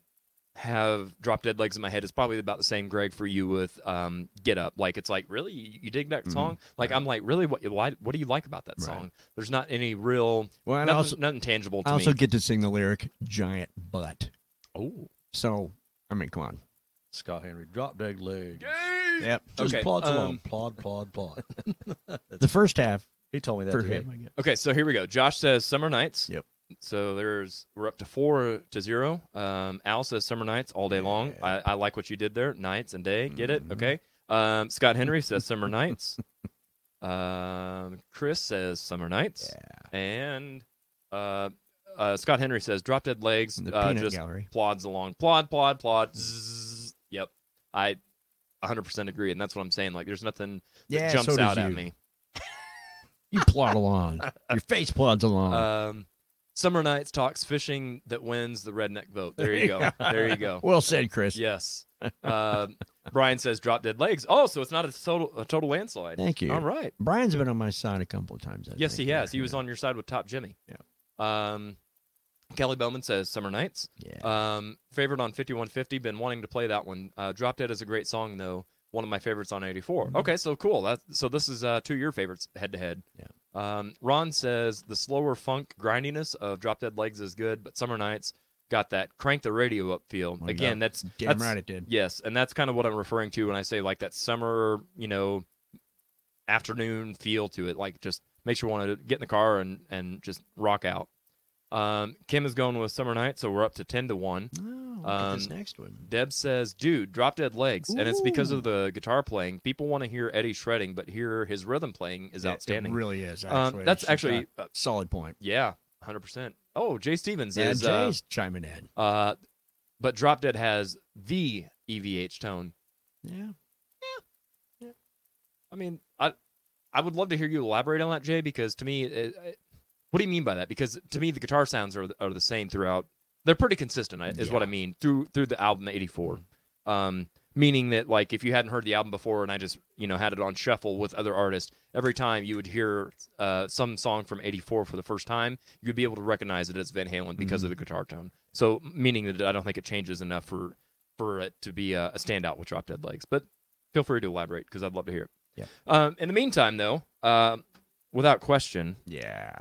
Speaker 1: have Drop Dead Legs in my head is probably about the same, Greg, for you with um, Get Up. Like it's like really you, you dig that
Speaker 4: Mhm.
Speaker 1: song. Like I'm like really what why, what do you like about that
Speaker 4: Right.
Speaker 1: song? There's not any real
Speaker 4: Well, and
Speaker 1: nothing,
Speaker 4: also
Speaker 1: nothing tangible to
Speaker 4: I also
Speaker 1: me.
Speaker 4: get to sing the lyric "giant butt."
Speaker 1: Oh.
Speaker 4: So I mean, come on.
Speaker 5: Scott Henry, drop dead leg.
Speaker 4: Yep.
Speaker 5: Just
Speaker 1: Okay,
Speaker 5: plods along.
Speaker 1: um,
Speaker 5: Plod, plod, plod.
Speaker 4: The first half
Speaker 5: He told me that
Speaker 4: for
Speaker 5: today.
Speaker 4: him. I guess.
Speaker 1: Okay, so here we go. Josh says summer nights.
Speaker 4: Yep.
Speaker 1: So there's we're up to four to zero. Um, Al says summer nights all day long. I, I like what you did there, nights and day. Get it?
Speaker 4: Mhm.
Speaker 1: Okay. Um, Scott Henry says summer nights. Um, Chris says summer nights, and uh, uh, Scott Henry says drop dead legs.
Speaker 4: In the
Speaker 1: uh,
Speaker 4: peanut
Speaker 1: just
Speaker 4: gallery.
Speaker 1: plods along, plod, plod, plod. Zzz. Yep. I 100% agree, and that's what I'm saying. Like, there's nothing that
Speaker 4: Yeah,
Speaker 1: jumps
Speaker 4: so does
Speaker 1: out at
Speaker 4: you.
Speaker 1: me.
Speaker 4: You plod along. Your face plods along.
Speaker 1: Um, Summer Nights talks fishing that wins the redneck vote. There you go. There you go.
Speaker 4: well said, Chris.
Speaker 1: Yes. Um, Brian says drop dead legs. Oh, so it's not a total a total landslide.
Speaker 4: Thank you.
Speaker 1: All right.
Speaker 4: Brian's been on my side a couple of times. I
Speaker 1: Yes,
Speaker 4: think,
Speaker 1: he
Speaker 4: yeah,
Speaker 1: has. He was
Speaker 4: yeah.
Speaker 1: on your side with Top Jimmy. Yeah. Um, Kelly Bowman says Summer Nights.
Speaker 4: Yeah.
Speaker 1: Um, favorite on 5150. Been wanting to play that one. Uh, drop dead is a great song though. One of my favorites on 84.
Speaker 4: Mm-hmm.
Speaker 1: Okay, so cool. That so this is uh, two of your favorites head to head.
Speaker 4: Yeah.
Speaker 1: Um, Ron says the slower funk grindiness of Drop Dead Legs is good, but Summer Nights got that crank the radio up feel.
Speaker 4: Well,
Speaker 1: Again,
Speaker 4: yeah.
Speaker 1: that's
Speaker 4: Damn
Speaker 1: that's-
Speaker 4: right it did.
Speaker 1: Yes, and that's kind of what I'm referring to when I say like that summer, you know, afternoon feel to it. Like just makes you want to get in the car and and just rock out. Um, Kim is going with summer night, so we're up to ten to one.
Speaker 4: Oh, look at this
Speaker 1: Um,
Speaker 4: next one.
Speaker 1: Deb says, "Dude, drop dead legs," and it's because of the guitar playing. People want to hear Eddie shredding, but here his rhythm playing is
Speaker 4: Yeah,
Speaker 1: outstanding.
Speaker 4: It really is. Actually.
Speaker 1: um, that's
Speaker 4: She's got
Speaker 1: actually uh,
Speaker 4: solid point.
Speaker 1: yeah, hundred percent. Oh, Jay Stevens
Speaker 4: Yeah,
Speaker 1: is uh,
Speaker 4: Jay's chiming in.
Speaker 1: uh, but Drop Dead has the EVH tone.
Speaker 4: Yeah.
Speaker 1: I mean, I I would love to hear you elaborate on that, Jay, because to me, it, it- what do you mean by that? Because to me, the guitar sounds are are the same throughout. They're pretty consistent, I- is what I mean through through the album '84. Um, meaning that like if you hadn't heard the album before and I just you know had it on shuffle with other artists, every time you would hear uh, some song from '84 for the first time, you'd be able to recognize it as Van Halen because of the guitar tone. So meaning that I don't think it changes enough for for it to be a, a standout with Drop Dead Legs. But feel free to elaborate because I'd love to hear it. Um, in the meantime, though, um, without question,
Speaker 4: Yeah.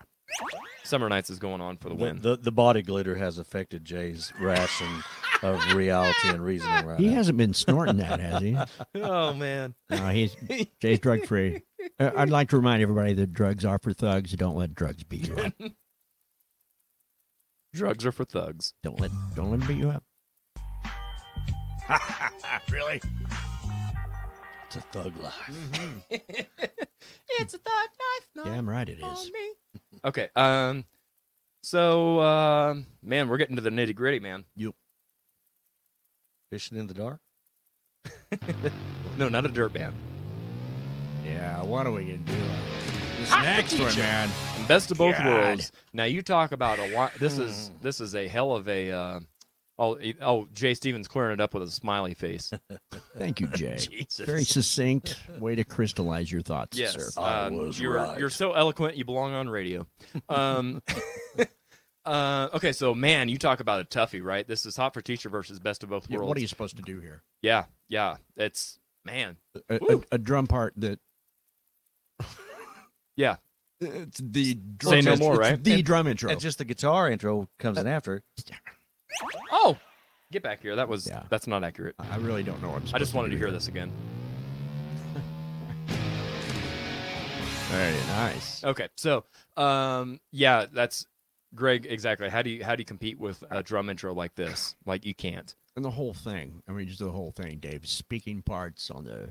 Speaker 1: Summer Nights is going on for the
Speaker 5: The,
Speaker 1: win.
Speaker 5: the, the body glitter has affected Jay's ration of reality and reasoning right
Speaker 4: He
Speaker 5: now.
Speaker 4: hasn't been snorting that, has he?
Speaker 1: oh man,
Speaker 4: No, he's Jay's drug free. Uh, I'd like to remind everybody that drugs are for thugs. Don't let drugs beat you up.
Speaker 1: drugs are for thugs.
Speaker 4: Don't let don't let them beat you up.
Speaker 5: It's a thug life.
Speaker 1: Mm-hmm. It's a thug life,
Speaker 4: Damn right it is.
Speaker 1: Okay. Um. So, um, man, we're getting to the nitty gritty, man.
Speaker 5: Fishing in the dark.
Speaker 1: No, not a dirt band.
Speaker 4: Yeah. What are we gonna do? This next one, man.
Speaker 1: And best of both
Speaker 4: God.
Speaker 1: worlds. Now you talk about a lot. This is this is a hell of a. Uh, oh, e- oh, Jay Stevens clearing it up with a smiley face.
Speaker 4: Thank you, Jay.
Speaker 5: Jesus.
Speaker 4: Very succinct way to crystallize your thoughts,
Speaker 1: Yes,
Speaker 4: sir.
Speaker 5: I
Speaker 1: um,
Speaker 5: was
Speaker 1: you're
Speaker 5: right.
Speaker 1: you're so eloquent. You belong on radio. Um, uh, okay, so man, you talk about a toughie, right? This is hot for teacher versus best of both
Speaker 4: Yeah,
Speaker 1: worlds.
Speaker 4: what are you supposed to do here?
Speaker 1: yeah, yeah, it's man.
Speaker 4: A, a-
Speaker 1: Woo.
Speaker 4: a drum part that.
Speaker 1: Yeah.
Speaker 4: It's the
Speaker 1: Say no
Speaker 4: it's-
Speaker 1: more,
Speaker 4: it's
Speaker 1: right?
Speaker 4: The drum intro.
Speaker 5: It's just the guitar intro comes
Speaker 4: Uh,
Speaker 5: in after.
Speaker 1: Oh, get back here. That was
Speaker 4: Yeah.
Speaker 1: that's not accurate.
Speaker 4: I really don't know. What I'm
Speaker 1: I just
Speaker 4: supposed
Speaker 1: wanted to
Speaker 4: do
Speaker 1: hear
Speaker 4: here.
Speaker 1: this again.
Speaker 4: Very nice.
Speaker 1: Okay, so um, yeah, that's Greg. Exactly. How do you how do you compete with a drum intro like this? Like you can't.
Speaker 4: And the whole thing. I mean, just the whole thing, Dave. Speaking parts on the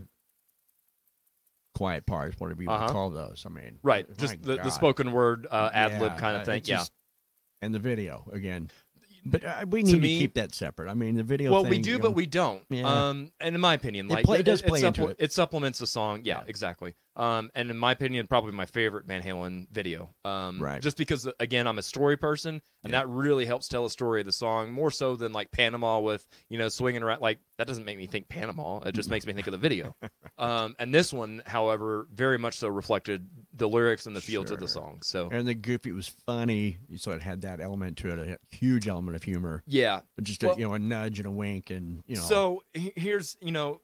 Speaker 4: quiet parts, whatever you want
Speaker 1: Uh-huh.
Speaker 4: to call those. I mean,
Speaker 1: Right,
Speaker 4: Oh my
Speaker 1: just the, the
Speaker 4: God.
Speaker 1: spoken word uh, ad lib
Speaker 4: Yeah,
Speaker 1: kind
Speaker 4: uh,
Speaker 1: of thing.
Speaker 4: it's
Speaker 1: Yeah.
Speaker 4: just- and the video again. But uh, we need to,
Speaker 1: me-
Speaker 4: keep that separate. I mean, the video.
Speaker 1: Well, we
Speaker 4: thing,
Speaker 1: do,
Speaker 4: you
Speaker 1: but
Speaker 4: know,
Speaker 1: we don't.
Speaker 4: Yeah.
Speaker 1: Um, and in my opinion,
Speaker 4: It
Speaker 1: like
Speaker 4: play- it does play into it.
Speaker 1: supplements the song. Yeah,
Speaker 4: Yeah.
Speaker 1: exactly. Um, and in my opinion, probably my favorite Van Halen video. Um,
Speaker 4: Right.
Speaker 1: Just because again, I'm a story person, and that really helps tell a story of the song more so than like Panama with you know swinging around. Like that doesn't make me think Panama. It just makes me think of the video. um, and this one, however, very much so reflected the lyrics and the fields of the
Speaker 4: Sure.
Speaker 1: song. So.
Speaker 4: And the goofy was funny, so it had that element to it, a huge element of humor,
Speaker 1: Yeah,
Speaker 4: but just a,
Speaker 1: Well-
Speaker 4: you know a nudge and a wink, and you know.
Speaker 1: So he- here's, you know,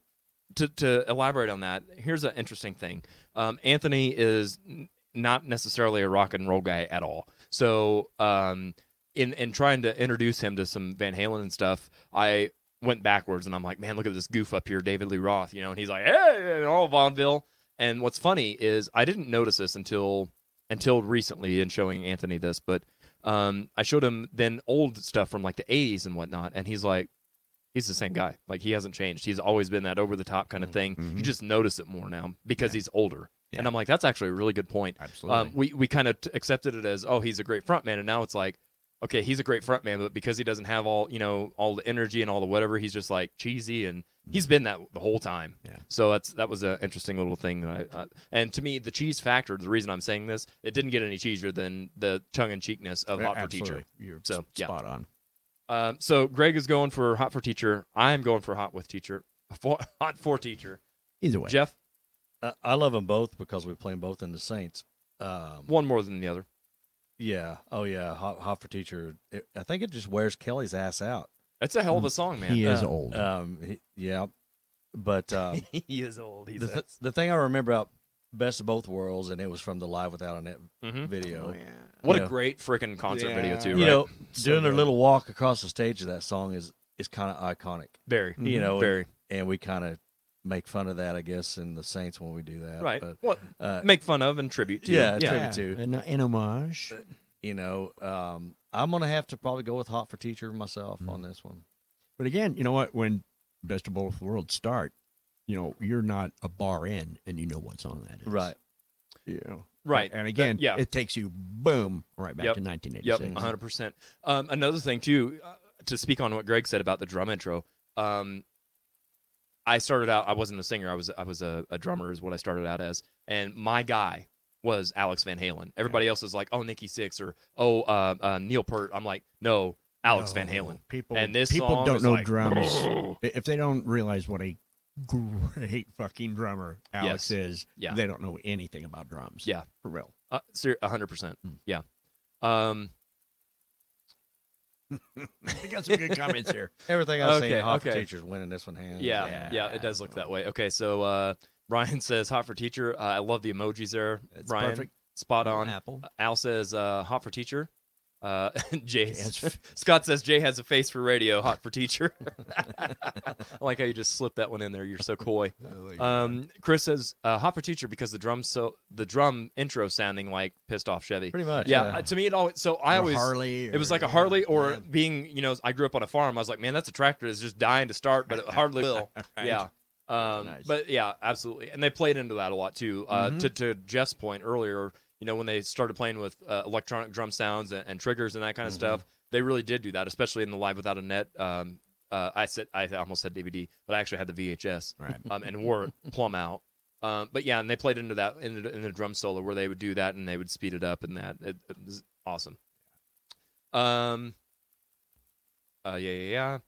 Speaker 1: to, to elaborate on that, here's an interesting thing. Um, Anthony is n- not necessarily a rock and roll guy at all. So um, in in trying to introduce him to some Van Halen and stuff, I went backwards and I'm like, man, look at this goof up here, David Lee Roth, you know, and he's like, hey, and all Vonville. And what's funny is I didn't notice this until until recently in showing Anthony this, but um, I showed him then old stuff from like the 80s and whatnot, and he's like, he's the same guy. Like he hasn't changed. He's always been that over the top kind of thing. You
Speaker 4: Mhm.
Speaker 1: just notice it more now because he's older. And
Speaker 4: Yeah.
Speaker 1: I'm like, that's actually a really good point.
Speaker 4: absolutely.
Speaker 1: Um, we we kind of t- accepted it as, oh, he's a great front man, and now it's like, okay, he's a great front man, but because he doesn't have all you know all the energy and all the whatever, he's just like cheesy, and
Speaker 5: Mm-hmm.
Speaker 1: he's been that the whole time.
Speaker 4: Yeah.
Speaker 1: So that's that was an interesting little thing that I, I and to me the cheese factor. The reason I'm saying this, it didn't get any cheesier than the tongue and cheekness of Hot for Teacher.
Speaker 4: Absolutely. You're
Speaker 1: So,
Speaker 4: s-
Speaker 1: yeah.
Speaker 4: spot on.
Speaker 1: Um, so Greg is going for hot for teacher. I am going for hot with teacher. For, hot for teacher.
Speaker 4: Either way,
Speaker 1: Jeff,
Speaker 4: uh,
Speaker 5: I, I love them both because we play them both in the Saints. Um,
Speaker 1: one more than the other.
Speaker 5: yeah. Oh yeah. Hot, hot for teacher. It, I think it just wears Kelly's ass out.
Speaker 1: That's a hell of a song, man.
Speaker 4: he is
Speaker 5: Uh,
Speaker 4: old.
Speaker 5: Um. he- yeah. But um,
Speaker 1: he is old. He's
Speaker 5: the, th- the thing I remember about Best of Both Worlds, and it was from the Live Without a Net
Speaker 1: Mhm.
Speaker 5: video.
Speaker 1: What
Speaker 5: you
Speaker 1: a
Speaker 5: know.
Speaker 1: great freaking concert video
Speaker 4: Yeah.
Speaker 1: too,
Speaker 5: You
Speaker 1: right?
Speaker 5: know,
Speaker 4: So
Speaker 5: doing their
Speaker 4: good.
Speaker 5: little walk across the stage of that song is is kind of iconic.
Speaker 1: very,
Speaker 5: You know, and,
Speaker 1: very
Speaker 5: and we kind of make fun of that, I guess, in the Saints when we do that.
Speaker 1: right.
Speaker 5: But,
Speaker 1: What
Speaker 5: uh,
Speaker 1: make fun of and tribute to?
Speaker 5: yeah,
Speaker 1: yeah.
Speaker 5: tribute to
Speaker 4: an, uh, an homage.
Speaker 5: you know, um, I'm gonna have to probably go with Hot for Teacher myself on this one.
Speaker 4: But again, you know what? When Best of Both Worlds start, you know you're not a bar in, and you know what's on that. is. You know.
Speaker 1: Right.
Speaker 4: And again,
Speaker 1: yeah.
Speaker 4: it takes you boom right back
Speaker 1: Yep.
Speaker 4: to
Speaker 1: Yep,
Speaker 4: 1986.
Speaker 1: 100. percent um, Another thing too, uh, to speak on what Greg said about the drum intro. Um, I started out. I wasn't a singer. I was I was a, a drummer is what I started out as. And my guy was Alex Van Halen. Everybody else is like, oh Nikki Six or oh uh, uh, Neil Peart. I'm like, no, Alex Van Halen.
Speaker 4: Oh, People
Speaker 1: And this
Speaker 4: people
Speaker 1: song
Speaker 4: don't
Speaker 1: is
Speaker 4: know
Speaker 1: like,
Speaker 4: drums I- if they don't realize what a great fucking drummer Alex is.
Speaker 1: Yeah.
Speaker 4: They don't know anything about drums.
Speaker 1: Yeah.
Speaker 4: For real.
Speaker 1: Uh, ser- 100%.
Speaker 4: Mm.
Speaker 1: Yeah. Um,
Speaker 4: I got some good comments here.
Speaker 5: Everything I've
Speaker 1: Okay,
Speaker 5: seen, Hot for
Speaker 1: okay.
Speaker 5: Teacher's winning this one hand.
Speaker 1: yeah, yeah, it does look that way. Okay, so uh, Brian says hot for teacher. Uh, I love the emojis there.
Speaker 4: That's
Speaker 1: Brian,
Speaker 4: perfect.
Speaker 1: spot on.
Speaker 4: Apple.
Speaker 1: Al says uh, hot for teacher. Uh, Jay
Speaker 4: Yes.
Speaker 1: Scott says Jay has a face for radio, hot for teacher. I like how you just slipped that one in there. You're so coy. Um, Chris says uh, hot for teacher because the drum so the drum intro sounding like pissed off Chevy.
Speaker 5: pretty much.
Speaker 1: Yeah, uh, to me it always so I
Speaker 4: Or
Speaker 1: always
Speaker 4: Harley.
Speaker 1: it was
Speaker 4: or-
Speaker 1: like a Harley or being, you know, I grew up on a farm. I was like, man, that's a tractor that's just dying to start, but it hardly will. Yeah. Um,
Speaker 4: Nice.
Speaker 1: But yeah, absolutely. And they played into that a lot too. Uh,
Speaker 4: Mhm.
Speaker 1: to, to Jeff's point earlier, you know, when they started playing with uh, electronic drum sounds and, and triggers and that kind of stuff, they really did do that, especially in the Live Without a Net. Um, uh, I said I almost said DVD, but I actually had the VHS
Speaker 4: Right.
Speaker 1: um, and wore it plumb out. Um, but yeah, and they played into that in the, in the drum solo where they would do that and they would speed it up and that it, it was awesome. Um, uh, yeah, yeah, yeah.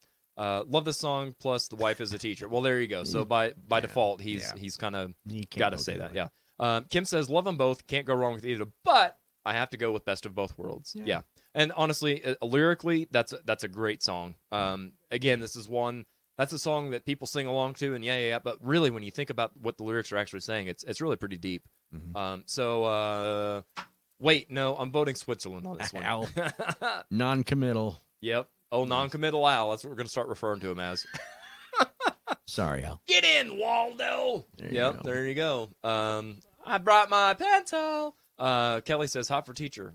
Speaker 1: Uh, love the song. Plus, the wife is a teacher. Well, there you go. So by by default, he's
Speaker 4: yeah.
Speaker 1: he's kind of
Speaker 4: You can't
Speaker 1: got to
Speaker 4: go
Speaker 1: say that.
Speaker 4: different.
Speaker 1: Yeah. Um, Kim says love them both. Can't go wrong with either. But I have to go with best of both worlds. Yeah. And honestly, uh, lyrically, that's a, that's a great song. Um, again, this is one that's a song that people sing along to, and yeah, yeah. yeah but really, when you think about what the lyrics are actually saying, it's it's really pretty deep.
Speaker 4: Mhm.
Speaker 1: Um, so uh, wait, no, I'm voting Switzerland on this one.
Speaker 4: Non-committal.
Speaker 1: yep. Oh, non-committal Al. That's what we're gonna start referring to him as.
Speaker 4: Sorry, Al.
Speaker 1: Get in, Waldo.
Speaker 4: There you
Speaker 1: yep,
Speaker 4: go.
Speaker 1: there you go. Um, I brought my pencil. Uh, Kelly says, "Hot for teacher."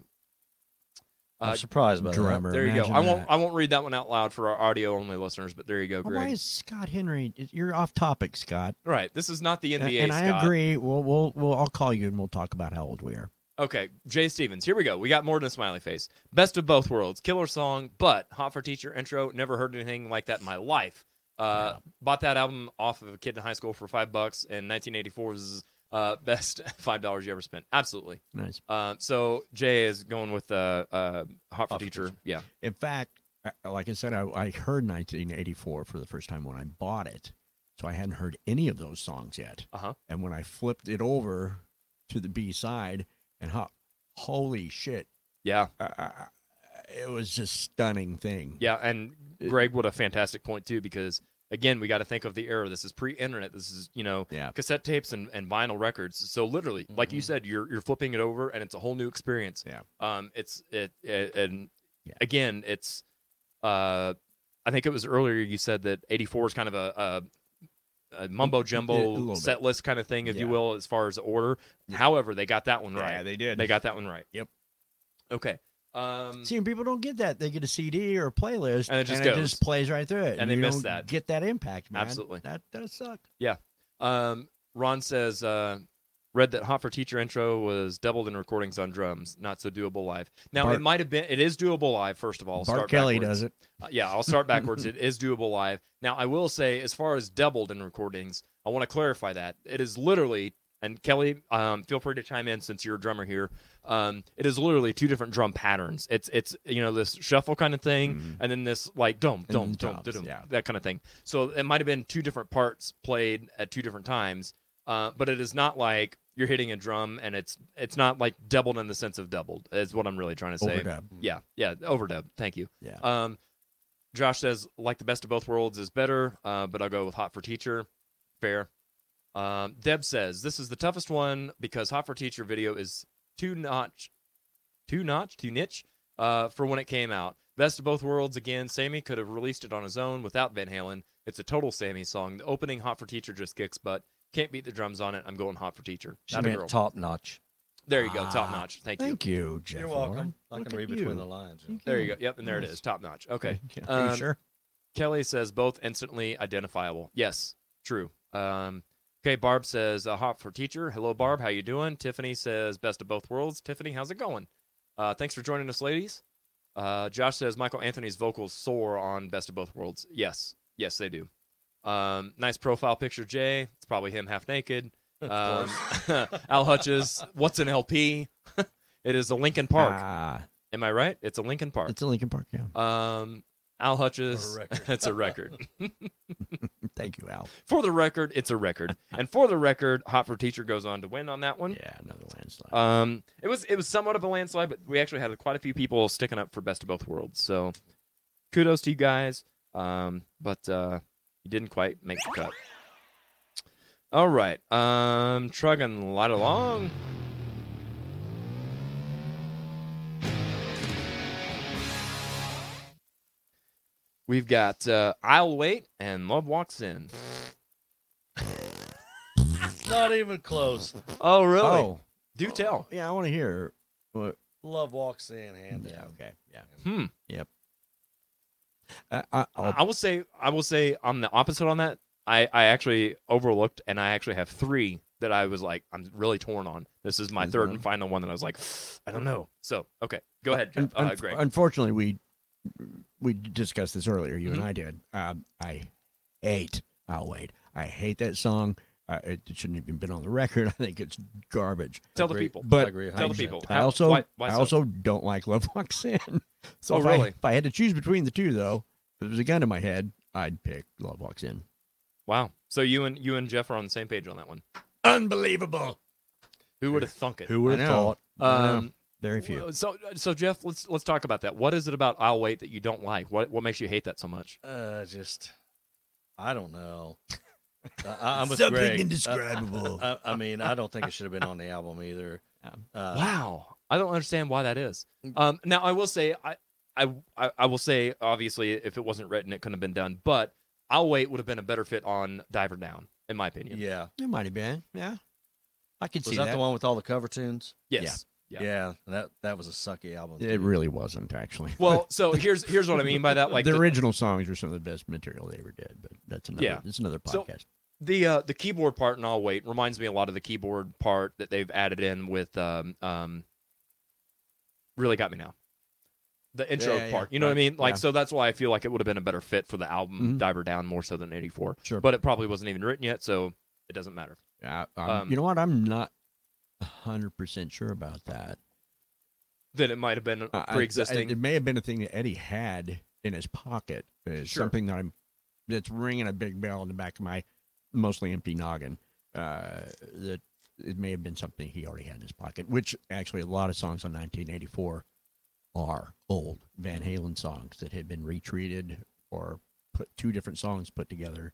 Speaker 5: I'm
Speaker 1: Uh,
Speaker 5: surprised by
Speaker 4: drummer.
Speaker 1: There you go.
Speaker 4: Imagine
Speaker 1: I won't.
Speaker 4: that.
Speaker 1: I won't read that one out loud for our audio only listeners, but there you go,
Speaker 4: Well, Why
Speaker 1: Greg.
Speaker 4: is Scott Henry? You're off topic, Scott.
Speaker 1: Right. This is not the
Speaker 4: A-
Speaker 1: NBA.
Speaker 4: and I
Speaker 1: Scott.
Speaker 4: agree. We'll, we'll, we'll, I'll call you and we'll talk about how old we are.
Speaker 1: Okay, Jay Stevens. Here we go. We got more than a smiley face. Best of both worlds. Killer song, but hot for teacher intro. Never heard anything like that in my life. Uh, Bought that album off of a kid in high school for five bucks, and 1984 is uh, best five dollars you ever spent. Absolutely.
Speaker 4: Nice.
Speaker 1: Uh, so Jay is going with uh, uh, hot for
Speaker 5: for
Speaker 1: teacher. Yeah.
Speaker 4: In fact, I- like I said, I, I heard 1984 for the first time when I bought it, so I hadn't heard any of those songs yet.
Speaker 1: Uh-huh.
Speaker 4: And when I flipped it over to the B side, and ho- holy shit,
Speaker 1: Yeah.
Speaker 4: uh, uh, uh, it was just stunning thing.
Speaker 1: Yeah, and
Speaker 4: It-
Speaker 1: Greg, what a fantastic point too, because again, we got to think of the era. This is pre-internet. This is you know
Speaker 4: Yeah. Mm-hmm.
Speaker 1: cassette tapes and, and vinyl records. So literally, like you said, you're you're flipping it over, and it's a whole new experience.
Speaker 4: Yeah.
Speaker 1: Um. It's it, it and
Speaker 4: Yeah.
Speaker 1: again, it's uh, I think it was earlier you said that '84 is kind of a, a, a mumbo
Speaker 4: Mm, little
Speaker 1: jumbo
Speaker 4: bit.
Speaker 1: set list kind of thing, if you
Speaker 4: Yeah.
Speaker 1: will, as far as order. However, they got that one
Speaker 4: Yeah,
Speaker 1: right.
Speaker 4: they did.
Speaker 1: They got that one right.
Speaker 4: Yep.
Speaker 1: Okay. Um.
Speaker 4: See, and people don't get that. They get a CD or a playlist,
Speaker 1: And it just goes.
Speaker 4: plays right through it,
Speaker 1: And they
Speaker 4: you
Speaker 1: miss
Speaker 4: don't
Speaker 1: that.
Speaker 4: Get that impact, man.
Speaker 1: Absolutely.
Speaker 4: That that sucked.
Speaker 1: Um, Ron says, uh, read that Hot for Teacher intro was doubled in recordings on drums, not so doable live. Now it
Speaker 4: Bart-
Speaker 1: might have been, it is doable live. First of all, I'll
Speaker 4: Bart
Speaker 1: start
Speaker 4: Kelly
Speaker 1: backwards.
Speaker 4: does it.
Speaker 1: Uh, yeah, I'll start backwards. it is doable live. Now I will say, as far as doubled in recordings, I want to clarify that it is literally. And Kelly, um, feel free to chime in since you're a drummer here. Um, it is literally two different drum patterns. It's it's you know this shuffle kind of thing,
Speaker 4: Mhm.
Speaker 1: and then this like dum
Speaker 4: And
Speaker 1: dum
Speaker 4: then
Speaker 1: dum,
Speaker 4: drums,
Speaker 1: dum
Speaker 4: yeah.
Speaker 1: that kind of thing. So it might have been two different parts played at two different times, uh, but it is not like you're hitting a drum and it's it's not like doubled in the sense of doubled. Is what I'm really trying to say.
Speaker 4: Overdub.
Speaker 1: Yeah, yeah, overdub. Thank you.
Speaker 4: Yeah.
Speaker 1: Um, Josh says like the best of both worlds is better, uh, but I'll go with Hot for Teacher. Fair. Um, Deb says this is the toughest one because Hot for Teacher video is too notch, too notch, too niche uh, for when it came out. Best of both worlds again. Sammy could have released it on his own without Van Halen. It's a total Sammy song. The opening Hot for Teacher just kicks butt. Can't beat the drums on it. I'm going Hot for Teacher.
Speaker 5: She
Speaker 1: Not a
Speaker 5: meant
Speaker 1: girl.
Speaker 5: top notch.
Speaker 1: There you go. Top
Speaker 4: Ah,
Speaker 1: notch. Thank, you.
Speaker 4: Thank you, Jeff. Warren.
Speaker 5: I
Speaker 4: Look
Speaker 5: can
Speaker 4: at
Speaker 5: read
Speaker 4: you.
Speaker 5: between the lines. yeah.
Speaker 1: There you go. Yep, and there it
Speaker 4: Nice.
Speaker 1: is. Top notch. Okay.
Speaker 4: Yeah, Are
Speaker 1: Um,
Speaker 4: you sure?
Speaker 1: Kelly says both instantly identifiable. Yes, true. Um, okay, Barb says a hop for teacher. Hello, Barb. How you doing? Tiffany says best of both worlds. Tiffany, how's it going? Uh, thanks for joining us, ladies. Uh, Josh says Michael Anthony's vocals soar on best of both worlds. Yes, yes they do. Um, nice profile picture, Jay. It's probably him half naked. Um, Al Hutches, what's an LP? it is a Lincoln Park.
Speaker 4: Ah,
Speaker 1: Am I right? It's a Lincoln Park.
Speaker 4: it's a Lincoln Park. Yeah.
Speaker 1: Um, Al Hutches.
Speaker 5: A record.
Speaker 1: it's a record.
Speaker 4: Thank you, Al.
Speaker 1: For the record, it's a record. and for the record, Hot for Teacher goes on to win on that one.
Speaker 4: Yeah, another landslide.
Speaker 1: Um, it was it was somewhat of a landslide, but we actually had quite a few people sticking up for Best of Both Worlds. So, kudos to you guys. Um, but uh, you didn't quite make the cut. All right, um, trugging right along. We've got uh, I'll Wait and Love Walks In.
Speaker 5: Not even close.
Speaker 1: Oh, really?
Speaker 4: oh,
Speaker 1: Do tell.
Speaker 4: yeah, I want to hear. What?
Speaker 5: Love walks in hand
Speaker 4: Yeah,
Speaker 5: down.
Speaker 4: okay. Yeah.
Speaker 1: Hmm.
Speaker 4: Uh, I, I'll,
Speaker 1: I will say I will say I'm the opposite on that. I I actually overlooked and I actually have three that I was like I'm really torn on. This is my
Speaker 4: Is
Speaker 1: third
Speaker 4: one.
Speaker 1: and final one that I was like I don't know. So okay, go ahead, Jeff.
Speaker 4: un-
Speaker 1: Uh,
Speaker 4: un-
Speaker 1: Greg.
Speaker 4: Unfortunately, we we discussed this earlier. You
Speaker 1: Mhm.
Speaker 4: and I did. Um, I hate. I'll wait. I hate that song. Uh, it, it shouldn't have even been on the record. I think it's garbage.
Speaker 1: Tell the
Speaker 5: Agree.
Speaker 1: people.
Speaker 4: But
Speaker 5: I agree.
Speaker 1: Tell the
Speaker 5: 100%.
Speaker 1: people.
Speaker 4: I
Speaker 1: How-
Speaker 4: also
Speaker 1: why- why
Speaker 4: I
Speaker 1: so?
Speaker 4: also don't like Love Walks In. So
Speaker 1: Oh,
Speaker 4: if, I,
Speaker 1: really?
Speaker 4: if I had to choose between the two, though, if it was a gun in my head, I'd pick Love Walks In.
Speaker 1: wow. So you and you and Jeff are on the same page on that one.
Speaker 4: Unbelievable.
Speaker 1: Who would have thunk it?
Speaker 4: Who would have thought? I know.
Speaker 1: Um,
Speaker 4: Very few.
Speaker 1: well, so so Jeff, let's let's talk about that. What is it about I'll wait that you don't like? What what makes you hate that so much?
Speaker 5: Uh, just, I don't know. I- I, I'm with
Speaker 4: Something
Speaker 5: Greg. I-
Speaker 4: indescribable.
Speaker 5: I, I mean, I don't think it should have been on the album either.
Speaker 4: Um,
Speaker 5: Uh,
Speaker 1: wow i don't understand why that is
Speaker 5: Mm.
Speaker 1: um now i will say I, I I- i will say obviously if it wasn't written it couldn't have been done but i'll wait would have been a better fit on diver down in my opinion
Speaker 5: Yeah.
Speaker 4: It might have been. Yeah. I could
Speaker 5: Was
Speaker 4: see
Speaker 5: that,
Speaker 4: that.
Speaker 5: the one with all the cover tunes?
Speaker 1: yes Yeah.
Speaker 5: Yeah, that that was a sucky album.
Speaker 4: It
Speaker 5: too.
Speaker 4: really wasn't actually.
Speaker 1: Well, so here's here's what I mean by that. Like
Speaker 4: the,
Speaker 1: the,
Speaker 4: original songs are some of the best material they ever did, but that's another.
Speaker 1: Yeah.
Speaker 4: it's another
Speaker 1: So-
Speaker 4: podcast.
Speaker 1: the uh, the keyboard part and I'll wait reminds me a lot of the keyboard part that they've added in with um um really got me now. The intro
Speaker 4: yeah, yeah,
Speaker 1: part, you know what I
Speaker 4: right,
Speaker 1: mean? Like
Speaker 4: yeah.
Speaker 1: so that's why I feel like it would have been a better fit for the album
Speaker 4: Mhm.
Speaker 1: Diver Down more so than 84.
Speaker 4: Sure.
Speaker 1: But it probably wasn't even written yet, so it doesn't matter.
Speaker 4: I, I'm-
Speaker 1: um,
Speaker 4: you know what? I'm not hundred percent sure about that.
Speaker 1: Then it might have been
Speaker 4: I- I-
Speaker 1: pre-existing.
Speaker 4: it may have been a thing that Eddie had in his pocket. It's
Speaker 1: Sure.
Speaker 4: Something that I'm that's ringing a big bell in the back of my mostly empty noggin. Uh, that it may have been something he already had in his pocket, which actually a lot of songs on 1984 are old Van Halen songs that had been retreated or put two different songs put together.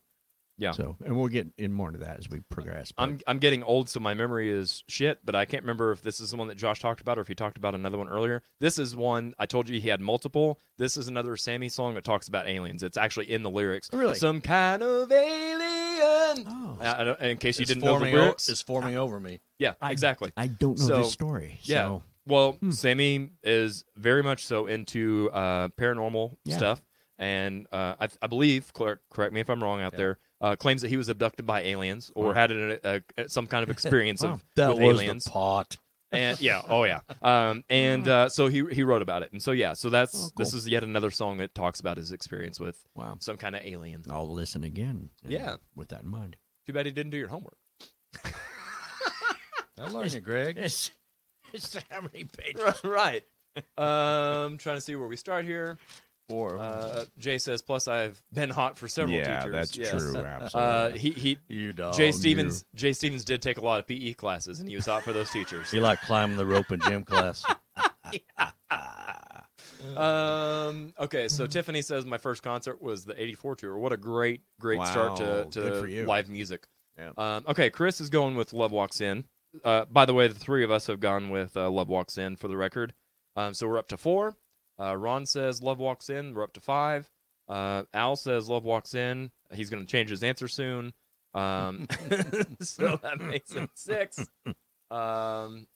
Speaker 1: Yeah.
Speaker 4: So, and we'll get in more into that as we progress. but-
Speaker 1: I'm I'm getting old, so my memory is shit. But I can't remember if this is the one that Josh talked about, or if he talked about another one earlier. This is one I told you he had multiple. This is another Sammy song that talks about aliens. It's actually in the lyrics.
Speaker 4: Oh, Really?
Speaker 1: Some kind of alien.
Speaker 4: oh,
Speaker 1: I- I don't- in case you
Speaker 5: It's
Speaker 1: didn't know the
Speaker 5: forming o-
Speaker 1: lyrics,
Speaker 5: It's forming over me.
Speaker 1: yeah,
Speaker 4: I-
Speaker 1: exactly.
Speaker 4: I don't know
Speaker 1: So,
Speaker 4: this story.
Speaker 1: yeah.
Speaker 4: So,
Speaker 1: Well,
Speaker 4: Hmm.
Speaker 1: Sammy is very much so into uh, paranormal
Speaker 4: Yeah.
Speaker 1: stuff, and uh, I, I believe, cor- correct me if I'm wrong out
Speaker 5: Yeah.
Speaker 1: there, uh, claims that he was abducted by aliens or
Speaker 4: Wow.
Speaker 1: had an, a, a, some kind of experience of
Speaker 5: That
Speaker 1: with
Speaker 5: was
Speaker 1: aliens.
Speaker 5: the pot.
Speaker 1: and yeah, oh yeah, um, and uh, so he he wrote about it, and so yeah, so that's
Speaker 4: Oh,
Speaker 1: this
Speaker 4: cool.
Speaker 1: is yet another song that talks about his experience with
Speaker 4: wow.
Speaker 1: some kind of alien.
Speaker 4: I'll listen again. and
Speaker 1: Yeah.
Speaker 4: With that in mind.
Speaker 1: Too bad he didn't do your homework.
Speaker 5: I learned it, Greg.
Speaker 6: It's, it's how many pages?
Speaker 1: right. Um, trying to see where we start here.
Speaker 5: Four.
Speaker 1: Uh, Jay says, plus I've been hot for several teachers. Yes.
Speaker 4: Absolutely.
Speaker 1: Uh, he he.
Speaker 5: Oh, you dog.
Speaker 1: Jay Stevens. Jay Stevens did take a lot of PE classes, and he was hot for those teachers.
Speaker 5: He like climbing the rope in gym class.
Speaker 1: Um. Okay. So Tiffany says my first concert was the '84 tour. What a great, great start to
Speaker 4: Wow, good for
Speaker 1: to
Speaker 4: you.
Speaker 1: live music.
Speaker 4: Yeah.
Speaker 1: Um. Okay. Chris is going with Love Walks In. Uh. By the way, the three of us have gone with uh, Love Walks In for the record. Um. So we're up to four. Uh. Ron says Love Walks In. We're up to five. Uh. Al says Love Walks In. He's going to change his answer soon. Um. so that makes it six. Um.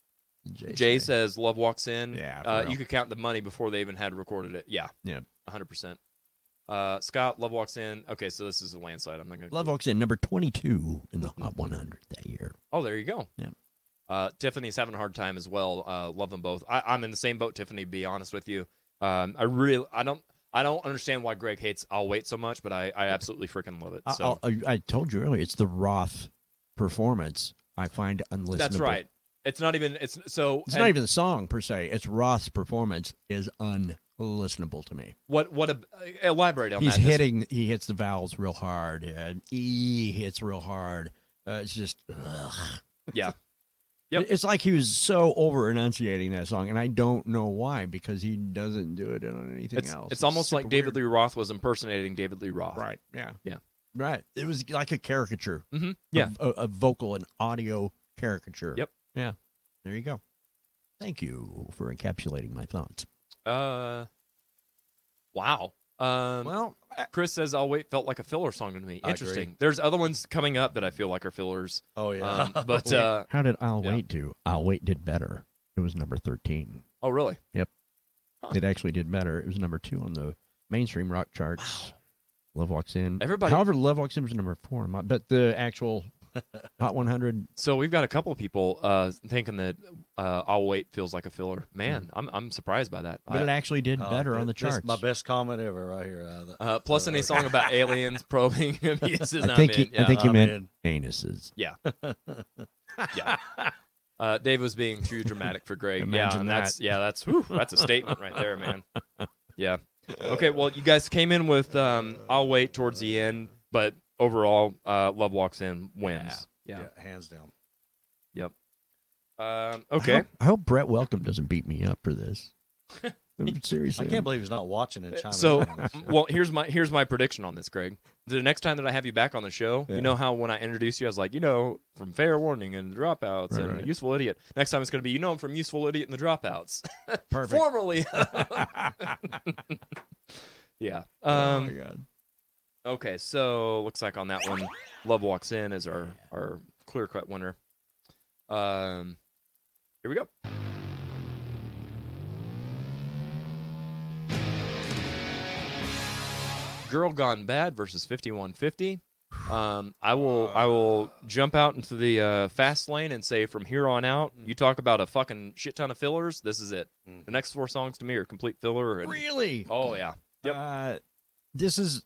Speaker 1: Jay says Love Walks In.
Speaker 4: Yeah, for
Speaker 1: Uh,
Speaker 4: real.
Speaker 1: you could count the money before they even had recorded it. Yeah.
Speaker 4: Yeah.
Speaker 1: 100%. Uh, Scott, Love Walks In. Okay, so this is a landslide. I'm not going to.
Speaker 4: Love walks in number 22
Speaker 1: Mm-hmm.
Speaker 4: in the Hot 100 that year.
Speaker 1: Oh, there you go.
Speaker 4: Yeah.
Speaker 1: Uh, Tiffany's having a hard time as well. Uh, love them both. I, I'm in the same boat, Tiffany. to Be honest with you. Um, I really, I don't, I don't understand why Greg hates "I'll Wait" so much, but I, I absolutely freaking love it.
Speaker 4: I-
Speaker 1: So
Speaker 4: I'll- I, I told you earlier, it's the Roth performance I find unlistenable.
Speaker 1: that's right. It's not even. It's so.
Speaker 4: It's
Speaker 1: and
Speaker 4: not even the song per se. It's Roth's performance is unlistenable to me.
Speaker 1: what what a elaborate on
Speaker 4: He's
Speaker 1: that. Oh, This-
Speaker 4: hitting, he hits the vowels real hard. And e hits real hard. Uh, it's just, ugh.
Speaker 1: Yeah. Yep.
Speaker 4: It- It's like he was so over enunciating that song, and I don't know why because he doesn't do it on anything
Speaker 1: It's,
Speaker 4: else.
Speaker 1: it's almost like
Speaker 4: super
Speaker 1: David
Speaker 4: weird.
Speaker 1: Lee Roth was impersonating David Lee Roth.
Speaker 4: Right. Yeah.
Speaker 1: Yeah.
Speaker 4: Right. It was like a caricature.
Speaker 1: Mhm,
Speaker 4: of-
Speaker 1: yeah.
Speaker 4: of a vocal and audio caricature.
Speaker 1: Yep.
Speaker 4: Yeah. There you go. Thank you for encapsulating my thoughts.
Speaker 1: Uh, wow. Um,
Speaker 4: Well,
Speaker 1: Chris says "I'll wait" felt like a filler song to me.
Speaker 5: I agree.
Speaker 1: Interesting. There's other ones coming up that I feel like are fillers.
Speaker 5: Oh yeah.
Speaker 1: Um, but uh,
Speaker 4: how did I'll
Speaker 1: yeah.
Speaker 4: Wait do? I'll Wait did better. It was number 13.
Speaker 1: oh really?
Speaker 4: It actually did better. It was number two on the mainstream rock charts. Love Walks In.
Speaker 1: Everybody-
Speaker 4: However, Love Walks In was number four, on my- but the actual Hot 100.
Speaker 1: So we've got a couple of people uh, thinking that uh, "I'll wait" feels like a filler.
Speaker 5: Hmm.
Speaker 1: Man, I'm I'm surprised by that.
Speaker 4: But it
Speaker 1: I-
Speaker 4: actually did
Speaker 5: Oh,
Speaker 4: better on the
Speaker 5: th- this is
Speaker 4: charts.
Speaker 5: My best comment ever, right here. Uh, the-
Speaker 1: uh, plus, any song about aliens probing abuses.
Speaker 4: I think
Speaker 1: I'm in.
Speaker 4: he- I
Speaker 1: Yeah.
Speaker 4: think he
Speaker 5: uh, I'm
Speaker 4: meant-
Speaker 5: in.
Speaker 4: Anuses.
Speaker 1: uh, Dave was being too dramatic for Greg. yeah,
Speaker 4: Imagine
Speaker 1: and
Speaker 4: that.
Speaker 1: that's yeah, that's whew, that's a statement right there, man. Yeah. Okay, well, you guys came in with um, "I'll wait" towards the end, but overall, uh, "Love Walks In" wins.
Speaker 5: Yeah. hands down.
Speaker 1: Um,
Speaker 4: I
Speaker 1: okay.
Speaker 4: hope, I hope Brett Welcome doesn't beat me up for this. Seriously.
Speaker 5: I can't believe he's not watching in
Speaker 1: Uh,
Speaker 5: China.
Speaker 1: so- Well, here's my here's my prediction on this, Greg. The next time that I have you back on the show,
Speaker 4: Yeah.
Speaker 1: you know how when I introduce you, I was like, you know, from Fair Warning and the Dropouts
Speaker 4: Right,
Speaker 1: and
Speaker 4: right.
Speaker 1: Useful Idiot. Next time it's going to be, you know, I'm from Useful Idiot and the Dropouts.
Speaker 4: Perfect.
Speaker 1: Formerly. yeah. Um,
Speaker 4: Oh, God.
Speaker 1: Okay, so looks like on that one, Love Walks In is our our clear cut winner. Um, here we go. Girl Gone Bad versus 5150. Um, I will I will jump out into the uh, fast lane and say from here on out, you talk about a fucking shit ton of fillers. This is it. The next four songs to me are complete filler. And,
Speaker 4: Really?
Speaker 1: Oh yeah, Yep.
Speaker 4: Uh, this is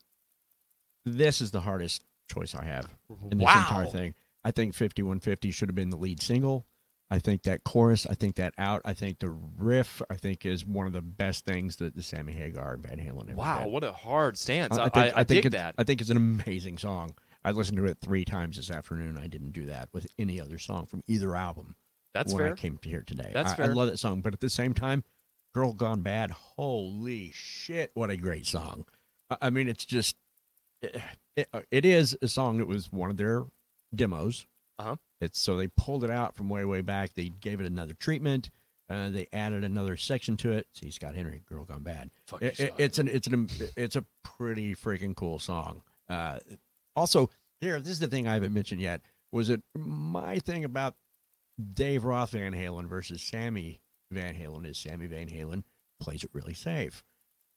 Speaker 4: this is the hardest choice I have in this entire
Speaker 1: Wow.
Speaker 4: thing. I think 5150 should have been the lead single. I think that chorus, I think that out, I think the riff, I think is one of the best things that the Sammy Hagar and Van Halen ever
Speaker 1: wow,
Speaker 4: did.
Speaker 1: what a hard stance. I, I,
Speaker 4: think,
Speaker 1: I,
Speaker 4: think
Speaker 1: dig
Speaker 4: it's-
Speaker 1: that.
Speaker 4: I think it's an amazing song. I listened to it three times this afternoon. I didn't do that with any other song from either album
Speaker 1: That's
Speaker 4: when
Speaker 1: fair.
Speaker 4: I came to here today.
Speaker 1: That's
Speaker 4: I, I
Speaker 1: fair.
Speaker 4: love that song, but at the same time, "Girl Gone Bad," holy shit, what a great song! I, I mean, it's just it, it, it is a song that was one of their demos.
Speaker 1: Uh-huh.
Speaker 4: It's so they pulled it out from way way back. They gave it another treatment. Uh, they added another section to it. See, Scott Henry, "Girl Gone Bad."
Speaker 5: Fuck
Speaker 4: It- it-
Speaker 5: yourself.
Speaker 4: it's an it's an am- it's a pretty freaking cool song. Uh, also, here this is the thing I haven't mentioned yet. Was it my thing about Dave Roth Van Halen versus Sammy Van Halen is Sammy Van Halen plays it really safe.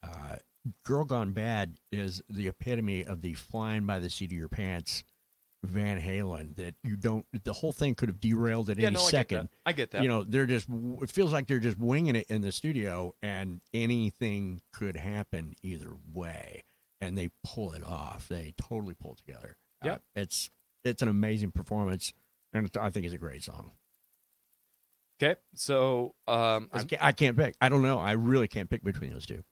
Speaker 4: Uh, Girl Gone Bad is the epitome of the flying by the seat of your pants Van Halen that you don't. The whole thing could have derailed at
Speaker 1: yeah,
Speaker 4: any
Speaker 1: no,
Speaker 4: second
Speaker 1: I get that. I get that.
Speaker 4: you know they're just it feels like they're just winging it in the studio and anything could happen either way and they pull it off they totally pull it together Uh,
Speaker 1: Yeah.
Speaker 4: it's it's an amazing performance and it's, i think it's a great song
Speaker 1: okay, so um,
Speaker 4: I
Speaker 1: as-
Speaker 4: can't, I can't pick i don't know i really can't pick between those two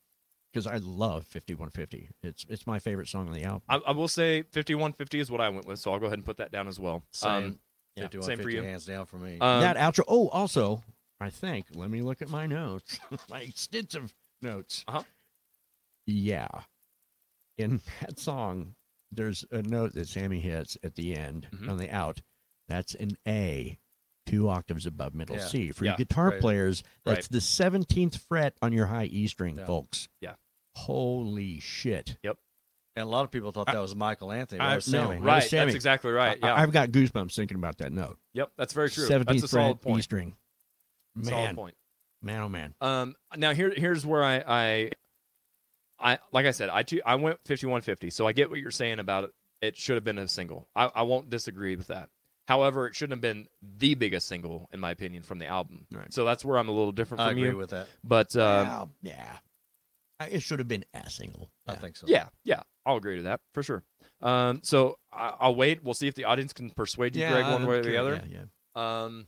Speaker 4: because i love 5150 it's it's my favorite song on the album
Speaker 1: I, I will say 5150 is what I went with, so I'll go ahead and put that down as well. Um,
Speaker 5: Same.
Speaker 1: yeah,
Speaker 5: 51,
Speaker 1: same for
Speaker 5: 50,
Speaker 1: you.
Speaker 5: Hands down for me.
Speaker 1: um,
Speaker 4: that outro oh also i think let me look at my notes my extensive notes
Speaker 1: Uh-huh.
Speaker 4: yeah in that song there's a note that sammy hits at the end
Speaker 1: Mhm.
Speaker 4: on the out that's an a two octaves above middle
Speaker 5: Yeah.
Speaker 4: c for
Speaker 1: Yeah,
Speaker 4: your guitar
Speaker 5: right.
Speaker 4: players
Speaker 1: Right.
Speaker 4: that's the 17th fret on your high e string
Speaker 5: Yeah.
Speaker 4: folks
Speaker 1: Yeah.
Speaker 4: holy shit
Speaker 5: and a lot of people thought that was Michael Anthony. That
Speaker 4: I-
Speaker 5: was
Speaker 4: no,
Speaker 5: Sammy.
Speaker 4: that
Speaker 1: right,
Speaker 4: Sammy.
Speaker 1: that's exactly right.
Speaker 4: I-
Speaker 1: Yeah,
Speaker 4: i've got goosebumps thinking about that note
Speaker 1: yep, that's very true.
Speaker 4: 17th
Speaker 1: That's a
Speaker 4: fret
Speaker 1: solid
Speaker 4: e
Speaker 1: point.
Speaker 4: string
Speaker 1: Solid
Speaker 4: man
Speaker 1: point.
Speaker 4: man oh man
Speaker 1: Um, now here here's where I I I like I said I choo- I went 5150. So I get what you're saying about it. It should have been a single. I, I won't disagree with that. However, it shouldn't have been the biggest single in my opinion from the album.
Speaker 4: Right.
Speaker 1: So that's where I'm a little different
Speaker 5: I
Speaker 1: from
Speaker 5: agree
Speaker 1: you.
Speaker 5: with that.
Speaker 1: But um,
Speaker 4: Well, yeah. I- It should have been a single.
Speaker 5: I think so.
Speaker 1: yeah, yeah, I'll agree to that for sure. Um, so I, I'll wait. We'll see if the audience can persuade you, Greg, one way or the other.
Speaker 4: Yeah,
Speaker 1: Um,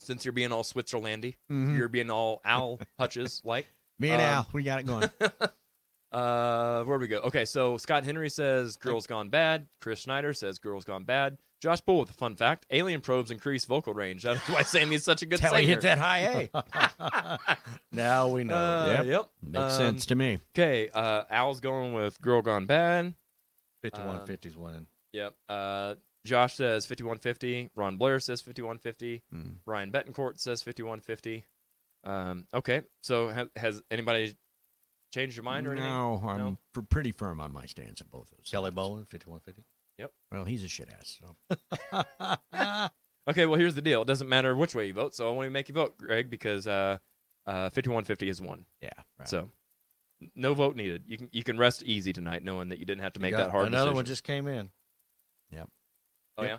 Speaker 1: since you're being all Switzerlandy,
Speaker 4: Mhm.
Speaker 1: you're being all Al Hutches like.
Speaker 4: Me and
Speaker 1: Mm-hmm. Um,
Speaker 4: Al, we got it going.
Speaker 1: Uh, where we go? Okay, so Scott Henry says "Girls Gone Bad." Chris Schneider says "Girls Gone Bad." Josh Bull with a fun fact: Alien probes increase vocal range. That's why Sammy's such a good
Speaker 4: That's how
Speaker 1: singer.
Speaker 4: he hit that high A.
Speaker 5: Now we know.
Speaker 1: Uh,
Speaker 4: Yep.
Speaker 1: yep.
Speaker 4: Makes
Speaker 1: Um,
Speaker 4: sense to me.
Speaker 1: Okay. Uh, Al's going with "Girl Gone Bad."
Speaker 5: 51,
Speaker 4: Uh,
Speaker 1: um,
Speaker 5: 50's winning.
Speaker 1: Yep. Uh, Josh says 5150. Ron Blair says 5150.
Speaker 4: Mm.
Speaker 1: Ryan Betancourt says 5150. Um, okay. So ha- has anybody changed your mind or anything?
Speaker 4: no, I'm
Speaker 1: No?
Speaker 4: pr- pretty firm on my stance on both of those.
Speaker 5: Kelly Bowen, 5150.
Speaker 4: Well, he's a shit ass. So.
Speaker 1: Okay, well here's the deal. It doesn't matter which way you vote, so I won't even make you vote, Greg, because uh, uh, fifty-one fifty is one.
Speaker 4: Yeah. right.
Speaker 1: So n- no vote needed. You can you can rest easy tonight, knowing that you didn't have to make
Speaker 5: Yeah,
Speaker 1: that hard
Speaker 5: Another
Speaker 1: decision.
Speaker 5: one just came in.
Speaker 1: oh yeah,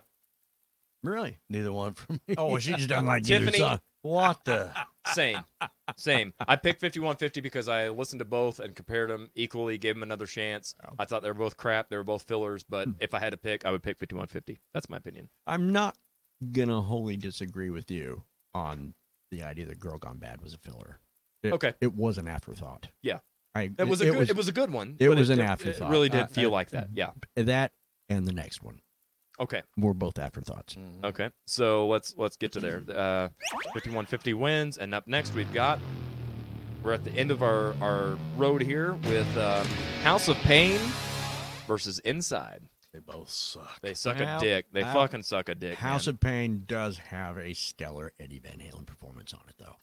Speaker 4: really?
Speaker 5: Neither one for me.
Speaker 4: Oh, well, she just doesn't like neither
Speaker 1: Tiffany-
Speaker 4: song.
Speaker 5: what the?
Speaker 1: same, same. I picked fifty-one fifty because I listened to both and compared them equally, gave them another chance.
Speaker 4: Wow.
Speaker 1: I thought they were both crap. They were both fillers, but
Speaker 4: Hmm.
Speaker 1: if I had to pick, I would pick fifty-one fifty. That's my opinion.
Speaker 4: I'm not gonna wholly disagree with you on the idea that "Girl Gone Bad" was a filler. It,
Speaker 1: Okay.
Speaker 4: It was an afterthought.
Speaker 1: Yeah.
Speaker 4: I,
Speaker 1: It was a good, it was, a good one.
Speaker 4: it
Speaker 1: but
Speaker 4: was an
Speaker 1: did-
Speaker 4: afterthought.
Speaker 1: It really
Speaker 4: I-
Speaker 1: did feel
Speaker 4: I-
Speaker 1: like that. Yeah.
Speaker 4: that and the next one
Speaker 1: Okay.
Speaker 4: were both afterthoughts.
Speaker 5: Mhm.
Speaker 1: Okay, so let's let's get to there. Uh, 5150 wins, and up next we've got we're at the end of our our road here with um, House of Pain versus Inside.
Speaker 5: They both suck.
Speaker 1: They suck
Speaker 4: Well,
Speaker 1: a dick. They
Speaker 4: well,
Speaker 1: fucking suck a dick.
Speaker 4: House
Speaker 1: man.
Speaker 4: of Pain does have a stellar Eddie Van Halen performance on it, though.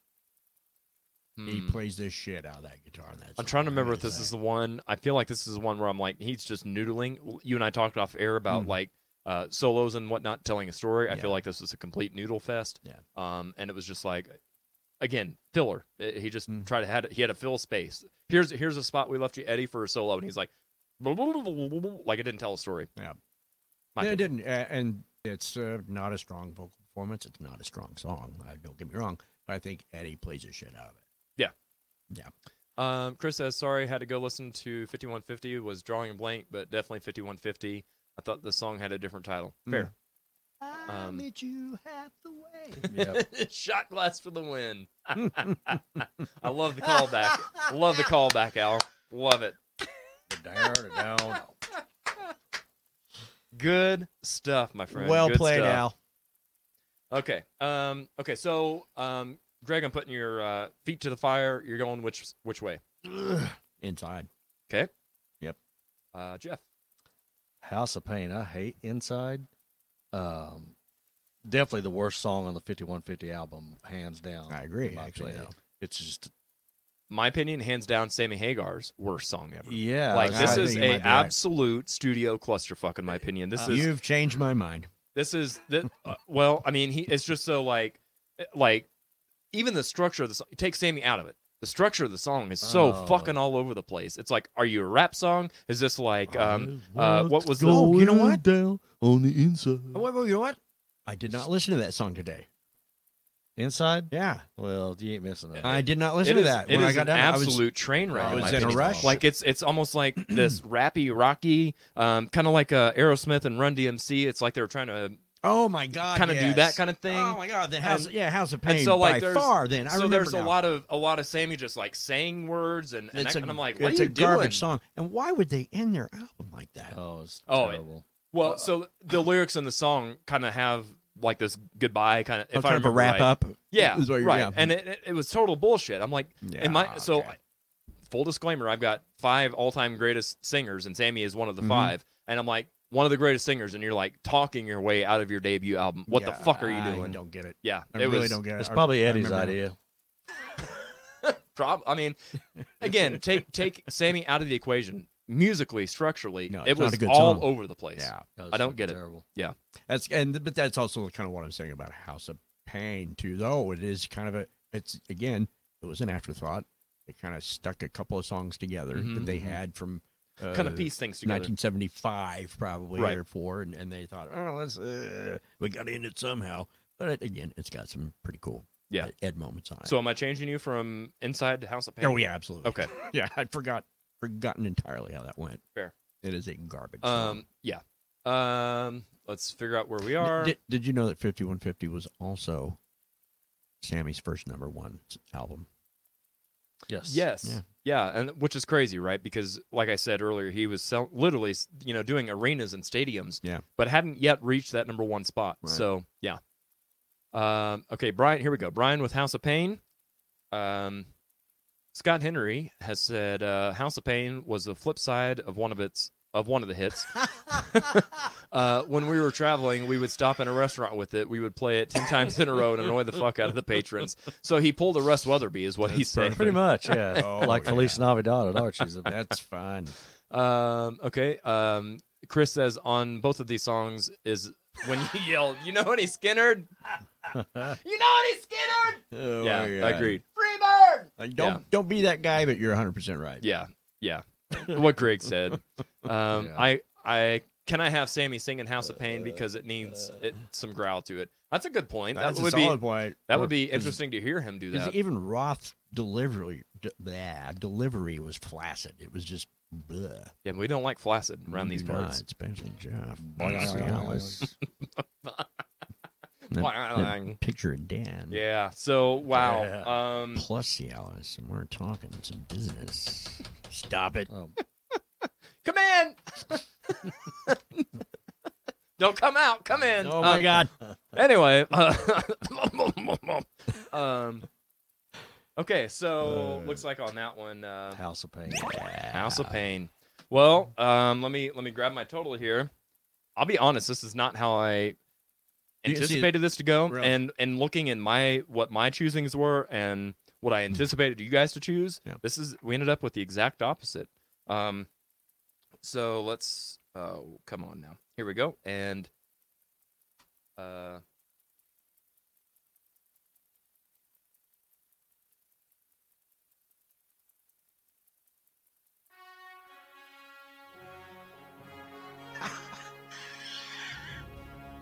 Speaker 4: He
Speaker 1: Hmm.
Speaker 4: plays this shit out of that guitar. And that's
Speaker 1: I'm trying to remember if this is the one. I feel like this is the one where I'm like, he's just noodling. You and I talked off air about
Speaker 4: Mhm.
Speaker 1: like uh, solos and whatnot, telling a story. I
Speaker 4: Yeah.
Speaker 1: feel like this was a complete noodle fest.
Speaker 4: Yeah.
Speaker 1: Um, and it was just like, again, filler. Uh, he just
Speaker 4: Mm.
Speaker 1: tried to had he had a fill space. Here's here's a spot we left you, Eddie, for a solo, and he's like, like it didn't tell a story.
Speaker 4: Yeah.
Speaker 1: My
Speaker 4: Yeah, it
Speaker 1: opinion.
Speaker 4: didn't. a- And it's uh, not a strong vocal performance. It's not a strong song. Uh, don't get me wrong. But I think Eddie plays the shit out of it.
Speaker 1: Um, Chris says, sorry, had to go listen to 5150. Was drawing a blank, but definitely 5150. I thought the song had a different title.
Speaker 4: Hmm.
Speaker 1: Fair. Um,
Speaker 4: you half the way.
Speaker 5: Yep.
Speaker 1: Shot glass for the win. I love the callback. love the callback, Al. Love it.
Speaker 5: down, down.
Speaker 1: Good stuff, my friend.
Speaker 6: Well
Speaker 1: Good
Speaker 6: played,
Speaker 1: stuff.
Speaker 6: Al.
Speaker 1: Okay. Um, okay. So, um, Greg, I'm putting your uh, feet to the fire. You're going which which way?
Speaker 4: Inside.
Speaker 1: Uh, Jeff.
Speaker 5: House of Pain. I hate Inside. Um, definitely the worst song on the 5150 album, hands down.
Speaker 4: I agree,
Speaker 5: in my
Speaker 4: actually,
Speaker 5: opinion. It's just
Speaker 1: My opinion, hands down, Sammy Hagar's worst song ever.
Speaker 5: yeah.
Speaker 1: like
Speaker 4: I
Speaker 1: this
Speaker 4: think
Speaker 1: is a
Speaker 4: you might be right. Uh,
Speaker 1: absolute studio clusterfuck in my opinion. This is
Speaker 4: You've changed my mind.
Speaker 1: this is that. Uh, well, I mean, he it's just so like eh, like even the structure of the song. Take Sammy out of it. The structure of the song is so
Speaker 5: Oh.
Speaker 1: fucking all over the place. It's like, are you a rap song? Is this like um uh what was the
Speaker 4: Oh, you know what?
Speaker 5: Down on the inside.
Speaker 4: Wait, wait, you know what? I did not listen to that song today.
Speaker 5: Inside?
Speaker 4: Yeah.
Speaker 5: Well, you ain't missing it.
Speaker 4: I did not
Speaker 1: It
Speaker 4: listen
Speaker 1: is,
Speaker 4: to that.
Speaker 1: it
Speaker 4: When I
Speaker 1: is
Speaker 4: got
Speaker 1: an
Speaker 4: down, I was-
Speaker 1: absolute train wreck.
Speaker 4: I
Speaker 1: in
Speaker 4: was
Speaker 1: my
Speaker 4: in a
Speaker 1: opinion.
Speaker 4: rush.
Speaker 1: Like it's it's almost like this rappy, rocky, um, kind of like uh, Aerosmith and Run DMC. It's like they were trying to
Speaker 4: oh my god,
Speaker 1: kind of do that
Speaker 4: yes.
Speaker 1: kind of thing.
Speaker 4: Oh my god, then House,
Speaker 1: And-
Speaker 4: yeah, House of Pain
Speaker 1: and so, like,
Speaker 4: by
Speaker 1: there's-
Speaker 4: far. Then I
Speaker 1: so
Speaker 4: remember
Speaker 1: there's a
Speaker 4: now.
Speaker 1: lot of a lot of Sammy just like saying words and and,
Speaker 4: It's
Speaker 1: that-
Speaker 4: a-
Speaker 1: and I'm like, what
Speaker 4: it's
Speaker 1: are
Speaker 4: a
Speaker 1: you
Speaker 4: garbage
Speaker 1: doing?
Speaker 4: song. And why would they end their album like that?
Speaker 5: oh, it's
Speaker 1: Oh, it-
Speaker 5: terrible.
Speaker 4: Uh,
Speaker 1: Well, so the lyrics in the song kind of have like this goodbye kind of.
Speaker 4: Some
Speaker 1: If I
Speaker 4: kind of a
Speaker 1: remember
Speaker 4: wrap
Speaker 1: right.
Speaker 4: up.
Speaker 1: yeah,
Speaker 4: is what you're-
Speaker 1: right.
Speaker 4: yeah.
Speaker 1: And it, it, it was total bullshit. I'm like,
Speaker 4: Yeah,
Speaker 1: in my so
Speaker 4: okay.
Speaker 1: I- full disclaimer, I've got five all-time greatest singers, and Sammy is one of the
Speaker 4: Mhm.
Speaker 1: five. And I'm like one of the greatest singers, and you're like talking your way out of your debut album. What the
Speaker 4: Yeah,
Speaker 1: fuck are you
Speaker 4: I
Speaker 1: doing?
Speaker 4: don't get it.
Speaker 1: Yeah,
Speaker 4: I
Speaker 1: it
Speaker 4: really
Speaker 1: was.
Speaker 4: don't get it.
Speaker 5: It's
Speaker 4: I-
Speaker 5: probably
Speaker 4: I
Speaker 5: Eddie's
Speaker 4: remember-
Speaker 5: idea.
Speaker 1: Prob- I mean, again, take take Sammy out of the equation musically, structurally.
Speaker 4: No,
Speaker 1: it
Speaker 4: it's not
Speaker 1: was
Speaker 4: a good
Speaker 1: all
Speaker 4: song.
Speaker 1: over the place.
Speaker 4: Yeah,
Speaker 1: I don't get it.
Speaker 5: terrible.
Speaker 4: that's and but that's also kind of what I'm saying about House of Pain too. Though it is kind of a, it's again, it was an afterthought. They kind of stuck a couple of songs together that
Speaker 1: Mhm.
Speaker 4: they had from uh,
Speaker 1: Kind of piece things together.
Speaker 4: 1975 probably
Speaker 1: Right.
Speaker 4: or four, and, and they thought, oh, let's uh, we got to end it somehow. But it, again, it's got some pretty cool E,
Speaker 1: Yeah.
Speaker 4: Ed- Ed moments on it.
Speaker 1: So am I changing you from inside to House of Pain?
Speaker 4: oh yeah, absolutely.
Speaker 1: Okay.
Speaker 4: yeah, I forgot forgotten entirely how that went.
Speaker 1: Fair.
Speaker 4: It is a garbage. song.
Speaker 1: Um. Yeah. Um. Let's figure out where we
Speaker 4: D-
Speaker 1: are.
Speaker 4: Did, did you know that 5150 was also Sammy's first number one s- album?
Speaker 5: Yes.
Speaker 1: Yes.
Speaker 4: Yeah.
Speaker 1: Yeah. and which is crazy, right? Because like I said earlier, he was sell- literally, s- you know, doing arenas and stadiums,
Speaker 4: Yeah.
Speaker 1: but hadn't yet reached that number one spot.
Speaker 4: Right.
Speaker 1: So yeah. Um, okay, Brian. Here we go. Brian with House of Pain. Um, Scott Henry has said uh, House of Pain was the flip side of one of its of one of the hits. uh, when we were traveling, we would stop in a restaurant with it. We would play it ten times in a row and annoy the fuck out of the patrons. So he pulled a Russ Weatherby, is what he said.
Speaker 5: Pretty much, yeah.
Speaker 4: Oh,
Speaker 5: like
Speaker 4: yeah.
Speaker 5: Felice Navidad at Archie's.
Speaker 4: That's fine.
Speaker 1: Um, okay. Um, Chris says on both of these songs is when you yell, you know any Skinner?
Speaker 3: You know what he's Skinner?
Speaker 4: Oh,
Speaker 1: yeah, agreed.
Speaker 3: Freebird!
Speaker 4: Like, don't
Speaker 1: Yeah.
Speaker 4: don't be that guy, but you're 100 percent right.
Speaker 1: Yeah, yeah. what Greg said. Um,
Speaker 5: Yeah.
Speaker 1: I, I can I have Sammy singing House of Pain because it needs it, some growl to it. That's a good point.
Speaker 4: that's
Speaker 1: that
Speaker 4: a
Speaker 1: would be
Speaker 4: solid point.
Speaker 1: that would be
Speaker 4: Is-
Speaker 1: interesting to hear him do
Speaker 4: is
Speaker 1: that.
Speaker 4: even Roth's delivery, d- blah, delivery was flaccid. It was just bleh.
Speaker 1: Yeah, we don't like flaccid around
Speaker 4: You
Speaker 1: these
Speaker 4: do not,
Speaker 1: parts.
Speaker 4: especially Jeff.
Speaker 6: Oh,
Speaker 4: Borealis.
Speaker 5: That's
Speaker 4: That- that Picture of Dan.
Speaker 1: Yeah. So wow. Um,
Speaker 4: Plus Cialis, and we're talking some business. Stop it.
Speaker 5: Oh,
Speaker 1: come in. don't come out. Come in.
Speaker 4: Oh my
Speaker 1: Um,
Speaker 4: God.
Speaker 1: anyway, uh, um, okay,
Speaker 4: Uh,
Speaker 1: so looks like on that one, uh,
Speaker 5: House of Pain.
Speaker 1: House of Pain. Well, um, let me let me grab my total here. I'll be honest, this is not how I
Speaker 4: You see-
Speaker 1: anticipated this to go,
Speaker 4: Really?
Speaker 1: and and looking in my what my choosings were and what I anticipated you guys to choose,
Speaker 4: Hmm. Yeah.
Speaker 1: this is we ended up with the exact opposite. Um, so let's oh come on now, here we go, and uh.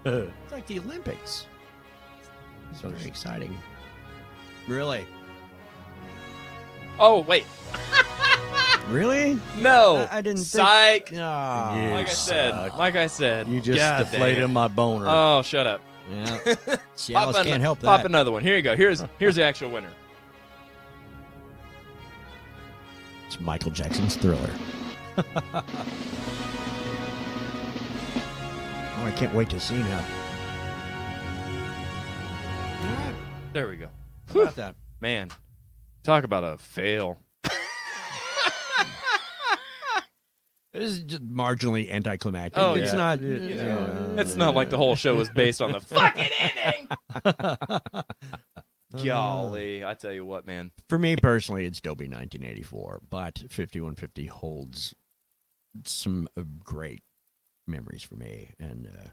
Speaker 6: It's like the Olympics. So very exciting. Really?
Speaker 1: Oh wait,
Speaker 6: Really?
Speaker 1: no.
Speaker 6: I- I didn't think-
Speaker 1: Psych.
Speaker 6: No.
Speaker 4: Uh,
Speaker 5: You
Speaker 1: Like I said.
Speaker 5: suck.
Speaker 1: Like I said.
Speaker 5: You just
Speaker 1: God
Speaker 5: deflated
Speaker 1: dang it.
Speaker 5: my boner.
Speaker 1: Oh, shut up.
Speaker 6: Yeah. See,
Speaker 1: Pop
Speaker 6: Alice
Speaker 1: an-
Speaker 6: can't help
Speaker 1: Pop
Speaker 6: that.
Speaker 1: another one. Here you go. Here's here's the actual winner.
Speaker 6: It's Michael Jackson's Thriller.
Speaker 4: Oh, I can't wait to see now.
Speaker 1: There we go.
Speaker 6: How about that?
Speaker 1: Man, talk about a fail.
Speaker 4: This is just marginally anticlimactic.
Speaker 1: Oh,
Speaker 4: it's
Speaker 1: yeah.
Speaker 4: not.
Speaker 1: It's not like the whole show was based on the fucking ending. Golly, I tell you what, man.
Speaker 4: For me personally, it'd still be 1984, but 5150 holds some uh, great memories for me, and uh,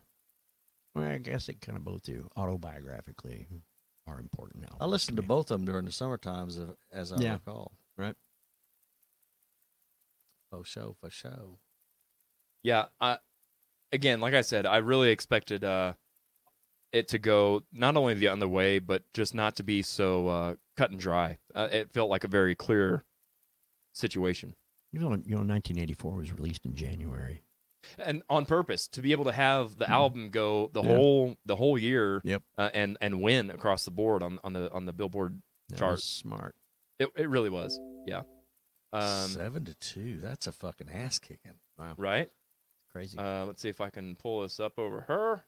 Speaker 4: well, I guess they kind of both do. Autobiographically, are important now.
Speaker 5: I listened to both of them during the summer times, of- as I
Speaker 4: Yeah.
Speaker 5: recall.
Speaker 4: Right.
Speaker 5: For show, for show.
Speaker 1: Yeah, I again, like I said, I really expected uh it to go not only the other way, but just not to be so uh cut and dry. Uh, it felt like a very clear situation.
Speaker 4: You know, you know, 1984 was released in January.
Speaker 1: and on purpose to be able to have the album go the
Speaker 4: Mm-hmm. Yeah.
Speaker 1: whole the whole year
Speaker 4: Yep.
Speaker 1: uh, and and win across the board on on the on the billboard
Speaker 4: That
Speaker 1: Chart.
Speaker 4: was smart.
Speaker 1: it, it really was yeah um
Speaker 5: Seven to two. That's a fucking ass kicking.
Speaker 1: right
Speaker 6: Crazy.
Speaker 1: uh let's see if i can pull this up over her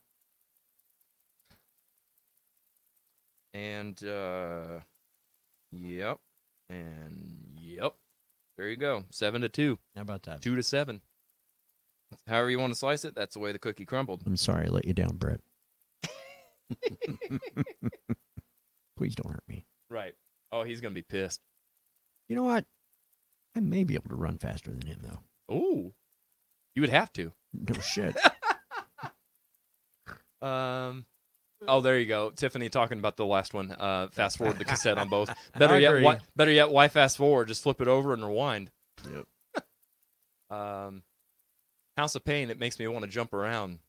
Speaker 1: and uh yep and yep there you go seven to two
Speaker 4: How about that?
Speaker 1: two to seven however you want to slice it that's the way the cookie crumbled
Speaker 4: I'm sorry I let you down, Brett. Please don't hurt me.
Speaker 1: right oh he's gonna be pissed
Speaker 4: You know what? I may be able to run faster than him, though.
Speaker 1: Ooh. You would have to.
Speaker 4: No shit.
Speaker 1: Um Oh, there you go. Tiffany talking about the last one. Uh fast forward the cassette on both. Better
Speaker 5: I
Speaker 1: yet,
Speaker 5: agree.
Speaker 1: why better yet, why fast forward? Just flip it over and rewind. um House of Pain, it makes me want to jump around.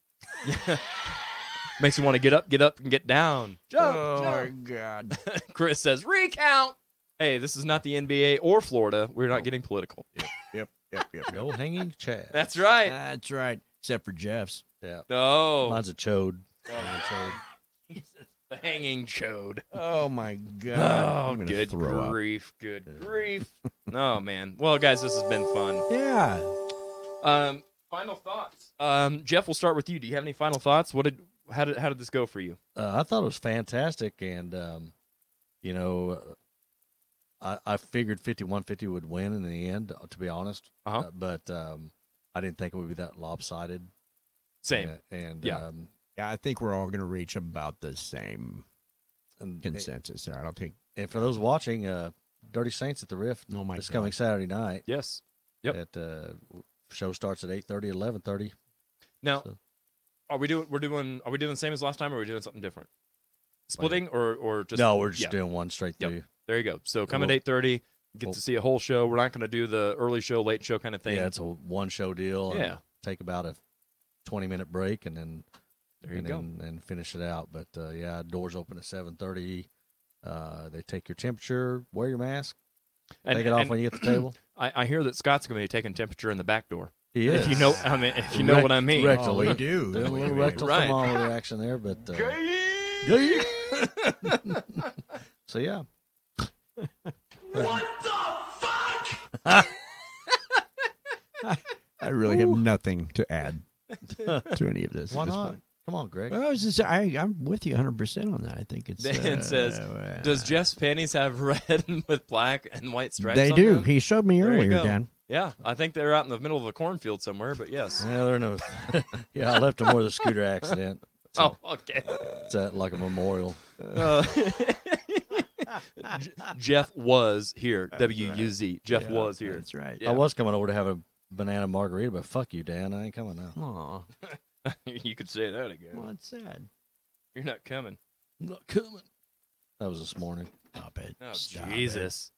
Speaker 1: makes me want to get up, get up, and get down. Jump, jump.
Speaker 4: God.
Speaker 1: Chris says, recount. Hey, this is not the NBA or Florida. We're not getting political.
Speaker 4: Yep, yep, yep.
Speaker 5: No hanging chad.
Speaker 1: That's right.
Speaker 4: That's right. Except for Jeff's.
Speaker 5: yeah.
Speaker 1: No.
Speaker 5: Mine's a chode.
Speaker 1: Oh, the hanging chode.
Speaker 4: Oh my God.
Speaker 5: Ah,
Speaker 1: Oh,
Speaker 4: I'm gonna
Speaker 1: good
Speaker 4: throw up.
Speaker 1: grief, good grief. Oh man. Well, guys, this has been fun.
Speaker 4: Yeah.
Speaker 1: Um, final thoughts. Um, Jeff, we'll start with you. Do you have any final thoughts? What did how did how did this go for you?
Speaker 5: uh, I thought it was fantastic, and um, you know, uh, I, I figured fifty one fifty would win in the end. To be honest,
Speaker 1: Uh-huh.
Speaker 5: but um, I didn't think it would be that lopsided.
Speaker 1: Same.
Speaker 5: a- and
Speaker 1: Yeah.
Speaker 5: um,
Speaker 4: Yeah, I think we're all going to reach about the same
Speaker 5: and,
Speaker 4: consensus there. I don't think.
Speaker 5: and for those watching, uh, Dirty Saints at the Rift
Speaker 4: Oh my
Speaker 5: this
Speaker 4: God.
Speaker 5: coming Saturday night.
Speaker 1: Yes. Yep.
Speaker 5: At uh, w- show starts at 8.30, 11.30.
Speaker 1: Now,
Speaker 5: So-
Speaker 1: are we doing we're doing are we doing the same as last time or are we doing something different? Splitting or or just
Speaker 5: no, we're just
Speaker 1: yeah.
Speaker 5: doing one straight
Speaker 1: Yep.
Speaker 5: through.
Speaker 1: There you go. So come at
Speaker 5: We'll-
Speaker 1: eight thirty. Get
Speaker 5: we'll-
Speaker 1: to see a whole show. We're not going to do the early show, late show kind of thing.
Speaker 5: Yeah, it's a one show deal. and
Speaker 1: Yeah.
Speaker 5: Take about a 20 minute break and then
Speaker 1: there you
Speaker 5: and,
Speaker 1: go.
Speaker 5: then- and finish it out. But uh, yeah, doors open at 7.30. Uh, they take your temperature, wear your mask,
Speaker 1: And-
Speaker 5: take it off
Speaker 1: and
Speaker 5: when you get to the table.
Speaker 1: I, I hear that Scott's going to be taking temperature in the back door.
Speaker 5: He Oh,
Speaker 1: If you know, I mean, if you know
Speaker 5: Rec-
Speaker 1: what I mean.
Speaker 5: rectal.
Speaker 4: we do.
Speaker 5: a
Speaker 4: don't we,
Speaker 5: little
Speaker 4: man?
Speaker 5: rectal
Speaker 1: Right.
Speaker 5: thermometer action there, but uh, so yeah,
Speaker 4: I really have nothing to add to any of this. at
Speaker 5: why
Speaker 4: this
Speaker 5: not?
Speaker 4: point.
Speaker 5: Come on, Greg.
Speaker 4: Well, I was just, I, I'm with you 100% on that. I think it's.
Speaker 1: Dan
Speaker 4: uh,
Speaker 1: says,
Speaker 4: uh,
Speaker 1: Does Jeff's panties have red and with black and white stripes?
Speaker 4: They
Speaker 1: on
Speaker 4: do.
Speaker 1: them?
Speaker 4: He showed me
Speaker 1: There you
Speaker 4: earlier,
Speaker 1: go.
Speaker 4: Dan.
Speaker 1: Yeah, I think they're out in the middle of a cornfield somewhere. But yes.
Speaker 5: Yeah, they're no. yeah, I left him with a scooter accident.
Speaker 1: Oh, okay.
Speaker 5: It's at like a memorial.
Speaker 1: Uh, J- Jeff was here. W U Z. Jeff
Speaker 4: Yeah,
Speaker 1: was here.
Speaker 4: That's right.
Speaker 1: Yeah.
Speaker 5: I was coming over to have a banana margarita, but fuck you, Dan. I ain't coming now.
Speaker 4: Aw,
Speaker 1: you could say that again.
Speaker 4: well, it's sad.
Speaker 1: You're not coming.
Speaker 5: I'm not coming. That was this morning.
Speaker 4: Stop it.
Speaker 1: Oh,
Speaker 4: Stop it.
Speaker 1: Jesus.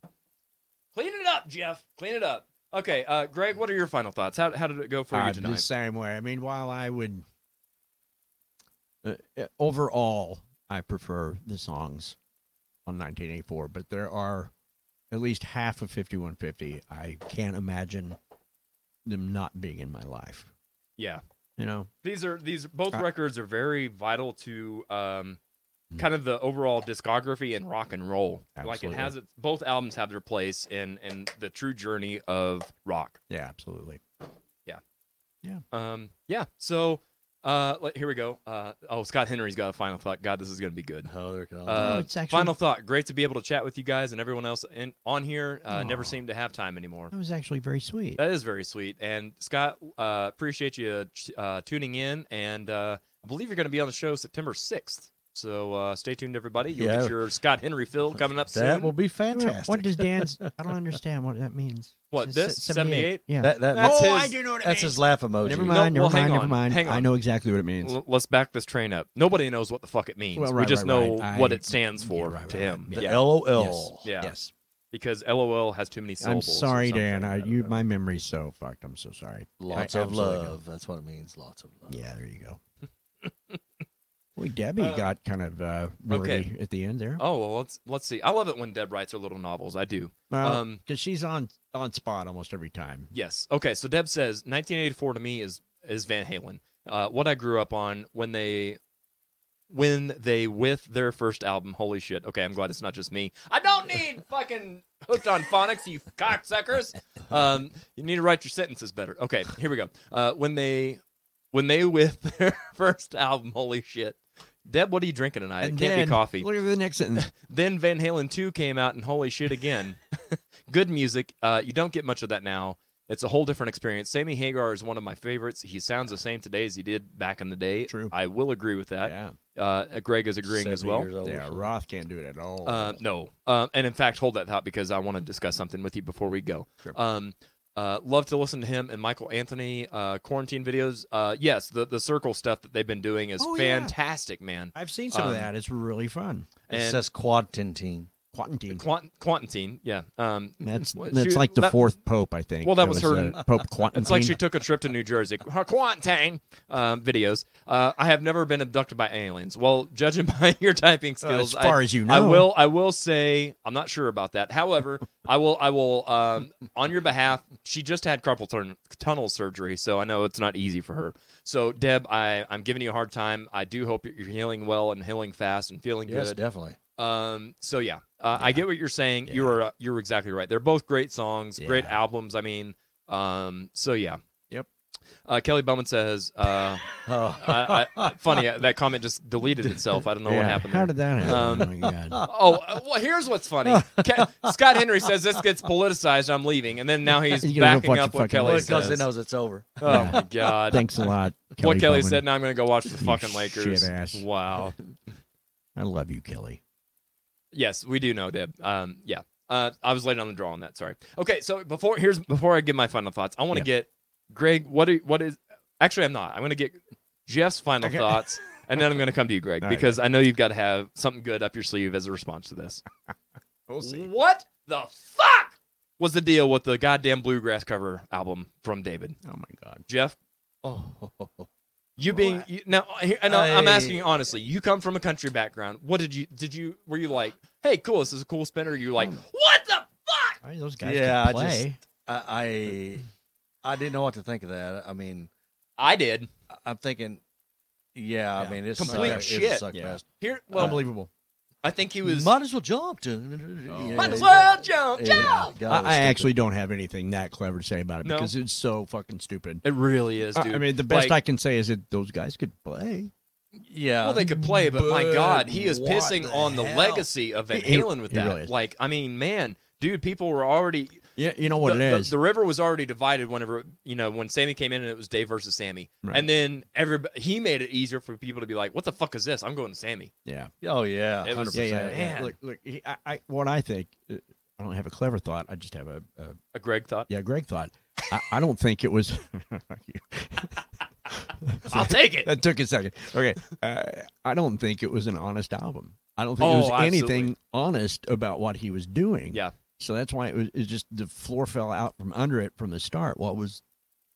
Speaker 1: Clean it up, Jeff. Clean it up. Okay, uh, Greg, what are your final thoughts? How, how did it go for
Speaker 4: Uh,
Speaker 1: you tonight?
Speaker 4: The same way. I mean, while I would uh, uh, overall, I prefer the songs on 1984, but there are at least half of 5150. I can't imagine them not being in my life.
Speaker 1: Yeah.
Speaker 4: You know,
Speaker 1: These are these both
Speaker 4: Uh, Hmm.
Speaker 1: records are very vital to um kind of the overall discography in rock and roll. Like
Speaker 4: Absolutely.
Speaker 1: it has its both albums have their place in in the true journey of rock.
Speaker 4: yeah, absolutely.
Speaker 1: Um yeah. So uh let- here we go. Uh oh Scott Henry's got a final thought. God, this is gonna be good.
Speaker 5: Oh, they're gone.
Speaker 1: Uh,
Speaker 6: it's actually-
Speaker 1: final thought. Great to be able to chat with you guys and everyone else in, on here. Uh,
Speaker 6: Aw.
Speaker 1: Never seem to have time anymore.
Speaker 6: That was actually very sweet.
Speaker 1: That is very sweet. And Scott, uh, appreciate you uh, ch- uh, tuning in. And uh, I believe you're going to be on the show September 6th. So uh, stay tuned, everybody. You'll
Speaker 5: Yeah.
Speaker 1: get your Scott Henry fill coming up soon.
Speaker 5: that will be
Speaker 6: What-
Speaker 5: fantastic.
Speaker 6: What does Dan's? I don't understand what that means.
Speaker 1: What,
Speaker 6: It's
Speaker 1: this? 78?
Speaker 6: Yeah.
Speaker 5: that, that,
Speaker 1: That's
Speaker 5: that's,
Speaker 3: Oh,
Speaker 1: his,
Speaker 6: know what
Speaker 5: his laugh emoji.
Speaker 4: Never
Speaker 1: No,
Speaker 4: mind,
Speaker 1: well,
Speaker 4: never
Speaker 1: hang
Speaker 4: mind, never
Speaker 1: on,
Speaker 4: mind.
Speaker 1: hang
Speaker 4: I
Speaker 1: on.
Speaker 4: know exactly what it means.
Speaker 1: L- let's back this train up. Nobody knows what the fuck it means.
Speaker 4: Well,
Speaker 1: we
Speaker 4: right,
Speaker 1: just
Speaker 4: right,
Speaker 1: know
Speaker 4: right.
Speaker 1: what
Speaker 4: I-
Speaker 1: it stands for
Speaker 4: right,
Speaker 1: to
Speaker 4: right,
Speaker 1: him.
Speaker 5: The
Speaker 1: Yeah.
Speaker 5: LOL.
Speaker 1: Yeah.
Speaker 4: Yes.
Speaker 1: Because LOL has too many
Speaker 4: I'm
Speaker 1: syllables. or
Speaker 4: sorry,
Speaker 1: something.
Speaker 4: Dan. I,
Speaker 1: don't
Speaker 4: you,
Speaker 1: know.
Speaker 4: my memory's so fucked. I'm so sorry.
Speaker 5: Lots
Speaker 4: I
Speaker 5: of
Speaker 4: absolutely
Speaker 5: love.
Speaker 4: know.
Speaker 5: That's what it means. Lots of uh, love.
Speaker 4: Yeah, there you go. Boy, Debbie
Speaker 1: Uh,
Speaker 4: got kind of uh, wordy
Speaker 1: okay.
Speaker 4: at the end there.
Speaker 1: Oh, well, let's, let's see. I love it when Deb writes her little novels. I do.
Speaker 4: Because
Speaker 1: um,
Speaker 4: Uh, she's on on spot almost every time.
Speaker 1: Yes. Okay. So Deb says 1984 to me is is Van Halen. Uh, what I grew up on when they when they with their first album. Holy shit. Okay, I'm glad it's not just me. I don't need fucking hooked on phonics, you cocksuckers. Um, you need to write your sentences better. Okay, here we go. Uh, when they when they with their first album. Holy shit. Deb, what are you drinking tonight?
Speaker 4: And
Speaker 1: it can't
Speaker 4: then-
Speaker 1: be coffee.
Speaker 4: Look at the next sentence.
Speaker 1: Then Van Halen 2 came out, and holy shit again. Good music. Uh, you don't get much of that now. It's a whole different experience. Sammy Hagar is one of my favorites. He sounds the same today as he did back in the day.
Speaker 4: True.
Speaker 1: I will agree with that.
Speaker 4: yeah.
Speaker 1: Uh, Greg is agreeing as
Speaker 5: 70
Speaker 1: well.
Speaker 5: years old or
Speaker 4: Yeah.
Speaker 5: something.
Speaker 4: Roth can't do it at all.
Speaker 1: Uh, no. Uh, and in fact, hold that thought because I want to discuss something with you before we go.
Speaker 4: Sure.
Speaker 1: Um, uh, love to listen to him and Michael Anthony uh, quarantine videos. Uh, yes, the, the circle stuff that they've been doing is
Speaker 4: Oh, yeah.
Speaker 1: fantastic, man.
Speaker 4: I've seen some
Speaker 1: um,
Speaker 4: of that. It's really fun.
Speaker 5: It
Speaker 1: And
Speaker 5: says quad tintine.
Speaker 4: Quantine.
Speaker 1: Quant- Quantine, yeah. Um,
Speaker 4: that's
Speaker 1: what-
Speaker 4: that's
Speaker 1: shoot,
Speaker 4: like the
Speaker 1: that-
Speaker 4: fourth pope, I think.
Speaker 1: Well, that was her-
Speaker 4: uh, Pope Quantine.
Speaker 1: It's like she took a trip to New Jersey. Her quarantine um, videos. Uh, I have never been abducted by aliens. Well, judging by your typing skills,
Speaker 4: Uh, as far
Speaker 1: I,
Speaker 4: as you know.
Speaker 1: I will. I will say I'm not sure about that. However, I will. I will. Um, on your behalf, she just had carpal turn, tunnel surgery, so I know it's not easy for her. So, Deb, I, I'm giving you a hard time. I do hope you're healing well and healing fast and feeling
Speaker 5: Yes,
Speaker 1: good.
Speaker 5: definitely.
Speaker 1: Um. So yeah, uh, I get what you're saying. You
Speaker 4: Yeah.
Speaker 1: are uh, you're exactly right. They're both great songs, great
Speaker 4: Yeah.
Speaker 1: albums. I mean, um. So yeah.
Speaker 4: Yep.
Speaker 1: Uh, Kelly Bowman says, uh,
Speaker 5: Oh,
Speaker 1: I, I, "Funny uh, that comment just deleted itself. I don't know
Speaker 4: Yeah,
Speaker 1: what happened."
Speaker 4: How
Speaker 1: There.
Speaker 4: did that happen? oh, my God.
Speaker 1: oh uh, well, here's what's funny. Ke- Scott Henry says this gets politicized. I'm leaving, and then now he's
Speaker 4: He's gonna go
Speaker 1: backing
Speaker 4: watch
Speaker 1: up
Speaker 4: the
Speaker 1: what
Speaker 4: fucking
Speaker 1: Kelly
Speaker 4: Lakers.
Speaker 5: because
Speaker 1: says.
Speaker 5: it knows it's over.
Speaker 1: Oh
Speaker 4: Yeah.
Speaker 1: my god!
Speaker 4: Thanks a lot.
Speaker 1: what Kelly
Speaker 4: Bowman.
Speaker 1: said. Now I'm going to go watch the
Speaker 4: You
Speaker 1: fucking Lakers.
Speaker 4: shit ass.
Speaker 1: Wow.
Speaker 4: I love you, Kelly.
Speaker 1: Yes, we do know, Deb. Um, yeah. Uh, I was late on the draw on that. Sorry. Okay, so before here's before I give my final thoughts, I want to
Speaker 4: Yeah.
Speaker 1: get Greg. What are, what is? Actually, I'm not. I'm going to get Jeff's final
Speaker 4: Okay.
Speaker 1: thoughts, and then I'm going to come to you, Greg,
Speaker 4: All right.
Speaker 1: because I know you've got to have something good up your sleeve as a response to this.
Speaker 4: We'll
Speaker 1: What the fuck was the deal with the goddamn bluegrass cover album from David?
Speaker 4: Oh my God.
Speaker 1: Jeff,
Speaker 5: Oh,
Speaker 1: you being you, now, here- and I, I'm
Speaker 5: I-
Speaker 1: asking you honestly. You come from a country background. What did you did you were you like? Hey, cool. This is a cool spinner. You
Speaker 4: Mm.
Speaker 1: like what the fuck?
Speaker 4: All right, those guys
Speaker 5: Yeah,
Speaker 4: can
Speaker 5: I just-
Speaker 4: play.
Speaker 5: I, I I didn't know what to think of that. I mean,
Speaker 1: I did.
Speaker 5: I- I'm thinking,
Speaker 4: Yeah.
Speaker 5: yeah, I mean, it's uh,
Speaker 1: Complete
Speaker 5: suck-
Speaker 1: shit.
Speaker 5: It's suck
Speaker 4: Yeah.
Speaker 5: fest.
Speaker 1: Here, well,
Speaker 4: Unbelievable.
Speaker 1: I think he was. Oh.
Speaker 5: Might as well jump to.
Speaker 1: Might as well jump, jump.
Speaker 4: I, I actually don't have anything that clever to say about it
Speaker 1: No.
Speaker 4: because it's so fucking stupid.
Speaker 1: It really is,
Speaker 4: I-
Speaker 1: dude.
Speaker 4: I mean, the best
Speaker 1: Like,
Speaker 4: I can say is that those guys could play.
Speaker 5: Yeah.
Speaker 1: well, they could play, but my
Speaker 5: But
Speaker 1: God, he is
Speaker 5: what
Speaker 1: pissing
Speaker 5: the
Speaker 1: on the
Speaker 5: hell?
Speaker 1: legacy of Van
Speaker 4: He- he-
Speaker 1: Halen with
Speaker 4: he
Speaker 1: that.
Speaker 4: really is.
Speaker 1: like, I mean, man, dude, people were already.
Speaker 4: Yeah, you know what
Speaker 1: the,
Speaker 4: it
Speaker 1: the-
Speaker 4: is.
Speaker 1: the river was already divided whenever you know when Sammy came in and it was Dave versus Sammy,
Speaker 4: Right.
Speaker 1: and then everybody he made it easier for people to be like, "What the fuck is this? I'm going to Sammy."
Speaker 4: yeah.
Speaker 5: Oh yeah.
Speaker 1: It was-
Speaker 4: Yeah,
Speaker 5: 100%.
Speaker 4: yeah, yeah.
Speaker 1: Man.
Speaker 4: Look, look. he- I, I, what I think, uh, I don't have a clever thought. I just have a, a
Speaker 1: A Uh, Greg thought,
Speaker 4: yeah. Greg thought. I, I don't think it was.
Speaker 1: "I'll take it."
Speaker 4: that took a second. Okay, uh, I don't think it was an honest album. I don't think
Speaker 1: Oh,
Speaker 4: there was
Speaker 1: absolutely.
Speaker 4: anything honest about what he was doing.
Speaker 1: Yeah.
Speaker 4: So that's why it was. It's just the floor fell out from under it from the start. What was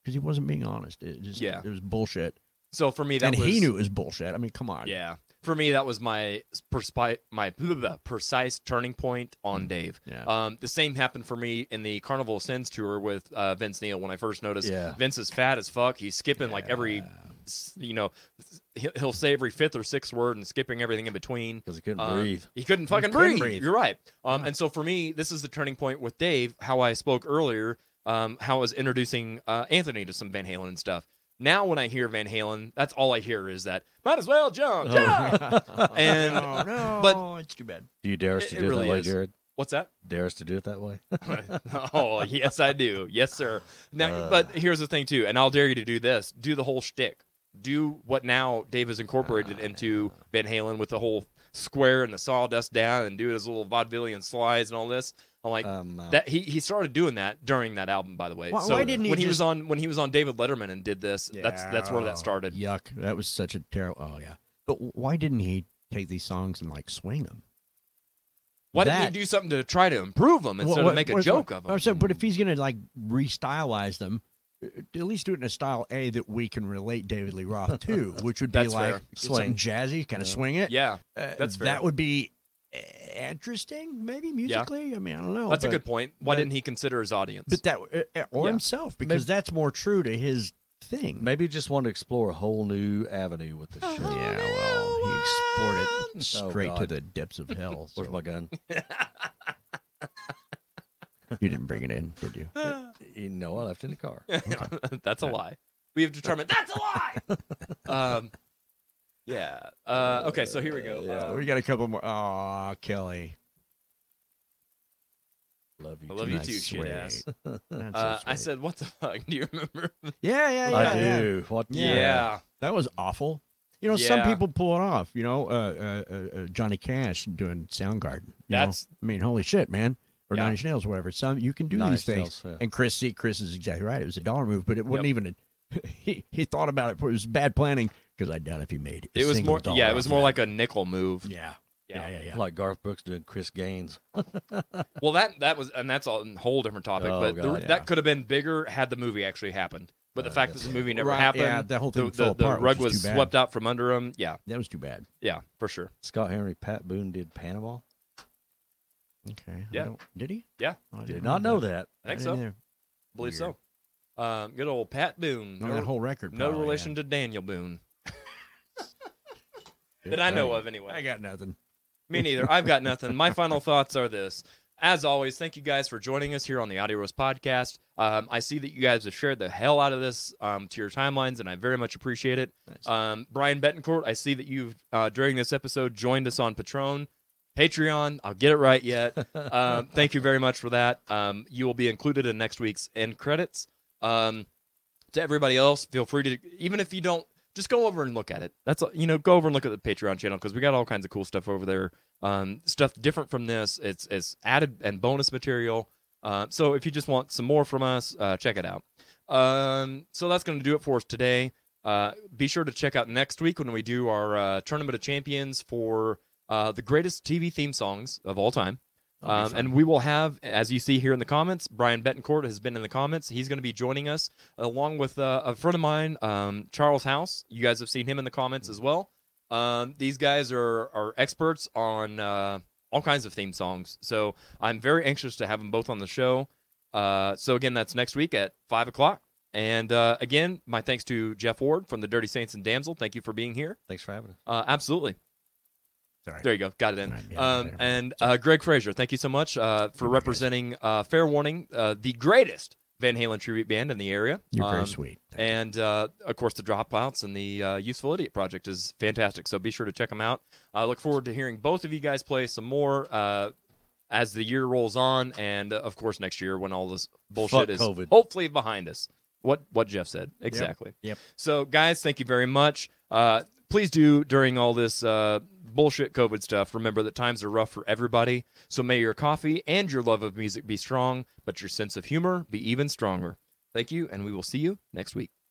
Speaker 4: because he wasn't being honest. It just
Speaker 1: Yeah.
Speaker 4: it was bullshit.
Speaker 1: So for me, that
Speaker 4: and
Speaker 1: was
Speaker 4: he knew it was bullshit. I mean, come on.
Speaker 1: Yeah, for me, that was my perspi- my blah, blah, blah, precise turning point on Dave.
Speaker 4: Mm. Yeah.
Speaker 1: Um, the same happened for me in the Carnival of Sins tour with uh, Vince Neil when I first noticed
Speaker 5: Yeah.
Speaker 1: Vince is fat as fuck. He's skipping like every, s- you know, he- he'll say every fifth or sixth word and skipping everything in between.
Speaker 5: because he couldn't
Speaker 1: Um,
Speaker 5: breathe.
Speaker 1: He couldn't fucking
Speaker 6: couldn't
Speaker 1: breathe.
Speaker 6: breathe.
Speaker 1: You're right. Um, And so for me, this is the turning point with Dave, how I spoke earlier, um, how I was introducing uh, Anthony to some Van Halen and stuff. Now when I hear Van Halen, that's all I hear is that might as well
Speaker 5: Oh.
Speaker 1: jump. jump!" and
Speaker 4: Oh, no.
Speaker 1: But-
Speaker 6: it's too bad.
Speaker 5: Do you dare us
Speaker 1: it-
Speaker 5: to
Speaker 1: it
Speaker 5: do it
Speaker 1: really
Speaker 5: that way,
Speaker 1: is.
Speaker 5: Jared?
Speaker 1: what's that?
Speaker 5: Dare us to do it that way?
Speaker 1: oh yes, I do. Yes, sir. Now,
Speaker 5: Uh.
Speaker 1: but here's the thing too, and I'll dare you to do this: do the whole shtick. Do what now Dave has incorporated into Van Halen with the whole square and the sawdust down, and do his little vaudevillian slides and all this. I'm like
Speaker 5: um, uh,
Speaker 1: that. He he started doing that during that album, by the way.
Speaker 6: Why-
Speaker 1: so
Speaker 6: why didn't he
Speaker 1: when he was
Speaker 6: just-
Speaker 1: on when he was on David Letterman and did this? That's that's where that started.
Speaker 4: Yuck. That was such a terrible. Oh, yeah. But why didn't he take these songs and like swing them?
Speaker 1: Why didn't
Speaker 4: That-
Speaker 1: he do something to try to improve them instead
Speaker 4: What-
Speaker 1: of make a
Speaker 4: what-
Speaker 1: joke
Speaker 4: what-
Speaker 1: of
Speaker 4: I'm
Speaker 1: them?
Speaker 4: saying, but if he's gonna like restylize them, uh, at least do it in a style A that we can relate David Lee Roth to, which would be
Speaker 1: That's
Speaker 4: like
Speaker 1: fair.
Speaker 4: some
Speaker 5: Swing.
Speaker 4: jazzy kind of
Speaker 5: Yeah.
Speaker 4: swing it.
Speaker 1: Yeah,
Speaker 4: Uh,
Speaker 1: that's fair.
Speaker 4: That would be uh, interesting, maybe musically. I mean, I don't know.
Speaker 1: that's a
Speaker 4: Oh, but-
Speaker 1: good point. Why
Speaker 4: but-
Speaker 1: didn't he consider his audience?
Speaker 4: But that uh, uh, or
Speaker 1: Yeah.
Speaker 4: himself because that's more true to his thing.
Speaker 5: maybe just want to explore a whole new avenue with this
Speaker 1: Oh,
Speaker 5: shit.
Speaker 4: Yeah, well, he exported it
Speaker 5: Oh,
Speaker 4: straight to
Speaker 5: God.
Speaker 4: the depths of hell.
Speaker 5: Where's
Speaker 4: so
Speaker 5: my gun?
Speaker 4: you didn't bring it in, did you?
Speaker 5: You know, I left it in the car.
Speaker 1: that's a lie. We have determined that's a lie. um, yeah. Uh, okay, so here we go. Uh,
Speaker 4: we got a couple more. Oh, Kelly.
Speaker 5: Love you.
Speaker 1: I love you
Speaker 4: I
Speaker 1: too, shit
Speaker 4: swear.
Speaker 1: ass.
Speaker 4: That's
Speaker 1: Uh,
Speaker 4: so
Speaker 1: I
Speaker 4: sweet.
Speaker 1: said, "What the fuck?" Do you remember?
Speaker 4: yeah, yeah, yeah.
Speaker 5: I
Speaker 4: yeah.
Speaker 5: do. What? the-
Speaker 1: Yeah.
Speaker 4: That was awful. You know, some
Speaker 1: Yeah.
Speaker 4: people pull it off. You know, uh, uh, uh, uh, Johnny Cash doing Soundgarden. You
Speaker 1: That's-
Speaker 4: know? I mean, holy shit, man, or
Speaker 1: Yeah.
Speaker 4: Nine Inch Nails, whatever. Some you can do
Speaker 5: Nine
Speaker 4: these
Speaker 5: Inch
Speaker 4: things.
Speaker 5: Nails, yeah.
Speaker 4: And Chris, see, Chris is exactly right. It was a dollar move, but it wasn't even. A, he he thought about it. But it was bad planning because I doubt if he made a
Speaker 1: It was
Speaker 4: single
Speaker 1: more.
Speaker 4: dollar
Speaker 1: Yeah, it
Speaker 4: off
Speaker 1: was
Speaker 4: of
Speaker 1: more like a nickel move.
Speaker 4: Yeah. Yeah, yeah, yeah.
Speaker 5: Like Garth Brooks doing Chris Gaines.
Speaker 1: Well, that that was, and that's a whole different topic.
Speaker 5: Oh,
Speaker 1: but the-
Speaker 5: God,
Speaker 4: yeah.
Speaker 1: that could have been bigger had the movie actually happened. But the
Speaker 5: Uh,
Speaker 1: fact
Speaker 5: yes.
Speaker 1: that the movie never
Speaker 4: Right,
Speaker 1: happened,
Speaker 4: yeah, the whole thing
Speaker 1: the,
Speaker 4: fell
Speaker 1: the, the
Speaker 4: apart,
Speaker 1: rug
Speaker 4: which is
Speaker 1: was
Speaker 4: too bad.
Speaker 1: swept out from under him. Yeah,
Speaker 4: That was too bad.
Speaker 1: yeah, for sure.
Speaker 5: Scott Henry, Pat Boone did Panama.
Speaker 4: Okay. I
Speaker 1: Yeah.
Speaker 4: don't- Did he?
Speaker 1: Yeah.
Speaker 4: I
Speaker 5: Did
Speaker 4: didn't
Speaker 5: not know that.
Speaker 1: I think
Speaker 4: didn't
Speaker 1: so.
Speaker 4: either.
Speaker 1: believe
Speaker 4: Uh, Weird.
Speaker 1: so. Um, good old Pat Boone.
Speaker 4: On
Speaker 1: no-
Speaker 4: that whole record.
Speaker 1: No
Speaker 4: probably, yeah.
Speaker 1: relation to Daniel Boone that I know of, anyway.
Speaker 4: I got nothing.
Speaker 1: Me neither. I've got nothing. My final thoughts are this. As always, thank you guys for joining us here on the Audio Roast Podcast. Um, I see that you guys have shared the hell out of this um, to your timelines, and I very much appreciate it. Um, Brian Betancourt, I see that you've, uh, during this episode, joined us on Patron. Patreon, I'll get it right yet. Um, thank you very much for that. Um, you will be included in next week's end credits. Um, to everybody else, feel free to, even if you don't, just go over and look at it. That's, all- you know, go over and look at the Patreon channel because we got all kinds of cool stuff over there um, stuff different from this. It's it's added and bonus material. Uh, so if you just want some more from us, uh, check it out. Um, so that's going to do it for us today. Uh, be sure to check out next week when we do our uh, tournament of champions for uh, the greatest TV theme songs of all time. Um, and we will have, as you see here in the comments, Brian Betancourt has been in the comments. He's going to be joining us along with uh, a friend of mine, um, Charles House. You guys have seen him in the comments as well. Um, these guys are are experts on uh, all kinds of theme songs, so I'm very anxious to have them both on the show. Uh, so again, that's next week at five o'clock. And uh, again, my thanks to Jeff Ward from the Dirty Saints and Damsel. Thank you for being here.
Speaker 5: Thanks for having us.
Speaker 1: Uh, absolutely.
Speaker 4: Sorry.
Speaker 1: There you go. Got it in.
Speaker 4: Right, yeah,
Speaker 1: Um,
Speaker 4: there.
Speaker 1: and uh, Greg Frazier, thank you so much uh, for representing uh, Fair Warning, uh, the greatest Van Halen tribute band in the area.
Speaker 4: You're very
Speaker 1: Um,
Speaker 4: sweet.
Speaker 1: and uh, of course, the dropouts and the uh, useful idiot project is fantastic. So be sure to check them out. I look forward to hearing both of you guys play some more uh, as the year rolls on, and uh, of course, next year when all this bullshit
Speaker 5: Fuck
Speaker 1: is
Speaker 5: COVID.
Speaker 1: hopefully behind us. What what Jeff said exactly.
Speaker 4: Yep.
Speaker 1: So guys, thank you very much. Uh, please do during all this uh, bullshit COVID stuff. Remember that times are rough for everybody. So may your coffee and your love of music be strong, but your sense of humor be even stronger. Thank you, and we will see you next week.